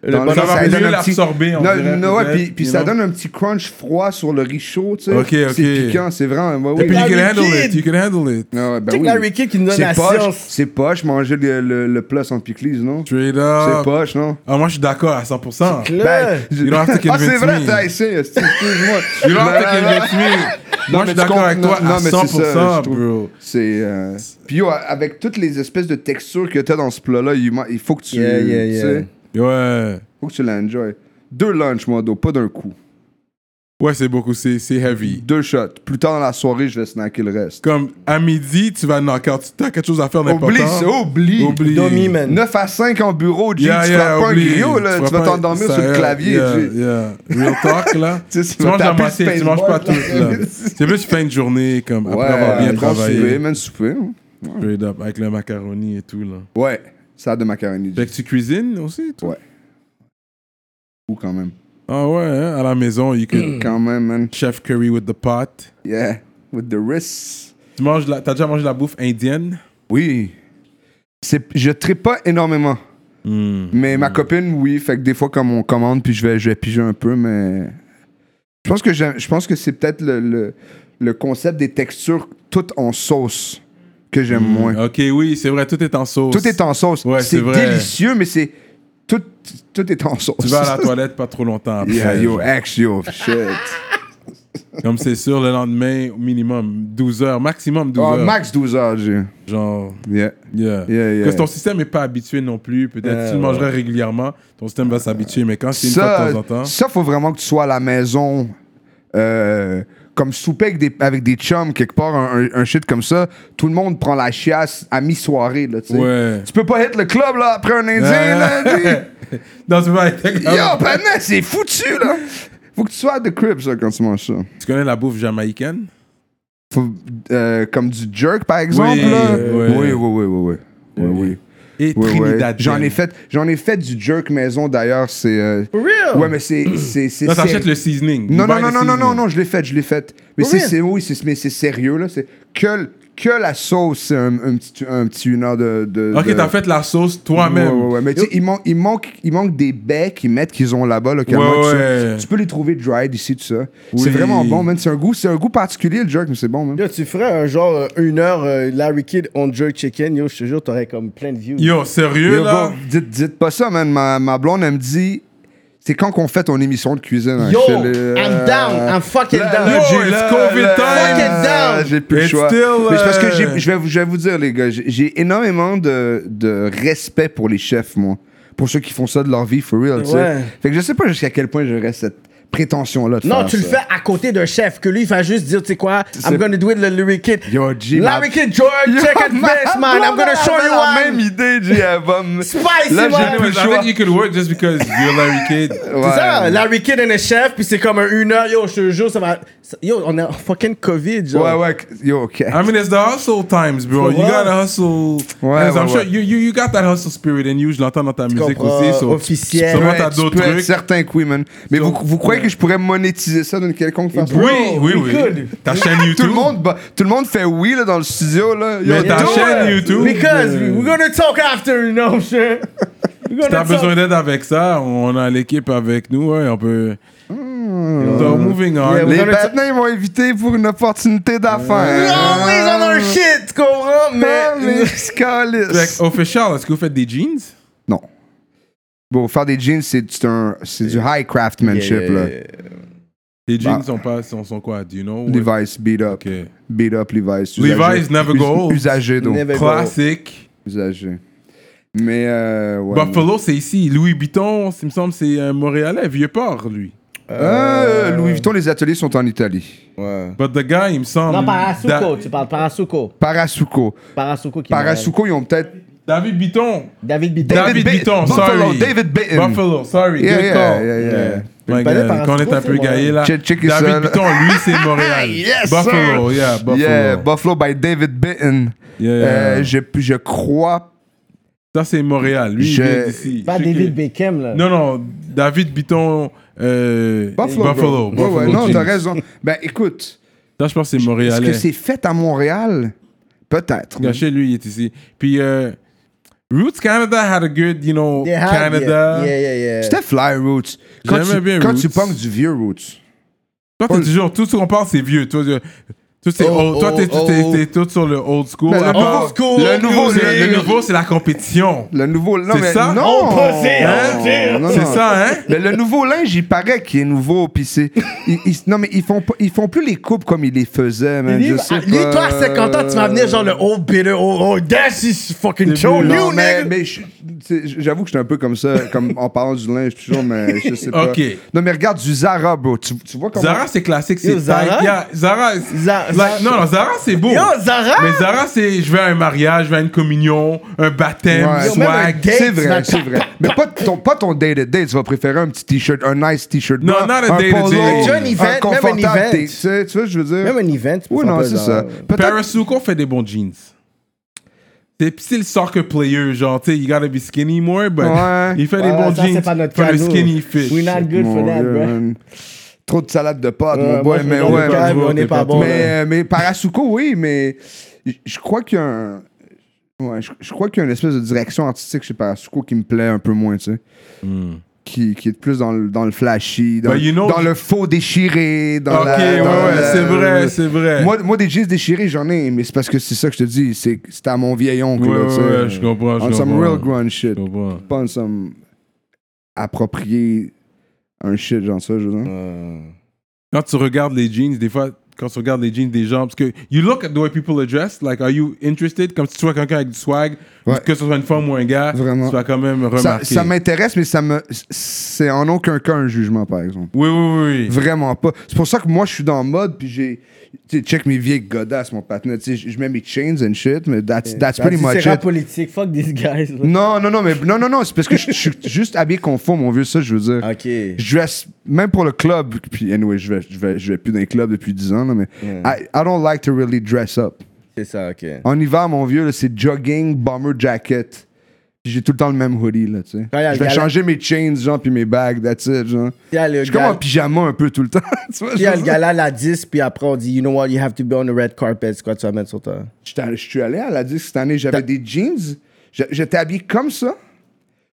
[SPEAKER 4] Dans
[SPEAKER 3] Ça va
[SPEAKER 4] ça donne
[SPEAKER 3] mieux
[SPEAKER 4] un petit-
[SPEAKER 3] l'absorber, on
[SPEAKER 4] Non,
[SPEAKER 3] dirait,
[SPEAKER 4] non, ouais,
[SPEAKER 3] peut-être,
[SPEAKER 4] puis, puis
[SPEAKER 3] you
[SPEAKER 4] ça
[SPEAKER 3] know.
[SPEAKER 4] donne un petit crunch froid sur le riz chaud, tu sais.
[SPEAKER 3] Ok, ok.
[SPEAKER 4] C'est piquant, c'est vraiment. ouais, oui.
[SPEAKER 3] Puis you can
[SPEAKER 5] Larry
[SPEAKER 3] handle it,
[SPEAKER 5] Kidd.
[SPEAKER 3] you can handle it.
[SPEAKER 4] Ah ouais, ben
[SPEAKER 5] Check
[SPEAKER 4] oui.
[SPEAKER 5] Larry Kidd qui nous donne
[SPEAKER 4] C'est
[SPEAKER 5] la
[SPEAKER 4] poche,
[SPEAKER 5] science.
[SPEAKER 4] C'est poche, manger le, le, le plat sans piclis, non? C'est
[SPEAKER 3] Straight up.
[SPEAKER 4] poche, non?
[SPEAKER 3] Ah, moi, je suis d'accord à 100%.
[SPEAKER 5] Là,
[SPEAKER 4] je-
[SPEAKER 3] You don't have
[SPEAKER 4] [LAUGHS]
[SPEAKER 3] to
[SPEAKER 4] ah, c'est
[SPEAKER 3] convince
[SPEAKER 4] vrai,
[SPEAKER 3] me.
[SPEAKER 4] t'as essayé, excuse-moi.
[SPEAKER 3] [LAUGHS] You don't have to
[SPEAKER 4] Non, non, non.
[SPEAKER 3] convince me.
[SPEAKER 4] Non, mais
[SPEAKER 3] Moi, je suis
[SPEAKER 4] tu
[SPEAKER 3] d'accord avec
[SPEAKER 4] comprends-
[SPEAKER 3] toi
[SPEAKER 4] non,
[SPEAKER 3] à
[SPEAKER 4] mais c'est ça, je
[SPEAKER 3] 100%,
[SPEAKER 4] trouve.
[SPEAKER 3] bro.
[SPEAKER 4] C'est. euh, Puis yo, avec toutes les espèces de textures que t'as dans ce plat-là, il, man- il faut que tu.
[SPEAKER 5] Yeah, yeah,
[SPEAKER 4] tu
[SPEAKER 5] yeah.
[SPEAKER 4] sais,
[SPEAKER 3] Ouais.
[SPEAKER 4] faut que tu l'enjoy. Deux lunchs, moi, d'eau, pas d'un coup.
[SPEAKER 3] Ouais, c'est beaucoup, c'est c'est heavy.
[SPEAKER 4] Deux shots. Plus tard dans la soirée, je vais snacker le reste.
[SPEAKER 3] Comme à midi, tu vas knock out. Si t'as quelque chose à faire d'important.
[SPEAKER 4] Oublie, c'est oublie.
[SPEAKER 3] Oublie.
[SPEAKER 5] Domi, man.
[SPEAKER 4] 9 à 5 en bureau, G,
[SPEAKER 3] Yeah,
[SPEAKER 4] tu
[SPEAKER 3] yeah,
[SPEAKER 4] frappes pas un
[SPEAKER 3] oublie.
[SPEAKER 4] griot, là. Tu,
[SPEAKER 3] feras
[SPEAKER 4] vas
[SPEAKER 3] pas-
[SPEAKER 4] t'endormir sur le
[SPEAKER 3] ça,
[SPEAKER 4] clavier,
[SPEAKER 3] yeah,
[SPEAKER 4] G.
[SPEAKER 3] yeah. Real talk, là.
[SPEAKER 4] [LAUGHS] Tu
[SPEAKER 3] tu,
[SPEAKER 4] sais, tu vas
[SPEAKER 3] manges la
[SPEAKER 4] taper
[SPEAKER 3] moitié,
[SPEAKER 4] le
[SPEAKER 3] tu manges pas tout,
[SPEAKER 4] spacebar,
[SPEAKER 3] là.
[SPEAKER 4] là. [LAUGHS]
[SPEAKER 3] C'est plus, tu fais une journée, comme,
[SPEAKER 4] Ouais,
[SPEAKER 3] après avoir bien
[SPEAKER 4] un grand Souper,
[SPEAKER 3] travaillé.
[SPEAKER 4] man, souper. hein.
[SPEAKER 3] Straight up, avec le macaroni et tout, là.
[SPEAKER 4] Ouais, ça de macaroni, G.
[SPEAKER 3] Fait que tu cuisines aussi, toi?
[SPEAKER 4] Ouais. Ou quand même.
[SPEAKER 3] Ah ouais, hein, à la maison, you could
[SPEAKER 4] Quand même, man.
[SPEAKER 3] chef curry with the pot.
[SPEAKER 4] Yeah. With the wrists.
[SPEAKER 3] Tu manges la... T'as déjà mangé la bouffe indienne?
[SPEAKER 4] Oui. C'est, je tripe pas énormément.
[SPEAKER 3] Hmm.
[SPEAKER 4] Mais ma copine, oui. Fait que des fois, comme on commande, puis je vais, je vais piger un peu, mais. Je pense que, j'aime- je pense que c'est peut-être le, le, le concept des textures toutes en sauce que j'aime moins.
[SPEAKER 3] Ok, oui, c'est vrai, tout est en sauce.
[SPEAKER 4] Tout est en sauce.
[SPEAKER 3] Ouais, Hmm. Ah, oh, c'est
[SPEAKER 4] c'est
[SPEAKER 3] vrai.
[SPEAKER 4] délicieux, mais c'est. Tout, tout est en sauce.
[SPEAKER 3] Tu vas à la toilette pas trop longtemps après.
[SPEAKER 4] [LAUGHS] Yeah, yo, ex, yo,
[SPEAKER 3] [LAUGHS]
[SPEAKER 4] shit.
[SPEAKER 3] Comme c'est sûr, le lendemain, au minimum, 12 heures, maximum 12
[SPEAKER 4] Oh,
[SPEAKER 3] heures.
[SPEAKER 4] max 12 heures, j'ai.
[SPEAKER 3] Genre,
[SPEAKER 4] Yeah.
[SPEAKER 3] yeah.
[SPEAKER 4] Yeah, yeah.
[SPEAKER 3] Parce que ton système n'est pas habitué non plus. Peut-être si tu le mangerais régulièrement, ton système va s'habituer. Mais quand c'est une fois de temps en temps,
[SPEAKER 4] Ça, faut vraiment que tu sois à la maison, euh, comme souper avec des, avec des chums, quelque part, un, un- un shit comme ça. Tout le monde prend la chiasse à mi-soirée, là, tu sais.
[SPEAKER 3] Ouais.
[SPEAKER 4] Tu peux pas hit le club, là, après un Indien,
[SPEAKER 3] Yeah.
[SPEAKER 4] là.
[SPEAKER 3] [LAUGHS]
[SPEAKER 4] tu-
[SPEAKER 3] dans ce moment,
[SPEAKER 4] Yo, panet, c'est foutu, là. Faut que tu sois à The Crib, ça, quand tu manges ça.
[SPEAKER 3] tu connais la bouffe jamaïcaine
[SPEAKER 4] Faut, euh, comme du jerk, par exemple,
[SPEAKER 3] Oui,
[SPEAKER 4] là.
[SPEAKER 3] ouais.
[SPEAKER 4] Oui, oui, oui, oui, oui. Oui, oui.
[SPEAKER 3] et
[SPEAKER 4] Oui, oui.
[SPEAKER 3] Trinidad.
[SPEAKER 4] J'en ai fait, j'en ai fait du jerk maison d'ailleurs. C'est euh,
[SPEAKER 5] For real?
[SPEAKER 4] ouais, mais c'est c'est c'est.
[SPEAKER 3] Non,
[SPEAKER 4] c'est-
[SPEAKER 3] t'achètes le seasoning.
[SPEAKER 4] Non,
[SPEAKER 3] You
[SPEAKER 4] non,
[SPEAKER 3] buy
[SPEAKER 4] non,
[SPEAKER 3] the
[SPEAKER 4] non, non, non,
[SPEAKER 3] seasoning.
[SPEAKER 4] non, je l'ai faite, je l'ai faite. Mais
[SPEAKER 5] Pour
[SPEAKER 4] c'est
[SPEAKER 5] vrai?
[SPEAKER 4] c'est- oui, c'est- mais c'est sérieux, là. C'est que, l- que la sauce, c'est un, un petit, un petit une heure de. de de-
[SPEAKER 3] Ok, t'as fait la sauce
[SPEAKER 4] Ouais,
[SPEAKER 3] toi-même.
[SPEAKER 4] ouais, ouais. Mais tu sais, il, manque, il, manque, il manque des baies qu'ils mettent, qu'ils ont là-bas. Là, qu'à
[SPEAKER 3] Ouais,
[SPEAKER 4] moi, tu-
[SPEAKER 3] ouais.
[SPEAKER 4] Tu, peux les trouver dried ici, tout ça.
[SPEAKER 3] Oui.
[SPEAKER 4] C'est vraiment bon, man. C'est un, goût, c'est un goût particulier, le jerk, mais c'est bon, man.
[SPEAKER 5] Yo, tu ferais un genre euh, une heure euh, Larry Kid on jerk chicken, yo, je te jure, t'aurais comme plein de views.
[SPEAKER 3] Yo, sérieux
[SPEAKER 4] Yo,
[SPEAKER 3] là
[SPEAKER 4] bon, dites, dites pas ça, man. Ma, ma blonde, elle me dit. C'est quand qu'on fait ton émission de cuisine. hein,
[SPEAKER 5] Yo,
[SPEAKER 4] je fais le-
[SPEAKER 5] I'm down, I'm fucking
[SPEAKER 4] Là,
[SPEAKER 5] down.
[SPEAKER 4] là,
[SPEAKER 3] Yo,
[SPEAKER 4] j'ai-
[SPEAKER 3] it's
[SPEAKER 4] là,
[SPEAKER 3] COVID
[SPEAKER 4] là,
[SPEAKER 3] time.
[SPEAKER 5] Fucking down.
[SPEAKER 4] J'ai plus le
[SPEAKER 3] It's
[SPEAKER 4] choix.
[SPEAKER 3] still,
[SPEAKER 4] Mais c'est parce que j'ai-
[SPEAKER 3] euh,
[SPEAKER 4] je vais, vous- je vais vous dire, les gars, j'ai- j'ai énormément de, de respect pour les chefs, moi. Pour ceux qui font ça de leur vie, for real, tu sais.
[SPEAKER 5] Ouais.
[SPEAKER 4] Fait que je sais pas jusqu'à quel point j'aurais cette prétention-là de
[SPEAKER 5] non,
[SPEAKER 4] faire
[SPEAKER 5] tu le
[SPEAKER 4] ça.
[SPEAKER 5] fais à côté d'un chef, que lui, il va juste dire, tu sais quoi, I'm gonna do it, le Larry Kid.
[SPEAKER 4] Yo, G, ma-
[SPEAKER 5] Larry Kid, George,
[SPEAKER 4] Yo,
[SPEAKER 5] check it
[SPEAKER 4] ma
[SPEAKER 5] best, man. I'm
[SPEAKER 4] blonde,
[SPEAKER 5] gonna
[SPEAKER 4] elle
[SPEAKER 5] show
[SPEAKER 4] avait
[SPEAKER 5] you
[SPEAKER 4] la même
[SPEAKER 5] one.
[SPEAKER 4] idée, G, elle va me-
[SPEAKER 5] Spicy,
[SPEAKER 4] Là,
[SPEAKER 5] man.
[SPEAKER 4] j'ai plus le
[SPEAKER 3] Anyways, I
[SPEAKER 4] choix.
[SPEAKER 3] think you could work just because you're Larry Kid.
[SPEAKER 4] Ouais.
[SPEAKER 5] C'est ça, Larry Kid and a chef, puis c'est comme un une heure, yo, je te jure, ça va. ça- Yo, on a fucking COVID, genre.
[SPEAKER 4] Ouais, ouais, yo, ok.
[SPEAKER 3] I mean, it's the hustle times, bro. You
[SPEAKER 5] Ouais.
[SPEAKER 3] gotta hustle.
[SPEAKER 4] Ouais,
[SPEAKER 3] Yes, I'm
[SPEAKER 4] ouais,
[SPEAKER 3] sure
[SPEAKER 4] ouais.
[SPEAKER 3] you, you, you got that hustle spirit in you. Je l'entends dans ta musique
[SPEAKER 5] comprends,
[SPEAKER 3] aussi. So,
[SPEAKER 5] officiel.
[SPEAKER 3] Sûrement,
[SPEAKER 4] Ouais,
[SPEAKER 3] t'as
[SPEAKER 4] tu
[SPEAKER 3] d'autres
[SPEAKER 4] peux être
[SPEAKER 3] trucs.
[SPEAKER 4] certain que oui, man. Mais
[SPEAKER 3] Donc,
[SPEAKER 4] vous, vous croyez que je pourrais monétiser ça d'une quelconque façon?
[SPEAKER 3] Oui,
[SPEAKER 5] Bro,
[SPEAKER 3] oui,
[SPEAKER 5] we
[SPEAKER 3] oui.
[SPEAKER 5] could.
[SPEAKER 3] Ta chaîne YouTube.
[SPEAKER 4] [LAUGHS] Tout le, monde, bah, tout le monde fait oui là, dans le studio. Là. Yo,
[SPEAKER 3] Mais
[SPEAKER 4] do
[SPEAKER 3] ta
[SPEAKER 4] it!
[SPEAKER 3] chaîne YouTube.
[SPEAKER 5] Because
[SPEAKER 3] euh,
[SPEAKER 5] we're gonna talk after, you
[SPEAKER 4] [LAUGHS]
[SPEAKER 5] know, sure. We're gonna
[SPEAKER 3] T'as
[SPEAKER 5] talk.
[SPEAKER 3] besoin d'aide avec ça. On a l'équipe avec nous. Ouais, on peut.
[SPEAKER 4] Hmm.
[SPEAKER 3] So, moving on.
[SPEAKER 5] Yeah,
[SPEAKER 4] Les
[SPEAKER 5] We're gonna
[SPEAKER 4] Batman, ils m'ont invité pour une opportunité d'affaires.
[SPEAKER 5] We're
[SPEAKER 3] Ah
[SPEAKER 5] always on our shit, tu comprends?
[SPEAKER 4] Ah,
[SPEAKER 5] Mais.
[SPEAKER 4] mais c'est calice.
[SPEAKER 3] Fait que, official, est-ce que vous faites des jeans?
[SPEAKER 4] Non. Bon, faire des jeans, c'est c'est un- c'est du high craftsmanship. là.
[SPEAKER 5] Euh,
[SPEAKER 3] Les jeans
[SPEAKER 4] Bah.
[SPEAKER 3] sont, pas, sont, sont quoi? Do you know?
[SPEAKER 4] Levi's, beat up.
[SPEAKER 3] Ok.
[SPEAKER 4] Beat up, Levi's.
[SPEAKER 3] Levi's
[SPEAKER 4] usagé.
[SPEAKER 3] never
[SPEAKER 4] Us-
[SPEAKER 3] go old.
[SPEAKER 4] Usagé, donc.
[SPEAKER 5] Never-
[SPEAKER 3] Classique.
[SPEAKER 4] Usagé. Mais, euh, ouais.
[SPEAKER 3] Buffalo, c'est ici. Louis Vuitton, il me semble, c'est un Montréalais, Vieux-Port, lui.
[SPEAKER 4] Euh, Louis Vuitton, les ateliers sont en Italie.
[SPEAKER 5] Ouais.
[SPEAKER 3] But the guy, il me semble.
[SPEAKER 5] Non, Parasuco,
[SPEAKER 3] Da-
[SPEAKER 5] tu parles Parasuco.
[SPEAKER 4] Parasuco.
[SPEAKER 5] Parasuco qui est
[SPEAKER 4] Parasuco, ils ont peut-être
[SPEAKER 3] David Bitton.
[SPEAKER 5] David Bitton.
[SPEAKER 3] David,
[SPEAKER 4] David Bi-
[SPEAKER 3] Bitton,
[SPEAKER 4] Buffalo,
[SPEAKER 3] sorry.
[SPEAKER 4] David Bitton.
[SPEAKER 3] Buffalo, sorry.
[SPEAKER 4] Yeah,
[SPEAKER 3] Good
[SPEAKER 4] yeah,
[SPEAKER 3] call.
[SPEAKER 4] yeah, yeah.
[SPEAKER 3] My
[SPEAKER 5] palais
[SPEAKER 3] God,
[SPEAKER 5] par
[SPEAKER 3] qu'on
[SPEAKER 5] Arsenal,
[SPEAKER 3] est un peu
[SPEAKER 5] c'est
[SPEAKER 3] gaillé
[SPEAKER 5] Montréal.
[SPEAKER 3] là.
[SPEAKER 4] Check- check
[SPEAKER 3] David
[SPEAKER 4] ça, là.
[SPEAKER 3] Bitton, lui,
[SPEAKER 4] [LAUGHS]
[SPEAKER 3] c'est Montréal.
[SPEAKER 4] Yes,
[SPEAKER 3] Buffalo,
[SPEAKER 4] sir.
[SPEAKER 3] yeah, Buffalo.
[SPEAKER 4] Yeah, Buffalo by David Bitton.
[SPEAKER 3] Yeah.
[SPEAKER 4] Euh, je, je crois.
[SPEAKER 3] Ça, c'est Montréal. Lui,
[SPEAKER 4] Je-
[SPEAKER 3] il vient d'ici.
[SPEAKER 5] Pas
[SPEAKER 3] Je sais
[SPEAKER 5] David
[SPEAKER 3] que-
[SPEAKER 5] Beckham, là.
[SPEAKER 3] Non, non, David Bitton, euh,
[SPEAKER 4] Buffalo.
[SPEAKER 3] Buffalo.
[SPEAKER 4] bro. Ouais, ouais,
[SPEAKER 3] Buffalo
[SPEAKER 4] non,
[SPEAKER 3] Jeans.
[SPEAKER 4] t'as raison. Ben écoute,
[SPEAKER 3] Ça, je pense que c'est
[SPEAKER 4] est-ce que
[SPEAKER 3] Montréalais.
[SPEAKER 4] c'est fait à Montréal? Peut-être.
[SPEAKER 3] Caché, lui, il est ici. Puis, euh, Roots Canada had a good, you know,
[SPEAKER 5] They have-
[SPEAKER 3] Canada.
[SPEAKER 5] Yeah, yeah, yeah.
[SPEAKER 4] C'était Fly Roots. Quand
[SPEAKER 3] J'aimais
[SPEAKER 4] tu,
[SPEAKER 3] bien
[SPEAKER 4] quand
[SPEAKER 3] Roots.
[SPEAKER 4] tu punks du vieux Roots.
[SPEAKER 3] Toi, t'es toujours, tout ce qu'on parle, c'est vieux. Toi, je- Tout c'est
[SPEAKER 5] Oh,
[SPEAKER 3] old- toi,
[SPEAKER 5] oh,
[SPEAKER 3] t'es, t'es-
[SPEAKER 5] oh,
[SPEAKER 3] t'es-
[SPEAKER 5] oh.
[SPEAKER 3] t'es tout sur le old school.
[SPEAKER 4] Ben,
[SPEAKER 3] à
[SPEAKER 4] le
[SPEAKER 3] part-
[SPEAKER 5] old school,
[SPEAKER 3] le nouveau,
[SPEAKER 5] music.
[SPEAKER 3] c'est, le nouveau, c'est la compétition.
[SPEAKER 4] Le nouveau. Non,
[SPEAKER 3] C'est
[SPEAKER 4] mais
[SPEAKER 3] ça?
[SPEAKER 4] non!
[SPEAKER 5] On peut dire, on peut
[SPEAKER 4] Non,
[SPEAKER 5] dire.
[SPEAKER 4] non.
[SPEAKER 3] c'est ça, hein?
[SPEAKER 4] Mais le nouveau linge, il paraît qu'il est nouveau, puis
[SPEAKER 3] [LAUGHS]
[SPEAKER 4] c'est... ils- ils- non, mais ils font, pas- ils font plus les coupes comme ils les faisaient, man, je
[SPEAKER 5] Lui,
[SPEAKER 4] sais
[SPEAKER 5] à- Ah, lui,
[SPEAKER 4] pas.
[SPEAKER 5] toi, à 50 ans, tu vas venir genre le oh bitter, oh, oh, that's is fucking show,
[SPEAKER 4] Non,
[SPEAKER 5] you
[SPEAKER 4] mais,
[SPEAKER 5] nigga.
[SPEAKER 4] mais je- tu sais, j'avoue que je suis un peu comme ça, comme en parlant du linge toujours, mais je sais pas.
[SPEAKER 3] Ok.
[SPEAKER 4] Non, mais regarde du Zara, bro. Tu, tu vois comment...
[SPEAKER 3] Zara, c'est classique, c'est
[SPEAKER 5] Yo, Zara?
[SPEAKER 3] tight. Yeah, Zara, c'est-
[SPEAKER 5] Za-
[SPEAKER 3] like, non, non, Zara, c'est beau.
[SPEAKER 5] Yo, Zara!
[SPEAKER 3] Mais Zara, c'est je vais à un mariage, je vais à une communion, un baptême,
[SPEAKER 4] Ouais.
[SPEAKER 5] Yo, même un
[SPEAKER 3] swag.
[SPEAKER 5] gay-
[SPEAKER 4] C'est
[SPEAKER 5] tu vas-
[SPEAKER 4] vrai, c'est vrai. Mais pas ton, pas ton day-to-day, tu vas préférer un petit t-shirt, un nice t-shirt.
[SPEAKER 3] Non,
[SPEAKER 4] blanc,
[SPEAKER 3] not a
[SPEAKER 4] un
[SPEAKER 3] day-to-day.
[SPEAKER 4] polo,
[SPEAKER 3] Déjà, un
[SPEAKER 5] event, même un
[SPEAKER 4] confortable,
[SPEAKER 5] event.
[SPEAKER 4] t'es- Tu sais, tu vois, je veux dire.
[SPEAKER 5] Même un event, tu peux
[SPEAKER 4] Oui,
[SPEAKER 5] faire
[SPEAKER 4] non,
[SPEAKER 5] pas
[SPEAKER 4] c'est
[SPEAKER 5] genre-
[SPEAKER 4] ça. Peut-être
[SPEAKER 3] Parasuko fait des bons jeans. C'est c'est le soccer player, genre, tu sais, you gotta be skinny more, but
[SPEAKER 4] Ouais.
[SPEAKER 3] il fait des
[SPEAKER 5] Ouais,
[SPEAKER 3] bons
[SPEAKER 5] Ah, ça, c'est
[SPEAKER 3] jeans
[SPEAKER 5] pas notre
[SPEAKER 3] pour le
[SPEAKER 5] canot.
[SPEAKER 3] skinny fit.
[SPEAKER 5] We're not good for
[SPEAKER 4] Mon
[SPEAKER 5] that,
[SPEAKER 4] Dieu,
[SPEAKER 5] bro.
[SPEAKER 4] man. Trop de salade de pâtes,
[SPEAKER 5] Ouais,
[SPEAKER 4] mon
[SPEAKER 5] moi,
[SPEAKER 4] boy,
[SPEAKER 5] je
[SPEAKER 4] mais
[SPEAKER 5] regarde
[SPEAKER 4] ouais.
[SPEAKER 5] le cadre,
[SPEAKER 3] ouais,
[SPEAKER 5] on n'est
[SPEAKER 3] t'es
[SPEAKER 5] pas
[SPEAKER 3] pas
[SPEAKER 5] bon.
[SPEAKER 3] bon.
[SPEAKER 5] là.
[SPEAKER 4] mais, mais Parasuko, oui, mais je- je crois qu'il y a un. Ouais, je, je crois qu'il y a une espèce de direction artistique chez Parasuko qui me plaît un peu moins, tu sais. Qui, qui est plus dans le, dans le flashy, dans,
[SPEAKER 3] But Bah, you know-
[SPEAKER 4] dans le faux déchiré, dans
[SPEAKER 3] Ok,
[SPEAKER 4] la-
[SPEAKER 3] ouais,
[SPEAKER 4] dans
[SPEAKER 3] ouais,
[SPEAKER 4] la-
[SPEAKER 3] c'est vrai, c'est vrai.
[SPEAKER 4] Moi, moi, des jeans déchirés, j'en ai, mais c'est parce que c'est ça que je te dis, c'est que c'était à mon vieil oncle.
[SPEAKER 3] ouais,
[SPEAKER 4] là,
[SPEAKER 3] ouais,
[SPEAKER 4] tu sais. euh,
[SPEAKER 3] ouais, je comprends, je
[SPEAKER 4] On some
[SPEAKER 3] comprends.
[SPEAKER 4] real grunge shit.
[SPEAKER 3] Je comprends.
[SPEAKER 4] Pas on some approprié un shit, genre ça, je veux dire.
[SPEAKER 3] Quand tu regardes les jeans, des fois, quand tu regardes les jeans des gens, parce que you look at the way people are dressed, like, are you interested? Comme si tu vois quelqu'un avec du swag,
[SPEAKER 4] Ouais.
[SPEAKER 3] que ce soit une femme ou un gars,
[SPEAKER 4] Vraiment.
[SPEAKER 3] tu vas quand même
[SPEAKER 4] Ça,
[SPEAKER 3] remarquer.
[SPEAKER 4] ça m'intéresse, mais ça me. C'est en aucun cas un jugement, par exemple.
[SPEAKER 3] oui, oui, oui.
[SPEAKER 4] Vraiment pas. C'est pour ça que moi, je suis dans le mode, puis j'ai. Tu sais, check mes vieilles godasses, mon patin. Tu sais, je je mets mes chains and shit, mais that's, that's
[SPEAKER 5] T'as
[SPEAKER 4] pretty
[SPEAKER 5] dit,
[SPEAKER 4] much
[SPEAKER 5] Euh, C'est rap
[SPEAKER 4] it.
[SPEAKER 5] politique, fuck these guys. là.
[SPEAKER 4] Non, non, non, mais non, non, non, c'est parce que je je suis juste habillé conforme, mon vieux, ça, je veux dire.
[SPEAKER 5] Ok.
[SPEAKER 4] Je dress, même pour le club, puis anyway, je vais, je vais, je vais plus dans les clubs depuis 10 ans, là, mais I, I don't like to really dress up.
[SPEAKER 5] C'est ça, ok.
[SPEAKER 4] En hiver, mon vieux, là, c'est jogging, bomber jacket. Puis j'ai tout le temps le même hoodie, là, tu sais.
[SPEAKER 5] Ah, y a-
[SPEAKER 4] Je vais
[SPEAKER 5] y a-
[SPEAKER 4] changer mes chains, genre, puis mes bagues, that's it, genre.
[SPEAKER 5] Y a le
[SPEAKER 4] Je suis comme
[SPEAKER 5] gars-
[SPEAKER 4] en pyjama un peu tout le temps, [LAUGHS] tu vois.
[SPEAKER 5] Puis il
[SPEAKER 4] je
[SPEAKER 5] y a le
[SPEAKER 4] veux
[SPEAKER 5] gala à la 10, puis après on dit, you know what, you have to be on the red carpet, c'est quoi tu vas mettre sur toi?
[SPEAKER 4] dire. J'étais allé- Je suis allé à la disque cette année, j'avais des jeans, J'a- j'étais habillé comme ça,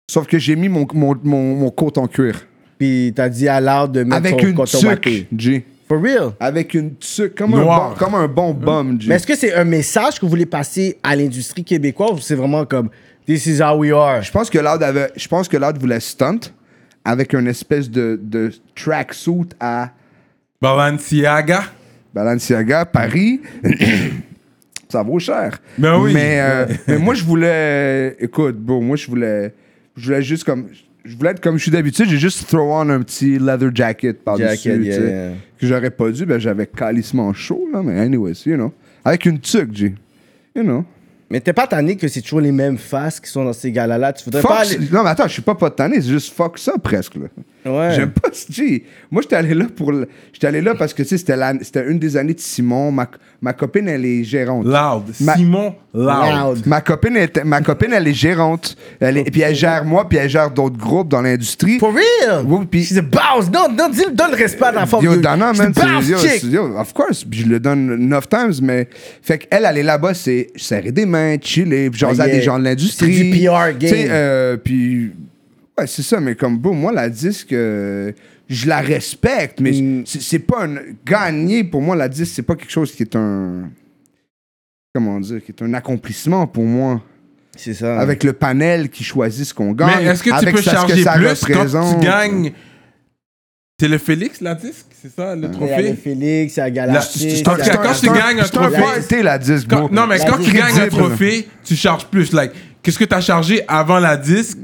[SPEAKER 4] sauf que j'ai mis mon, mon, mon, mon coat en cuir.
[SPEAKER 5] Puis t'as dit à l'art de mettre
[SPEAKER 4] Avec
[SPEAKER 5] ton
[SPEAKER 4] une
[SPEAKER 5] coton
[SPEAKER 4] tuque,
[SPEAKER 5] watté.
[SPEAKER 4] G.
[SPEAKER 5] For real.
[SPEAKER 4] Avec une tuque, comme, un
[SPEAKER 3] Noir.
[SPEAKER 4] bon, comme un bon bum, G.
[SPEAKER 5] Mais est-ce que c'est un message que vous voulez passer à l'industrie québécoise ou c'est vraiment comme, this is how we are?
[SPEAKER 4] Je pense que Loud avait, je pense que Loud voulait stunt avec une espèce de, de tracksuit à
[SPEAKER 3] Balenciaga.
[SPEAKER 4] Balenciaga,
[SPEAKER 5] [COUGHS]
[SPEAKER 4] Paris. ça vaut cher.
[SPEAKER 3] Ben oui.
[SPEAKER 4] Mais,
[SPEAKER 5] [LAUGHS]
[SPEAKER 4] euh, mais moi, je voulais, écoute, bon, moi, je voulais, je voulais juste comme, je voulais être comme je suis d'habitude, j'ai juste throw on un petit leather jacket par-dessus,
[SPEAKER 5] Jacket,
[SPEAKER 4] tu
[SPEAKER 5] yeah,
[SPEAKER 4] sais,
[SPEAKER 5] yeah.
[SPEAKER 4] que j'aurais pas dû, ben j'avais calissement chaud, là, mais anyways, you know, avec une tuque, G, you know.
[SPEAKER 5] Mais t'es pas tanné que c'est toujours les mêmes faces qui sont dans ces galas-là. Tu voudrais
[SPEAKER 4] Fuck
[SPEAKER 5] Ben, pas
[SPEAKER 4] ça-
[SPEAKER 5] aller.
[SPEAKER 4] Non, mais attends, je suis pas pas tanné, c'est juste fuck ça presque. Là.
[SPEAKER 5] Ouais.
[SPEAKER 4] J'aime pas ce G. Moi, j'étais allé là pour. le- J'étais allé là parce que, tu sais, c'était la- c'était une des années de Simon. Ma, ma copine, elle est gérante.
[SPEAKER 3] Loud.
[SPEAKER 4] Ma-
[SPEAKER 3] Simon Loud.
[SPEAKER 5] Loud.
[SPEAKER 4] Ma copine, elle, était- ma copine, elle est gérante. Elle est- puis elle gère moi, puis elle gère d'autres groupes dans l'industrie.
[SPEAKER 5] For real?
[SPEAKER 4] Oui, puis-
[SPEAKER 5] She's a boss. Non, non, dis, donne le respect à la femme.
[SPEAKER 4] Yo, Dana,
[SPEAKER 5] She's a
[SPEAKER 4] man,
[SPEAKER 5] boss
[SPEAKER 4] c'est- yo,
[SPEAKER 5] chick.
[SPEAKER 4] c'est- yo, of course. Puis je le donne 9 times, mais. Fait qu'elle, aller là-bas, c'est serrer des mains, chiller, puis jaser
[SPEAKER 5] Ah,
[SPEAKER 4] à
[SPEAKER 5] yeah.
[SPEAKER 4] des gens de l'industrie.
[SPEAKER 5] C'est du PR game.
[SPEAKER 4] Tu sais, euh, puis. Ouais, c'est ça, mais comme, bon, moi, la disque, euh, je la respecte, mais
[SPEAKER 5] Mm.
[SPEAKER 4] c'est c'est pas un. Gagner, pour moi, la disque, c'est pas quelque chose qui est un. Comment dire, qui est un accomplissement pour moi.
[SPEAKER 5] C'est ça.
[SPEAKER 4] Avec le panel qui choisit ce qu'on gagne.
[SPEAKER 3] Mais est-ce que tu
[SPEAKER 4] avec
[SPEAKER 3] peux
[SPEAKER 4] ça- ce
[SPEAKER 3] charger
[SPEAKER 4] ça
[SPEAKER 3] plus quand
[SPEAKER 4] représente.
[SPEAKER 3] tu gagnes C'est le Félix, la disque C'est ça,
[SPEAKER 4] Euh,
[SPEAKER 3] le
[SPEAKER 5] Il y a les
[SPEAKER 3] trophée
[SPEAKER 5] Félix, il y a
[SPEAKER 4] C'est-
[SPEAKER 5] Galaxy.
[SPEAKER 4] c'est
[SPEAKER 3] Parce que
[SPEAKER 4] un-
[SPEAKER 3] quand
[SPEAKER 4] c'est
[SPEAKER 3] tu gagnes un
[SPEAKER 4] c'est un
[SPEAKER 5] trophée-
[SPEAKER 4] party, la disque,
[SPEAKER 3] Quand-
[SPEAKER 4] bro.
[SPEAKER 3] non, mais
[SPEAKER 5] La
[SPEAKER 3] quand tu
[SPEAKER 5] disque.
[SPEAKER 3] gagnes un
[SPEAKER 4] Crédible.
[SPEAKER 3] trophée, tu charges plus. Like, qu'est-ce que tu as chargé avant la disque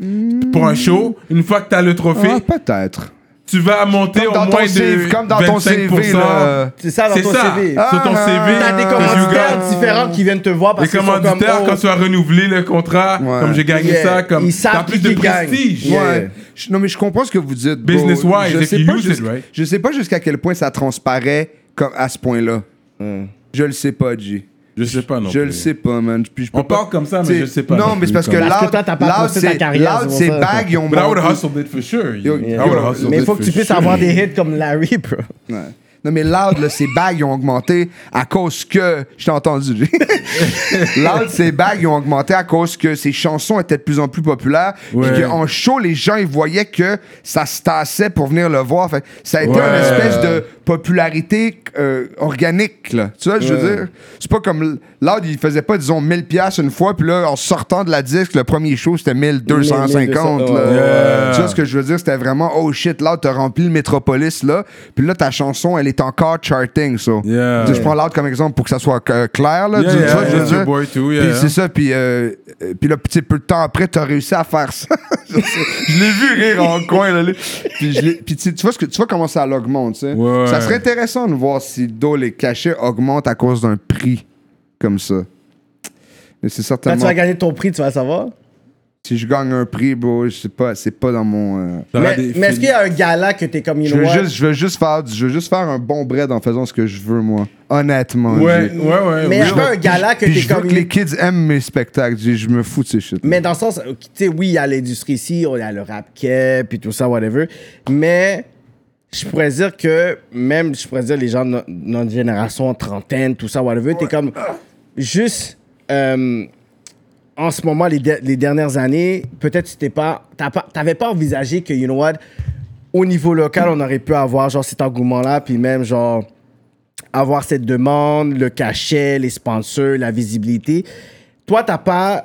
[SPEAKER 3] pour un show Une fois que tu as le trophée,
[SPEAKER 4] Ah, peut-être.
[SPEAKER 3] tu vas monter
[SPEAKER 4] Comme
[SPEAKER 3] au
[SPEAKER 4] dans
[SPEAKER 3] moins
[SPEAKER 4] ton
[SPEAKER 3] de
[SPEAKER 4] CV, comme dans ton
[SPEAKER 3] 25%.
[SPEAKER 4] CV, là.
[SPEAKER 5] C'est ça dans
[SPEAKER 3] C'est
[SPEAKER 5] ton
[SPEAKER 3] ça,
[SPEAKER 5] CV.
[SPEAKER 3] sur ton
[SPEAKER 4] Ah,
[SPEAKER 3] CV.
[SPEAKER 5] T'as des
[SPEAKER 3] que you
[SPEAKER 5] commanditaires
[SPEAKER 4] gars.
[SPEAKER 3] got.
[SPEAKER 5] différents qui viennent te voir
[SPEAKER 3] Les
[SPEAKER 5] parce qu'ils sont comme.
[SPEAKER 3] commanditaires,
[SPEAKER 5] oh,
[SPEAKER 3] quand tu as renouvelé le contrat,
[SPEAKER 4] Ouais.
[SPEAKER 3] comme j'ai gagné
[SPEAKER 5] Yeah.
[SPEAKER 3] ça, comme
[SPEAKER 5] Ils savent
[SPEAKER 3] t'as plus
[SPEAKER 5] qui
[SPEAKER 3] de
[SPEAKER 5] gagne.
[SPEAKER 3] prestige.
[SPEAKER 5] Yeah.
[SPEAKER 4] Ouais. Je- non, mais je comprends ce que vous dites. bro.
[SPEAKER 3] Business-wise,
[SPEAKER 4] je
[SPEAKER 3] if
[SPEAKER 4] sais
[SPEAKER 3] you
[SPEAKER 4] pas
[SPEAKER 3] use it,
[SPEAKER 4] jusqu'-
[SPEAKER 3] right?
[SPEAKER 4] Je sais pas jusqu'à quel point ça transparaît comme à ce point-là.
[SPEAKER 5] Mm.
[SPEAKER 4] Je le sais pas, G.
[SPEAKER 3] Je sais pas non
[SPEAKER 4] Je le
[SPEAKER 3] plus.
[SPEAKER 4] sais pas, man. Puis je peux
[SPEAKER 3] On
[SPEAKER 4] pas-
[SPEAKER 3] parle comme ça, mais
[SPEAKER 4] T'sais,
[SPEAKER 3] je le sais pas non
[SPEAKER 4] Non, mais c'est
[SPEAKER 3] plus,
[SPEAKER 4] parce que
[SPEAKER 3] comme-
[SPEAKER 5] Parce que
[SPEAKER 4] Loud,
[SPEAKER 5] toi, t'as pas
[SPEAKER 4] Loud,
[SPEAKER 5] poussé ta
[SPEAKER 4] c'est
[SPEAKER 5] carrière,
[SPEAKER 4] Loud,
[SPEAKER 5] c'est
[SPEAKER 4] ses
[SPEAKER 5] pour ça.
[SPEAKER 4] bagues, ils ont
[SPEAKER 3] But I would
[SPEAKER 4] monté-
[SPEAKER 3] hustled it for sure.
[SPEAKER 4] Yo,
[SPEAKER 3] I
[SPEAKER 4] yo,
[SPEAKER 3] would hustled
[SPEAKER 5] Mais
[SPEAKER 3] it
[SPEAKER 5] il faut que
[SPEAKER 3] for
[SPEAKER 5] tu puisses
[SPEAKER 3] sure.
[SPEAKER 5] avoir des hits comme Larry, bro.
[SPEAKER 4] Ouais. Non, mais Loud, là, ses bagues ils ont augmenté à cause que. Je t'ai entendu.
[SPEAKER 3] [LAUGHS]
[SPEAKER 4] Jay. Loud, ses bagues ils ont augmenté à cause que ses chansons étaient de plus en plus populaires.
[SPEAKER 3] Ouais.
[SPEAKER 4] Puis qu'en show, les gens, ils voyaient que ça se tassait pour venir le voir. Fait que ça a été
[SPEAKER 3] Ouais.
[SPEAKER 4] une espèce de popularité euh, organique, là. Tu vois, je veux dire. C'est pas comme. Loud, il faisait pas, disons, 1000$ piastres une fois, puis là, en sortant de la disque, le premier show, c'était 1250. là.
[SPEAKER 5] Ouais.
[SPEAKER 3] Yeah.
[SPEAKER 4] Tu vois ce que je veux dire? C'était vraiment, oh shit, là, t'as rempli le Metropolis, là. Puis là, ta chanson, elle est encore charting, ça.
[SPEAKER 3] Yeah.
[SPEAKER 4] Tu sais, Je prends l'art comme exemple pour que ça soit euh, clair, là.
[SPEAKER 3] Yeah,
[SPEAKER 4] tu vois
[SPEAKER 3] yeah,
[SPEAKER 4] ce que je veux
[SPEAKER 3] yeah.
[SPEAKER 4] dire?
[SPEAKER 3] Du boy too, yeah.
[SPEAKER 4] Puis c'est ça, puis, euh, euh, puis là, petit peu de temps après, t'as réussi à faire ça. [LAUGHS] je sais, je l'ai vu rire
[SPEAKER 3] [LAUGHS]
[SPEAKER 4] en coin, là. lui. Puis, je l'ai- puis tu, sais, tu vois ce que, tu vois comment ça l'augmente, tu sais.
[SPEAKER 3] Ouais.
[SPEAKER 4] Ça serait intéressant de voir si d'où les cachets augmentent à cause d'un prix comme ça. Mais c'est
[SPEAKER 5] Quand Ben, tu
[SPEAKER 4] certainement...
[SPEAKER 5] vas gagner ton prix, tu vas savoir.
[SPEAKER 4] Si je gagne un prix, bro, je sais pas, c'est pas dans mon... euh,
[SPEAKER 3] T'auras
[SPEAKER 5] Mais,
[SPEAKER 3] des
[SPEAKER 5] mais est-ce
[SPEAKER 3] feelings.
[SPEAKER 5] qu'il y a un gala que t'es comme, you
[SPEAKER 4] Je
[SPEAKER 5] know
[SPEAKER 4] veux,
[SPEAKER 5] what?
[SPEAKER 4] juste, je, veux juste faire, du- je veux juste faire un bon bread en faisant ce que je veux, moi. Honnêtement.
[SPEAKER 3] Ouais,
[SPEAKER 4] j'ai-
[SPEAKER 3] ouais, ouais.
[SPEAKER 5] Mais
[SPEAKER 3] ouais.
[SPEAKER 5] y a pas un gala que
[SPEAKER 4] Puis
[SPEAKER 5] t'es
[SPEAKER 4] je veux
[SPEAKER 5] comme...
[SPEAKER 4] que les kids aiment mes spectacles. j'ai- Je me fous de ces shit.
[SPEAKER 5] Mais dans le sens, euh, tu sais, oui, il y a l'industrie ici, on a le rap cap, puis tout ça, whatever. Mais je pourrais dire que, même, je pourrais dire les gens de no- notre génération, trentaine, tout ça, whatever, t'es comme, juste, euh, en ce moment, les, de- les dernières années, peut-être tu t'es pas, t'as pas- t'avais pas envisagé que, you know what, au niveau local, on aurait pu avoir, genre, cet engouement-là, puis même, genre, avoir cette demande, le cachet, les sponsors, la visibilité. Toi, t'as pas,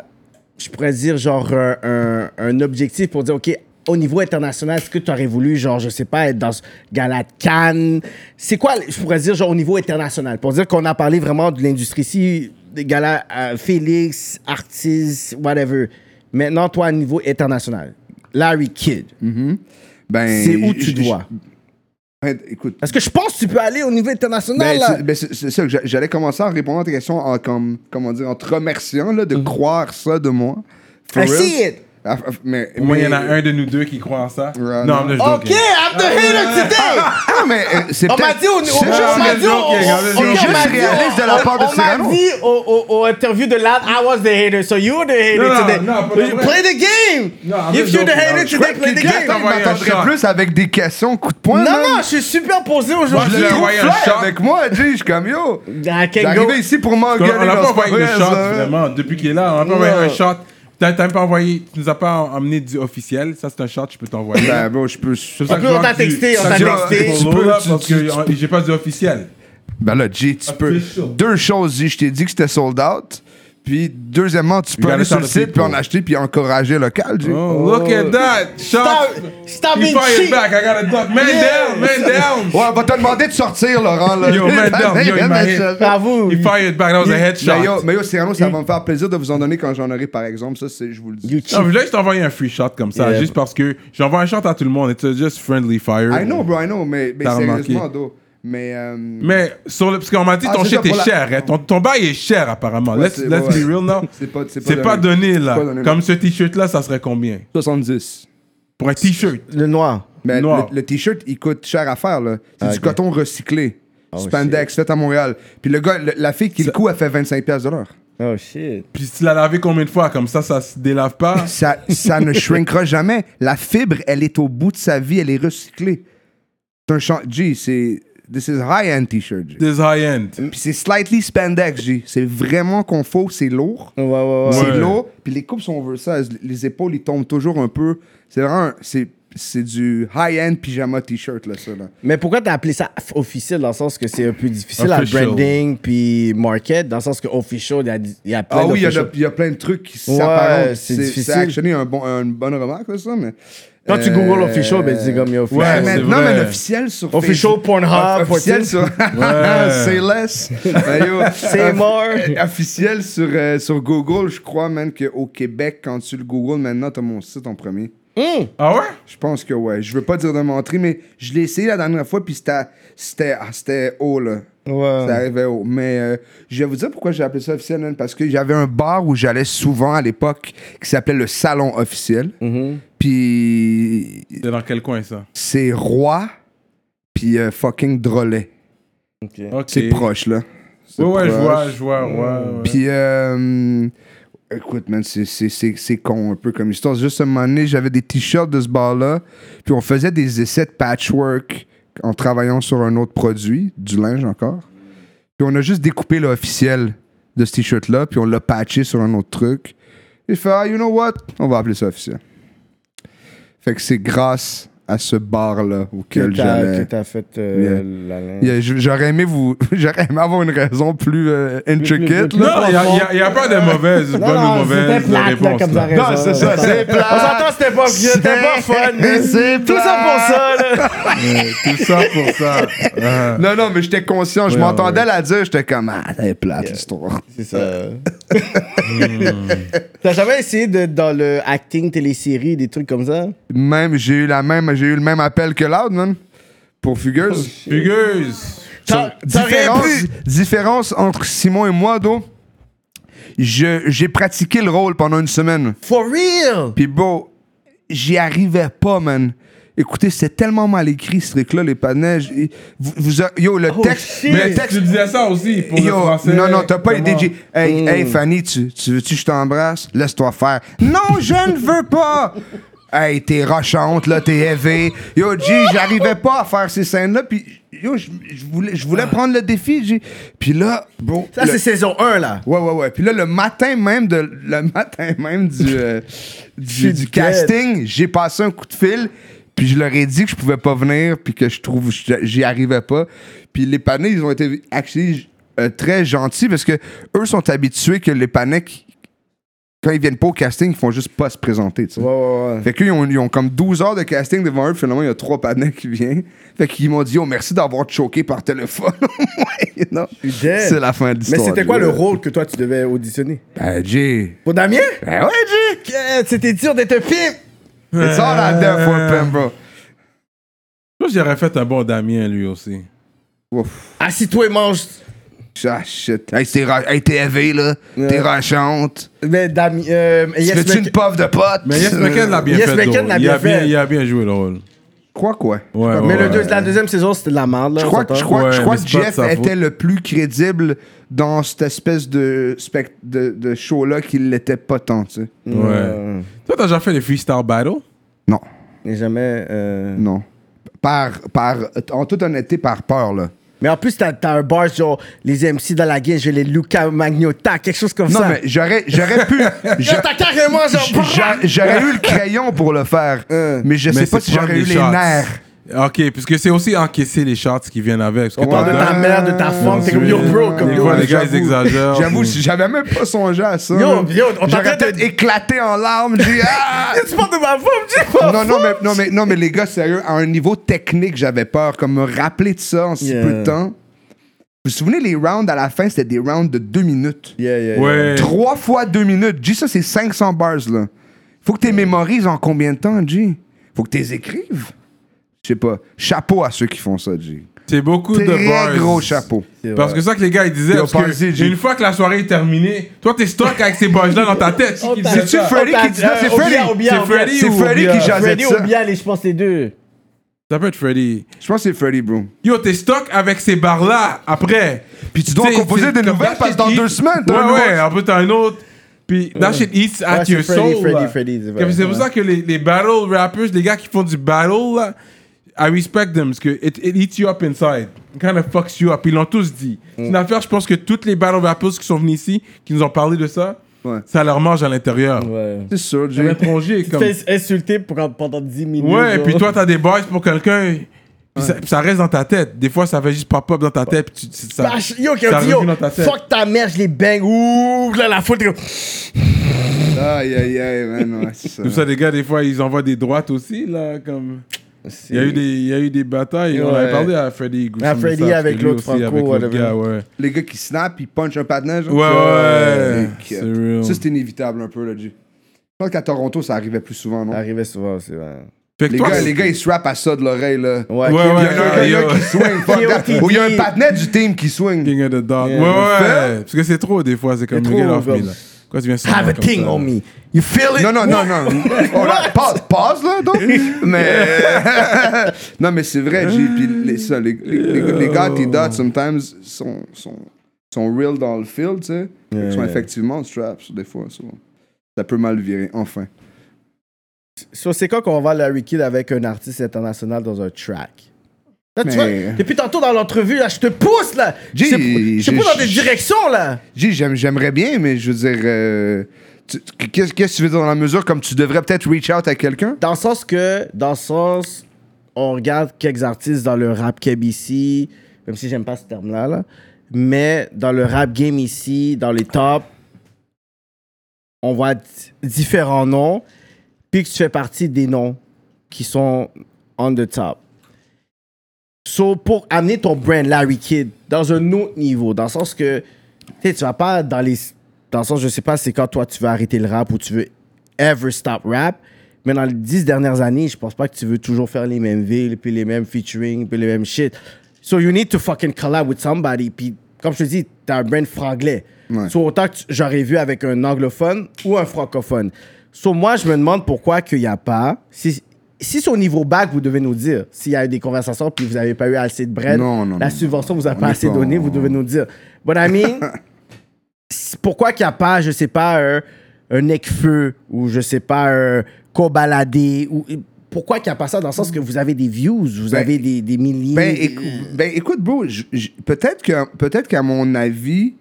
[SPEAKER 5] je pourrais dire, genre, un, un- un objectif pour dire, OK, au niveau international, est-ce que tu aurais voulu, genre, je sais pas, être dans ce gala de Cannes? C'est quoi, je pourrais dire, genre, au niveau international? Pour dire qu'on a parlé vraiment de l'industrie ici, des galas euh, Félix, artistes, whatever. Maintenant, toi, au niveau international, Larry Kidd,
[SPEAKER 4] Ben,
[SPEAKER 5] c'est où tu
[SPEAKER 4] je-
[SPEAKER 5] te vois?
[SPEAKER 4] je- ouais, Écoute.
[SPEAKER 5] Parce que je pense que tu peux aller au niveau international,
[SPEAKER 4] Ben,
[SPEAKER 5] là.
[SPEAKER 4] c'est- ben, c'est c'est ça que j'a- j'allais commencer en répondant à tes questions en, comme, comment dire, en te remerciant là,
[SPEAKER 5] Mm-hmm.
[SPEAKER 4] de croire ça de moi. For
[SPEAKER 5] I
[SPEAKER 4] real.
[SPEAKER 5] see it.
[SPEAKER 4] Ah, ah, Mais,
[SPEAKER 3] Au moins, il y en a
[SPEAKER 4] mais-
[SPEAKER 3] un de nous deux qui croit en ça.
[SPEAKER 4] Ouais,
[SPEAKER 3] non,
[SPEAKER 4] non.
[SPEAKER 3] mais je
[SPEAKER 5] OK, I'm the hater
[SPEAKER 4] [LAUGHS]
[SPEAKER 5] today!
[SPEAKER 4] Ah, mais euh, c'est
[SPEAKER 5] On m'a
[SPEAKER 4] peut-être-
[SPEAKER 5] dit au, au,
[SPEAKER 4] c'est juste-
[SPEAKER 5] on m'a dit au-
[SPEAKER 3] Ok, ok,
[SPEAKER 5] au-
[SPEAKER 3] c'est
[SPEAKER 5] ok,
[SPEAKER 3] juste
[SPEAKER 5] on m'a dit
[SPEAKER 4] réaliste
[SPEAKER 5] au-
[SPEAKER 4] de la part de
[SPEAKER 5] on m'a
[SPEAKER 4] Cyrano.
[SPEAKER 5] dit au, au, au interview de Lad, I was the hater, so you were the hater
[SPEAKER 3] Non, non,
[SPEAKER 5] today.
[SPEAKER 3] non, pour de vrai.
[SPEAKER 5] play the game!
[SPEAKER 3] Non, en
[SPEAKER 5] If
[SPEAKER 3] fait,
[SPEAKER 5] you're
[SPEAKER 3] donc,
[SPEAKER 5] the
[SPEAKER 3] non,
[SPEAKER 5] hater
[SPEAKER 3] je
[SPEAKER 5] today,
[SPEAKER 3] crois
[SPEAKER 5] play
[SPEAKER 3] que
[SPEAKER 5] the
[SPEAKER 3] quelqu'un
[SPEAKER 5] game!
[SPEAKER 3] t'envoie- envoyé un
[SPEAKER 4] m'attendrais
[SPEAKER 3] shot.
[SPEAKER 4] plus avec des questions coup de poing.
[SPEAKER 5] Non,
[SPEAKER 4] man.
[SPEAKER 5] non, je suis super posé
[SPEAKER 3] Moi, je
[SPEAKER 5] aujourd'hui.
[SPEAKER 4] T'es
[SPEAKER 3] l'ai
[SPEAKER 4] trop
[SPEAKER 3] envoyé un
[SPEAKER 4] flat
[SPEAKER 3] shot.
[SPEAKER 4] avec moi, Jay, je suis comme yo.
[SPEAKER 5] I can't go.
[SPEAKER 4] J'arrivais ici pour
[SPEAKER 3] Parce qu'on-
[SPEAKER 4] m'engueuler.
[SPEAKER 3] On n'a
[SPEAKER 4] là,
[SPEAKER 3] pas
[SPEAKER 4] c'est
[SPEAKER 3] envoyé de
[SPEAKER 4] vrai,
[SPEAKER 3] shot,
[SPEAKER 4] ça.
[SPEAKER 3] vraiment, depuis qu'il est là. On n'a pas envoyé un
[SPEAKER 5] Ouais.
[SPEAKER 3] shot. T'as t'as même pas envoyé, tu nous as pas emmené du officiel. Ça, c'est un shot, je peux t'envoyer.
[SPEAKER 4] Ben, bro, je peux.
[SPEAKER 3] C'est pour ça
[SPEAKER 5] En
[SPEAKER 3] que
[SPEAKER 5] plus,
[SPEAKER 3] je
[SPEAKER 5] on
[SPEAKER 3] vends
[SPEAKER 5] t'a
[SPEAKER 3] du-
[SPEAKER 5] texté, on
[SPEAKER 3] ça,
[SPEAKER 5] t'a
[SPEAKER 3] je
[SPEAKER 5] texté.
[SPEAKER 3] vends du
[SPEAKER 4] Tu
[SPEAKER 3] Polo,
[SPEAKER 4] peux-
[SPEAKER 3] là,
[SPEAKER 4] tu-
[SPEAKER 3] parce
[SPEAKER 4] tu-
[SPEAKER 3] que j'ai pas du officiel.
[SPEAKER 4] Ben là, Jay,
[SPEAKER 3] Ah,
[SPEAKER 4] tu peux.
[SPEAKER 3] Official.
[SPEAKER 4] Deux choses, Jay, je t'ai dit que c'était sold out. Puis, deuxièmement, tu peux
[SPEAKER 3] Regardez
[SPEAKER 4] aller sur
[SPEAKER 3] ça,
[SPEAKER 4] le
[SPEAKER 3] le
[SPEAKER 4] site, puis en
[SPEAKER 3] people.
[SPEAKER 4] acheter, puis encourager local, Jay.
[SPEAKER 3] Oh, look at that! Shot!
[SPEAKER 5] Stop, stop
[SPEAKER 3] He
[SPEAKER 5] being
[SPEAKER 3] fired
[SPEAKER 5] cheap!
[SPEAKER 3] back, I got a duck. Man down, man down!
[SPEAKER 4] Ouais, on va te demander de sortir, Laurent. Là.
[SPEAKER 3] Yo, man,
[SPEAKER 4] [LAUGHS]
[SPEAKER 3] down, yo, il m'a hit.
[SPEAKER 5] Bravo!
[SPEAKER 3] He fired back, that was a headshot.
[SPEAKER 4] Mais Ben, yo, mais yo, Cyrano, ça va me faire plaisir de vous en donner quand j'en aurai, par exemple. Ça, c'est, je vous le dis.
[SPEAKER 5] You
[SPEAKER 3] Non,
[SPEAKER 5] cheap.
[SPEAKER 3] mais là, je t'envoie un free shot comme ça,
[SPEAKER 5] Yeah.
[SPEAKER 3] juste parce que j'envoie un shot à tout le monde. It's just friendly fire.
[SPEAKER 4] I know, bro, I know, mais, mais
[SPEAKER 3] T'as remarqué.
[SPEAKER 4] sérieusement, Do. Mais. euh,
[SPEAKER 3] Mais sur le, parce qu'on m'a dit
[SPEAKER 4] Ah,
[SPEAKER 3] ton
[SPEAKER 4] c'est
[SPEAKER 3] shit
[SPEAKER 4] ça, pour
[SPEAKER 3] est
[SPEAKER 4] la-
[SPEAKER 3] cher, hein. ton, ton bail est cher apparemment.
[SPEAKER 4] Ouais,
[SPEAKER 3] let's
[SPEAKER 4] c'est-
[SPEAKER 3] let's
[SPEAKER 4] ouais.
[SPEAKER 3] be real now.
[SPEAKER 4] [LAUGHS] C'est pas- c'est pas
[SPEAKER 3] C'est pas
[SPEAKER 4] donné.
[SPEAKER 3] donné là.
[SPEAKER 4] C'est pas donné,
[SPEAKER 3] Comme ce t-shirt là, ça serait combien
[SPEAKER 4] 70.
[SPEAKER 3] Pour un t-shirt.
[SPEAKER 5] Le noir.
[SPEAKER 4] Mais le,
[SPEAKER 3] Noir.
[SPEAKER 4] le t-shirt, il coûte cher à faire. là. C'est
[SPEAKER 5] Ah,
[SPEAKER 4] du
[SPEAKER 5] ok. Ah
[SPEAKER 4] coton recyclé. Spandex, fait à Montréal. Puis le gars, le- la fille qui le coût, elle fait 25$ piastres de l'heure.
[SPEAKER 5] Oh shit.
[SPEAKER 3] Puis tu l'as lavé combien de fois Comme ça, ça se délave
[SPEAKER 4] [LAUGHS]
[SPEAKER 3] pas.
[SPEAKER 4] Ça, ça ne shrinkera [LAUGHS] jamais. La fibre, elle est au bout de sa vie, elle est recyclée. C'est un champ. G, c'est. This is high-end t-shirt, G.
[SPEAKER 3] Des high end.
[SPEAKER 4] Puis c'est slightly spandex, G. C'est vraiment confort, c'est lourd.
[SPEAKER 5] Ouais, ouais, ouais.
[SPEAKER 4] C'est lourd. Puis les coupes sont oversize. Les épaules, ils tombent toujours un peu. C'est vraiment. un- C'est c'est du high-end pyjama t-shirt, là, ça, là.
[SPEAKER 5] Mais pourquoi t'as appelé ça f- officiel dans le sens que c'est un peu difficile à
[SPEAKER 3] Official.
[SPEAKER 5] branding puis market dans le sens que official il y a, il y a plein
[SPEAKER 4] Ah oui, il y a
[SPEAKER 5] d'official.
[SPEAKER 4] de- il y, a plein de trucs qui
[SPEAKER 5] Ouais,
[SPEAKER 4] s'apparentent.
[SPEAKER 5] c'est
[SPEAKER 4] C'est
[SPEAKER 5] difficile.
[SPEAKER 4] c'est actionné un bon, une bonne remarque, là, ça, mais...
[SPEAKER 5] Quand tu
[SPEAKER 4] Euh,
[SPEAKER 5] googles official, ben tu dis comme il y a official.
[SPEAKER 4] Ouais,
[SPEAKER 3] Ouais,
[SPEAKER 4] mais
[SPEAKER 3] c'est
[SPEAKER 4] non,
[SPEAKER 3] vrai.
[SPEAKER 4] mais l'officiel sur
[SPEAKER 5] Official
[SPEAKER 4] Facebook- Ah,
[SPEAKER 5] Pornhub,
[SPEAKER 4] Officiel sur... [LAUGHS] C'est less. Ben,
[SPEAKER 5] [LAUGHS]
[SPEAKER 4] yo,
[SPEAKER 5] Say
[SPEAKER 4] euh,
[SPEAKER 5] more.
[SPEAKER 4] euh, Officiel sur, euh, sur Google, je crois même qu'au Québec, quand tu le googles maintenant, t'as mon site en premier.
[SPEAKER 3] Ah ouais
[SPEAKER 4] Je pense que ouais. Je veux pas dire de mentir, mais je l'ai essayé la dernière fois, puis c'était- c'était ah, c'était haut, là.
[SPEAKER 5] Ouais.
[SPEAKER 4] Ça arrivait haut. Mais euh, je vais vous dire pourquoi j'ai appelé ça officiel, man, parce que j'avais un bar où j'allais souvent à l'époque qui s'appelait le Salon Officiel.
[SPEAKER 3] Mm-hmm.
[SPEAKER 4] Puis
[SPEAKER 3] C'est dans quel coin ça
[SPEAKER 4] c'est Roi, puis euh, fucking Drolet.
[SPEAKER 3] Ok.
[SPEAKER 4] C'est proche, là. C'est
[SPEAKER 3] Ouais, ouais, je
[SPEAKER 4] proche.
[SPEAKER 3] vois, je vois. Ouais, ouais.
[SPEAKER 4] Puis, euh, écoute, man, c'est- c'est c'est- c'est con un peu comme histoire. Juste un moment donné, j'avais des t-shirts de ce bar-là, puis on faisait des essais de patchwork en travaillant sur un autre produit, du linge encore. Puis on a juste découpé l'officiel de ce t-shirt-là, puis on l'a patché sur un autre truc. Il fait, ah, you know what? On va appeler ça officiel. Fait que c'est grâce à ce bar-là auquel
[SPEAKER 5] que t'as- que
[SPEAKER 4] j'allais.
[SPEAKER 5] t'as fait euh, la
[SPEAKER 4] Il y a- J'aurais aimé vous. [LAUGHS] J'aurais aimé avoir une raison plus euh, intricate.
[SPEAKER 5] plus-
[SPEAKER 4] là.
[SPEAKER 3] Non, il n'y a, y a- y a pas de mauvaise, bonne ou
[SPEAKER 5] c'était
[SPEAKER 3] mauvaise
[SPEAKER 5] plate, là,
[SPEAKER 3] réponse.
[SPEAKER 5] comme
[SPEAKER 3] là.
[SPEAKER 5] ça raison.
[SPEAKER 4] Non, c'est ça, c'est plate.
[SPEAKER 5] [LAUGHS] On s'entend, c'était pas, c'était pas [LAUGHS] fun.
[SPEAKER 4] C'est- c'est
[SPEAKER 5] Tout ça pour ça, là.
[SPEAKER 3] Tout ça pour
[SPEAKER 4] [LAUGHS]
[SPEAKER 3] ça. Ah.
[SPEAKER 4] Non, non, mais j'étais conscient. Je
[SPEAKER 3] Ouais,
[SPEAKER 4] m'entendais
[SPEAKER 3] ouais.
[SPEAKER 4] la dire. J'étais comme, ah, t'es plate, l'histoire.
[SPEAKER 5] C'est ça. [LAUGHS] T'as jamais essayé de, dans le acting, télésérie, des trucs comme ça?
[SPEAKER 4] Même, j'ai eu, la même, j'ai eu le même appel que Loud, man. Pour Fugueuse.
[SPEAKER 3] Fugueuse.
[SPEAKER 5] T'as- T'aurais
[SPEAKER 4] différence,
[SPEAKER 5] pu.
[SPEAKER 4] différence entre Simon et moi, d'eau. J'ai pratiqué le rôle pendant une semaine.
[SPEAKER 5] For real!
[SPEAKER 4] Puis bon, j'y arrivais pas, man. Écoutez, c'était tellement mal écrit, ce truc-là, les panais. J- Vous, vous a- yo, le
[SPEAKER 5] Oh,
[SPEAKER 4] texte.
[SPEAKER 5] shit.
[SPEAKER 4] Le
[SPEAKER 3] Mais
[SPEAKER 4] texte
[SPEAKER 3] tu disais ça aussi pour le
[SPEAKER 4] Yo,
[SPEAKER 3] français.
[SPEAKER 4] non, non, t'as pas
[SPEAKER 3] Comment?
[SPEAKER 4] idée. j'ai- Hey, hey, Fanny, tu, tu veux-tu que je t'embrasse? Laisse-toi faire. Non, je ne veux pas! Hey, t'es rochante, là, t'es élevée. Yo, G, j'arrivais pas à faire ces scènes-là, puis yo, je je voulais, je voulais prendre le défi, G. Puis là, bon...
[SPEAKER 5] Ça,
[SPEAKER 4] le-
[SPEAKER 5] c'est saison 1, là.
[SPEAKER 4] Ouais, ouais, ouais. Puis là, le matin même, de, le [LAUGHS] matin même du, euh, du,
[SPEAKER 5] C'est
[SPEAKER 4] du
[SPEAKER 5] du
[SPEAKER 4] casting, j'ai passé un coup de fil, puis je leur ai dit que je pouvais pas venir, puis que je trouve, je- j'y arrivais pas. Puis les panais, ils ont été actually, euh, très gentils parce que eux sont habitués que les panais, qui- quand ils viennent pas au casting, ils font juste pas se présenter, tu sais.
[SPEAKER 5] ouais,
[SPEAKER 4] Fait qu'eux, ils ont, ils ont comme 12 heures de casting devant eux, puis finalement, il y a trois panais qui viennent. Fait qu'ils m'ont dit, oh, merci d'avoir choqué par téléphone. [LAUGHS] Ouais, non.
[SPEAKER 5] dead.
[SPEAKER 4] C'est la fin de
[SPEAKER 5] Mais
[SPEAKER 4] l'histoire.
[SPEAKER 5] c'était quoi
[SPEAKER 4] là.
[SPEAKER 5] le rôle que toi, tu devais auditionner?
[SPEAKER 4] Ben, Jay.
[SPEAKER 5] Pour Damien?
[SPEAKER 4] Ben ouais, Jay.
[SPEAKER 5] Que- C'était dur d'être un pimp!
[SPEAKER 4] It's all out there for a pimp, bro.
[SPEAKER 3] Moi, j'aurais fait un bon Damien, lui aussi.
[SPEAKER 4] Ouf.
[SPEAKER 5] Assis-toi et mange.
[SPEAKER 4] Ah, shit. Hey, t'es ra- hey, t'es élevé, là. T'es rachante.
[SPEAKER 5] Mais Damien. Euh, yes,
[SPEAKER 4] Fais-tu
[SPEAKER 5] mec-
[SPEAKER 4] une puff de pote?
[SPEAKER 3] Mais Yes McKen l'a bien
[SPEAKER 5] Yes
[SPEAKER 3] fait.
[SPEAKER 5] McKen
[SPEAKER 3] though.
[SPEAKER 5] l'a
[SPEAKER 3] il, a
[SPEAKER 5] bien fait.
[SPEAKER 3] bien, il a bien joué le rôle.
[SPEAKER 4] Quoi, quoi?
[SPEAKER 3] Ouais,
[SPEAKER 5] Mais
[SPEAKER 3] ouais,
[SPEAKER 5] le deux-
[SPEAKER 3] ouais.
[SPEAKER 5] la deuxième saison, c'était de la merde, là.
[SPEAKER 4] Je
[SPEAKER 5] on
[SPEAKER 4] crois,
[SPEAKER 5] s'entend.
[SPEAKER 4] je crois, je
[SPEAKER 3] Ouais,
[SPEAKER 4] crois
[SPEAKER 3] mais
[SPEAKER 4] que
[SPEAKER 3] c'est pas de
[SPEAKER 4] Jeff
[SPEAKER 3] sa faute.
[SPEAKER 4] était le plus crédible dans cette espèce de, spect- de, de show-là qu'il l'était pas tant, tu sais. euh,
[SPEAKER 3] Ouais. Toi, t'as déjà fait les freestyle battles?
[SPEAKER 4] Non,
[SPEAKER 5] Mais jamais. euh,
[SPEAKER 4] non. Par, par, en toute honnêteté, par peur, là.
[SPEAKER 5] Mais en plus, t'as t'as un bar genre les MC dans la game, j'ai les Luca Magnotta, quelque chose comme
[SPEAKER 4] Non,
[SPEAKER 5] ça.
[SPEAKER 4] mais j'aurais, j'aurais
[SPEAKER 3] [LAUGHS]
[SPEAKER 4] pu...
[SPEAKER 5] Yo, t'as carrément genre.
[SPEAKER 4] j'a- J'aurais eu le crayon pour le faire,
[SPEAKER 5] Euh,
[SPEAKER 4] mais je sais
[SPEAKER 3] Mais
[SPEAKER 4] pas
[SPEAKER 3] c'est
[SPEAKER 4] si
[SPEAKER 3] de
[SPEAKER 4] j'aurais
[SPEAKER 3] prendre
[SPEAKER 4] eu
[SPEAKER 3] des
[SPEAKER 4] les
[SPEAKER 3] shots.
[SPEAKER 4] nerfs.
[SPEAKER 3] Ok, puisque c'est aussi encaisser les shots qui viennent avec.
[SPEAKER 5] On parle de ta
[SPEAKER 4] Ouais.
[SPEAKER 5] mère, de ta femme, t'es comme yo bro, comme
[SPEAKER 3] Des
[SPEAKER 5] yo.
[SPEAKER 3] fois, les gars, ils
[SPEAKER 4] j'avoue.
[SPEAKER 3] exagèrent.
[SPEAKER 4] J'avoue,
[SPEAKER 3] puis-
[SPEAKER 4] si j'avais même pas songé à ça.
[SPEAKER 5] Yo,
[SPEAKER 4] là.
[SPEAKER 5] yo, on
[SPEAKER 4] J'aurais
[SPEAKER 5] t'arrête de-
[SPEAKER 4] peut-être éclaté en larmes. j'ai dit,
[SPEAKER 5] [LAUGHS]
[SPEAKER 4] Ah!
[SPEAKER 5] Tu parles de ma femme, tu vois.
[SPEAKER 4] Non, non, mais, non, mais, non, mais les gars, sérieux, à un niveau technique, j'avais peur. Comme me rappeler de ça en si
[SPEAKER 5] Yeah.
[SPEAKER 4] peu de temps. Vous vous souvenez, les rounds à la fin, c'était des rounds de deux minutes.
[SPEAKER 5] Yeah, yeah, Euh, yeah.
[SPEAKER 3] Ouais.
[SPEAKER 4] Trois fois deux minutes. Dis ça, c'est 500 bars, là. Faut que tu mémorises en combien de temps, G? Faut que tu écrives. Je sais pas. Chapeau à ceux qui font ça, G.
[SPEAKER 3] C'est beaucoup de bars.
[SPEAKER 4] Très gros chapeau.
[SPEAKER 5] C'est
[SPEAKER 3] Parce
[SPEAKER 5] vrai.
[SPEAKER 3] que ça que les gars ils disaient,
[SPEAKER 4] Yo,
[SPEAKER 3] parce
[SPEAKER 4] pensez,
[SPEAKER 3] que
[SPEAKER 4] j'ai-
[SPEAKER 3] une fois que la soirée est terminée, toi t'es stock avec ces boys là dans ta tête.
[SPEAKER 5] On
[SPEAKER 3] Qui
[SPEAKER 5] t'a-
[SPEAKER 3] disait
[SPEAKER 4] C'est-tu
[SPEAKER 5] on
[SPEAKER 4] Freddy
[SPEAKER 5] t'a-
[SPEAKER 4] qui dit ça?
[SPEAKER 5] euh,
[SPEAKER 4] C'est
[SPEAKER 5] Obia,
[SPEAKER 4] Freddy.
[SPEAKER 5] Obia,
[SPEAKER 3] C'est
[SPEAKER 5] Obia.
[SPEAKER 3] Freddy
[SPEAKER 4] C'est
[SPEAKER 3] ou
[SPEAKER 4] Freddy
[SPEAKER 3] Obia?
[SPEAKER 4] qui jasait
[SPEAKER 5] Freddy
[SPEAKER 4] de ça.
[SPEAKER 5] ou bien les, je pense les deux.
[SPEAKER 3] Ça peut être Freddy.
[SPEAKER 4] Je pense que c'est Freddy, bro.
[SPEAKER 3] Yo, t'es stock avec ces bars là après.
[SPEAKER 4] Puis tu dois en
[SPEAKER 3] T'sais,
[SPEAKER 4] composer
[SPEAKER 3] c'est
[SPEAKER 4] des
[SPEAKER 3] comme
[SPEAKER 4] nouvelles
[SPEAKER 3] That
[SPEAKER 4] parce que
[SPEAKER 3] Shit
[SPEAKER 4] dans
[SPEAKER 3] Eats-
[SPEAKER 4] deux semaines, t'as un
[SPEAKER 3] Ouais,
[SPEAKER 4] nouveau-
[SPEAKER 3] ouais, après t'as un autre. Puis that shit eats at
[SPEAKER 5] Ouais, c'est
[SPEAKER 3] your
[SPEAKER 5] Freddy,
[SPEAKER 3] soul.
[SPEAKER 5] Freddy,
[SPEAKER 3] là.
[SPEAKER 5] Freddy, c'est vrai,
[SPEAKER 3] Comme
[SPEAKER 5] c'est
[SPEAKER 3] C'est pour
[SPEAKER 5] vrai.
[SPEAKER 3] ça que les, les battle rappers, les gars qui font du battle, là, I respect them parce que it, it eats you up inside. It kind of fucks you up. Ils l'ont tous dit. C'est une affaire, je pense que toutes les battle rappers qui sont venus ici, qui nous ont parlé de ça,
[SPEAKER 4] Ouais.
[SPEAKER 3] ça leur mange à l'intérieur.
[SPEAKER 5] Ouais.
[SPEAKER 4] C'est sûr,
[SPEAKER 3] J'ai
[SPEAKER 4] Jay.
[SPEAKER 3] un plongé
[SPEAKER 5] Tu
[SPEAKER 3] comme.
[SPEAKER 5] te fais insulter pour- pendant 10 minutes.
[SPEAKER 3] Ouais,
[SPEAKER 5] genre.
[SPEAKER 3] puis toi, t'as des boys pour quelqu'un. Puis ça, puis ça reste dans ta tête. Des fois, ça fait juste pop-up dans ta tête. Puis tu, tu- ça,
[SPEAKER 5] Ah, ch- Yo, qui
[SPEAKER 3] ça
[SPEAKER 5] a dit,
[SPEAKER 3] revient
[SPEAKER 5] yo,
[SPEAKER 3] dans ta tête.
[SPEAKER 5] fuck ta mère, je les bang. Ouh, là, la faute. t'es comme-
[SPEAKER 4] Aïe, aïe, aïe, man, ouais, c'est ça.
[SPEAKER 3] Tout ça, les gars, des fois, ils envoient des droites aussi, là, comme... Il y a eu des, il y a eu des batailles. On
[SPEAKER 5] Ouais.
[SPEAKER 3] avait parlé à Freddy Gousson
[SPEAKER 5] À
[SPEAKER 3] de
[SPEAKER 5] Freddy
[SPEAKER 3] ça, parce
[SPEAKER 5] avec
[SPEAKER 3] que lui
[SPEAKER 5] l'autre
[SPEAKER 3] aussi,
[SPEAKER 5] Franco,
[SPEAKER 3] avec l'autre
[SPEAKER 5] whatever.
[SPEAKER 3] gars, ouais.
[SPEAKER 4] Les gars qui snap, ils punchent un patin, genre.
[SPEAKER 3] Ouais, ouais,
[SPEAKER 4] Et
[SPEAKER 3] ouais.
[SPEAKER 4] que-
[SPEAKER 3] C'est real.
[SPEAKER 4] Ça, c'est inévitable un peu, là, Jay. Je pense qu'à Toronto, ça arrivait plus souvent, non?
[SPEAKER 5] Ça arrivait souvent, c'est vrai.
[SPEAKER 3] Fait que
[SPEAKER 4] Les
[SPEAKER 3] toi,
[SPEAKER 4] gars,
[SPEAKER 3] c'est-
[SPEAKER 4] les gars, ils se rappent à ça de l'oreille, là.
[SPEAKER 5] Ouais,
[SPEAKER 3] Ouais,
[SPEAKER 5] Kim
[SPEAKER 4] Il
[SPEAKER 3] ouais,
[SPEAKER 4] y en a un
[SPEAKER 3] ouais,
[SPEAKER 4] gars
[SPEAKER 3] ouais.
[SPEAKER 4] qui swing, fuck
[SPEAKER 5] Yo,
[SPEAKER 4] that.
[SPEAKER 5] qui
[SPEAKER 4] Ou il y a un
[SPEAKER 5] dit-
[SPEAKER 4] patinet du team qui swing.
[SPEAKER 3] King of the Dog.
[SPEAKER 5] Yeah.
[SPEAKER 3] ouais,
[SPEAKER 4] Fait-
[SPEAKER 3] ouais. Parce que c'est trop, des fois. C'est comme,
[SPEAKER 5] C'est
[SPEAKER 3] you get
[SPEAKER 5] trop,
[SPEAKER 3] off me,
[SPEAKER 5] comme-
[SPEAKER 3] là. Pourquoi tu viens souvent
[SPEAKER 5] Have a
[SPEAKER 3] comme
[SPEAKER 5] thing
[SPEAKER 3] ça,
[SPEAKER 5] on
[SPEAKER 3] là?
[SPEAKER 5] me. You feel it?
[SPEAKER 4] Non, non, non, non.
[SPEAKER 5] [LAUGHS]
[SPEAKER 4] Oh là, pause, pause, là, donc. Mais. [LAUGHS] non, mais c'est vrai, j'ai. Puis les, ça, les, les, les, les gars, tes dots, sometimes, sont, sont, sont real dans le field, tu sais. Ils sont
[SPEAKER 5] yeah.
[SPEAKER 4] effectivement straps, des fois. Ça, ça peut mal virer, enfin.
[SPEAKER 5] So, c'est quand qu'on va voir Larry Kidd avec un artiste international dans un track? Là, tu
[SPEAKER 4] Mais-
[SPEAKER 5] vois, depuis tantôt dans l'entrevue, là, je te pousse, là. Je
[SPEAKER 4] J'ai-
[SPEAKER 5] te pou- je te
[SPEAKER 4] j'ai-
[SPEAKER 5] pousse dans des
[SPEAKER 4] j'ai-
[SPEAKER 5] directions, là.
[SPEAKER 4] J'ai- j'aime- J'aimerais bien, mais je veux dire. euh, tu- tu- Qu'est-ce qu'est-ce que tu veux dire dans la mesure comme tu devrais peut-être reach out à quelqu'un?
[SPEAKER 5] Dans le sens que, dans le sens, on regarde quelques artistes dans le rap keb ici, même si j'aime pas ce terme-là, là, mais dans le rap game ici, dans les tops, on voit d- différents noms, puis que tu fais partie des noms qui sont on the top. So, pour amener ton brand Larry Kid dans un autre niveau, dans le sens que tu sais, tu vas pas dans les. Dans le sens, je sais pas, c'est quand toi tu veux arrêter le rap ou tu veux ever stop rap, mais dans les dix dernières années, je pense pas que tu veux toujours faire les mêmes villes, puis les mêmes featuring, puis les mêmes shit. So you need to fucking collab with somebody. Puis comme je te dis, t'as un brand franglais.
[SPEAKER 4] Ouais.
[SPEAKER 5] So autant que tu- j'aurais vu avec un anglophone ou un francophone. So moi, je me demande pourquoi qu'il y a pas. Si, si c'est au niveau bac, vous devez nous dire. S'il y a eu des conversations, puis vous avez pas eu assez de brand,
[SPEAKER 4] Non, non,
[SPEAKER 5] la
[SPEAKER 4] non.
[SPEAKER 5] subvention vous a pas
[SPEAKER 4] est
[SPEAKER 5] assez
[SPEAKER 4] pas-
[SPEAKER 5] donné, vous devez nous dire. Bon ami,
[SPEAKER 4] [LAUGHS]
[SPEAKER 5] c'est- pourquoi qu'il n'y a pas, je sais pas, un, un feu ou je sais pas, un cobaladé ou pourquoi qu'il n'y a pas ça dans le sens que vous avez des views, vous
[SPEAKER 4] Ben,
[SPEAKER 5] avez des, des milliers.
[SPEAKER 4] Ben, écou-
[SPEAKER 5] euh,
[SPEAKER 4] ben, écoute, bro, j- j- peut-être que peut-être qu'à mon avis,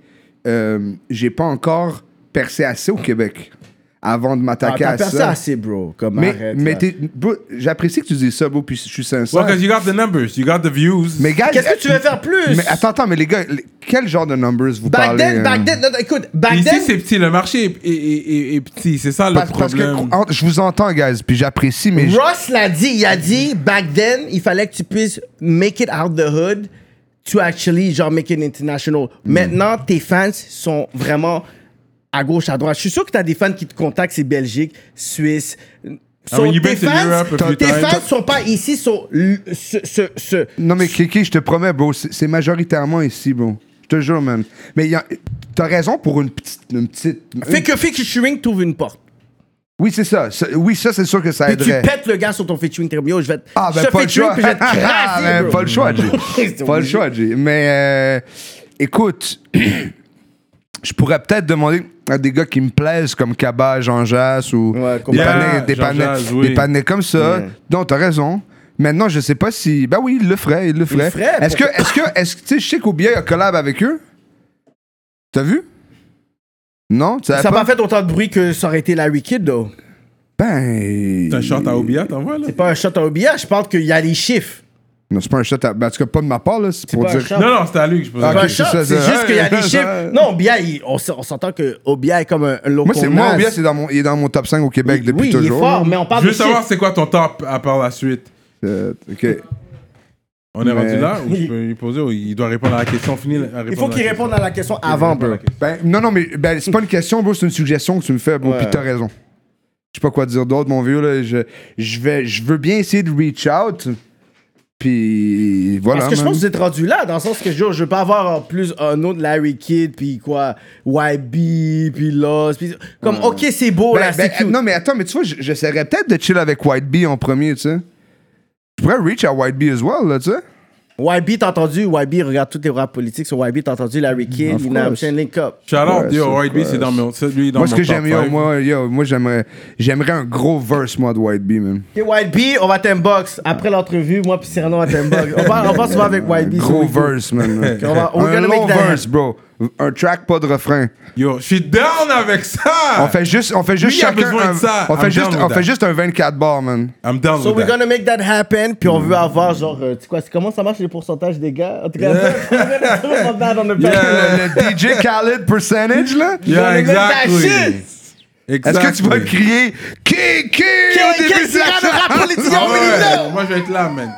[SPEAKER 4] euh, j'ai pas encore percé assez au Québec avant de
[SPEAKER 5] Ah,
[SPEAKER 4] m'attaquer
[SPEAKER 5] t'as
[SPEAKER 4] à
[SPEAKER 5] percé
[SPEAKER 4] ça.
[SPEAKER 5] assez, bro. Comme
[SPEAKER 4] mais
[SPEAKER 5] arrête,
[SPEAKER 4] mais
[SPEAKER 5] là.
[SPEAKER 4] t'es- bro, j'apprécie que tu dises ça, bro, puis je suis
[SPEAKER 3] Well,
[SPEAKER 4] sincère.
[SPEAKER 3] 'cause you got the numbers, you got the views.
[SPEAKER 4] mais gars,
[SPEAKER 5] Qu'est-ce que tu veux faire plus?
[SPEAKER 4] Mais attends, attends, mais les gars, les- quel genre de numbers vous
[SPEAKER 5] Back
[SPEAKER 4] parlez
[SPEAKER 5] then,
[SPEAKER 4] euh?
[SPEAKER 5] back then, non, non, écoute, back
[SPEAKER 3] Ici,
[SPEAKER 5] then,
[SPEAKER 3] c'est petit. Le marché est, est- est- est- est petit. C'est ça le
[SPEAKER 4] Parce, parce que
[SPEAKER 3] problème.
[SPEAKER 4] en- je vous entends, guys, puis j'apprécie, mais je-
[SPEAKER 5] Ross l'a dit, il a dit, back then, il fallait que tu puisses make it out the hood to actually, genre, make it international.
[SPEAKER 4] Hmm.
[SPEAKER 5] Maintenant, tes fans sont vraiment à gauche, à droite. Je suis sûr que t'as des fans qui te contactent, c'est Belgique, Suisse.
[SPEAKER 3] Ah oui,
[SPEAKER 5] So,
[SPEAKER 3] you've
[SPEAKER 5] tes
[SPEAKER 3] been to
[SPEAKER 5] fans,
[SPEAKER 3] Europe a few
[SPEAKER 5] tes
[SPEAKER 3] times.
[SPEAKER 5] fans sont pas ici, sont l- ce, ce, ce-
[SPEAKER 4] non mais Kiki, je te promets, bro, c'est c'est majoritairement ici, bro. Je te jure, man. Mais il y a- t'as raison pour une petite, une petite.
[SPEAKER 5] Fait
[SPEAKER 4] une-
[SPEAKER 5] que featuring trouve une porte.
[SPEAKER 4] Oui, c'est ça. Ça- Oui, ça, c'est sûr que ça
[SPEAKER 5] Puis tu
[SPEAKER 4] aiderait.
[SPEAKER 5] pètes le gars sur ton featuring, t'es comme, yo, je vais te,
[SPEAKER 4] Ah, ben,
[SPEAKER 5] je te
[SPEAKER 4] pas le
[SPEAKER 5] featuring,
[SPEAKER 4] choix.
[SPEAKER 5] puis je
[SPEAKER 4] [LAUGHS]
[SPEAKER 5] vais te craser,
[SPEAKER 4] Ah, ben,
[SPEAKER 5] bro.
[SPEAKER 4] pas le choix, Jay.
[SPEAKER 5] [LAUGHS] C'est
[SPEAKER 4] pas le
[SPEAKER 5] obligé.
[SPEAKER 4] choix, Jay. Mais, euh, écoute, [CLEARS THROAT] je pourrais peut-être demander à des gars qui me plaisent, comme Kaba, Jean Jass, ou
[SPEAKER 5] Ouais,
[SPEAKER 4] des
[SPEAKER 5] complètement.
[SPEAKER 4] panais, des,
[SPEAKER 3] Jean
[SPEAKER 4] panais-
[SPEAKER 3] Jass, oui.
[SPEAKER 4] des panais comme ça. Non, t'as raison. Maintenant, je sais pas si. Ben oui, il le ferait, il le ferait.
[SPEAKER 5] ferait,
[SPEAKER 4] Est-ce que, est-ce que, est-ce que, tu sais, je sais qu'Oubia a collab avec eux. T'as vu? Non? Tu savais
[SPEAKER 5] Ça n'a
[SPEAKER 4] pas?
[SPEAKER 5] pas fait autant de bruit que ça aurait été la Wicked, though.
[SPEAKER 4] Ben.
[SPEAKER 3] C'est un short à Obia, t'en vois, là?
[SPEAKER 5] C'est pas un shot à OBA, je pense qu'il y a les chiffres.
[SPEAKER 4] Non, c'est pas un shot. À... Ben, en tout cas, pas de ma part, là. C'est pour
[SPEAKER 5] pas un
[SPEAKER 4] dire.
[SPEAKER 5] shot.
[SPEAKER 3] Non, non, c'était à lui que je posais.
[SPEAKER 4] Ah,
[SPEAKER 5] C'est pas
[SPEAKER 4] ok.
[SPEAKER 5] un shot,
[SPEAKER 4] c'est ça,
[SPEAKER 5] c'est
[SPEAKER 4] ça.
[SPEAKER 5] juste qu'il y a
[SPEAKER 4] Ouais,
[SPEAKER 5] des
[SPEAKER 4] ça,
[SPEAKER 5] chiffres.
[SPEAKER 4] ouais.
[SPEAKER 5] Non, Obia, il- on, s- on s'entend que Obia est comme un un local.
[SPEAKER 4] Moi, c'est moi,
[SPEAKER 5] nas.
[SPEAKER 4] Obia, c'est dans mon, il est dans mon top 5 au Québec depuis
[SPEAKER 5] Oui, il est
[SPEAKER 4] toujours.
[SPEAKER 5] fort, mais on
[SPEAKER 3] Je
[SPEAKER 5] parle de
[SPEAKER 3] veux
[SPEAKER 5] chiffres.
[SPEAKER 3] savoir c'est quoi ton top à part la suite.
[SPEAKER 4] Euh, ok.
[SPEAKER 3] On est rendu
[SPEAKER 4] Mais- [LAUGHS]
[SPEAKER 3] là ou je peux lui poser ou il doit répondre à la question finie la- à
[SPEAKER 5] Il
[SPEAKER 3] répondre
[SPEAKER 5] faut
[SPEAKER 3] à la
[SPEAKER 5] qu'il
[SPEAKER 3] question.
[SPEAKER 5] réponde à la question avant, bro.
[SPEAKER 4] Ben, non, non, mais ben, c'est pas une question, bro, c'est une suggestion que tu me fais, bro,
[SPEAKER 5] Ouais.
[SPEAKER 4] puis t'as raison. Je sais pas quoi dire d'autre, mon vieux, là. Je, je, vais, je veux bien essayer de reach out, puis voilà.
[SPEAKER 5] Parce que je
[SPEAKER 4] man.
[SPEAKER 5] pense que vous êtes rendu là, dans le sens que je, je veux pas avoir en plus un autre Larry Kidd, puis quoi, YB, puis Lost, puis... Comme, OK, c'est beau,
[SPEAKER 4] Ben,
[SPEAKER 5] là,
[SPEAKER 4] ben,
[SPEAKER 5] c'est cute.
[SPEAKER 4] Non, mais attends, mais tu vois, je- j'essaierais peut-être de chill avec White Bee en premier, tu sais. Je pourrais reach à White Bee as well, là, tu sais.
[SPEAKER 5] YB, t'as entendu? YB, regarde tous tes rap politiques sur YB, t'as entendu Larry Kidd,
[SPEAKER 4] Of
[SPEAKER 5] you know what I'm
[SPEAKER 4] course.
[SPEAKER 5] saying, Link Up.
[SPEAKER 3] Shout out,
[SPEAKER 4] Ouais,
[SPEAKER 3] yo,
[SPEAKER 4] c'est
[SPEAKER 3] White Bee,
[SPEAKER 4] quoi,
[SPEAKER 3] c'est dans mon. c'est- Lui, dans
[SPEAKER 4] Moi, ce
[SPEAKER 3] mon
[SPEAKER 4] que
[SPEAKER 3] top
[SPEAKER 4] j'aime, yo,
[SPEAKER 3] five.
[SPEAKER 4] moi, yo, moi j'aimerais, j'aimerais un gros verse, moi, de White Bee, man.
[SPEAKER 5] Ok, YB, on va t'inbox. Après l'entrevue, moi puis Cyrano, on va t'inbox. On va, on va souvent avec YB. sur
[SPEAKER 4] Gros
[SPEAKER 5] les groupes.
[SPEAKER 4] verse, man.
[SPEAKER 5] [LAUGHS] On va- we're
[SPEAKER 4] un
[SPEAKER 5] gonna
[SPEAKER 4] long
[SPEAKER 5] make that
[SPEAKER 4] verse, bro. Un track, pas de refrain.
[SPEAKER 3] Yo, je suis down avec ça!
[SPEAKER 4] On fait juste, on fait juste
[SPEAKER 3] Lui, il a
[SPEAKER 4] chacun
[SPEAKER 3] besoin
[SPEAKER 4] un,
[SPEAKER 3] de ça.
[SPEAKER 4] on
[SPEAKER 3] I'm
[SPEAKER 4] fait juste,
[SPEAKER 3] down with
[SPEAKER 4] on
[SPEAKER 3] that.
[SPEAKER 4] fait juste un 24 bar, man.
[SPEAKER 3] [LAUGHS] I'm down
[SPEAKER 5] So
[SPEAKER 3] with
[SPEAKER 5] we're
[SPEAKER 3] that.
[SPEAKER 5] gonna make that happen. Puis on veut avoir genre, euh, tu sais quoi, c'est comment ça marche les pourcentages des gars? En tout cas, [LAUGHS] on va bad on the back.
[SPEAKER 3] Yeah.
[SPEAKER 4] Le, le
[SPEAKER 3] [LAUGHS]
[SPEAKER 4] DJ Khaled percentage là.
[SPEAKER 3] Yeah,
[SPEAKER 5] We're gonna make that
[SPEAKER 3] exactly.
[SPEAKER 5] shit.
[SPEAKER 4] Est-ce
[SPEAKER 3] Exactly.
[SPEAKER 4] que tu vas crier Kiki au
[SPEAKER 5] Quel-
[SPEAKER 4] début
[SPEAKER 5] quel
[SPEAKER 4] de la
[SPEAKER 5] Cyrano rap politique,
[SPEAKER 3] Ah
[SPEAKER 5] on veut dire.
[SPEAKER 3] ouais, Moi, je vais être là, man.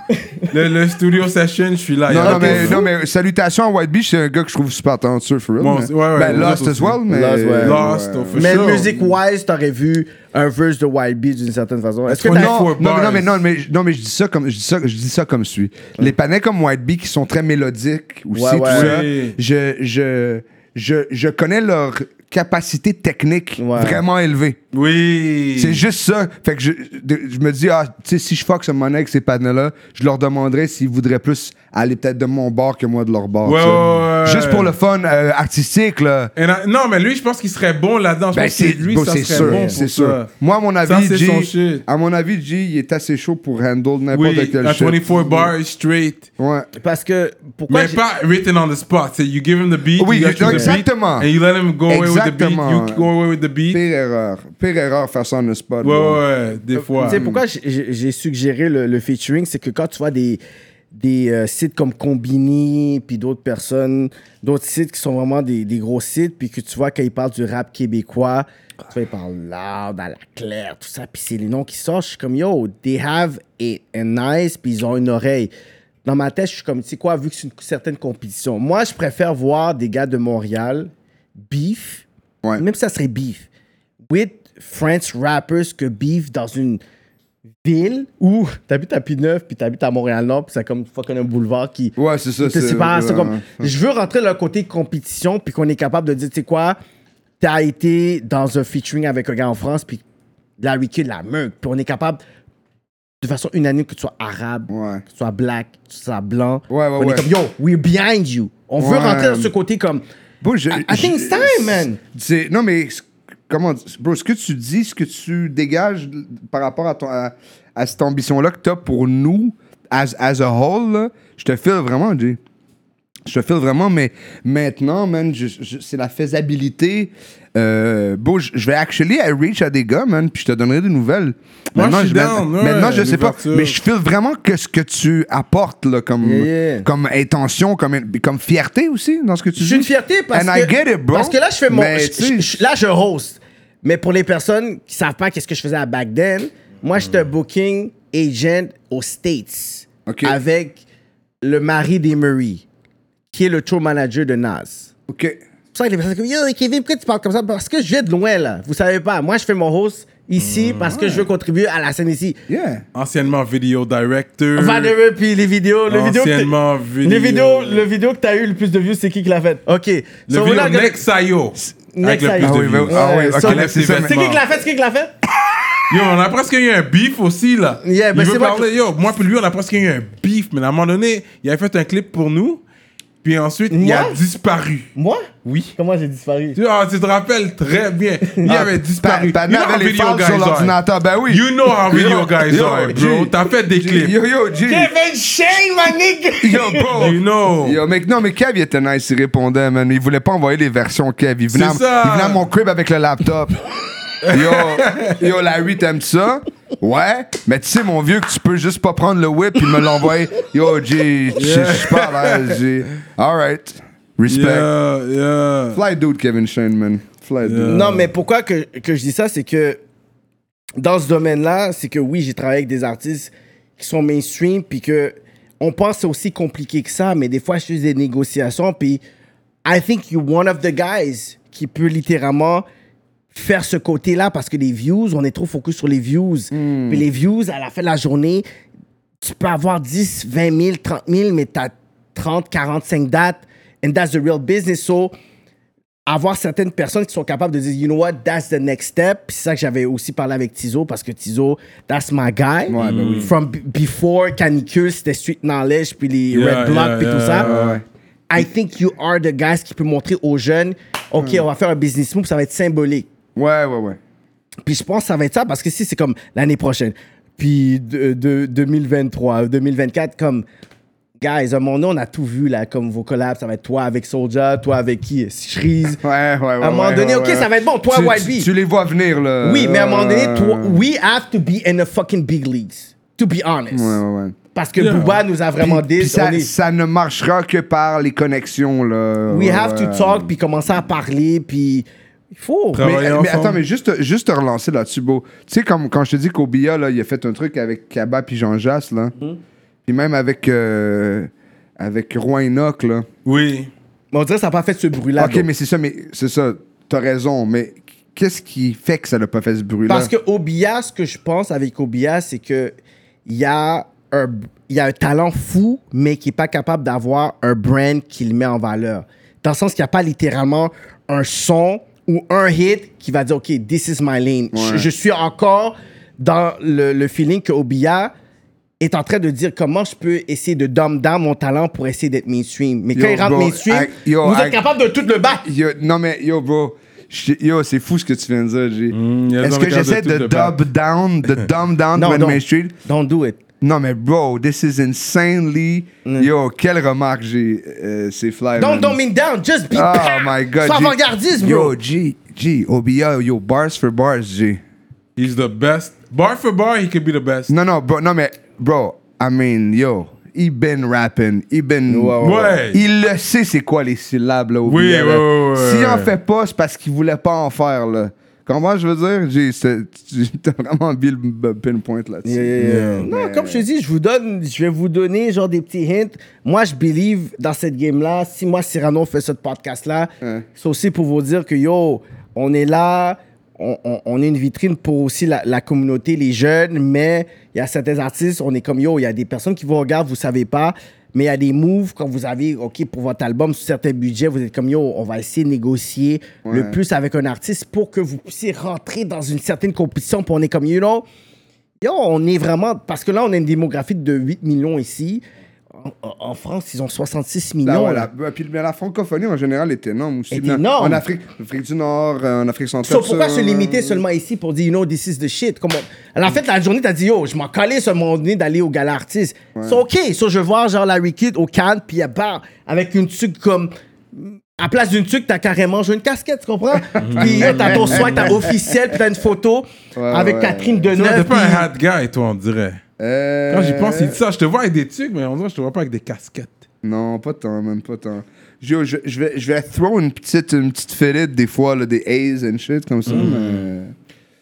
[SPEAKER 3] Le, le studio session, je suis là. y Ah,
[SPEAKER 4] Non,
[SPEAKER 3] a
[SPEAKER 4] non,
[SPEAKER 3] pas de
[SPEAKER 4] mais,
[SPEAKER 3] problème.
[SPEAKER 4] non, mais salutations à White Beach, c'est un gars que je trouve super talentueux, for real.
[SPEAKER 3] Moi
[SPEAKER 4] mais-
[SPEAKER 3] aussi, ouais, ouais,
[SPEAKER 4] ben,
[SPEAKER 3] nous
[SPEAKER 4] Lost
[SPEAKER 3] autres
[SPEAKER 4] as well,
[SPEAKER 3] aussi.
[SPEAKER 4] mais.
[SPEAKER 5] Lost, ouais.
[SPEAKER 3] Lost, oh, for
[SPEAKER 5] Mais
[SPEAKER 3] sure.
[SPEAKER 5] music wise, t'aurais vu un verse de YB d'une certaine façon. Est-ce que
[SPEAKER 4] Oh, Non,
[SPEAKER 5] t'as.
[SPEAKER 3] four
[SPEAKER 4] non, mais non,
[SPEAKER 3] bars.
[SPEAKER 4] mais non, mais non, mais je dis ça comme je dis ça, je dis ça comme suit. Les panais comme White Bee qui sont très mélodiques aussi,
[SPEAKER 5] Ouais,
[SPEAKER 4] tout
[SPEAKER 5] ouais.
[SPEAKER 4] ça.
[SPEAKER 3] Oui.
[SPEAKER 4] Je, je, je, je connais leur capacité technique
[SPEAKER 5] Ouais. Mm.
[SPEAKER 4] vraiment élevée.
[SPEAKER 3] Oui.
[SPEAKER 4] C'est juste ça. Fait que je, de- je me dis, ah, tu sais, si je fuck ce monnaie avec ces panneaux-là, je leur demanderais s'ils voudraient plus aller peut-être de mon bord que moi de leur bord.
[SPEAKER 3] Ouais,
[SPEAKER 4] tu sais.
[SPEAKER 3] ouais, ouais.
[SPEAKER 4] Juste pour le fun euh, artistique, là.
[SPEAKER 3] Et là- non, mais lui, je pense qu'il serait bon là-dedans. Je
[SPEAKER 4] Ben,
[SPEAKER 3] pense que
[SPEAKER 4] c'est
[SPEAKER 3] lui,
[SPEAKER 4] bon,
[SPEAKER 3] ça
[SPEAKER 4] c'est
[SPEAKER 3] serait
[SPEAKER 4] sûr,
[SPEAKER 3] bon. pour
[SPEAKER 4] c'est
[SPEAKER 3] ça.
[SPEAKER 4] sûr. Moi, à mon
[SPEAKER 3] Ça,
[SPEAKER 4] avis,
[SPEAKER 3] c'est
[SPEAKER 4] G,
[SPEAKER 3] son shit.
[SPEAKER 4] à mon avis, G, il est assez chaud pour handle n'importe
[SPEAKER 3] Oui,
[SPEAKER 4] quel
[SPEAKER 3] à
[SPEAKER 4] shit. Mm.
[SPEAKER 3] 24 bars straight.
[SPEAKER 4] Ouais.
[SPEAKER 5] Parce que. Pourquoi.
[SPEAKER 3] Mais
[SPEAKER 5] j'ai-
[SPEAKER 3] pas written on the spot. C'est you give him the beat,
[SPEAKER 4] Oui,
[SPEAKER 3] you got you the
[SPEAKER 4] exactement.
[SPEAKER 3] beat, and you let him go away with the beat,
[SPEAKER 4] Exactement.
[SPEAKER 3] you go away with the beat.
[SPEAKER 4] Pire erreur. Pire erreur faire ça on the spot.
[SPEAKER 3] Ouais,
[SPEAKER 4] bro.
[SPEAKER 3] ouais, ouais, des fois.
[SPEAKER 5] Tu sais, pourquoi j'ai- j'ai j'ai suggéré le, le featuring, c'est que quand tu vois des, des euh, sites comme Combini, puis d'autres personnes, d'autres sites qui sont vraiment des, des gros sites, puis que tu vois quand ils parlent du rap québécois, tu vois, ils parlent loud, à la claire, tout ça, puis c'est les noms qui sortent, je suis comme, yo, they have it and nice, puis ils ont une oreille. Dans ma tête, je suis comme, tu sais quoi, vu que c'est une certaine compétition, moi, je préfère voir des gars de Montréal beef,
[SPEAKER 4] Ouais.
[SPEAKER 5] même si ça serait beef, with French rappers que beef dans une ville où t'habites à Pineuf puis t'habites à Montréal-Nord puis c'est comme fucking un boulevard qui
[SPEAKER 4] Ouais, c'est ça.
[SPEAKER 5] te sépare. C'est comme, je veux rentrer dans le côté compétition puis qu'on est capable de dire, tu sais quoi, t'as été dans un featuring avec un gars en France puis Larry Kidd, la meute puis on est capable de façon unanime que tu sois arabe,
[SPEAKER 4] Ouais.
[SPEAKER 5] que tu sois black, que tu sois blanc.
[SPEAKER 4] Ouais, ouais,
[SPEAKER 5] on
[SPEAKER 4] ouais.
[SPEAKER 5] est comme, yo, we're behind you. On
[SPEAKER 4] Ouais.
[SPEAKER 5] veut rentrer dans ce côté comme,
[SPEAKER 4] Bro, je-
[SPEAKER 5] I- I think
[SPEAKER 4] je-
[SPEAKER 5] it's time, man.
[SPEAKER 4] c'est- non, mais c- comment dire- Bro, ce que tu dis, ce que tu dégages l- par rapport à, ton, à, à cette ambition-là que tu as pour nous, as, as a whole, là, je te file vraiment, Jay. Je te file vraiment, mais maintenant, man, je- je- c'est la faisabilité. Euh, bro, je je vais actually I reach à des gars, man, puis je te donnerai des nouvelles.
[SPEAKER 3] Moi,
[SPEAKER 4] maintenant,
[SPEAKER 3] je suis down, ouais,
[SPEAKER 4] maintenant, je sais pas,
[SPEAKER 3] l'ouverture.
[SPEAKER 4] mais je file vraiment que ce que tu apportes là, comme,
[SPEAKER 5] Yeah, yeah.
[SPEAKER 4] comme intention, comme, comme fierté aussi dans ce que tu
[SPEAKER 5] J'ai une fierté parce
[SPEAKER 4] And
[SPEAKER 5] que.
[SPEAKER 4] I get it, bro.
[SPEAKER 5] Parce que là, je fais mon.
[SPEAKER 4] Mais,
[SPEAKER 5] je-
[SPEAKER 4] tu sais,
[SPEAKER 5] je- je- là, je host. Mais pour les personnes qui savent pas qu'est-ce que je faisais à back then, moi, j'étais booking agent aux States.
[SPEAKER 4] Ok.
[SPEAKER 5] Avec le mari d'Emery, qui est le tour manager de Nas.
[SPEAKER 4] OK.
[SPEAKER 5] C'est pour ça que les personnes sont comme Yo, Kevin, pourquoi tu parles comme ça Parce que je viens de loin, là. Vous savez pas. Moi, je fais mon host ici
[SPEAKER 4] Ah.
[SPEAKER 5] parce que je veux contribuer à la scène ici.
[SPEAKER 4] Yeah.
[SPEAKER 3] Anciennement video director.
[SPEAKER 5] Valeureux, puis les vidéos. Le vidéo que t'as-
[SPEAKER 3] Anciennement vidéo.
[SPEAKER 5] Les vidéos, le vidéo que t'as eu le plus de vues, c'est qui qui l'a fait? Ok.
[SPEAKER 3] Le
[SPEAKER 5] So, we're
[SPEAKER 3] vidéo
[SPEAKER 5] not gonna-
[SPEAKER 3] Nexayo. Avec le
[SPEAKER 5] Nexayo.
[SPEAKER 3] plus
[SPEAKER 5] Ah
[SPEAKER 3] de
[SPEAKER 5] oui,
[SPEAKER 3] views.
[SPEAKER 5] ben oui. Ah oui, ok,
[SPEAKER 3] Enlève
[SPEAKER 4] là, c'est
[SPEAKER 3] ses
[SPEAKER 4] ça,
[SPEAKER 5] C'est
[SPEAKER 3] vêtements.
[SPEAKER 5] qui qui l'a fait? C'est qui qui l'a fait?
[SPEAKER 3] Yo, on a presque eu un beef aussi, là.
[SPEAKER 5] Yeah, ben
[SPEAKER 3] il
[SPEAKER 5] c'est
[SPEAKER 3] veut
[SPEAKER 5] moi
[SPEAKER 3] parler, yo, moi puis lui, on a presque eu un beef, mais à un moment donné, il avait fait un clip pour nous, puis ensuite, il
[SPEAKER 5] Moi?
[SPEAKER 3] a disparu.
[SPEAKER 5] Moi?
[SPEAKER 3] Oui.
[SPEAKER 5] Comment j'ai disparu?
[SPEAKER 3] Tu, ah, tu te rappelles très bien. Il avait disparu.
[SPEAKER 4] Pa- pa-
[SPEAKER 3] you know how
[SPEAKER 4] avait les
[SPEAKER 3] video
[SPEAKER 4] files
[SPEAKER 3] guys
[SPEAKER 4] sur
[SPEAKER 3] are.
[SPEAKER 4] l'ordinateur. Ben oui.
[SPEAKER 3] You know how video guys
[SPEAKER 4] yo,
[SPEAKER 3] are,
[SPEAKER 4] G.
[SPEAKER 3] bro. T'as fait des clips.
[SPEAKER 4] Yo, yo, G.
[SPEAKER 5] Kevin Shane, ma nigga!
[SPEAKER 4] Yo, [LAUGHS] bro.
[SPEAKER 3] You know.
[SPEAKER 4] Yo, mec, non, mais Kev, il était nice, il répondait, man. Il voulait pas envoyer les versions, Kev. Il venait, à,
[SPEAKER 3] C'est ça.
[SPEAKER 4] il venait à mon crib avec le
[SPEAKER 3] [LAUGHS]
[SPEAKER 4] laptop. yo, yo, Larry, t'aimes ça? Ouais, mais tu sais, mon vieux, que tu peux juste pas prendre le whip et me l'envoyer. Yo, G, je- je suis pas à l'aise, G. Alright. Respect.
[SPEAKER 3] Yeah, yeah.
[SPEAKER 4] Fly dude, Kevin Shane, man. Fly dude.
[SPEAKER 5] Euh. Non, mais pourquoi que, que je dis ça, c'est que dans ce domaine-là, c'est que oui, j'ai travaillé avec des artistes qui sont mainstream, puis que on pense que c'est aussi compliqué que ça, mais des fois, je fais des négociations, puis I think you're one of the guys qui peut littéralement faire ce côté-là parce que les views, on est trop focus sur les views.
[SPEAKER 3] Hmm.
[SPEAKER 5] Puis les views, à la fin de la journée, tu peux avoir 10, 20 000, 30 000, mais t'as 30, 45 dates, and that's the real business. So, avoir certaines personnes qui sont capables de dire, you know what, that's the next step. Puis c'est ça que j'avais aussi parlé avec Tizo, parce que Tizo, that's my guy.
[SPEAKER 3] ben
[SPEAKER 5] From b- before Canicule, c'était Street Knowledge, puis les
[SPEAKER 3] Yeah,
[SPEAKER 5] Red Block,
[SPEAKER 3] yeah,
[SPEAKER 5] puis tout
[SPEAKER 3] yeah,
[SPEAKER 5] ça.
[SPEAKER 3] ouais, ouais.
[SPEAKER 5] I think you are the guys qui peut montrer aux jeunes, OK,
[SPEAKER 3] Hmm.
[SPEAKER 5] on va faire un business move, ça va être symbolique.
[SPEAKER 4] Ouais, ouais, ouais.
[SPEAKER 5] Puis je pense que ça va être ça parce que si c'est comme l'année prochaine, puis de, de- 2023, 2024, comme guys, à mon nom, on a tout vu là, comme vos collabs, ça va être toi avec Soldier, toi avec qui Shreeze.
[SPEAKER 4] Ouais, ouais, ouais.
[SPEAKER 5] À un moment
[SPEAKER 4] ouais,
[SPEAKER 5] donné,
[SPEAKER 4] ouais,
[SPEAKER 5] ok,
[SPEAKER 4] ouais.
[SPEAKER 5] ça va être bon, toi,
[SPEAKER 4] Tu-
[SPEAKER 5] White
[SPEAKER 4] tu,
[SPEAKER 5] Bee.
[SPEAKER 4] tu les vois venir, là.
[SPEAKER 5] Oui, mais à un moment donné,
[SPEAKER 4] Ouais,
[SPEAKER 5] toi,
[SPEAKER 4] ouais, ouais.
[SPEAKER 5] we have to be in the fucking big leagues, to be honest.
[SPEAKER 4] Ouais, ouais, ouais.
[SPEAKER 5] Parce que Booba nous a vraiment
[SPEAKER 4] Puis-
[SPEAKER 5] dit,
[SPEAKER 4] puis ça,
[SPEAKER 5] on est-
[SPEAKER 4] ça ne marchera que par les connexions, là.
[SPEAKER 5] we
[SPEAKER 4] Ouais,
[SPEAKER 5] have to
[SPEAKER 4] ouais.
[SPEAKER 5] talk, puis commencer à parler, puis il faut.
[SPEAKER 3] Travailler
[SPEAKER 4] Mais, mais
[SPEAKER 3] ensemble.
[SPEAKER 4] attends, mais juste, juste te relancer là-dessus, beau. Tu sais, comme quand je te dis qu'Obia, là, il a fait un truc avec Kaba puis Jean Jass, là.
[SPEAKER 5] Mhm.
[SPEAKER 4] Puis même avec, euh, avec Roy Enoch, là.
[SPEAKER 3] Oui.
[SPEAKER 5] Mais on dirait que ça n'a pas fait ce bruit-là.
[SPEAKER 4] ok,
[SPEAKER 5] donc.
[SPEAKER 4] mais c'est ça, mais c'est ça. T'as raison, mais qu'est-ce qui fait que ça n'a pas fait ce bruit-là?
[SPEAKER 5] Parce que Obia, ce que je pense avec Obia, c'est que il y a un il y a un talent fou, mais qui est pas capable d'avoir un brand qui le met en valeur. Dans le sens qu'il n'y a pas littéralement un son, ou un hit qui va dire, OK, this is my lane. Je, je suis encore dans le, le feeling que Obia est en train de dire comment je peux essayer de dumb down mon talent pour essayer d'être mainstream. Mais quand
[SPEAKER 4] Yo,
[SPEAKER 5] il rentre
[SPEAKER 4] bro,
[SPEAKER 5] mainstream,
[SPEAKER 4] I- yo,
[SPEAKER 5] vous
[SPEAKER 4] I-
[SPEAKER 5] êtes capable de tout le battre.
[SPEAKER 4] Yo, non, mais yo, bro. je- Yo, c'est fou ce que tu viens de dire, G.
[SPEAKER 3] Mm, yes,
[SPEAKER 4] Est-ce
[SPEAKER 3] on
[SPEAKER 4] que
[SPEAKER 3] regarde
[SPEAKER 4] j'essaie
[SPEAKER 3] tout
[SPEAKER 4] de
[SPEAKER 3] de bas.
[SPEAKER 4] dub down, de dumb down
[SPEAKER 5] Non,
[SPEAKER 4] to
[SPEAKER 5] don't.
[SPEAKER 4] Main Street?
[SPEAKER 5] Don't do it.
[SPEAKER 4] Non, mais bro, this is insanely. Yo, quelle remarque, G. Euh, c'est fly.
[SPEAKER 5] Don't
[SPEAKER 4] man.
[SPEAKER 5] dump me down, just be
[SPEAKER 4] Oh my god.
[SPEAKER 5] Sois
[SPEAKER 4] G.
[SPEAKER 5] avant-gardiste, bro.
[SPEAKER 4] Yo, G, G, OBA, yo, bars for bars, G.
[SPEAKER 3] He's the best. Bar for bar, he could be the best.
[SPEAKER 4] Non, non, bro, non, mais, bro, I mean, yo, il been rapping, il been.
[SPEAKER 3] ouais, ouais.
[SPEAKER 4] Il le sait, c'est quoi les syllabes, là, au
[SPEAKER 3] Oui,
[SPEAKER 4] billet, là.
[SPEAKER 3] ouais, ouais, ouais,
[SPEAKER 4] S'il
[SPEAKER 3] ouais.
[SPEAKER 4] en fait pas, c'est parce qu'il voulait pas en faire, là. Comment je veux dire? J'ai- [LAUGHS] c'est- tu- T'as vraiment mis le b- pinpoint là-dessus.
[SPEAKER 5] Non, comme je te dis, je vous donne, je vais vous donner genre des petits hints. Moi, je believe dans cette game-là. Si moi, Cyrano fait ce podcast-là, c'est aussi pour vous dire que yo, on est là, on, on- on est une vitrine pour aussi la, la communauté, les jeunes, mais il y a certains artistes, on est comme yo, il y a des personnes qui vous regardent, vous savez pas. Mais il y a des moves quand vous avez, OK, pour votre album, sur certains budgets, vous êtes comme, yo, on va essayer de négocier le plus avec un artiste pour que vous puissiez rentrer dans une certaine compétition. Puis on est comme, you know, Yo, on est vraiment. Parce que là, on a une démographie de 8 millions ici. En, en- en France, ils ont 66
[SPEAKER 4] Là,
[SPEAKER 5] millions.
[SPEAKER 4] Ah, ouais,
[SPEAKER 5] là.
[SPEAKER 4] la- puis, mais la francophonie en général est énorme aussi.
[SPEAKER 5] Est
[SPEAKER 4] Là,
[SPEAKER 5] énorme.
[SPEAKER 4] En Afrique, Afrique du Nord, euh, en Afrique centrale.
[SPEAKER 5] So, pourquoi
[SPEAKER 4] ça,
[SPEAKER 5] se
[SPEAKER 4] euh,
[SPEAKER 5] limiter seulement ici pour dire, you know, this is the shit? Comme on- Alors, en fait, la journée, t'as dit, yo, je m'en calais ce moment donné d'aller au gala artiste. C'est OK. So, je vois genre Larry Kidd au Cannes, puis à part, avec une tuque comme. À place d'une tuque, t'as carrément joué une casquette, tu comprends? puis yo, t'as ton swag, t'as officiel, puis t'as une photo avec
[SPEAKER 4] ouais.
[SPEAKER 5] Catherine
[SPEAKER 3] Toi, T'es
[SPEAKER 5] Deneuve.
[SPEAKER 3] pas
[SPEAKER 5] puis-
[SPEAKER 3] un hat guy, toi, on dirait.
[SPEAKER 4] euh,
[SPEAKER 3] Quand j'y pense, il dit ça. Je te vois avec des trucs, mais on dirait que je te vois pas avec des casquettes.
[SPEAKER 4] Non, pas tant, même pas tant. Yo, je, je vais, je vais throw une petite, une petite fillette des fois, là, des A's and shit comme ça,
[SPEAKER 3] Mm.
[SPEAKER 4] mais.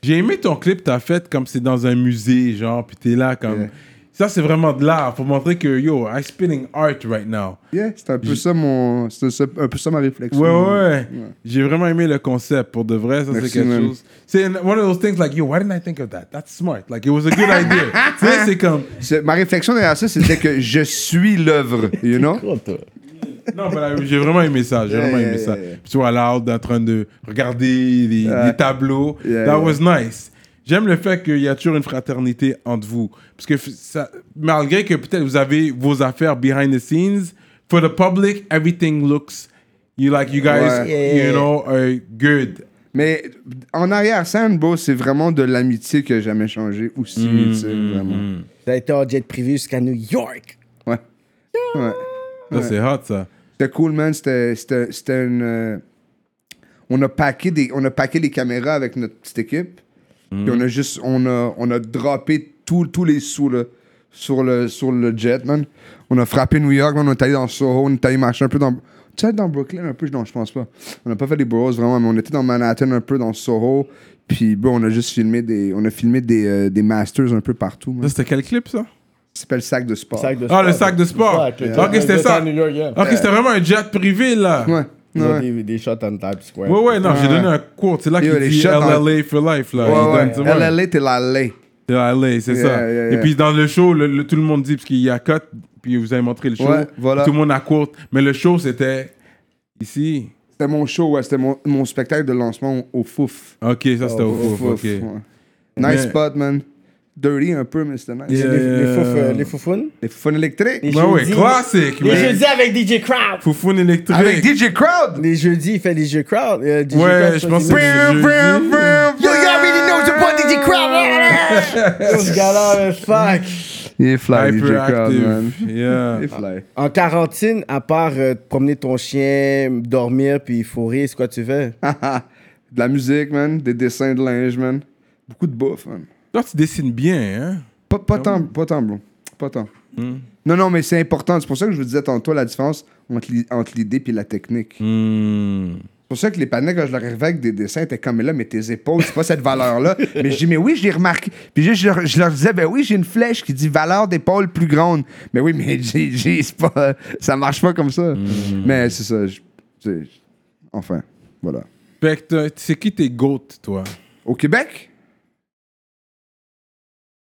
[SPEAKER 3] J'ai aimé ton clip que t'as fait comme c'est dans un musée, genre, puis t'es là comme...
[SPEAKER 4] Yeah.
[SPEAKER 3] Ça, c'est vraiment de l'art. Faut montrer que, yo, I'm spinning art right now.
[SPEAKER 4] Yeah, c'est un peu ça mon. C'est ça- un peu ça ma réflexion.
[SPEAKER 3] Ouais, ouais, ouais. Mm. J'ai vraiment aimé le concept. Pour de vrai, ça, c'est
[SPEAKER 4] Merci,
[SPEAKER 3] quelque
[SPEAKER 4] man.
[SPEAKER 3] chose. C'est une- one of those things like, yo, why didn't I think of that? That's smart. Like, it was a good idea. tu sais, c'est comme...
[SPEAKER 4] C'est- Ma réflexion derrière ça, c'était que je suis l'œuvre, you know?
[SPEAKER 3] Non, mais là, j'ai vraiment aimé ça. J'ai
[SPEAKER 4] Yeah,
[SPEAKER 3] vraiment
[SPEAKER 4] yeah,
[SPEAKER 3] aimé
[SPEAKER 4] yeah,
[SPEAKER 3] ça.
[SPEAKER 4] yeah. Ah.
[SPEAKER 3] Puis tu vois, Loud en train de regarder les, les tableaux.
[SPEAKER 4] Yeah, yeah.
[SPEAKER 3] That was nice. J'aime le fait qu'il y a toujours une fraternité entre vous. Parce que f- ça, malgré que peut-être vous avez vos affaires behind the scenes, for the public, everything looks. You like, you guys,
[SPEAKER 4] Ouais.
[SPEAKER 5] Yeah, yeah,
[SPEAKER 3] you know, are good.
[SPEAKER 4] Mais en arrière-scène, bro, c'est vraiment de l'amitié que j'ai jamais changé aussi,
[SPEAKER 3] Mm,
[SPEAKER 4] tu sais, vraiment.
[SPEAKER 5] Vous avez été en jet privé jusqu'à New York.
[SPEAKER 4] Ouais. Ouais.
[SPEAKER 3] Ça, c'est hot, ça.
[SPEAKER 4] C'était cool, man. C'était c'était- c'était une. euh, On a, packé des, on a packé les caméras avec notre petite équipe.
[SPEAKER 5] Mm-hmm.
[SPEAKER 4] Puis on a juste. On a, on a droppé tout- tous les sous, là, Sur le, sur le jet, man. On a frappé New York, man, on est allé dans Soho, on est allé marcher un peu dans. Tu sais, dans Brooklyn un peu, non, je pense pas. On n'a pas fait des boroughs vraiment, mais on était dans Manhattan un peu, dans Soho. Puis, bon, on a juste filmé des. On a filmé des, euh, des masters un peu partout, man.
[SPEAKER 3] Ça, c'était quel clip, ça?
[SPEAKER 4] Ça s'appelle Sac de Sport.
[SPEAKER 5] Sac de
[SPEAKER 3] Ah, le
[SPEAKER 5] sport.
[SPEAKER 3] sac de sport.
[SPEAKER 5] Ouais,
[SPEAKER 3] Ok, c'était ça. Ah,
[SPEAKER 5] New York, yeah.
[SPEAKER 3] Ok, c'était vraiment un jet privé, là.
[SPEAKER 4] Ouais.
[SPEAKER 5] Ils ont
[SPEAKER 4] ouais.
[SPEAKER 5] Des, des shots on Times Square.
[SPEAKER 3] Ouais, ouais, non, j'ai
[SPEAKER 4] Ouais.
[SPEAKER 3] donné un cours. C'est là
[SPEAKER 4] Yo,
[SPEAKER 3] qu'il
[SPEAKER 4] les
[SPEAKER 3] dit
[SPEAKER 4] shots
[SPEAKER 3] LLA
[SPEAKER 4] dans-
[SPEAKER 3] for life, là. Il donne-
[SPEAKER 4] Ouais,
[SPEAKER 3] tu
[SPEAKER 4] ouais.
[SPEAKER 3] vois.
[SPEAKER 4] LLA, t'es la lay.
[SPEAKER 3] De LA, c'est
[SPEAKER 4] Yeah,
[SPEAKER 3] ça.
[SPEAKER 4] yeah,
[SPEAKER 3] Et
[SPEAKER 4] yeah.
[SPEAKER 3] puis dans le show, le- le- tout le monde dit, parce qu'il y a cut, puis vous avez montré le show,
[SPEAKER 4] Ouais, voilà.
[SPEAKER 3] tout le monde a court. Mais le show, c'était ici.
[SPEAKER 4] C'était mon show, ouais, c'était mon, mon spectacle de lancement au Fouf.
[SPEAKER 3] Ok, ça c'était
[SPEAKER 4] Oh,
[SPEAKER 3] au fouf, ok.
[SPEAKER 4] ouais.
[SPEAKER 3] Yeah, Mais-
[SPEAKER 4] Nice spot, man. Dirty un peu, mais c'était nice.
[SPEAKER 5] Les, les,
[SPEAKER 3] yeah.
[SPEAKER 5] fouf, euh, les foufounes.
[SPEAKER 4] Les fun électriques.
[SPEAKER 5] Les
[SPEAKER 3] Ouais, ouais,
[SPEAKER 5] jeudis-
[SPEAKER 3] classique,
[SPEAKER 5] Les
[SPEAKER 3] man.
[SPEAKER 5] jeudis avec DJ Crowd.
[SPEAKER 3] Foufoune électrique.
[SPEAKER 4] Avec DJ Crowd.
[SPEAKER 5] Les jeudis, il fait les jeux Crowd. euh, DJ
[SPEAKER 3] Ouais,
[SPEAKER 5] Crowd,
[SPEAKER 3] je pense que
[SPEAKER 5] c'est-
[SPEAKER 3] c'est le jeudi.
[SPEAKER 5] Yo, you already know your boy DJ Crowd. Yo, ce gars-là, euh, fuck.
[SPEAKER 4] Il est fly, DJ Crowd, man.
[SPEAKER 3] Hyperactive. Yeah.
[SPEAKER 4] Il est fly. [LAUGHS]
[SPEAKER 5] En quarantine, à part euh, promener ton chien, dormir, puis fourrer, c'est quoi tu fais?
[SPEAKER 4] de la musique, man. Des dessins de linge, man. Beaucoup de bouffe, man.
[SPEAKER 3] Toi, tu dessines bien, hein?
[SPEAKER 4] Pas, pas tant, pas tant, bro. Pas tant.
[SPEAKER 3] Hmm.
[SPEAKER 4] Non, non, mais c'est important. C'est pour ça que je vous disais tantôt la différence entre l'i- entre l'idée et la technique.
[SPEAKER 3] Hmm.
[SPEAKER 4] C'est pour ça que les panneaux, quand je leur arrivais avec des dessins, étaient comme, mais là, mais tes épaules, c'est pas cette valeur-là. mais je dis, mais oui, je l'ai remarqué. Puis je, je leur, je leur disais, ben oui, j'ai une flèche qui dit valeur d'épaule plus grande. Mais oui, mais j'ai, j'ai- c'est pas, ça marche pas comme ça. Mais c'est ça. je- c'est- enfin, voilà.
[SPEAKER 3] Fait que t'as- c'est qui tes goats, toi?
[SPEAKER 4] Au Québec,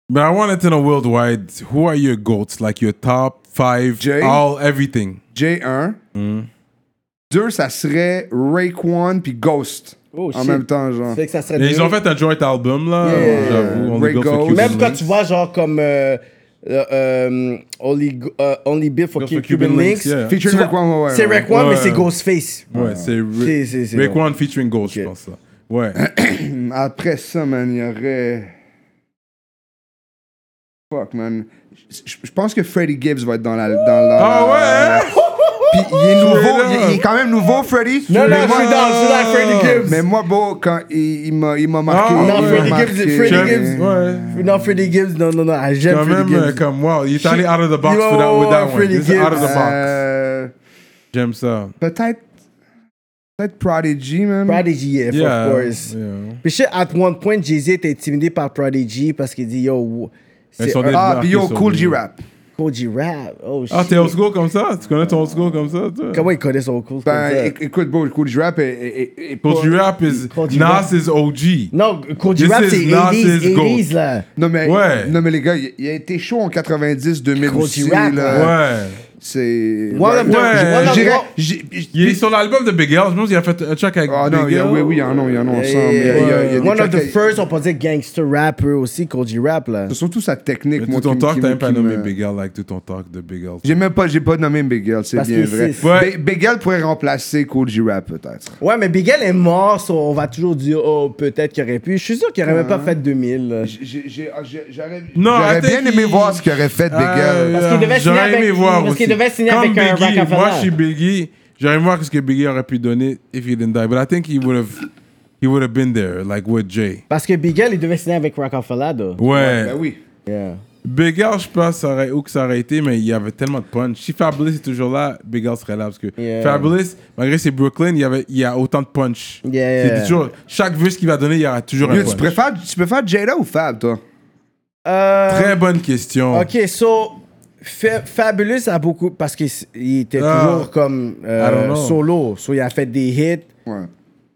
[SPEAKER 3] But I wanted to know worldwide, who are your goats? Like your top five,
[SPEAKER 4] Jay.
[SPEAKER 3] all, everything.
[SPEAKER 4] J1. Deux, ça serait Raekwon puis Ghost.
[SPEAKER 5] Oh,
[SPEAKER 4] en
[SPEAKER 5] shit.
[SPEAKER 4] même temps, genre.
[SPEAKER 5] Fait que ça serait
[SPEAKER 3] Et ils ont
[SPEAKER 5] nul.
[SPEAKER 3] fait un joint album, là.
[SPEAKER 5] Yeah.
[SPEAKER 3] J'avoue, on
[SPEAKER 4] Great
[SPEAKER 3] les
[SPEAKER 4] Goals.
[SPEAKER 5] Même quand tu vois, genre, comme euh, euh, euh, Only, Go- euh, Only Beef for
[SPEAKER 3] Beef
[SPEAKER 5] Cu-
[SPEAKER 3] for
[SPEAKER 5] Cuban,
[SPEAKER 3] Cuban Links,
[SPEAKER 5] Links.
[SPEAKER 3] yeah.
[SPEAKER 5] Tu
[SPEAKER 4] Featuring
[SPEAKER 5] vois,
[SPEAKER 4] Rick One, ouais, ouais,
[SPEAKER 5] C'est
[SPEAKER 4] ouais.
[SPEAKER 5] Rick One, mais
[SPEAKER 3] Ouais.
[SPEAKER 5] c'est Ghostface.
[SPEAKER 4] Ah.
[SPEAKER 3] Ouais, c'est
[SPEAKER 5] C'est- c'est- c'est
[SPEAKER 3] Rick
[SPEAKER 5] drôle.
[SPEAKER 3] One featuring Gold, je
[SPEAKER 5] Ok.
[SPEAKER 3] pense. ça. Ouais.
[SPEAKER 4] Après ça, man, il y aurait. Fuck, man. Je- Je je pense que Freddie Gibbs va être dans la. Dans la
[SPEAKER 3] Ah ouais?
[SPEAKER 4] [LAUGHS] Puis il est nouveau.
[SPEAKER 3] Straight
[SPEAKER 4] Il,
[SPEAKER 3] up.
[SPEAKER 4] il est quand même nouveau, Freddie.
[SPEAKER 5] hein? Non, non,
[SPEAKER 4] Mais
[SPEAKER 5] je
[SPEAKER 4] moi-
[SPEAKER 5] suis down, je suis down, Freddie Gibbs.
[SPEAKER 4] Mais moi, beau, quand il, il m'a il m'a marqué.
[SPEAKER 3] Ah,
[SPEAKER 4] il
[SPEAKER 3] non,
[SPEAKER 4] m'a
[SPEAKER 3] Freddie
[SPEAKER 4] marqué.
[SPEAKER 5] Gibbs, Freddie
[SPEAKER 3] J'aime-
[SPEAKER 5] Gibbs.
[SPEAKER 3] Ouais.
[SPEAKER 5] Non, Freddie Gibbs, non, non, non, ah, j'aime
[SPEAKER 3] Quand
[SPEAKER 5] Freddie
[SPEAKER 3] même, euh,
[SPEAKER 5] Gibbs.
[SPEAKER 3] comme, wow, il est allé out of the box
[SPEAKER 5] Yo,
[SPEAKER 3] with that, with that one.
[SPEAKER 5] Freddie
[SPEAKER 3] This is out of the
[SPEAKER 5] Gibbs.
[SPEAKER 3] box. uh,
[SPEAKER 4] Euh,
[SPEAKER 3] J'aime ça.
[SPEAKER 4] Peut-être. Peut-être Prodigy, man.
[SPEAKER 5] Prodigy, yeah,
[SPEAKER 3] Yeah.
[SPEAKER 5] of course.
[SPEAKER 3] Yeah.
[SPEAKER 5] Puis je sais, at one point, Jay-Z était intimidé par Prodigy parce qu'il dit, yo, wo-
[SPEAKER 3] Ils
[SPEAKER 5] c'est
[SPEAKER 3] sont
[SPEAKER 5] un
[SPEAKER 3] des-
[SPEAKER 4] Ah, puis yo,
[SPEAKER 3] Marqué sur
[SPEAKER 4] Cool
[SPEAKER 3] lui.
[SPEAKER 4] G-Rap.
[SPEAKER 5] Koji Rap. Oh, shit.
[SPEAKER 3] Ah, t'es old school comme ça? Tu connais ton old school comme ça? toi?
[SPEAKER 5] Comment ils connaissent son cool?
[SPEAKER 4] Ben,
[SPEAKER 5] comme ça?
[SPEAKER 4] éc- écoute, beau, Cool G-Rap est- est. est- est
[SPEAKER 3] Cold
[SPEAKER 4] pas-
[SPEAKER 3] G-Rap is...
[SPEAKER 5] Cold G-Rap.
[SPEAKER 3] Nas is OG.
[SPEAKER 5] Non, Koji
[SPEAKER 3] This
[SPEAKER 5] Rap,
[SPEAKER 3] is
[SPEAKER 5] c'est
[SPEAKER 3] not
[SPEAKER 5] 80s,
[SPEAKER 3] his goal.
[SPEAKER 5] 80s, là.
[SPEAKER 4] Non mais,
[SPEAKER 3] Ouais.
[SPEAKER 4] non, mais les gars, il, il a été chaud en 90, 2000
[SPEAKER 5] Gros
[SPEAKER 4] aussi.
[SPEAKER 5] G-Rap,
[SPEAKER 4] là.
[SPEAKER 3] Ouais.
[SPEAKER 4] C'est.
[SPEAKER 5] One of the-
[SPEAKER 3] Ouais.
[SPEAKER 5] one
[SPEAKER 4] Je
[SPEAKER 5] of-
[SPEAKER 4] dirais-
[SPEAKER 5] one-
[SPEAKER 4] j'ai- j'ai-
[SPEAKER 3] Il est sur l'album de Big L. Je pense qu'il a fait un track avec
[SPEAKER 4] Ah non,
[SPEAKER 3] Big
[SPEAKER 4] il y a,
[SPEAKER 3] L.
[SPEAKER 4] oui, oui, il y en a, il y en a ensemble.
[SPEAKER 5] Yeah,
[SPEAKER 4] Il y a- il y a- il y a des
[SPEAKER 5] One of
[SPEAKER 4] tracks-
[SPEAKER 5] the first, on peut dire gangster rapper aussi, Koji Rap là.
[SPEAKER 4] C'est surtout sa technique,
[SPEAKER 3] Mais
[SPEAKER 4] moi.
[SPEAKER 3] tout ton
[SPEAKER 4] qui-
[SPEAKER 3] talk,
[SPEAKER 4] qui-
[SPEAKER 3] t'as même pas
[SPEAKER 4] qui
[SPEAKER 3] nommé
[SPEAKER 4] me-
[SPEAKER 3] Big L, like tout ton talk de Big L.
[SPEAKER 4] J'ai même pas, j'ai pas nommé Big L, c'est
[SPEAKER 5] Parce
[SPEAKER 4] bien
[SPEAKER 5] que
[SPEAKER 4] vrai.
[SPEAKER 5] c'est-
[SPEAKER 3] Ouais.
[SPEAKER 4] Bi- Big L pourrait remplacer Cool G-Rap, peut-être.
[SPEAKER 5] Ouais, mais Big L est mort, so on va toujours dire, oh, peut-être qu'il aurait pu. Je suis sûr qu'il aurait même pas fait 2000. là.
[SPEAKER 4] J'ai- j'ai- ah, j'ai- J'aurais
[SPEAKER 3] Non, I
[SPEAKER 4] j'aurais
[SPEAKER 3] think
[SPEAKER 4] bien aimé
[SPEAKER 3] il- Euh,
[SPEAKER 4] voir ce qu'il aurait fait, Big L.
[SPEAKER 5] Ah, Parce qu'il devait signer
[SPEAKER 3] J'aurais aimé
[SPEAKER 5] avec-
[SPEAKER 3] voir
[SPEAKER 5] parce qu'il
[SPEAKER 3] aussi.
[SPEAKER 5] devait signer
[SPEAKER 3] Comme
[SPEAKER 5] avec un
[SPEAKER 3] Biggie,
[SPEAKER 5] Rockefeller.
[SPEAKER 3] Moi, je suis Biggie. J'aurais aimé voir ce que Biggie aurait pu donner if he didn't die. But I think he would have, he would have been there, like with Jay.
[SPEAKER 5] Parce que Big L, il devait signer avec Rockefeller. là.
[SPEAKER 3] Ouais.
[SPEAKER 4] Ben oui.
[SPEAKER 5] Yeah.
[SPEAKER 3] Big L, je sais pas ça aurait- où que ça aurait été, mais il y avait tellement de punch. Si Fabulous est toujours là, Big L serait là. Parce que
[SPEAKER 5] Yeah.
[SPEAKER 3] Fabulous, malgré ses Brooklyn, il y, avait, il y a autant de punch.
[SPEAKER 5] Yeah.
[SPEAKER 3] C'est toujours, chaque verse qu'il va donner, il y aura toujours un
[SPEAKER 4] Yo,
[SPEAKER 3] punch.
[SPEAKER 4] tu préfères, tu préfères Jada ou Fab, toi?
[SPEAKER 5] Euh,
[SPEAKER 3] Très bonne question.
[SPEAKER 5] ok, so, Fa- Fabulous a beaucoup. Parce qu'il s- il était
[SPEAKER 3] Ah.
[SPEAKER 5] toujours comme euh,
[SPEAKER 3] I don't know.
[SPEAKER 5] solo. So, il a fait des hits.
[SPEAKER 4] Ouais.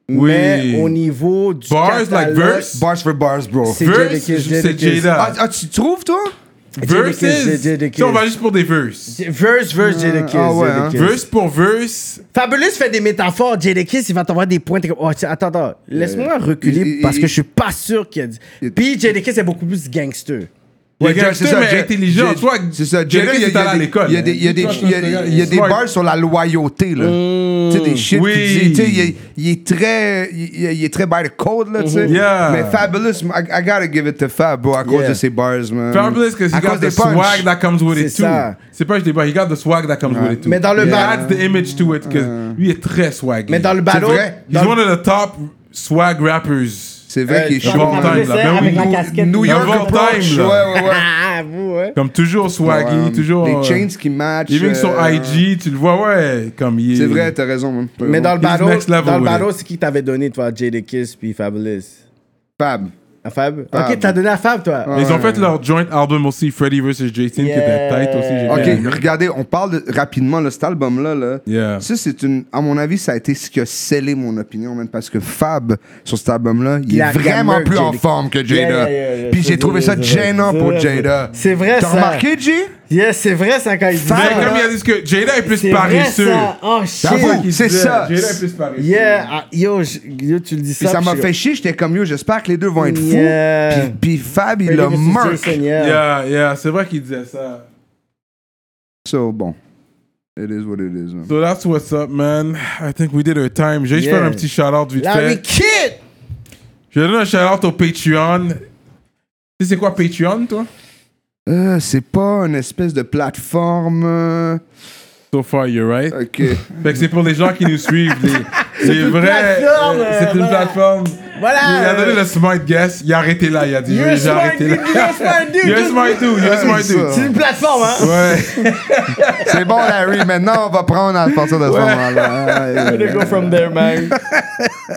[SPEAKER 3] Oui.
[SPEAKER 5] Mais au niveau du.
[SPEAKER 3] Bars, like
[SPEAKER 5] catalogue,
[SPEAKER 3] verse?
[SPEAKER 4] Bars for bars, bro.
[SPEAKER 5] C'est
[SPEAKER 3] Verse,
[SPEAKER 5] Jadakiss,
[SPEAKER 3] c'est
[SPEAKER 5] Jadakiss.
[SPEAKER 4] Ah,
[SPEAKER 3] Jada.
[SPEAKER 4] ah, tu trouves, toi?
[SPEAKER 3] Versus,
[SPEAKER 5] Jadakiss, Jadakiss.
[SPEAKER 3] si on va juste pour des verses.
[SPEAKER 5] Verse, verse, Jadakiss.
[SPEAKER 4] ah ouais, hein.
[SPEAKER 5] Jadakiss.
[SPEAKER 3] Verse pour verse,
[SPEAKER 5] Fabulous fait des métaphores. Jadakiss, il va t'envoyer des points. T'es comme, oh, tiens, attends, attends. Laisse-moi reculer
[SPEAKER 4] il- il-
[SPEAKER 5] parce que
[SPEAKER 4] il-
[SPEAKER 5] je suis pas sûr qu'il y a. du-
[SPEAKER 4] il-
[SPEAKER 5] Puis Jadakiss est beaucoup plus gangster.
[SPEAKER 3] Ouais,
[SPEAKER 4] Ouais, Jada,
[SPEAKER 3] gangster, mais
[SPEAKER 4] Jada-
[SPEAKER 3] intelligent.
[SPEAKER 4] Jada-
[SPEAKER 3] Tu vois,
[SPEAKER 4] c'est ça.
[SPEAKER 3] Jada,
[SPEAKER 4] Jada,
[SPEAKER 3] il
[SPEAKER 4] il y a-
[SPEAKER 3] est allé à
[SPEAKER 4] il y a des-
[SPEAKER 3] l'école.
[SPEAKER 4] Il y a des, il y a des, il y a- il y a des
[SPEAKER 3] Smart.
[SPEAKER 4] bars sur la loyauté, là.
[SPEAKER 5] Mm.
[SPEAKER 4] Tu sais, des shit
[SPEAKER 3] Oui.
[SPEAKER 4] qui dit, tu sais, il est- il est très, il est- il est très by the code, là, tu sais.
[SPEAKER 3] Yeah.
[SPEAKER 4] Mais Fabulous, I, I gotta give it to Fab, bro, à cause
[SPEAKER 5] Mm-hmm. Yeah.
[SPEAKER 4] de ses bars, man.
[SPEAKER 3] Fabulous, because he
[SPEAKER 4] À
[SPEAKER 3] got
[SPEAKER 4] cause
[SPEAKER 3] the
[SPEAKER 4] des punchs.
[SPEAKER 3] swag that comes with it
[SPEAKER 5] C'est
[SPEAKER 3] too.
[SPEAKER 5] ça.
[SPEAKER 3] C'est pas juste des bars, he got the swag that comes with it too.
[SPEAKER 5] Mais dans le
[SPEAKER 3] He
[SPEAKER 5] ba-
[SPEAKER 3] adds the image to it, because lui est très swag.
[SPEAKER 5] Mais dans le battle.
[SPEAKER 4] vrai.
[SPEAKER 3] He's one of the top swag rappers.
[SPEAKER 4] C'est vrai
[SPEAKER 5] Euh,
[SPEAKER 4] qu'il est
[SPEAKER 5] Fab-
[SPEAKER 4] chaud,
[SPEAKER 3] Fabulous,
[SPEAKER 4] man.
[SPEAKER 3] time, là. Mais
[SPEAKER 5] avec
[SPEAKER 3] oui,
[SPEAKER 5] la
[SPEAKER 3] nous-
[SPEAKER 5] casquette.
[SPEAKER 4] New
[SPEAKER 3] Avant
[SPEAKER 4] York approach.
[SPEAKER 3] time,
[SPEAKER 4] Ouais,
[SPEAKER 3] là.
[SPEAKER 4] ouais, ouais.
[SPEAKER 5] Ah, vous, hein.
[SPEAKER 3] Comme toujours swaggy,
[SPEAKER 4] Ouais,
[SPEAKER 3] toujours...
[SPEAKER 4] Des
[SPEAKER 3] euh,
[SPEAKER 4] chains qui matchent.
[SPEAKER 3] Even sur
[SPEAKER 4] euh,
[SPEAKER 3] IG, tu le vois, ouais, comme il est...
[SPEAKER 4] C'est vrai, t'as raison, man. T'as
[SPEAKER 5] Mais
[SPEAKER 4] raison.
[SPEAKER 5] dans le
[SPEAKER 3] He's
[SPEAKER 5] battle,
[SPEAKER 3] next level
[SPEAKER 5] dans le
[SPEAKER 3] with
[SPEAKER 5] battle, c'est qui t'avait donné, toi, Jadakiss puis Fabulous
[SPEAKER 4] Fab.
[SPEAKER 5] À Fab Ah,
[SPEAKER 4] Fab.
[SPEAKER 5] Ok, t'as donné à Fab, toi.
[SPEAKER 3] Mais Ils ont fait leur joint album aussi, Freddy vs. Jason, qui était
[SPEAKER 5] Yeah.
[SPEAKER 3] tight aussi. j'ai
[SPEAKER 4] Ok,
[SPEAKER 3] bien aimé.
[SPEAKER 4] regardez, on parle de- rapidement de cet album-là. Là.
[SPEAKER 3] euh, Yeah.
[SPEAKER 4] Ça, c'est une. À mon avis, ça a été ce qui a scellé mon opinion, man, parce que Fab, sur cet album-là, il,
[SPEAKER 5] Il a
[SPEAKER 4] est vraiment
[SPEAKER 5] gamer que
[SPEAKER 4] plus en
[SPEAKER 5] Jada.
[SPEAKER 4] forme que Jada.
[SPEAKER 5] Yeah, yeah, yeah, yeah.
[SPEAKER 4] Puis
[SPEAKER 5] C'est
[SPEAKER 4] j'ai trouvé
[SPEAKER 5] vrai,
[SPEAKER 4] ça
[SPEAKER 5] c'est vrai.
[SPEAKER 4] gênant
[SPEAKER 5] C'est
[SPEAKER 4] pour
[SPEAKER 5] vrai,
[SPEAKER 4] Jada.
[SPEAKER 5] c'est vrai,
[SPEAKER 4] T'as
[SPEAKER 5] ça.
[SPEAKER 4] remarqué, J?
[SPEAKER 5] Yes, c'est vrai, ça, quand il dit
[SPEAKER 4] Fab,
[SPEAKER 5] ça.
[SPEAKER 3] Mais comme il a dit que Jada est plus
[SPEAKER 5] Ah, C'est vrai,
[SPEAKER 3] paresseux.
[SPEAKER 5] ça. Oh,
[SPEAKER 4] Ah,
[SPEAKER 5] shit.
[SPEAKER 4] bon,
[SPEAKER 3] qu'il
[SPEAKER 4] c'est
[SPEAKER 3] disait.
[SPEAKER 4] ça.
[SPEAKER 3] Jada est plus paresseux.
[SPEAKER 5] Yeah, ah, yo, je- yo, tu le dis
[SPEAKER 4] Puis
[SPEAKER 5] ça.
[SPEAKER 4] ça
[SPEAKER 5] puis
[SPEAKER 4] m'a
[SPEAKER 5] je-
[SPEAKER 4] fait chier, j'étais comme yo, j'espère que les deux vont être fous.
[SPEAKER 5] Yeah.
[SPEAKER 4] Puis, puis Fab, il
[SPEAKER 5] Freddy
[SPEAKER 4] a
[SPEAKER 5] versus
[SPEAKER 4] marqué.
[SPEAKER 5] Jason, yeah.
[SPEAKER 3] Yeah, yeah, c'est vrai qu'il disait ça.
[SPEAKER 4] So, bon. It is what it is, man.
[SPEAKER 3] So that's what's up, man. I think we did our time. Je vais juste
[SPEAKER 5] Yeah.
[SPEAKER 3] faire un petit shout-out vite
[SPEAKER 5] Larry
[SPEAKER 3] fait.
[SPEAKER 5] Kidd!
[SPEAKER 3] Je donne un shout-out au Patreon. Tu sais c'est quoi Patreon, toi?
[SPEAKER 4] Euh, c'est pas une espèce de plateforme. euh,
[SPEAKER 3] So far, you're right.
[SPEAKER 5] Euh, [LAUGHS]
[SPEAKER 4] Ok.
[SPEAKER 3] Fait que c'est pour les gens qui nous suivent. Les, les vrais.
[SPEAKER 5] plateforme,
[SPEAKER 3] euh, C'est une
[SPEAKER 5] voilà.
[SPEAKER 3] plateforme. Il a
[SPEAKER 5] Voilà!
[SPEAKER 3] donné le smart guess. Il a arrêté là. Il a dit,
[SPEAKER 5] You're
[SPEAKER 3] j'ai
[SPEAKER 5] a smart
[SPEAKER 3] arrêté
[SPEAKER 5] dude, you're a smart dude,
[SPEAKER 3] [LAUGHS] You're a
[SPEAKER 5] just-
[SPEAKER 3] smart dude. You're a smart
[SPEAKER 4] C'est
[SPEAKER 3] dude.
[SPEAKER 5] C'est une
[SPEAKER 3] [LAUGHS]
[SPEAKER 5] plateforme, hein?
[SPEAKER 3] Ouais.
[SPEAKER 4] C'est bon, Larry. Maintenant, on va prendre à partir de ce moment-là.
[SPEAKER 5] We're gonna go from there, man.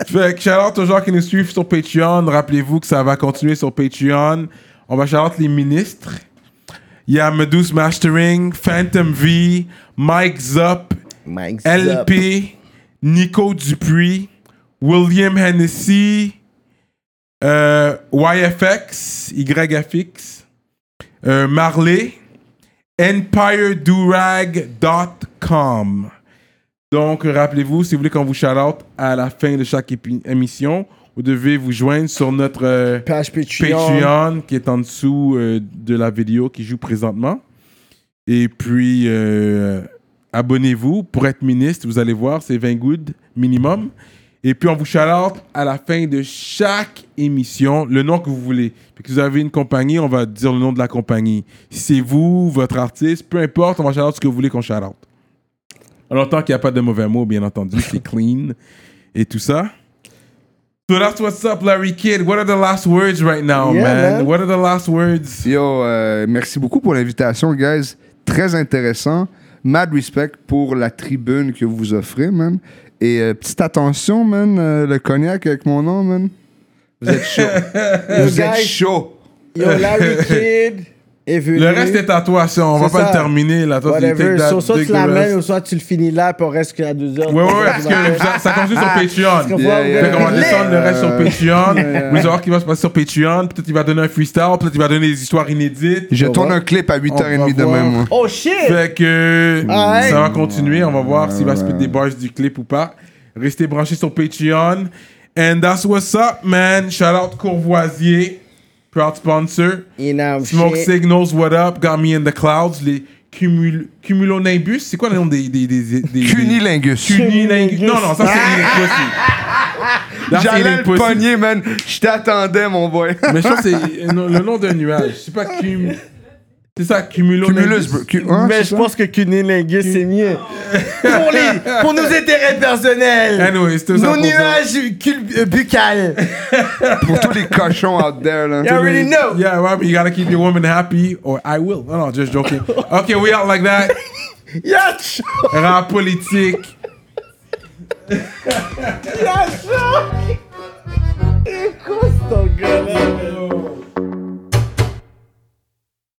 [SPEAKER 3] Fait que shout-out aux gens qui nous suivent sur Patreon. Rappelez-vous que ça va continuer sur Patreon. On va shout-out les ministres. Il y a Medus Mastering, Phantom V, Mike Zup,
[SPEAKER 5] Mike's up.
[SPEAKER 3] LP, Nico Dupuis, William Hennessy, euh, YFX, YFX, euh, Marley, EmpireDurag.com. Donc, rappelez-vous, si vous voulez qu'on vous shout-out à la fin de chaque épi- émission, vous devez vous joindre sur notre euh,
[SPEAKER 5] Page Patreon.
[SPEAKER 3] Patreon qui est en dessous euh, de la vidéo qui joue présentement. Et puis, euh, abonnez-vous pour être ministre. Vous allez voir, c'est 20 good minimum. Et puis, on vous shout-out à la fin de chaque émission, le nom que vous voulez. Puis que vous avez une compagnie, on va dire le nom de la compagnie. Si c'est vous, votre artiste, peu importe, on va shout-out ce que vous voulez qu'on shout-out. On entend qu'il n'y a pas de mauvais mots, bien
[SPEAKER 5] [LAUGHS]
[SPEAKER 3] entendu, c'est clean et tout ça. So that's what's up, Larry Kid. What are the last words right now,
[SPEAKER 5] Yeah,
[SPEAKER 3] man?
[SPEAKER 5] man.
[SPEAKER 3] What are the last words?
[SPEAKER 4] Yo, euh, merci beaucoup pour l'invitation, guys. Très intéressant. Mad respect pour la tribune que vous offrez, man. Et euh, petite attention, man, euh, le cognac avec mon nom, man. Vous êtes chaud. vous êtes
[SPEAKER 5] guys.
[SPEAKER 4] chaud.
[SPEAKER 5] Yo, Larry
[SPEAKER 3] [LAUGHS]
[SPEAKER 5] Kid est venu.
[SPEAKER 3] Le reste est à toi, ça. On va
[SPEAKER 5] C'est
[SPEAKER 3] pas
[SPEAKER 5] ça.
[SPEAKER 3] le terminer, là. Toi, tu
[SPEAKER 5] Whatever.
[SPEAKER 3] take that,
[SPEAKER 5] Soit, soit
[SPEAKER 3] take
[SPEAKER 5] tu
[SPEAKER 3] the
[SPEAKER 5] l'amènes
[SPEAKER 3] rest.
[SPEAKER 5] ou soit tu le finis là, puis on reste qu'à deux heures.
[SPEAKER 3] Ouais, ouais, ouais, parce que ça, ça continue
[SPEAKER 5] Ah.
[SPEAKER 3] sur Patreon.
[SPEAKER 5] qu'on
[SPEAKER 4] Yeah, yeah.
[SPEAKER 3] Fait qu'on va
[SPEAKER 4] Lit.
[SPEAKER 3] descendre le reste sur Patreon.
[SPEAKER 4] euh, yeah.
[SPEAKER 3] Vous allez voir ce qui va se passer sur Patreon. Peut-être qu'il va donner un freestyle, peut-être qu'il va donner des histoires inédites.
[SPEAKER 4] Je
[SPEAKER 5] On
[SPEAKER 4] tourne
[SPEAKER 5] va-
[SPEAKER 4] un clip à
[SPEAKER 3] on va
[SPEAKER 4] 8h30
[SPEAKER 3] voir.
[SPEAKER 4] demain, moi.
[SPEAKER 5] Oh shit!
[SPEAKER 3] Fait que
[SPEAKER 5] Alright.
[SPEAKER 3] ça va continuer. On va voir s'il va se mettre des bars du clip ou pas. Restez branchés sur Patreon. And that's what's up, man. Shout out Courvoisier, proud sponsor.
[SPEAKER 5] You know,
[SPEAKER 3] Smoke
[SPEAKER 5] Oh, shit.
[SPEAKER 3] Signals, what up? Got me in the clouds. Les cumul cumulonimbus. C'est quoi le nom des. des, des, des, des-
[SPEAKER 4] Cunilingus.
[SPEAKER 3] Cunilingus. Non, non, ça c'est Eating Pussy. That's
[SPEAKER 4] J'allais
[SPEAKER 3] Eating
[SPEAKER 4] le
[SPEAKER 3] Pussy.
[SPEAKER 4] pogner, man. Je t'attendais, mon boy.
[SPEAKER 3] Mais je pense que c'est euh, non, le nom d'un nuage. C'est pas cum. C'est ça, cumulonimbus.
[SPEAKER 4] Cumulus, bro. Cu- hein,
[SPEAKER 5] Mais
[SPEAKER 4] c'est
[SPEAKER 5] je
[SPEAKER 4] ça?
[SPEAKER 5] pense que cunilingus,
[SPEAKER 3] [LAUGHS]
[SPEAKER 5] c'est mieux. pour, les, pour nos intérêts personnels.
[SPEAKER 3] Anyway, c'est tout ça.
[SPEAKER 5] Nos
[SPEAKER 3] pour dire-
[SPEAKER 5] nuages cul-
[SPEAKER 3] [LAUGHS]
[SPEAKER 5] euh, buccales.
[SPEAKER 4] Pour tous les cochons out there, là.
[SPEAKER 5] Yeah, really. know.
[SPEAKER 3] Yeah, well, you gotta keep your woman happy, or I will. Oh, No, no,
[SPEAKER 4] [LAUGHS]
[SPEAKER 3] just joking. okay, we out like that.
[SPEAKER 5] Yach!
[SPEAKER 3] Rap politique.
[SPEAKER 5] Yach!